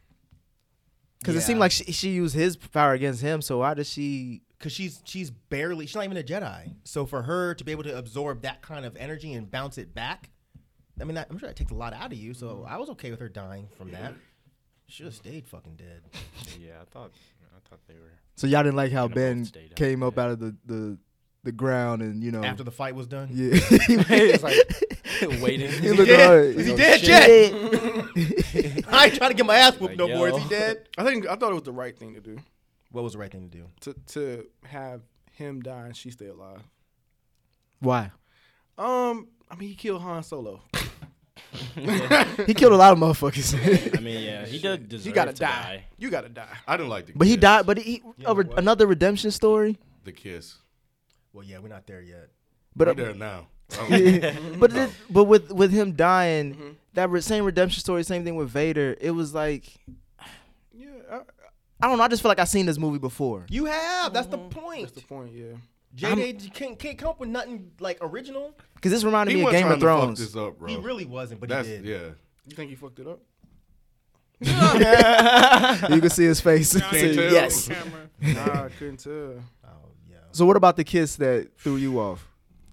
[SPEAKER 4] Because it
[SPEAKER 7] Yeah.
[SPEAKER 4] seemed like she, she used his power against him. So why did she?
[SPEAKER 7] because she's she's barely she's not even a Jedi. So for her to be able to absorb that kind of energy and bounce it back, I mean, that, I'm sure that takes a lot out of you. So I was okay with her dying from that. Should have stayed fucking dead.
[SPEAKER 5] Yeah, I thought. I thought they were.
[SPEAKER 4] So y'all didn't like how
[SPEAKER 5] both
[SPEAKER 4] Ben
[SPEAKER 5] stayed up,
[SPEAKER 4] came up out of the the, the ground and you know.
[SPEAKER 7] After the fight was done,
[SPEAKER 4] Um, yeah, he "Oh, was
[SPEAKER 5] Waiting.
[SPEAKER 4] he looked hard.
[SPEAKER 7] Is he dead yet? I ain't trying to get my ass whooped no
[SPEAKER 5] Like,
[SPEAKER 7] more. Is
[SPEAKER 5] yo.
[SPEAKER 7] he dead?
[SPEAKER 9] I think I thought it was the right thing to do
[SPEAKER 7] What was the right thing to do?
[SPEAKER 9] to to have him die and she stay alive.
[SPEAKER 4] Why?
[SPEAKER 9] Um, I mean, he killed Han Solo.
[SPEAKER 4] He killed a lot of motherfuckers.
[SPEAKER 5] I mean, yeah, he did deserve
[SPEAKER 9] You gotta
[SPEAKER 5] to
[SPEAKER 9] die. You gotta die.
[SPEAKER 2] I didn't like the.
[SPEAKER 4] but he
[SPEAKER 2] kiss.
[SPEAKER 4] died. But he a re- another redemption story.
[SPEAKER 2] The kiss.
[SPEAKER 7] Well, yeah, we're not there yet.
[SPEAKER 4] But
[SPEAKER 2] We're
[SPEAKER 4] uh,
[SPEAKER 2] there now.
[SPEAKER 4] but it, but with with him dying,
[SPEAKER 7] Mm-hmm.
[SPEAKER 4] that re- same redemption story, same thing with Vader. It was like
[SPEAKER 9] Yeah, I,
[SPEAKER 4] I don't know. I just feel like I've seen this movie before.
[SPEAKER 7] You have. That's the
[SPEAKER 9] that's
[SPEAKER 7] point.
[SPEAKER 9] the point. Yeah,
[SPEAKER 7] Jada can't, can't come up with nothing like original.
[SPEAKER 4] Because this reminded
[SPEAKER 2] He
[SPEAKER 4] me of
[SPEAKER 2] wasn't
[SPEAKER 4] Game of
[SPEAKER 2] trying to fuck
[SPEAKER 4] Thrones.
[SPEAKER 2] this up, bro.
[SPEAKER 7] He really wasn't, but
[SPEAKER 2] That's
[SPEAKER 7] he did.
[SPEAKER 2] yeah.
[SPEAKER 9] you think he fucked it up?
[SPEAKER 4] you can see his face.
[SPEAKER 2] Can't tell.
[SPEAKER 4] yes.
[SPEAKER 8] Camera.
[SPEAKER 9] Nah, I couldn't tell.
[SPEAKER 7] Oh, yeah.
[SPEAKER 4] So what about the kiss that threw you off?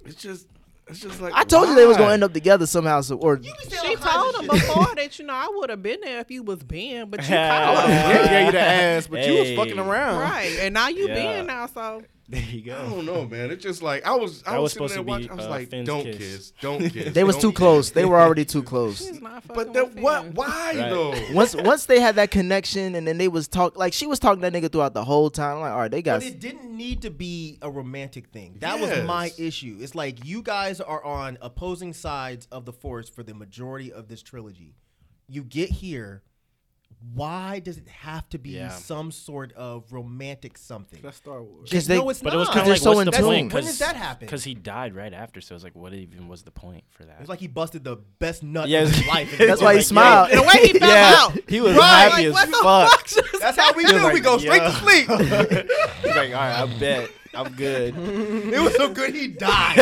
[SPEAKER 9] It's just, it's just like
[SPEAKER 4] I told you they was gonna
[SPEAKER 9] why?
[SPEAKER 4] end up together somehow. So, or
[SPEAKER 8] She told him before that you know I would have been there if you was Ben, but you
[SPEAKER 5] Yeah.
[SPEAKER 8] called him.
[SPEAKER 9] Yeah, yeah, you the ass, but you was
[SPEAKER 5] Hey.
[SPEAKER 9] fucking around.
[SPEAKER 8] right, and now you
[SPEAKER 5] Yeah.
[SPEAKER 8] Ben now. So
[SPEAKER 5] There you
[SPEAKER 2] I
[SPEAKER 5] go.
[SPEAKER 2] don't know, man. It's just like I was. I was,
[SPEAKER 5] That was
[SPEAKER 2] sitting
[SPEAKER 5] supposed
[SPEAKER 2] there
[SPEAKER 5] to be,
[SPEAKER 2] watching. I was
[SPEAKER 5] uh,
[SPEAKER 2] like,
[SPEAKER 5] Finn's
[SPEAKER 2] don't kiss.
[SPEAKER 5] kiss.
[SPEAKER 2] don't kiss.
[SPEAKER 4] they was
[SPEAKER 2] don't
[SPEAKER 4] too
[SPEAKER 2] kiss.
[SPEAKER 4] close. They were already too close.
[SPEAKER 8] she's not fucking.
[SPEAKER 2] But that
[SPEAKER 8] with
[SPEAKER 2] what?
[SPEAKER 8] him.
[SPEAKER 2] Why
[SPEAKER 5] Right.
[SPEAKER 2] though?
[SPEAKER 4] Once once they had that connection, and then they was talk like she was talking to that nigga throughout the whole time. I'm like, all right, they got
[SPEAKER 7] But it didn't need to be a romantic thing. That was my
[SPEAKER 2] Yes.
[SPEAKER 7] issue. It's like you guys are on opposing sides of the force for the majority of this trilogy. You get here. Why does it have to be
[SPEAKER 5] Yeah.
[SPEAKER 7] some sort of romantic something?
[SPEAKER 9] That's Star Wars.
[SPEAKER 4] because they
[SPEAKER 7] no, it's oh,
[SPEAKER 5] But
[SPEAKER 7] not.
[SPEAKER 5] it was
[SPEAKER 4] Because
[SPEAKER 5] kind of
[SPEAKER 4] they're
[SPEAKER 5] like,
[SPEAKER 4] so in
[SPEAKER 5] what's the
[SPEAKER 4] tune.
[SPEAKER 5] point?
[SPEAKER 7] When did that happen?
[SPEAKER 5] Because he died right after, so it's like, what even was the point for that?
[SPEAKER 7] It was like he busted the best nut
[SPEAKER 5] Yeah,
[SPEAKER 7] of his
[SPEAKER 5] it's-
[SPEAKER 7] life.
[SPEAKER 4] That's why he smiled.
[SPEAKER 8] The way he fell out.
[SPEAKER 5] he was
[SPEAKER 8] Right,
[SPEAKER 5] happy
[SPEAKER 8] like,
[SPEAKER 5] as
[SPEAKER 8] what the
[SPEAKER 5] fuck.
[SPEAKER 8] fuck just
[SPEAKER 7] That's how we do. we go straight to sleep.
[SPEAKER 4] He's like, all right, I bet I'm good.
[SPEAKER 7] It was so good he died.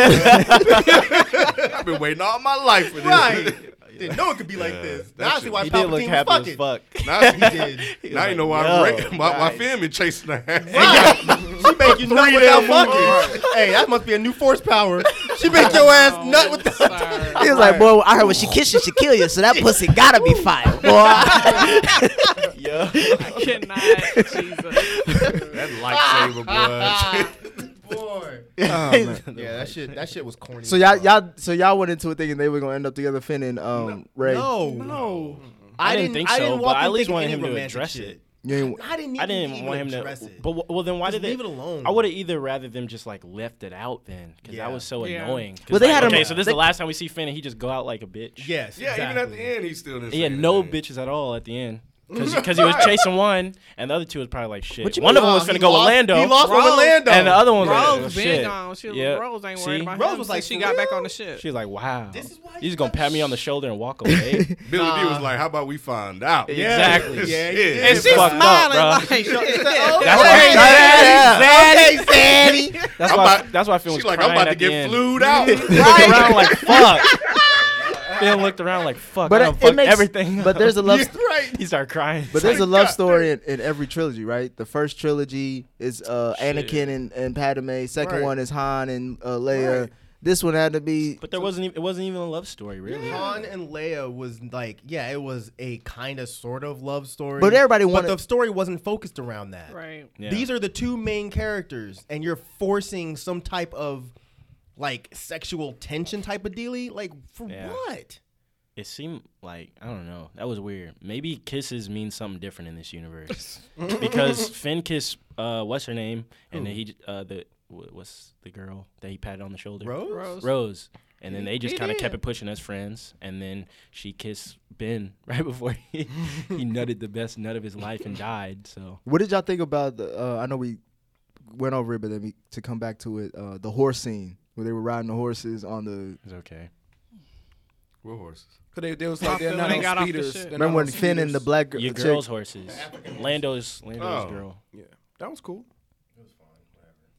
[SPEAKER 2] I've been waiting all my life for this.
[SPEAKER 7] right. Didn't know it could be like this. Now I see why
[SPEAKER 4] He did look
[SPEAKER 7] Palpatine was
[SPEAKER 4] happy as
[SPEAKER 7] fucking.
[SPEAKER 4] fuck.
[SPEAKER 2] Now,
[SPEAKER 7] did.
[SPEAKER 2] now you know why
[SPEAKER 4] yo,
[SPEAKER 2] I'm ra- my, my
[SPEAKER 4] guys.
[SPEAKER 2] fam been chasing her ass.
[SPEAKER 7] Right. she make you nut
[SPEAKER 2] Three
[SPEAKER 7] without
[SPEAKER 2] damn
[SPEAKER 7] fucking. hey, that must be a new force power. She make your ass nut with the.
[SPEAKER 8] Sorry.
[SPEAKER 12] He was like, boy, I heard when she kisses, she kill you, so that pussy gotta be fire, boy.
[SPEAKER 4] Yeah.
[SPEAKER 8] I cannot. Jesus.
[SPEAKER 2] That lightsaber, boy.
[SPEAKER 7] Boy. Yeah, that shit. That shit was corny.
[SPEAKER 4] So y'all, y'all, so y'all went into it thinking they were gonna end up together, Finn and um Ray.
[SPEAKER 7] No.
[SPEAKER 8] No.
[SPEAKER 5] I didn't think
[SPEAKER 7] I
[SPEAKER 5] so,
[SPEAKER 7] didn't
[SPEAKER 5] but
[SPEAKER 7] walk
[SPEAKER 5] I
[SPEAKER 7] in
[SPEAKER 5] at least
[SPEAKER 7] thinking
[SPEAKER 5] wanted
[SPEAKER 7] any
[SPEAKER 5] him to
[SPEAKER 7] romantic
[SPEAKER 5] address
[SPEAKER 7] shit.
[SPEAKER 5] it.
[SPEAKER 4] You ain't-
[SPEAKER 7] I didn't. Even
[SPEAKER 5] I didn't
[SPEAKER 7] even
[SPEAKER 5] want him to.
[SPEAKER 7] address It.
[SPEAKER 5] But w- well, then why
[SPEAKER 7] Just
[SPEAKER 5] did they?
[SPEAKER 7] leave it alone.
[SPEAKER 5] I would have either rather them just like left it out then, because
[SPEAKER 7] Yeah.
[SPEAKER 5] that was so
[SPEAKER 8] Yeah.
[SPEAKER 5] annoying. 'Cause,
[SPEAKER 12] Well, they
[SPEAKER 5] like,
[SPEAKER 12] had him-
[SPEAKER 5] okay, so this
[SPEAKER 12] they-
[SPEAKER 5] is the last time we see Finn, and he just go out like a bitch.
[SPEAKER 7] yes.
[SPEAKER 2] Yeah,
[SPEAKER 7] exactly.
[SPEAKER 2] even at the end, he still didn't
[SPEAKER 5] He had
[SPEAKER 2] say
[SPEAKER 5] no
[SPEAKER 2] anything.
[SPEAKER 5] bitches at all at the end. Because he was chasing one, and the other two was probably like shit.
[SPEAKER 12] What you
[SPEAKER 5] One
[SPEAKER 12] mean?
[SPEAKER 5] of them was
[SPEAKER 7] Nah, he
[SPEAKER 5] gonna go
[SPEAKER 7] lost-
[SPEAKER 5] with Lando.
[SPEAKER 7] He lost with
[SPEAKER 5] Rose,
[SPEAKER 7] Orlando.
[SPEAKER 5] And the other one was like, oh,
[SPEAKER 8] Rose
[SPEAKER 5] shit.
[SPEAKER 8] been gone. She,
[SPEAKER 5] Yeah.
[SPEAKER 8] Rose ain't
[SPEAKER 5] See?
[SPEAKER 8] worried about
[SPEAKER 7] Rose
[SPEAKER 8] him.
[SPEAKER 7] was
[SPEAKER 8] so
[SPEAKER 7] like,
[SPEAKER 8] she
[SPEAKER 7] "For
[SPEAKER 8] got back
[SPEAKER 7] real?"
[SPEAKER 8] on the ship.
[SPEAKER 5] She's like, wow.
[SPEAKER 7] This is why you
[SPEAKER 5] He's just gonna
[SPEAKER 7] got
[SPEAKER 5] pat me on the shoulder and walk away.
[SPEAKER 2] Billy D was like, "How about we find out?"
[SPEAKER 5] Yeah. Exactly.
[SPEAKER 7] Yeah, he
[SPEAKER 2] Shit.
[SPEAKER 7] did.
[SPEAKER 8] And
[SPEAKER 5] It's
[SPEAKER 8] she's
[SPEAKER 5] fucked
[SPEAKER 8] smiling
[SPEAKER 5] up, bro.
[SPEAKER 8] like,
[SPEAKER 5] That's why- That's
[SPEAKER 2] I'm
[SPEAKER 5] why.
[SPEAKER 2] about-
[SPEAKER 5] That's why Finn was
[SPEAKER 2] She's like,
[SPEAKER 5] crying
[SPEAKER 2] "I'm about to
[SPEAKER 5] at the
[SPEAKER 2] get
[SPEAKER 5] end.
[SPEAKER 2] flued out."
[SPEAKER 5] He looked around like fuck. Finn looked around like fuck.
[SPEAKER 4] But it-
[SPEAKER 5] I done
[SPEAKER 4] it
[SPEAKER 5] fucked
[SPEAKER 4] makes-
[SPEAKER 5] everything.
[SPEAKER 4] But
[SPEAKER 5] up."
[SPEAKER 4] there's a love. st-
[SPEAKER 7] right.
[SPEAKER 5] he started crying.
[SPEAKER 4] But there's a love story in, in every trilogy, right? The first trilogy is uh, Anakin and, and Padme. Second
[SPEAKER 7] Right.
[SPEAKER 4] one is Han and uh, Leia. This one had to be.
[SPEAKER 5] But there wasn't. Even, it wasn't even a love story, really.
[SPEAKER 7] Han and Leia was like, yeah, it was a kind of sort of love story.
[SPEAKER 4] But everybody wanted-
[SPEAKER 7] But the story wasn't focused around that.
[SPEAKER 8] right.
[SPEAKER 5] Yeah.
[SPEAKER 7] These are the two main characters, and you're forcing some type of like sexual tension type of dealy. Like for
[SPEAKER 5] Yeah.
[SPEAKER 7] what?
[SPEAKER 5] It seemed like I don't know. That was weird. Maybe kisses mean something different in this universe because Finn kissed uh, what's her name, and then he j- uh, the wha- what's the girl that he patted on the shoulder,
[SPEAKER 7] Rose?
[SPEAKER 8] Rose.
[SPEAKER 5] Rose. And then they just
[SPEAKER 7] He
[SPEAKER 5] kind of kept
[SPEAKER 7] did.
[SPEAKER 5] it pushing as friends, and then she kissed Ben right before he he nutted the best nut of his life and died. So
[SPEAKER 4] What did y'all think about the? Uh, I know we went over it, but then we, to come back to it, uh, the horse scene where they were riding the horses on the.
[SPEAKER 5] it's okay.
[SPEAKER 2] We're horses.
[SPEAKER 9] Cause they, they was like they're
[SPEAKER 8] When
[SPEAKER 9] not
[SPEAKER 8] they
[SPEAKER 9] on
[SPEAKER 8] got off the
[SPEAKER 9] speeders.
[SPEAKER 8] ship.
[SPEAKER 9] They're not
[SPEAKER 4] Remember
[SPEAKER 9] on
[SPEAKER 4] when Finn and the
[SPEAKER 9] speeders.
[SPEAKER 4] black
[SPEAKER 5] Your
[SPEAKER 4] chick-
[SPEAKER 5] girl's horses. Lando's Lando's
[SPEAKER 2] Oh.
[SPEAKER 5] girl.
[SPEAKER 9] Yeah, that was cool.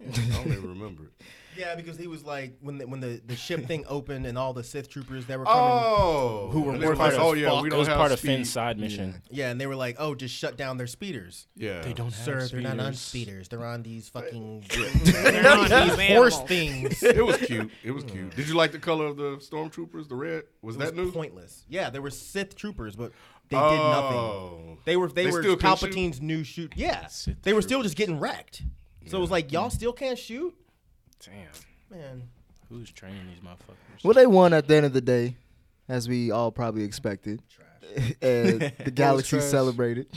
[SPEAKER 2] I don't even remember it.
[SPEAKER 7] Yeah, because he was like when the, when the, the ship thing opened and all the Sith troopers that were coming.
[SPEAKER 2] Oh,
[SPEAKER 7] Who were
[SPEAKER 2] And
[SPEAKER 7] more
[SPEAKER 2] it's like,
[SPEAKER 7] part of
[SPEAKER 2] Oh yeah, we
[SPEAKER 5] It
[SPEAKER 2] don't
[SPEAKER 5] was
[SPEAKER 2] have
[SPEAKER 5] part of
[SPEAKER 2] speed.
[SPEAKER 5] Finn's side mission.
[SPEAKER 7] Yeah, and they were like, "Oh, just shut down their speeders."
[SPEAKER 2] Yeah, they
[SPEAKER 5] don't
[SPEAKER 7] Sir,
[SPEAKER 5] have
[SPEAKER 7] they're not on
[SPEAKER 5] speeders.
[SPEAKER 7] speeders. They're on these fucking
[SPEAKER 8] They're on these
[SPEAKER 7] horse
[SPEAKER 8] animals.
[SPEAKER 7] things.
[SPEAKER 2] It was cute. It was cute. Did you like the color of the stormtroopers? The red was
[SPEAKER 7] It
[SPEAKER 2] that
[SPEAKER 7] was
[SPEAKER 2] new?
[SPEAKER 7] pointless. Yeah, there were Sith troopers, but they did nothing.
[SPEAKER 2] Oh.
[SPEAKER 7] They were they,
[SPEAKER 2] They
[SPEAKER 7] were
[SPEAKER 2] still couldn't shoot?
[SPEAKER 7] Palpatine's new shoot. Yeah, they were still just getting wrecked. So it was like y'all still can't shoot,
[SPEAKER 5] Damn,
[SPEAKER 7] man.
[SPEAKER 5] who's training these motherfuckers?
[SPEAKER 4] Well, they won at the end of the day, as we all probably expected. and the galaxy
[SPEAKER 9] trash.
[SPEAKER 4] celebrated.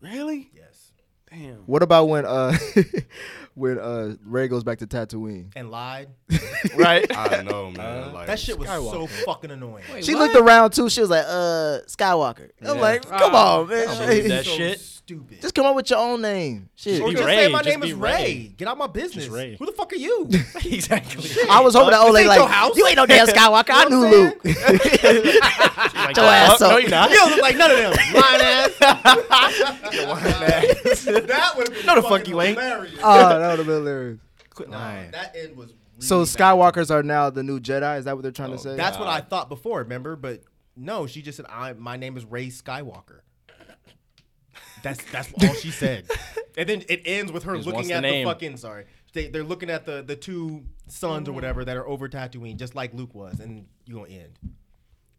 [SPEAKER 9] Really?
[SPEAKER 7] Yes,
[SPEAKER 9] Damn.
[SPEAKER 4] What about when uh when uh Ray goes back to Tatooine?
[SPEAKER 7] and lied. Uh,
[SPEAKER 5] right.
[SPEAKER 2] I know, man. like,
[SPEAKER 7] That shit was so fucking annoying.
[SPEAKER 8] Wait,
[SPEAKER 4] She
[SPEAKER 8] what?
[SPEAKER 4] looked around too. She was like, "Uh, Skywalker." I'm like, "Come on, man!
[SPEAKER 5] believe that
[SPEAKER 7] so
[SPEAKER 5] shit.
[SPEAKER 7] stupid.
[SPEAKER 4] Just come up with your own name." Shit.
[SPEAKER 7] or
[SPEAKER 5] Be
[SPEAKER 7] just
[SPEAKER 5] Ray,
[SPEAKER 7] say my
[SPEAKER 5] just
[SPEAKER 7] name
[SPEAKER 5] be
[SPEAKER 7] is Ray.
[SPEAKER 5] Ray.
[SPEAKER 7] Get out my business.
[SPEAKER 5] Ray.
[SPEAKER 7] Who the fuck are you?
[SPEAKER 5] exactly.
[SPEAKER 4] I was hoping that old
[SPEAKER 7] This
[SPEAKER 4] lady
[SPEAKER 7] ain't your
[SPEAKER 4] like,
[SPEAKER 7] house.
[SPEAKER 4] "You ain't no damn Skywalker. I knew Luke."
[SPEAKER 5] like,
[SPEAKER 4] your ass up."
[SPEAKER 5] "Fuck, No, you're not.
[SPEAKER 7] you don't look like none of them. Lying ass. that would have
[SPEAKER 5] No, the fuck you ain't. Uh,
[SPEAKER 7] Hilarious.
[SPEAKER 4] oh, that would have been hilarious.
[SPEAKER 5] Quit
[SPEAKER 7] Nah, that end was.
[SPEAKER 4] So
[SPEAKER 7] really
[SPEAKER 4] Skywalkers are now the new Jedi. Is that what they're trying to say?
[SPEAKER 7] bad. That's what I thought before. Remember, but no, she just said, "I my name is Ray Skywalker." That's that's all she said, and then it ends with her
[SPEAKER 5] Just
[SPEAKER 7] looking
[SPEAKER 5] wants the
[SPEAKER 7] at
[SPEAKER 5] name.
[SPEAKER 7] the fucking sorry. They, they're looking at the the two sons
[SPEAKER 4] Mm-hmm.
[SPEAKER 7] or whatever that are over Tatooine, just like Luke was, and you gonna end.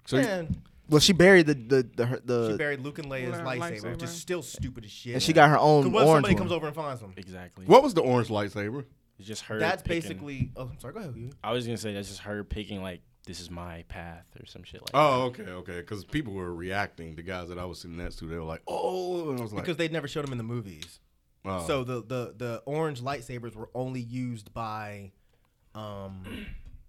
[SPEAKER 9] So you-
[SPEAKER 7] Man,
[SPEAKER 4] well, she buried the the the, her- the
[SPEAKER 7] she buried Luke and Leia's
[SPEAKER 8] Leia
[SPEAKER 7] lightsaber,
[SPEAKER 8] lightsaber.
[SPEAKER 7] which is still stupid as shit.
[SPEAKER 4] and she got her own orange
[SPEAKER 7] Because what if somebody
[SPEAKER 4] one.
[SPEAKER 7] comes over and finds them?
[SPEAKER 5] Exactly.
[SPEAKER 2] What was the orange lightsaber?
[SPEAKER 5] It's just her.
[SPEAKER 7] That's
[SPEAKER 5] picking-
[SPEAKER 7] basically. Oh, I'm sorry. Go ahead. Hugh.
[SPEAKER 5] I was gonna say that's just her picking like this is my path or some shit like. that.
[SPEAKER 2] Oh, okay, okay. Because people were reacting. The guys that I was sitting next to, they were like, "Oh," and I was like,
[SPEAKER 7] Because they never showed them in the movies.
[SPEAKER 2] oh.
[SPEAKER 7] So the, the the orange lightsabers were only used by, um,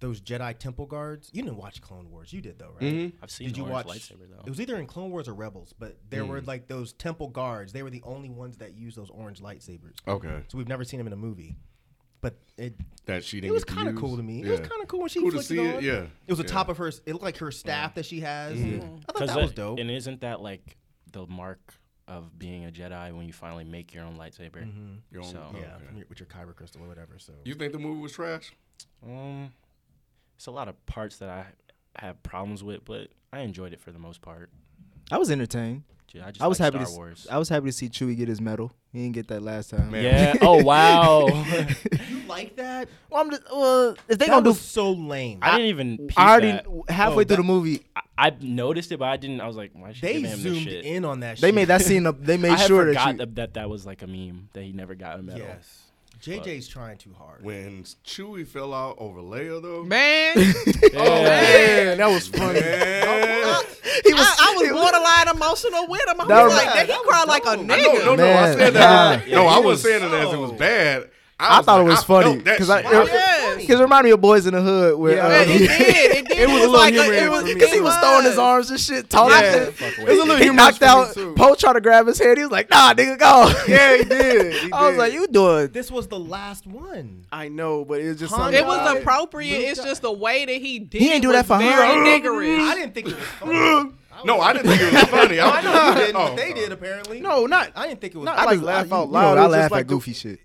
[SPEAKER 7] those Jedi temple guards. You didn't watch Clone Wars. You did though, right?
[SPEAKER 2] Mm-hmm.
[SPEAKER 5] I've seen
[SPEAKER 7] Did
[SPEAKER 5] the
[SPEAKER 7] you watch?
[SPEAKER 5] orange lightsaber though.
[SPEAKER 7] It was either in Clone Wars or Rebels, but there
[SPEAKER 2] Mm.
[SPEAKER 7] were like those temple guards. They were the only ones that used those orange lightsabers.
[SPEAKER 2] okay,
[SPEAKER 7] So we've never seen them in a movie. But it
[SPEAKER 2] that she didn't.
[SPEAKER 7] it was
[SPEAKER 2] get to
[SPEAKER 7] kind of
[SPEAKER 2] use.
[SPEAKER 7] cool to me. It
[SPEAKER 2] Yeah.
[SPEAKER 7] was kind of cool when she
[SPEAKER 2] Cool to
[SPEAKER 7] flicked
[SPEAKER 2] see
[SPEAKER 7] it
[SPEAKER 2] it,
[SPEAKER 7] on.
[SPEAKER 2] yeah.
[SPEAKER 7] It was the
[SPEAKER 2] Yeah. Mm-hmm.
[SPEAKER 7] top of
[SPEAKER 5] Oh,
[SPEAKER 7] her. It looked like her staff that she has. I thought
[SPEAKER 5] 'Cause
[SPEAKER 7] that was dope.
[SPEAKER 5] And isn't that like the mark of being a Jedi when you finally make your own lightsaber.
[SPEAKER 6] Your own-
[SPEAKER 5] so,
[SPEAKER 6] oh,
[SPEAKER 7] Yeah, from your, with your kyber crystal or whatever. So
[SPEAKER 6] You think the movie was trash?
[SPEAKER 5] Um, it's a lot of parts that I have problems with, but I enjoyed it for the most part.
[SPEAKER 4] I was entertained.
[SPEAKER 5] Yeah, I just
[SPEAKER 4] I was
[SPEAKER 5] like
[SPEAKER 4] happy
[SPEAKER 5] Star
[SPEAKER 4] to.
[SPEAKER 5] Wars.
[SPEAKER 4] s- I was happy to see Chewie get his medal. He didn't get that last time.
[SPEAKER 5] Yeah. Oh wow.
[SPEAKER 7] you like that?
[SPEAKER 4] Well, I'm just, well if they
[SPEAKER 7] that
[SPEAKER 4] gonna do,
[SPEAKER 7] was so lame.
[SPEAKER 5] I didn't even. Peep
[SPEAKER 4] I already
[SPEAKER 5] that.
[SPEAKER 4] halfway
[SPEAKER 7] Oh,
[SPEAKER 4] through
[SPEAKER 7] that-
[SPEAKER 4] the movie,
[SPEAKER 5] I, I noticed it, but I didn't. I was like, why is she
[SPEAKER 7] they
[SPEAKER 5] giving him this
[SPEAKER 7] zoomed
[SPEAKER 5] shit?
[SPEAKER 7] in on that.
[SPEAKER 4] they
[SPEAKER 7] shit.
[SPEAKER 4] made that scene. Up, they made
[SPEAKER 5] I had
[SPEAKER 4] sure that,
[SPEAKER 5] forgot
[SPEAKER 4] you,
[SPEAKER 5] that, that that was like a meme that he never got a medal.
[SPEAKER 7] Yes, JJ's trying too hard.
[SPEAKER 6] When Chewie fell out over Leia, though. Oh,
[SPEAKER 8] Man,
[SPEAKER 2] Man, that was funny.
[SPEAKER 6] Man.
[SPEAKER 4] he was.
[SPEAKER 8] I, I was borderline emotional with him. I
[SPEAKER 4] That
[SPEAKER 8] was
[SPEAKER 4] was-
[SPEAKER 8] like, dang, he cried like a
[SPEAKER 6] I know, no,
[SPEAKER 8] nigga.
[SPEAKER 6] no, I
[SPEAKER 4] Man.
[SPEAKER 6] said that.
[SPEAKER 5] Yeah,
[SPEAKER 6] no, I wasn't
[SPEAKER 5] he was
[SPEAKER 6] saying it as it was
[SPEAKER 7] so-
[SPEAKER 6] bad.
[SPEAKER 4] I,
[SPEAKER 6] was
[SPEAKER 4] thought
[SPEAKER 6] like,
[SPEAKER 4] it was funny
[SPEAKER 6] felt that
[SPEAKER 4] because I.
[SPEAKER 6] shit.
[SPEAKER 4] Because
[SPEAKER 8] Yes.
[SPEAKER 4] it reminded me of Boys in the Hood where
[SPEAKER 2] Yeah.
[SPEAKER 4] uh,
[SPEAKER 8] It did. It did.
[SPEAKER 2] It was a little
[SPEAKER 8] like
[SPEAKER 2] humor
[SPEAKER 8] it
[SPEAKER 2] in
[SPEAKER 8] was
[SPEAKER 2] for me.
[SPEAKER 4] because he was throwing his arms and shit, talking.
[SPEAKER 2] Yeah.
[SPEAKER 4] shit.
[SPEAKER 2] It was
[SPEAKER 5] Fuck
[SPEAKER 2] a
[SPEAKER 5] away.
[SPEAKER 2] little
[SPEAKER 4] He
[SPEAKER 2] humorous
[SPEAKER 4] knocked
[SPEAKER 2] for me, too.
[SPEAKER 4] out Poe trying to grab his head. He was like, "Nah, nigga, go."
[SPEAKER 2] Yeah, he did. He
[SPEAKER 4] I was
[SPEAKER 2] did.
[SPEAKER 4] like, "You doing?"
[SPEAKER 7] this was the last one.
[SPEAKER 2] I know, but it was just
[SPEAKER 7] Huh?
[SPEAKER 2] something.
[SPEAKER 8] It was
[SPEAKER 2] about
[SPEAKER 8] appropriate. It's just the way that he did.
[SPEAKER 4] He didn't
[SPEAKER 8] it
[SPEAKER 4] do that
[SPEAKER 8] was
[SPEAKER 4] for her.
[SPEAKER 8] very
[SPEAKER 7] I
[SPEAKER 8] niggerish.
[SPEAKER 7] didn't think it was funny.
[SPEAKER 6] No, I didn't think it was funny.
[SPEAKER 7] I know you didn't,
[SPEAKER 6] oh,
[SPEAKER 7] but they
[SPEAKER 6] oh.
[SPEAKER 7] did apparently.
[SPEAKER 2] No, not.
[SPEAKER 7] I didn't think it was.
[SPEAKER 2] Not
[SPEAKER 7] funny.
[SPEAKER 2] like
[SPEAKER 4] was-
[SPEAKER 2] laugh
[SPEAKER 4] you-
[SPEAKER 2] out
[SPEAKER 4] you
[SPEAKER 2] loud.
[SPEAKER 4] know,
[SPEAKER 2] It
[SPEAKER 4] I
[SPEAKER 2] was
[SPEAKER 4] laugh
[SPEAKER 2] just like
[SPEAKER 4] at
[SPEAKER 2] the-
[SPEAKER 4] goofy shit.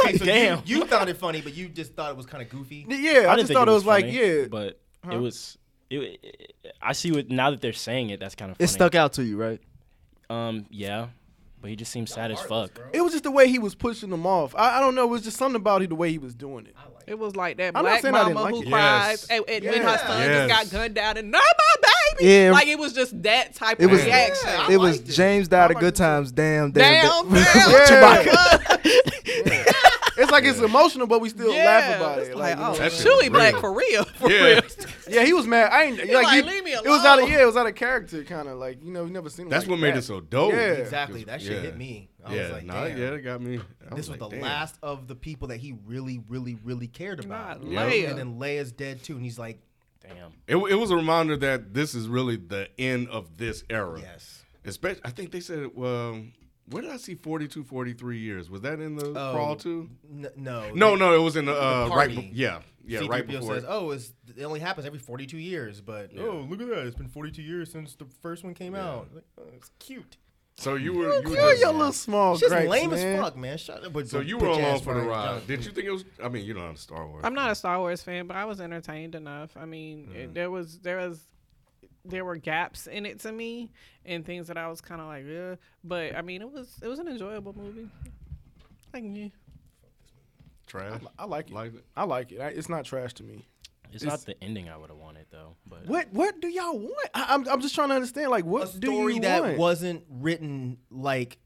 [SPEAKER 7] okay, so
[SPEAKER 5] Damn.
[SPEAKER 7] You, you thought it funny, but you just thought it was kind of goofy.
[SPEAKER 2] Yeah, I,
[SPEAKER 5] didn't
[SPEAKER 2] just
[SPEAKER 5] think
[SPEAKER 2] thought it was like,
[SPEAKER 5] funny,
[SPEAKER 2] yeah.
[SPEAKER 5] but it was. It, it- I see what now that they're saying it. That's kind of funny.
[SPEAKER 4] It stuck out to you, right?
[SPEAKER 5] Um, yeah, but he just seems sad as fuck.
[SPEAKER 2] It was just the way he was pushing them off. I, I don't know. It was just something about it, the way he was doing it.
[SPEAKER 8] It was like that
[SPEAKER 2] I'm not
[SPEAKER 8] black
[SPEAKER 2] saying I didn't
[SPEAKER 8] mama
[SPEAKER 2] like
[SPEAKER 8] who
[SPEAKER 2] it.
[SPEAKER 8] cries
[SPEAKER 6] Yes.
[SPEAKER 8] and, and when her son
[SPEAKER 6] Yes.
[SPEAKER 8] just got gunned down and not my baby.
[SPEAKER 4] Yeah.
[SPEAKER 8] Like it was just that type
[SPEAKER 4] It
[SPEAKER 8] of
[SPEAKER 4] was-
[SPEAKER 8] reaction.
[SPEAKER 7] Yeah, I
[SPEAKER 4] it was
[SPEAKER 7] liked it.
[SPEAKER 4] James died of good times. Damn, damn,
[SPEAKER 8] Damn,
[SPEAKER 4] with
[SPEAKER 8] damn,
[SPEAKER 4] Chewbacca.
[SPEAKER 2] It's like it's emotional, but we still
[SPEAKER 8] yeah.
[SPEAKER 2] laugh about
[SPEAKER 8] It's
[SPEAKER 2] it. Like,
[SPEAKER 8] Like,
[SPEAKER 2] you
[SPEAKER 8] oh,
[SPEAKER 2] know?
[SPEAKER 6] That shit was
[SPEAKER 8] Chewy black
[SPEAKER 6] real.
[SPEAKER 8] for real. For
[SPEAKER 6] Yeah.
[SPEAKER 8] real.
[SPEAKER 2] yeah, he was mad. I ain't like,
[SPEAKER 8] like,
[SPEAKER 2] he-
[SPEAKER 8] "Leave me
[SPEAKER 2] It was out of
[SPEAKER 8] alone."
[SPEAKER 2] yeah, it was out of character, kind of like you know we never seen. him
[SPEAKER 6] That's
[SPEAKER 2] like
[SPEAKER 6] what made
[SPEAKER 2] that.
[SPEAKER 6] it so dope.
[SPEAKER 2] Yeah.
[SPEAKER 7] Exactly. That shit
[SPEAKER 6] Yeah.
[SPEAKER 7] hit me. I
[SPEAKER 6] yeah,
[SPEAKER 7] was like,
[SPEAKER 6] nah,
[SPEAKER 7] damn.
[SPEAKER 6] yeah, it got me. I
[SPEAKER 7] This
[SPEAKER 6] like,
[SPEAKER 7] was the
[SPEAKER 6] damn.
[SPEAKER 7] last of the people that he really, really, really cared about.
[SPEAKER 8] God,
[SPEAKER 6] Yeah.
[SPEAKER 8] Leia.
[SPEAKER 7] And then Leia's dead too, and he's like,
[SPEAKER 5] Damn.
[SPEAKER 6] It, it was a reminder that this is really the end of this era.
[SPEAKER 7] yes.
[SPEAKER 6] Especially, I think they said, well, where did I see 42, 43 years? Was that in the
[SPEAKER 7] Oh.
[SPEAKER 6] crawl too?
[SPEAKER 7] N- no.
[SPEAKER 6] No,
[SPEAKER 7] they-
[SPEAKER 6] no, it was in the, uh, right.
[SPEAKER 7] party.
[SPEAKER 6] be- Yeah, yeah,
[SPEAKER 7] C-3PO
[SPEAKER 6] right before.
[SPEAKER 7] says,
[SPEAKER 6] it.
[SPEAKER 7] "Oh, it's, it only happens every 42 years." But oh, look at that! It's been 42 years since the first one came out. Like, oh, it's cute.
[SPEAKER 6] So you were, you were
[SPEAKER 2] Yeah,
[SPEAKER 6] just,
[SPEAKER 2] Oh, your little small
[SPEAKER 7] It's just
[SPEAKER 2] gripes,
[SPEAKER 7] lame
[SPEAKER 2] man.
[SPEAKER 7] as fuck, man. Shut up. But
[SPEAKER 6] so you were along for the ride. Did you think it was? I mean, you don't have Star Wars.
[SPEAKER 8] I'm not a Star Wars fan, but I was entertained enough. I mean, it- there was there was there were gaps in it to me and things that I was kind of like, Ugh. but I mean, it was it was an enjoyable movie. Like, yeah.
[SPEAKER 6] trash.
[SPEAKER 2] I like it.
[SPEAKER 6] Like it.
[SPEAKER 2] I like it. I, it's not trash to me.
[SPEAKER 5] It's, not the ending I would have wanted though. But
[SPEAKER 2] What What do y'all want? I, I'm I'm just trying to understand. Like, what
[SPEAKER 7] a story
[SPEAKER 2] do you
[SPEAKER 7] that
[SPEAKER 2] want?
[SPEAKER 7] wasn't written like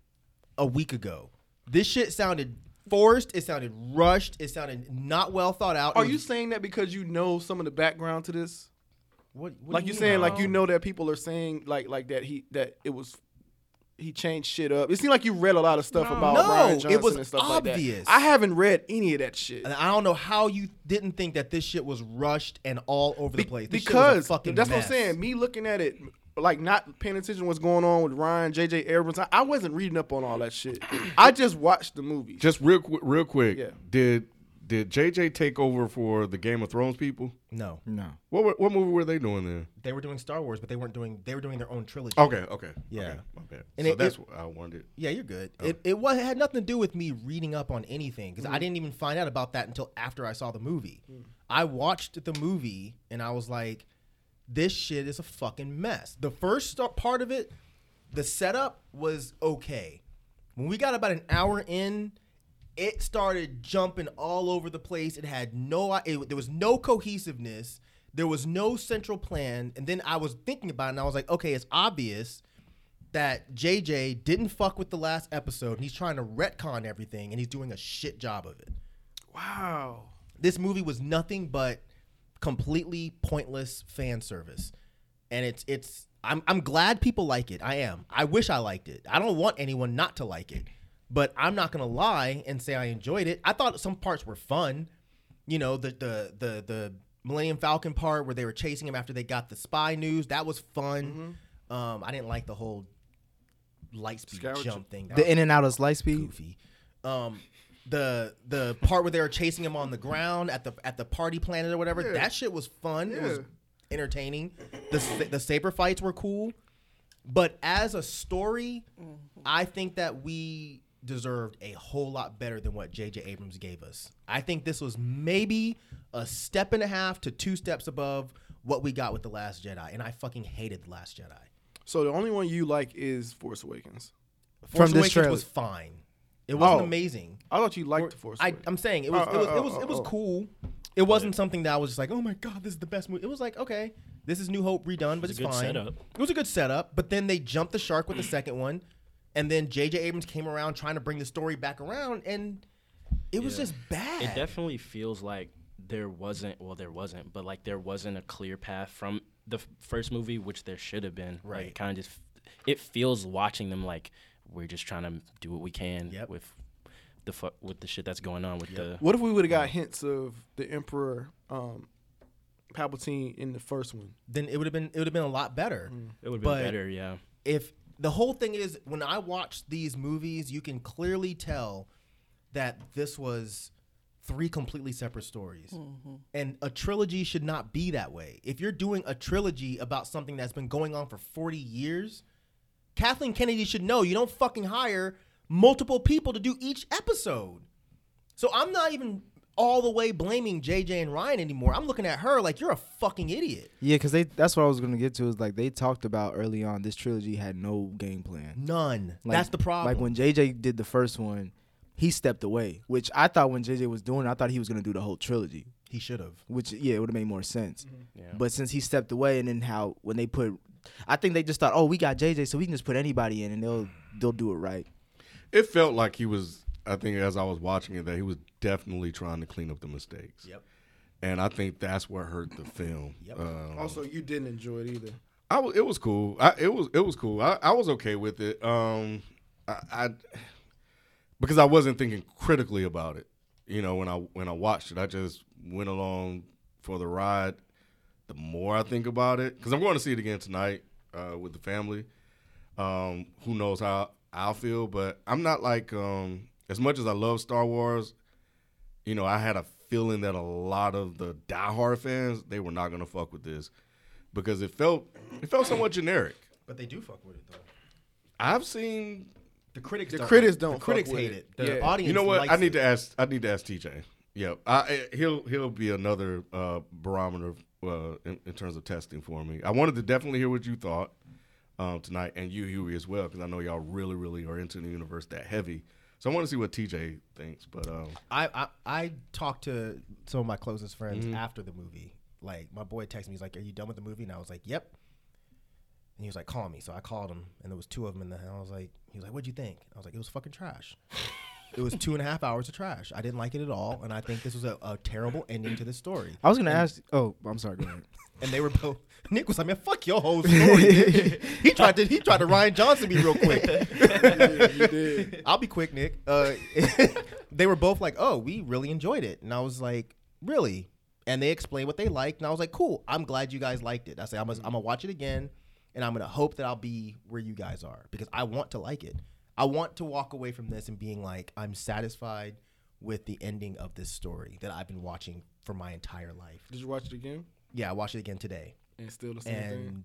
[SPEAKER 7] a week ago? This shit sounded forced. It sounded rushed. It sounded not well thought out. It
[SPEAKER 2] Are you
[SPEAKER 7] was-
[SPEAKER 2] saying that because you know some of the background to this?
[SPEAKER 7] what, what
[SPEAKER 2] like
[SPEAKER 7] do
[SPEAKER 2] you're
[SPEAKER 7] you
[SPEAKER 2] saying,
[SPEAKER 7] mean?
[SPEAKER 2] like you know that people are saying, like like that he that it was he changed shit up. It seemed like you read a lot of stuff about
[SPEAKER 7] No,
[SPEAKER 2] Ryan
[SPEAKER 7] it
[SPEAKER 2] Johnson
[SPEAKER 7] was
[SPEAKER 2] and stuff
[SPEAKER 7] obvious.
[SPEAKER 2] like that. I haven't read any of that shit.
[SPEAKER 7] And I don't know how you didn't think that this shit was rushed and all over the
[SPEAKER 2] Be-
[SPEAKER 7] place. This shit was a
[SPEAKER 2] because
[SPEAKER 7] fucking
[SPEAKER 2] that's what
[SPEAKER 7] mess.
[SPEAKER 2] I'm saying. Me looking at it, like not paying attention to what's going on with Ryan, JJ Abrams. I, I wasn't reading up on all that shit. I just watched the movie.
[SPEAKER 6] Just real, qu- real quick.
[SPEAKER 2] Yeah.
[SPEAKER 6] Did did JJ take over for the Game of Thrones people?
[SPEAKER 7] No,
[SPEAKER 4] no.
[SPEAKER 6] What were- what movie were they doing then?
[SPEAKER 7] they were doing Star Wars, but they weren't doing. They were doing their own trilogy.
[SPEAKER 6] Okay, okay,
[SPEAKER 7] Yeah.
[SPEAKER 6] okay, my bad.
[SPEAKER 7] And
[SPEAKER 6] so
[SPEAKER 7] it-
[SPEAKER 6] that's
[SPEAKER 7] it-
[SPEAKER 6] what I wondered.
[SPEAKER 7] Yeah, you're good. It it, was, it had nothing to do with me reading up on anything because I didn't even find out about that until after I saw the movie. I watched the movie and I was like, "This shit is a fucking mess." The first sta- part of it, the setup was okay. When we got about an hour in, it started jumping all over the place. It had no, it, there was no cohesiveness. There was no central plan. And then I was thinking about it, and I was like, okay, it's obvious that JJ didn't fuck with the last episode, and he's trying to retcon everything, and he's doing a shit job of it.
[SPEAKER 2] wow.
[SPEAKER 7] This movie was nothing but completely pointless fan service, and it's it's. I'm I'm glad people like it. I am. I wish I liked it. I don't want anyone not to like it, but I'm not gonna lie and say I enjoyed it. I thought some parts were fun. You know the the the the Millennium Falcon part where they were chasing him after they got the spy news. That was fun. Um, I didn't like the whole lightspeed
[SPEAKER 2] Scourge-
[SPEAKER 7] jump thing. That
[SPEAKER 4] The
[SPEAKER 7] was-
[SPEAKER 4] in and out of light speed.
[SPEAKER 7] goofy. Um, the the part where they were chasing him on the ground at the at the party planet or whatever, that shit was fun. It was entertaining. The s- the saber fights were cool. But as a story,
[SPEAKER 4] Mm-hmm.
[SPEAKER 7] I think that we deserved a whole lot better than what J.J. Abrams gave us. I think this was maybe a step and a half to two steps above what we got with The Last Jedi, and I fucking hated The Last Jedi.
[SPEAKER 2] So the only one you like is Force Awakens.
[SPEAKER 7] Force
[SPEAKER 4] From this
[SPEAKER 7] Awakens
[SPEAKER 4] trailer.
[SPEAKER 7] was fine. It wasn't
[SPEAKER 2] Oh.
[SPEAKER 7] amazing.
[SPEAKER 2] I thought you liked Force.
[SPEAKER 7] I,
[SPEAKER 2] Awakens.
[SPEAKER 7] I'm saying it was
[SPEAKER 2] Oh,
[SPEAKER 7] it was
[SPEAKER 2] oh,
[SPEAKER 7] it was
[SPEAKER 2] oh,
[SPEAKER 7] it was
[SPEAKER 2] oh.
[SPEAKER 7] cool. It wasn't something that I was just like, oh my god, this is the best movie. It was like, okay, this is New Hope redone, but it's
[SPEAKER 5] It's a good
[SPEAKER 7] fine.
[SPEAKER 5] setup.
[SPEAKER 7] It was a good setup, but then they jumped the shark with the second one, and then J.J. Abrams came around trying to bring the story back around, and it was
[SPEAKER 5] Yeah.
[SPEAKER 7] just bad.
[SPEAKER 5] It definitely feels like there wasn't, well, there wasn't, but like there wasn't a clear path from the f- first movie, which there should have been. Like,
[SPEAKER 7] Right.
[SPEAKER 5] it kind of just, it feels watching them like we're just trying to do what we can
[SPEAKER 7] Yep.
[SPEAKER 5] with the fu- with the shit that's going on with the.
[SPEAKER 2] What if we would have got hints of the Emperor um, Palpatine in the first one?
[SPEAKER 7] then it would have been it would have been a lot better.
[SPEAKER 5] It would have
[SPEAKER 7] But-
[SPEAKER 5] been better, yeah.
[SPEAKER 7] if the whole thing is when I watch these movies, you can clearly tell that this was three completely separate stories. And a trilogy should not be that way. If you're doing a trilogy about something that's been going on for 40 years, Kathleen Kennedy should know you don't fucking hire multiple people to do each episode. So I'm not even all the way blaming JJ and Ryan anymore. I'm looking at her like you're a fucking idiot.
[SPEAKER 4] Yeah, because they that's what I was gonna get to is like they talked about early on this trilogy had no game plan.
[SPEAKER 7] None.
[SPEAKER 4] Like-
[SPEAKER 7] that's the problem.
[SPEAKER 4] Like when JJ did the first one, he stepped away, which I thought when JJ was doing, it, I thought he was gonna do the whole trilogy.
[SPEAKER 7] he should have.
[SPEAKER 4] Which yeah, it would have made more sense. But since he stepped away, and then how when they put, I think they just thought, oh, we got JJ, so we can just put anybody in, and they'll they'll do it right.
[SPEAKER 6] It felt like he was. I think as I was watching it, that he was definitely trying to clean up the mistakes.
[SPEAKER 7] Yep.
[SPEAKER 6] And I think that's what hurt the film.
[SPEAKER 7] Yep.
[SPEAKER 6] Um,
[SPEAKER 2] Also, you didn't enjoy it either.
[SPEAKER 6] I was, it was cool. I, it was it was cool. I, I was okay with it. Um, I, I because I wasn't thinking critically about it. You know, when I when I watched it, I just went along for the ride. The more I think about it, because I'm going to see it again tonight uh, with the family. Um, who knows how I'll feel, but I'm not like um, as much as I love Star Wars. You know, I had a feeling that a lot of the diehard fans they were not gonna fuck with this because it felt it felt somewhat generic.
[SPEAKER 7] But they do fuck with it though.
[SPEAKER 6] I've seen
[SPEAKER 7] The critics.
[SPEAKER 2] The
[SPEAKER 7] don't.
[SPEAKER 2] critics don't.
[SPEAKER 7] The critics
[SPEAKER 2] fuck with
[SPEAKER 7] hate it. The
[SPEAKER 2] yeah.
[SPEAKER 7] audience.
[SPEAKER 6] you know what?
[SPEAKER 7] likes
[SPEAKER 6] I need
[SPEAKER 7] it.
[SPEAKER 6] to ask. I need to ask TJ. Yeah, I, I- he'll he'll be another uh, barometer uh, in, in terms of testing for me. I wanted to definitely hear what you thought um, tonight, and you Huey as well, because I know y'all really really are into the universe that heavy. So I want to see what TJ thinks. But um,
[SPEAKER 7] I, I I talked to some of my closest friends
[SPEAKER 6] Mm-hmm.
[SPEAKER 7] after the movie. Like my boy texted me, he's like, "Are you done with the movie?" And I was like, "Yep." And he was like, "Call me." So I called him, and there was two of them in the. And I was like, "He was like, what'd you think?" I was like, "It was fucking trash." it was two and a half hours of trash. I didn't like it at all, and I think this was a, a terrible ending to the story.
[SPEAKER 4] I was gonna ask. Oh, I'm sorry. Go ahead.
[SPEAKER 7] And they were both. Nick was like, "Man, fuck your whole story." dude." he tried to he tried to Ryan Johnson me real quick. I'll be quick, Nick. Uh, they were both like, "Oh, we really enjoyed it," and I was like, "Really?" And they explained what they liked, and I was like, "Cool, I'm glad you guys liked it." I said, "I'm gonna, I'm gonna watch it again, and I'm gonna hope that I'll be where you guys are because I want to like it. I want to walk away from this and being like, I'm satisfied with the ending of this story that I've been watching for my entire life."
[SPEAKER 2] Did you watch it again?
[SPEAKER 7] Yeah, I watched it again today
[SPEAKER 2] And still the same thing.
[SPEAKER 7] and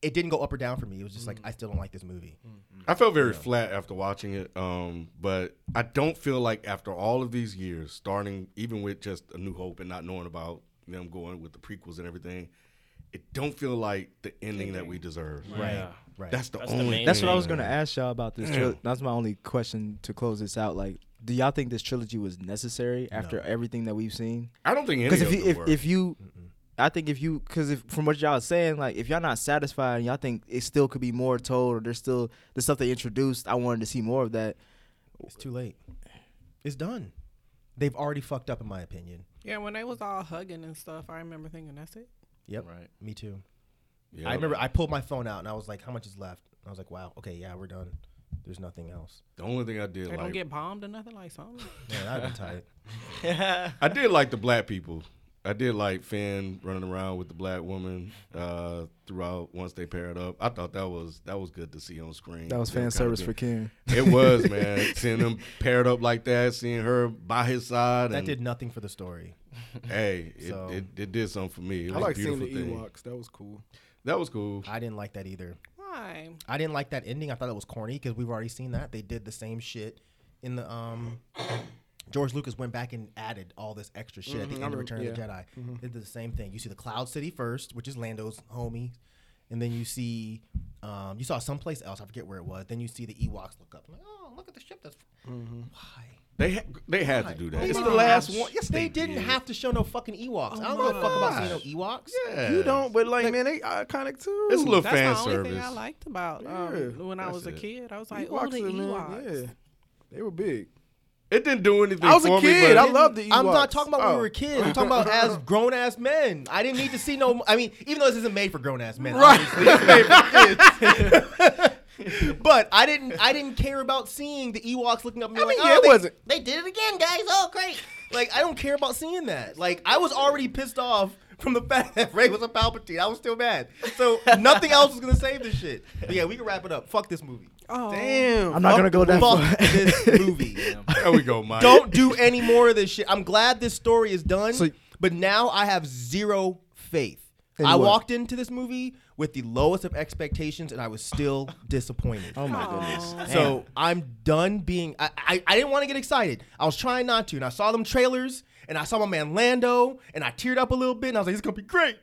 [SPEAKER 7] it didn't go up or down for me. It was just like I still don't like this movie.
[SPEAKER 6] I felt very flat after watching it. Um, but I don't feel like after all of these years, starting even with just A New Hope and not knowing about them going with the prequels and everything, it don't feel like the ending that we deserve.
[SPEAKER 5] Yeah.
[SPEAKER 7] Right.
[SPEAKER 6] That's the
[SPEAKER 5] That's the
[SPEAKER 6] only.
[SPEAKER 5] main
[SPEAKER 4] That's what I
[SPEAKER 6] thing.
[SPEAKER 4] was gonna ask y'all about this. Tri- that's my only question to close this out. Like, do y'all think this trilogy was necessary after everything that we've seen?
[SPEAKER 6] I don't think any
[SPEAKER 4] Because
[SPEAKER 6] of
[SPEAKER 4] if you,
[SPEAKER 6] them
[SPEAKER 4] if,
[SPEAKER 6] were.
[SPEAKER 4] if you, I think if you, because if from what y'all saying, like if y'all not satisfied, and y'all think it still could be more told, or there's still the stuff they introduced. I wanted to see more of that.
[SPEAKER 7] It's too late. It's done. They've already fucked up, in my opinion.
[SPEAKER 8] Yeah, when they was all hugging and stuff, I remember thinking that's it.
[SPEAKER 7] Yep. Right. Me too.
[SPEAKER 6] Yeah.
[SPEAKER 7] I remember I pulled my phone out and I was like, "How much is left?" And I was like, "Wow. Okay. Yeah, we're done. There's nothing else."
[SPEAKER 6] the only thing I did
[SPEAKER 8] They
[SPEAKER 6] like
[SPEAKER 8] don't get bombed or nothing like something.
[SPEAKER 7] Man, I've been tight.
[SPEAKER 6] I did like the black people. I did like Finn running around with the black woman uh, throughout. Once they paired up, I thought that was that was good to see on screen.
[SPEAKER 4] That was
[SPEAKER 6] Them kinda
[SPEAKER 4] fan service
[SPEAKER 6] being-
[SPEAKER 4] for Ken.
[SPEAKER 6] It was, man. seeing them paired up like that, seeing her by his side.
[SPEAKER 7] That
[SPEAKER 6] and,
[SPEAKER 7] did nothing for the story.
[SPEAKER 6] Hey, it,
[SPEAKER 7] So-
[SPEAKER 6] it, it did something for me. It
[SPEAKER 2] I
[SPEAKER 6] was a
[SPEAKER 2] like seeing
[SPEAKER 6] beautiful
[SPEAKER 2] the
[SPEAKER 6] thing.
[SPEAKER 2] Ewoks. That was cool.
[SPEAKER 6] That was cool.
[SPEAKER 7] I didn't like that either.
[SPEAKER 8] time.
[SPEAKER 7] I didn't like that ending. I thought it was corny because we've already seen that. They did the same shit in the um George Lucas went back and added all this extra shit at
[SPEAKER 13] Mhm, I
[SPEAKER 7] the end of
[SPEAKER 13] remember-
[SPEAKER 7] Return of the
[SPEAKER 13] yeah.
[SPEAKER 7] Jedi.
[SPEAKER 13] Mhm.
[SPEAKER 7] They did the same thing. You see the Cloud City first, which is Lando's homie, and then you see um you saw someplace else, I forget where it was. Then you see the Ewoks look up. I'm like, oh, look at the ship that's
[SPEAKER 13] Mm-hmm.
[SPEAKER 6] Why? They ha- they had to do that.
[SPEAKER 7] It's
[SPEAKER 6] They
[SPEAKER 7] the
[SPEAKER 6] did.
[SPEAKER 7] last one. Yes, they, Oh
[SPEAKER 6] They
[SPEAKER 7] didn't
[SPEAKER 6] did.
[SPEAKER 7] have to show no fucking Ewoks. I don't give a fuck about seeing no Ewoks.
[SPEAKER 6] Yeah.
[SPEAKER 2] You don't, Oh, but like, man, they iconic too.
[SPEAKER 6] It's a little
[SPEAKER 8] That's
[SPEAKER 6] fan
[SPEAKER 8] the only thing I
[SPEAKER 6] service.
[SPEAKER 8] liked about um,
[SPEAKER 2] Yeah,
[SPEAKER 8] when I
[SPEAKER 2] that's
[SPEAKER 8] was a
[SPEAKER 2] it.
[SPEAKER 8] kid. I was like, oh,
[SPEAKER 2] Ewoks are,
[SPEAKER 8] the
[SPEAKER 2] man,
[SPEAKER 8] Ewoks.
[SPEAKER 2] Yeah, they were big.
[SPEAKER 6] It didn't do anything.
[SPEAKER 2] I was a
[SPEAKER 6] for me,
[SPEAKER 2] kid.
[SPEAKER 6] but-
[SPEAKER 2] I loved the
[SPEAKER 7] I'm
[SPEAKER 2] Ewoks.
[SPEAKER 7] not talking about when
[SPEAKER 2] Oh.
[SPEAKER 7] we were kids. I'm talking about as grown ass men. I didn't need to see no. I mean, even though this isn't made for grown ass men,
[SPEAKER 13] Right.
[SPEAKER 7] obviously, it's made for kids. but I didn't. I didn't care about seeing the Ewoks looking up at me like,
[SPEAKER 13] mean, yeah,
[SPEAKER 7] oh,
[SPEAKER 13] it
[SPEAKER 7] they,
[SPEAKER 13] wasn't-
[SPEAKER 7] They did it again, guys. Oh, great. Like I don't care about seeing that. Like I was already pissed off from the fact that Ray was a Palpatine. I was still mad. So nothing else was gonna save this shit. But yeah, we can wrap it up. Fuck this movie.
[SPEAKER 8] Oh,
[SPEAKER 13] I'm not gonna go that
[SPEAKER 7] fuck
[SPEAKER 13] far.
[SPEAKER 7] this movie.
[SPEAKER 6] There we go, Mike.
[SPEAKER 7] Don't do any more of this shit. I'm glad this story is done,
[SPEAKER 4] So-
[SPEAKER 7] but now I have zero faith.
[SPEAKER 4] In
[SPEAKER 7] I
[SPEAKER 4] what?
[SPEAKER 7] walked into this movie with the lowest of expectations, and I was still disappointed.
[SPEAKER 4] Oh my goodness.
[SPEAKER 7] So I'm done being. I, I, I didn't want to get excited. I was trying not to, and I saw them trailers, and I saw my man Lando, and I teared up a little bit, and I was like, "It's gonna be great."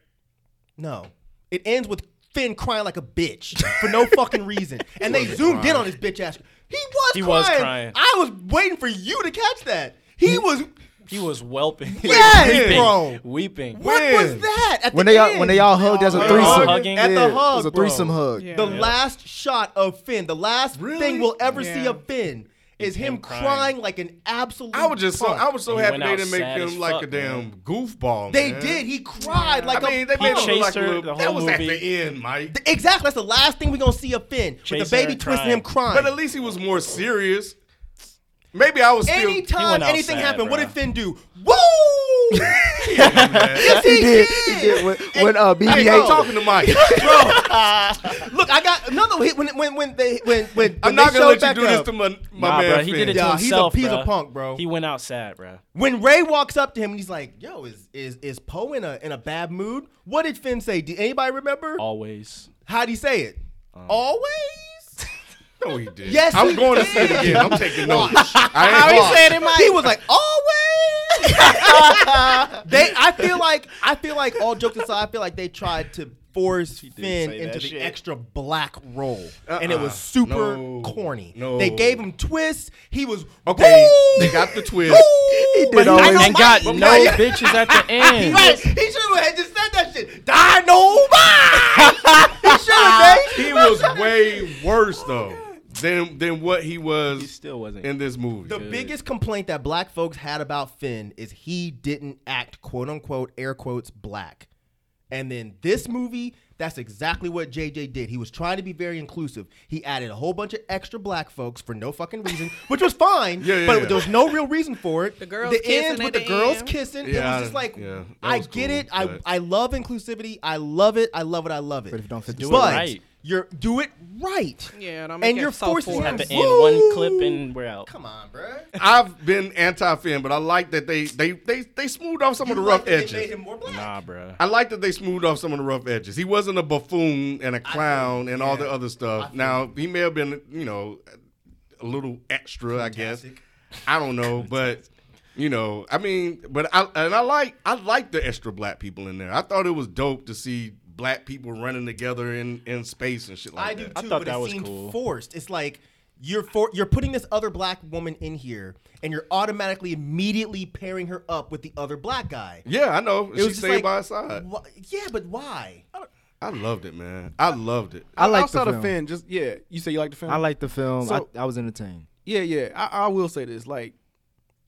[SPEAKER 7] No, it ends with Finn crying like a bitch for no fucking reason, and they zoomed in on his bitch ass. He was
[SPEAKER 5] He
[SPEAKER 7] crying.
[SPEAKER 5] was crying.
[SPEAKER 7] I was waiting for you to catch that. He was.
[SPEAKER 5] He was whelping.
[SPEAKER 7] Yes,
[SPEAKER 5] weeping,
[SPEAKER 7] bro.
[SPEAKER 5] Weeping.
[SPEAKER 7] What was that? At
[SPEAKER 4] When
[SPEAKER 7] the
[SPEAKER 4] they all,
[SPEAKER 7] end?
[SPEAKER 4] when they all hugged, there's a
[SPEAKER 5] They were all
[SPEAKER 4] threesome.
[SPEAKER 5] hugging.
[SPEAKER 7] at
[SPEAKER 4] Yeah,
[SPEAKER 7] the hug,
[SPEAKER 4] there's a
[SPEAKER 7] bro.
[SPEAKER 4] threesome hug.
[SPEAKER 8] Yeah.
[SPEAKER 7] The last shot of Finn, the last thing we'll ever see
[SPEAKER 8] Yeah.
[SPEAKER 7] of Finn, is him,
[SPEAKER 5] him
[SPEAKER 7] crying.
[SPEAKER 5] crying.
[SPEAKER 7] like an absolute.
[SPEAKER 6] I was just so
[SPEAKER 7] punk.
[SPEAKER 6] I was so
[SPEAKER 5] He
[SPEAKER 6] happy
[SPEAKER 5] went
[SPEAKER 6] they
[SPEAKER 5] out
[SPEAKER 6] didn't make
[SPEAKER 5] sad as
[SPEAKER 6] him like a
[SPEAKER 5] fuck,
[SPEAKER 6] damn
[SPEAKER 5] man.
[SPEAKER 6] goofball.
[SPEAKER 7] They
[SPEAKER 6] man.
[SPEAKER 7] did. He cried like
[SPEAKER 6] I mean,
[SPEAKER 7] a.
[SPEAKER 6] they made him look
[SPEAKER 5] chased
[SPEAKER 6] like a
[SPEAKER 5] her
[SPEAKER 6] little.
[SPEAKER 5] the
[SPEAKER 6] That
[SPEAKER 5] whole
[SPEAKER 6] was at
[SPEAKER 5] movie.
[SPEAKER 6] the end, Mike.
[SPEAKER 7] exactly. That's the last thing we're gonna see of Finn with
[SPEAKER 5] Chase
[SPEAKER 7] the baby
[SPEAKER 5] her
[SPEAKER 7] twisting him crying.
[SPEAKER 6] But at least he was more serious. Maybe I was still.
[SPEAKER 5] He
[SPEAKER 7] Anytime
[SPEAKER 5] went out
[SPEAKER 7] anything
[SPEAKER 5] sad,
[SPEAKER 7] happened, what
[SPEAKER 5] bro.
[SPEAKER 7] did Finn do? Woo! yes, he,
[SPEAKER 4] He did. He did. When, when uh,
[SPEAKER 6] Hey, I'm
[SPEAKER 4] BB-8
[SPEAKER 6] talking to Mike.
[SPEAKER 7] Look, I got another hit when when when they when when, when
[SPEAKER 6] I'm not
[SPEAKER 7] they
[SPEAKER 6] gonna let
[SPEAKER 7] showed back
[SPEAKER 6] you do this
[SPEAKER 7] up.
[SPEAKER 6] to my, my
[SPEAKER 5] nah,
[SPEAKER 6] man.
[SPEAKER 5] bro. He
[SPEAKER 6] Finn.
[SPEAKER 5] did it to
[SPEAKER 7] Nah, he's a-
[SPEAKER 5] himself,
[SPEAKER 7] he's a
[SPEAKER 5] bruh.
[SPEAKER 7] punk, bro.
[SPEAKER 5] He went out sad, bro.
[SPEAKER 7] When Ray walks up to him and he's like, "Yo, is is is Poe in a in a bad mood?" What did Finn say? Did anybody remember?
[SPEAKER 5] Always.
[SPEAKER 7] How'd he say it? Always.
[SPEAKER 6] No, he did.
[SPEAKER 7] Yes,
[SPEAKER 6] I'm
[SPEAKER 7] he
[SPEAKER 6] going to say it
[SPEAKER 7] did.
[SPEAKER 6] again. I'm taking notes. I
[SPEAKER 7] How
[SPEAKER 6] ain't
[SPEAKER 7] said it, He was like, always. they, I feel like, I feel like, all jokes aside, I feel like they tried to force Finn
[SPEAKER 5] say
[SPEAKER 7] into
[SPEAKER 5] that
[SPEAKER 7] the
[SPEAKER 5] shit.
[SPEAKER 7] extra black role, and it
[SPEAKER 6] Uh-uh.
[SPEAKER 7] was super
[SPEAKER 6] No.
[SPEAKER 7] corny.
[SPEAKER 6] No.
[SPEAKER 7] They gave him twists. He was
[SPEAKER 6] Okay,
[SPEAKER 7] Woo!
[SPEAKER 6] they got the twist.
[SPEAKER 7] Woo!
[SPEAKER 4] He did
[SPEAKER 7] But
[SPEAKER 4] always-
[SPEAKER 7] was
[SPEAKER 5] And got
[SPEAKER 7] like-
[SPEAKER 5] no bitches at the end.
[SPEAKER 7] Right. He should have just said that shit. Die no more. He
[SPEAKER 6] He
[SPEAKER 7] should have.
[SPEAKER 6] was way worse though than than what he was
[SPEAKER 5] He still wasn't.
[SPEAKER 6] in this movie.
[SPEAKER 7] The biggest complaint that black folks had about Finn is he didn't act quote unquote air quotes black. And then this movie, that's exactly what JJ did. He was trying to be very inclusive. He added a whole bunch of extra black folks for no fucking reason, which was fine,
[SPEAKER 6] Yeah, yeah,
[SPEAKER 7] but
[SPEAKER 6] yeah.
[SPEAKER 7] there was no real reason for it.
[SPEAKER 8] The girls
[SPEAKER 7] the
[SPEAKER 8] kissing
[SPEAKER 7] ends
[SPEAKER 8] at
[SPEAKER 7] with the,
[SPEAKER 8] the
[SPEAKER 7] girls
[SPEAKER 8] end.
[SPEAKER 7] kissing. it
[SPEAKER 6] Yeah,
[SPEAKER 7] was just like
[SPEAKER 6] yeah, that
[SPEAKER 7] I
[SPEAKER 6] was
[SPEAKER 7] get
[SPEAKER 6] cool,
[SPEAKER 7] it. I
[SPEAKER 6] but-
[SPEAKER 7] I love inclusivity. I love it. I love it. I love it.
[SPEAKER 4] But if it don't fit the
[SPEAKER 7] do
[SPEAKER 4] story.
[SPEAKER 5] right.
[SPEAKER 7] You're do it right.
[SPEAKER 8] Yeah, don't make
[SPEAKER 7] and
[SPEAKER 8] it
[SPEAKER 7] you're
[SPEAKER 8] so
[SPEAKER 7] forcing
[SPEAKER 8] forced.
[SPEAKER 5] At the
[SPEAKER 7] him-
[SPEAKER 5] end, one
[SPEAKER 7] Woo!
[SPEAKER 5] clip and we're out.
[SPEAKER 7] Come on, bruh.
[SPEAKER 6] I've been anti Finn, but I like that they they they they smoothed off some of the rough edges.
[SPEAKER 5] Nah, bro.
[SPEAKER 6] I like that they smoothed off some of the rough edges. He wasn't a buffoon and a clown and all the other stuff. Now he may have been, you know, a little extra, I guess. I don't know, but you know, I mean, but I
[SPEAKER 4] uh,
[SPEAKER 6] and I like I like the extra black people in there. I thought it was dope to see black people running together in in space and shit like
[SPEAKER 7] I do too,
[SPEAKER 6] that.
[SPEAKER 7] but
[SPEAKER 5] thought that
[SPEAKER 7] it
[SPEAKER 5] was
[SPEAKER 7] seemed
[SPEAKER 5] cool.
[SPEAKER 7] forced. It's like you're for you're putting this other black woman in here, and you're automatically immediately pairing her up with the other black guy.
[SPEAKER 6] yeah, I know.
[SPEAKER 7] It
[SPEAKER 6] She
[SPEAKER 7] just
[SPEAKER 6] stayed
[SPEAKER 7] like,
[SPEAKER 6] by his side.
[SPEAKER 7] wha- yeah, but why?
[SPEAKER 6] I loved it, man. I loved it.
[SPEAKER 4] I like the
[SPEAKER 2] outside
[SPEAKER 4] film.
[SPEAKER 2] of Finn. Just yeah, you say you like the film.
[SPEAKER 4] I like the film.
[SPEAKER 2] So-
[SPEAKER 4] I, I was entertained.
[SPEAKER 2] Yeah, yeah. I, I will say this. Like,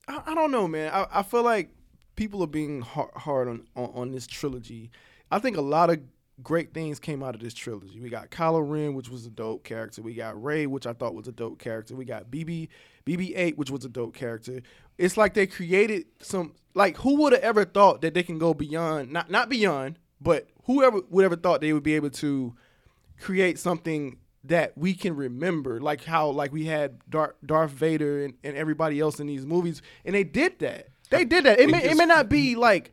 [SPEAKER 2] I, I don't know, man. I, I feel like people are being hard, hard on, on on this trilogy. I think a lot of great things came out of this trilogy. We got Kylo Ren, which was a dope character. We got Ray, which I thought was a dope character. We got BB BB-8, which was a dope character. It's like they created some. Like, who would have ever thought that they can go beyond? Not not beyond, but whoever would ever thought they would be able to create something that we can remember, like how like we had Darth, Darth Vader and, and everybody else in these movies, and they did that. They did that. It may, it may not be like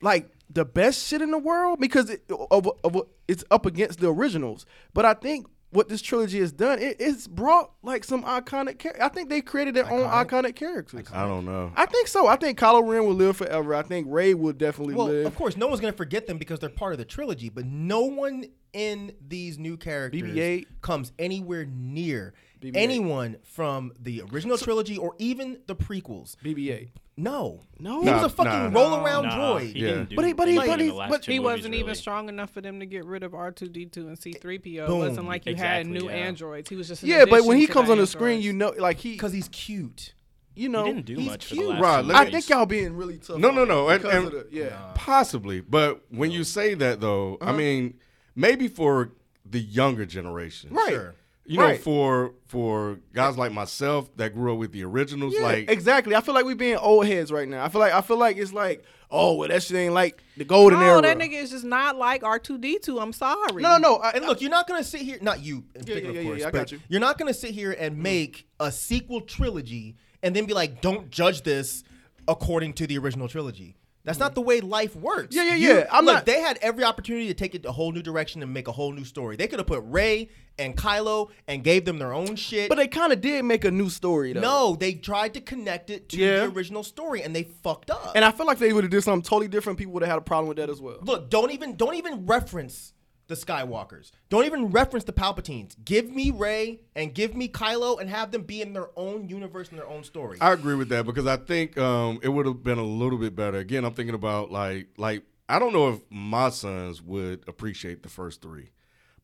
[SPEAKER 2] like the best shit in the world because it, of, of it's up against the originals. But I think what this trilogy has done, it, it's brought like some iconic. Char- I think they created their own iconic characters.
[SPEAKER 4] I don't know.
[SPEAKER 2] I think so. I think Kylo Ren will live forever. I think Ray will definitely
[SPEAKER 7] Well,
[SPEAKER 2] live.
[SPEAKER 7] of course, no one's gonna forget them because they're part of the trilogy. But no one in these new characters
[SPEAKER 2] BB-8.
[SPEAKER 7] comes anywhere near
[SPEAKER 2] BB-8.
[SPEAKER 7] anyone from the original trilogy or even the prequels.
[SPEAKER 2] BB-8.
[SPEAKER 7] No,
[SPEAKER 2] No.
[SPEAKER 7] he was
[SPEAKER 4] Nah,
[SPEAKER 7] a fucking
[SPEAKER 4] nah.
[SPEAKER 7] roll around
[SPEAKER 5] Nah,
[SPEAKER 7] droid.
[SPEAKER 5] he didn't do
[SPEAKER 2] But he- but he-
[SPEAKER 5] anything
[SPEAKER 2] but
[SPEAKER 5] in the
[SPEAKER 2] he-
[SPEAKER 5] last
[SPEAKER 2] but
[SPEAKER 5] two
[SPEAKER 8] He
[SPEAKER 5] movies,
[SPEAKER 8] wasn't
[SPEAKER 5] really.
[SPEAKER 8] even strong enough for them to get rid of R two D two and C three PO. It
[SPEAKER 7] Boom.
[SPEAKER 8] wasn't like you had
[SPEAKER 5] Exactly,
[SPEAKER 8] new
[SPEAKER 5] yeah.
[SPEAKER 8] androids. He was just an
[SPEAKER 2] yeah, but when
[SPEAKER 8] addition
[SPEAKER 2] he
[SPEAKER 8] to
[SPEAKER 2] comes on the screen,
[SPEAKER 8] androids.
[SPEAKER 2] you know, like he,
[SPEAKER 7] because he's cute.
[SPEAKER 2] you
[SPEAKER 5] He
[SPEAKER 2] know,
[SPEAKER 5] didn't do
[SPEAKER 7] he's
[SPEAKER 5] much for the
[SPEAKER 7] cute.
[SPEAKER 5] last
[SPEAKER 4] Right, let
[SPEAKER 5] two
[SPEAKER 4] me-
[SPEAKER 2] I
[SPEAKER 5] movies.
[SPEAKER 2] think y'all being really tough.
[SPEAKER 4] No,
[SPEAKER 2] on
[SPEAKER 4] no,
[SPEAKER 2] it
[SPEAKER 4] no. And,
[SPEAKER 2] because
[SPEAKER 4] and
[SPEAKER 2] of the- yeah.
[SPEAKER 4] possibly, but when you say that though, I mean, maybe for the younger generation,
[SPEAKER 2] Right. Sure.
[SPEAKER 4] You know,
[SPEAKER 2] Right.
[SPEAKER 4] for for guys like myself that grew up with the originals,
[SPEAKER 2] Yeah,
[SPEAKER 4] like
[SPEAKER 2] exactly. I feel like we being old heads right now. I feel like I feel like it's like, oh, well, that shit ain't like the golden
[SPEAKER 8] No,
[SPEAKER 2] era.
[SPEAKER 8] that nigga is just not like R two D two. I'm sorry.
[SPEAKER 2] no, no, no. I,
[SPEAKER 7] And look, you're not gonna sit here, not you
[SPEAKER 2] Yeah,
[SPEAKER 7] in particular,
[SPEAKER 2] yeah,
[SPEAKER 7] of
[SPEAKER 2] yeah,
[SPEAKER 7] course,
[SPEAKER 2] yeah, I
[SPEAKER 7] but
[SPEAKER 2] got you. Mm-hmm.
[SPEAKER 7] are not gonna sit here and make a sequel trilogy and then be like, don't judge this according to the original trilogy. That's not the way life works.
[SPEAKER 2] Mm-hmm. Yeah, yeah,
[SPEAKER 7] You-
[SPEAKER 2] yeah, I'm
[SPEAKER 7] look,
[SPEAKER 2] not-
[SPEAKER 7] they had every opportunity to take it a whole new direction and make a whole new story. They could have put Ray and Kylo and gave them their own shit.
[SPEAKER 2] but they kind of did make a new story though.
[SPEAKER 7] no, they tried to connect it to
[SPEAKER 2] Yeah.
[SPEAKER 7] the original story and they fucked up.
[SPEAKER 2] and I feel like they would have did something totally different. People would have had a problem with that as well.
[SPEAKER 7] look, don't even don't even reference the Skywalkers. Don't even reference the Palpatines. Give me Ray and give me Kylo and have them be in their own universe and their own story.
[SPEAKER 4] I agree with that because I think um, it would have been a little bit better. Again, I'm thinking about like like I don't know if my sons would appreciate the first three,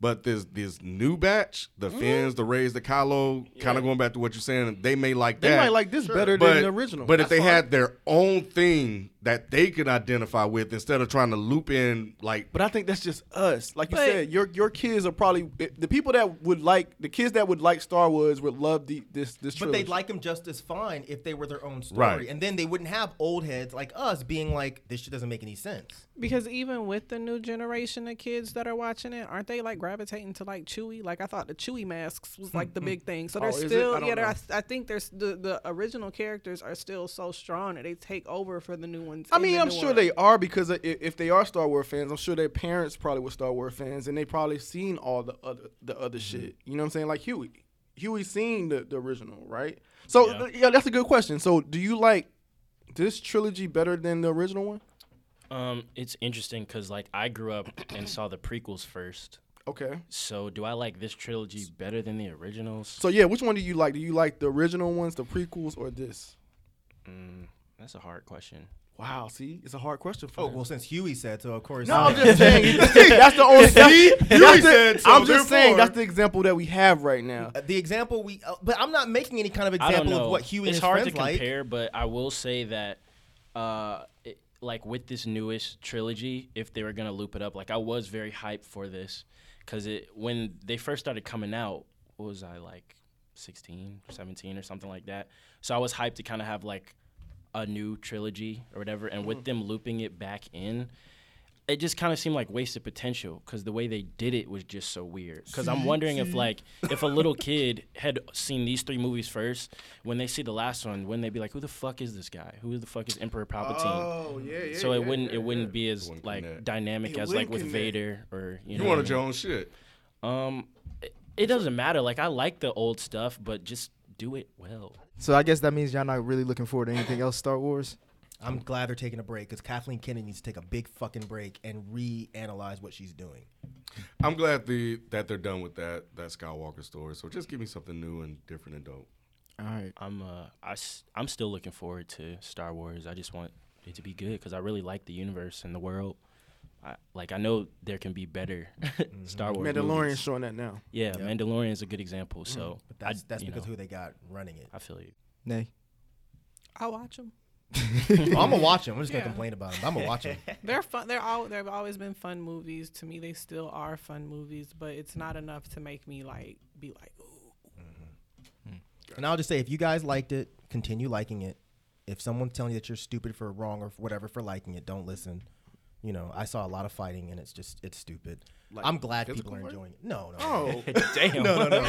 [SPEAKER 4] but this this new batch, the Finns, the Rays, the Kylo, kind of going back to what you're saying, they may like
[SPEAKER 2] They
[SPEAKER 4] that.
[SPEAKER 2] might like this Sure. better than the original.
[SPEAKER 4] But if
[SPEAKER 2] That's
[SPEAKER 4] they
[SPEAKER 2] fine.
[SPEAKER 4] had their own thing that they could identify with instead of trying to loop in like
[SPEAKER 2] But I think that's just us. Like you
[SPEAKER 8] But-
[SPEAKER 2] said, your your kids are probably it- the people that would like the kids that would like Star Wars would love the, this this.
[SPEAKER 7] but
[SPEAKER 2] Trilogy.
[SPEAKER 7] they'd like them just as fine if they were their own story.
[SPEAKER 4] Right.
[SPEAKER 7] And then they wouldn't have old heads like us being like, this shit doesn't make any sense.
[SPEAKER 8] Because even with the new generation of kids that are watching it, aren't they like gravitating to like Chewy? Like I thought the Chewy masks was like the big thing. So they're
[SPEAKER 2] Oh, is it? I
[SPEAKER 8] still
[SPEAKER 2] don't
[SPEAKER 8] yeah. They're,
[SPEAKER 2] know.
[SPEAKER 8] I, I think there's the the original characters are still so strong that they take over for the new ones.
[SPEAKER 2] I
[SPEAKER 8] in
[SPEAKER 2] mean,
[SPEAKER 8] the
[SPEAKER 2] I'm
[SPEAKER 8] new
[SPEAKER 2] sure
[SPEAKER 8] world.
[SPEAKER 2] they are because i- if they are Star Wars fans, I'm sure their parents probably were Star Wars fans, and they probably seen all the other the other
[SPEAKER 7] Mm-hmm.
[SPEAKER 2] shit. You know what I'm saying? Like Huey, Huey seen the, the original, right? So
[SPEAKER 5] Yeah.
[SPEAKER 2] th- yeah. that's a good question. So do you like this trilogy better than the original one?
[SPEAKER 5] Um, it's interesting because like I grew up and saw the prequels first.
[SPEAKER 2] Okay.
[SPEAKER 5] So do I like this trilogy better than the originals?
[SPEAKER 2] So yeah, which one do you like? Do you like the original ones, the prequels, or this?
[SPEAKER 5] That's a hard question.
[SPEAKER 2] Wow, see, it's a hard question for.
[SPEAKER 7] Oh,
[SPEAKER 2] them.
[SPEAKER 7] well, since Huey said so, of course.
[SPEAKER 2] No, I'm just saying. that's the only. that's the- I'm just saying that's the example that we have right now.
[SPEAKER 7] the example we, uh, but I'm not making any kind of
[SPEAKER 5] I don't
[SPEAKER 7] example
[SPEAKER 5] know
[SPEAKER 7] of what Huey and
[SPEAKER 5] It's
[SPEAKER 7] his
[SPEAKER 5] hard to
[SPEAKER 7] friends like.
[SPEAKER 5] compare, but I will say that, uh, it, like with this newest trilogy, if they were gonna loop it up, like I was very hyped for this, cause it when they first started coming out, what was I like 16, 17 or something like that. So I was hyped to kind of have like a new trilogy or whatever, and
[SPEAKER 7] Mm.
[SPEAKER 5] with them looping it back in. It just kind of seemed like wasted potential because the way they did it was just so weird. Because
[SPEAKER 2] Mm-hmm.
[SPEAKER 5] I'm wondering if like if a little kid had seen these three movies first, when they see the last one, wouldn't they be like, "Who the fuck is this guy? Who the fuck is Emperor Palpatine?"
[SPEAKER 2] Oh, yeah, yeah,
[SPEAKER 5] so it
[SPEAKER 2] yeah,
[SPEAKER 5] wouldn't
[SPEAKER 2] yeah,
[SPEAKER 5] it wouldn't be as
[SPEAKER 4] wouldn't
[SPEAKER 5] like
[SPEAKER 4] connect.
[SPEAKER 5] dynamic
[SPEAKER 2] It
[SPEAKER 5] as like
[SPEAKER 2] wouldn't
[SPEAKER 5] with
[SPEAKER 2] connect.
[SPEAKER 5] Vader or you know.
[SPEAKER 4] you wanted
[SPEAKER 5] what I
[SPEAKER 4] your
[SPEAKER 5] mean?
[SPEAKER 4] own shit.
[SPEAKER 5] Um, it, it doesn't matter. Like I like the old stuff, but just do it well.
[SPEAKER 14] So I guess that means y'all not really looking forward to anything else Star Wars.
[SPEAKER 7] I'm glad they're taking a break because Kathleen Kennedy needs to take a big fucking break and reanalyze what she's doing.
[SPEAKER 4] I'm glad the that they're done with that that Skywalker story. So just give me something new and different and dope.
[SPEAKER 14] All right.
[SPEAKER 5] I'm uh I am still looking forward to Star Wars. I just want it to be good because I really like the universe and the world. I, like I know there can be better Star
[SPEAKER 7] Mm-hmm.
[SPEAKER 5] Wars.
[SPEAKER 2] Mandalorian's
[SPEAKER 5] movies.
[SPEAKER 2] showing that now.
[SPEAKER 5] Yeah, Mandalorian is a good example. So
[SPEAKER 7] Mm-hmm. But that's
[SPEAKER 5] I,
[SPEAKER 7] that's
[SPEAKER 5] you
[SPEAKER 7] because
[SPEAKER 5] know,
[SPEAKER 7] who they got running it.
[SPEAKER 5] I feel you.
[SPEAKER 14] Nay.
[SPEAKER 8] I watch them.
[SPEAKER 7] I'm gonna watch him. I'm just
[SPEAKER 8] Yeah.
[SPEAKER 7] gonna complain about him. I'm gonna watch him.
[SPEAKER 8] They're fun. They're all. They've always been fun movies to me. They still are fun movies, but it's not enough to make me like be like. Ooh.
[SPEAKER 7] And I'll just say, if you guys liked it, continue liking it. If someone's telling you that you're stupid for wrong or whatever for liking it, don't listen. You know, I saw a lot of fighting, and it's just it's stupid. I'm glad people are enjoying it. No, no. no.
[SPEAKER 5] Damn. no, no, no.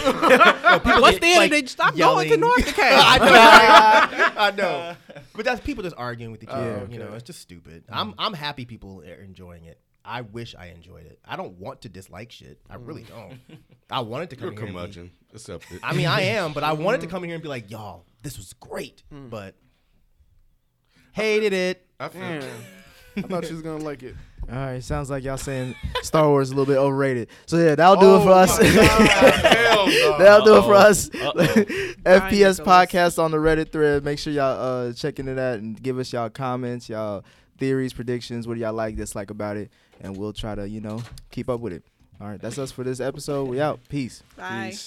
[SPEAKER 8] What's the end? of it? Stop going to
[SPEAKER 7] yelling.
[SPEAKER 8] North Dakota.
[SPEAKER 7] I know. But that's people just arguing with each
[SPEAKER 6] Oh,
[SPEAKER 7] other.
[SPEAKER 6] okay.
[SPEAKER 7] You know, it's just stupid. I'm I'm happy people are enjoying it. I wish I enjoyed it. I don't want to dislike shit. I really
[SPEAKER 15] Mm.
[SPEAKER 7] don't. I wanted to
[SPEAKER 15] You're
[SPEAKER 7] come in here and be-
[SPEAKER 15] curmudgeon. Accept it.
[SPEAKER 7] I mean, I am, but I wanted to
[SPEAKER 15] Mhm.
[SPEAKER 7] come in here and be like, y'all, this was great, but hated it.
[SPEAKER 15] I
[SPEAKER 9] Damn. I thought she was gonna like it.
[SPEAKER 4] All right, sounds like y'all saying Star Wars is a little bit overrated. So yeah, that'll do it for
[SPEAKER 9] Oh
[SPEAKER 4] us.
[SPEAKER 9] my God. Hell no.
[SPEAKER 4] that'll do it for
[SPEAKER 9] Uh-oh.
[SPEAKER 4] us.
[SPEAKER 9] Uh-oh.
[SPEAKER 4] FPS podcast on the Reddit thread. Make sure y'all uh, check into that and give us y'all comments, y'all theories, predictions. What do y'all like, dislike about it, and we'll try to you know keep up with it. All right, that's us for this episode. We out. Peace.
[SPEAKER 8] Bye.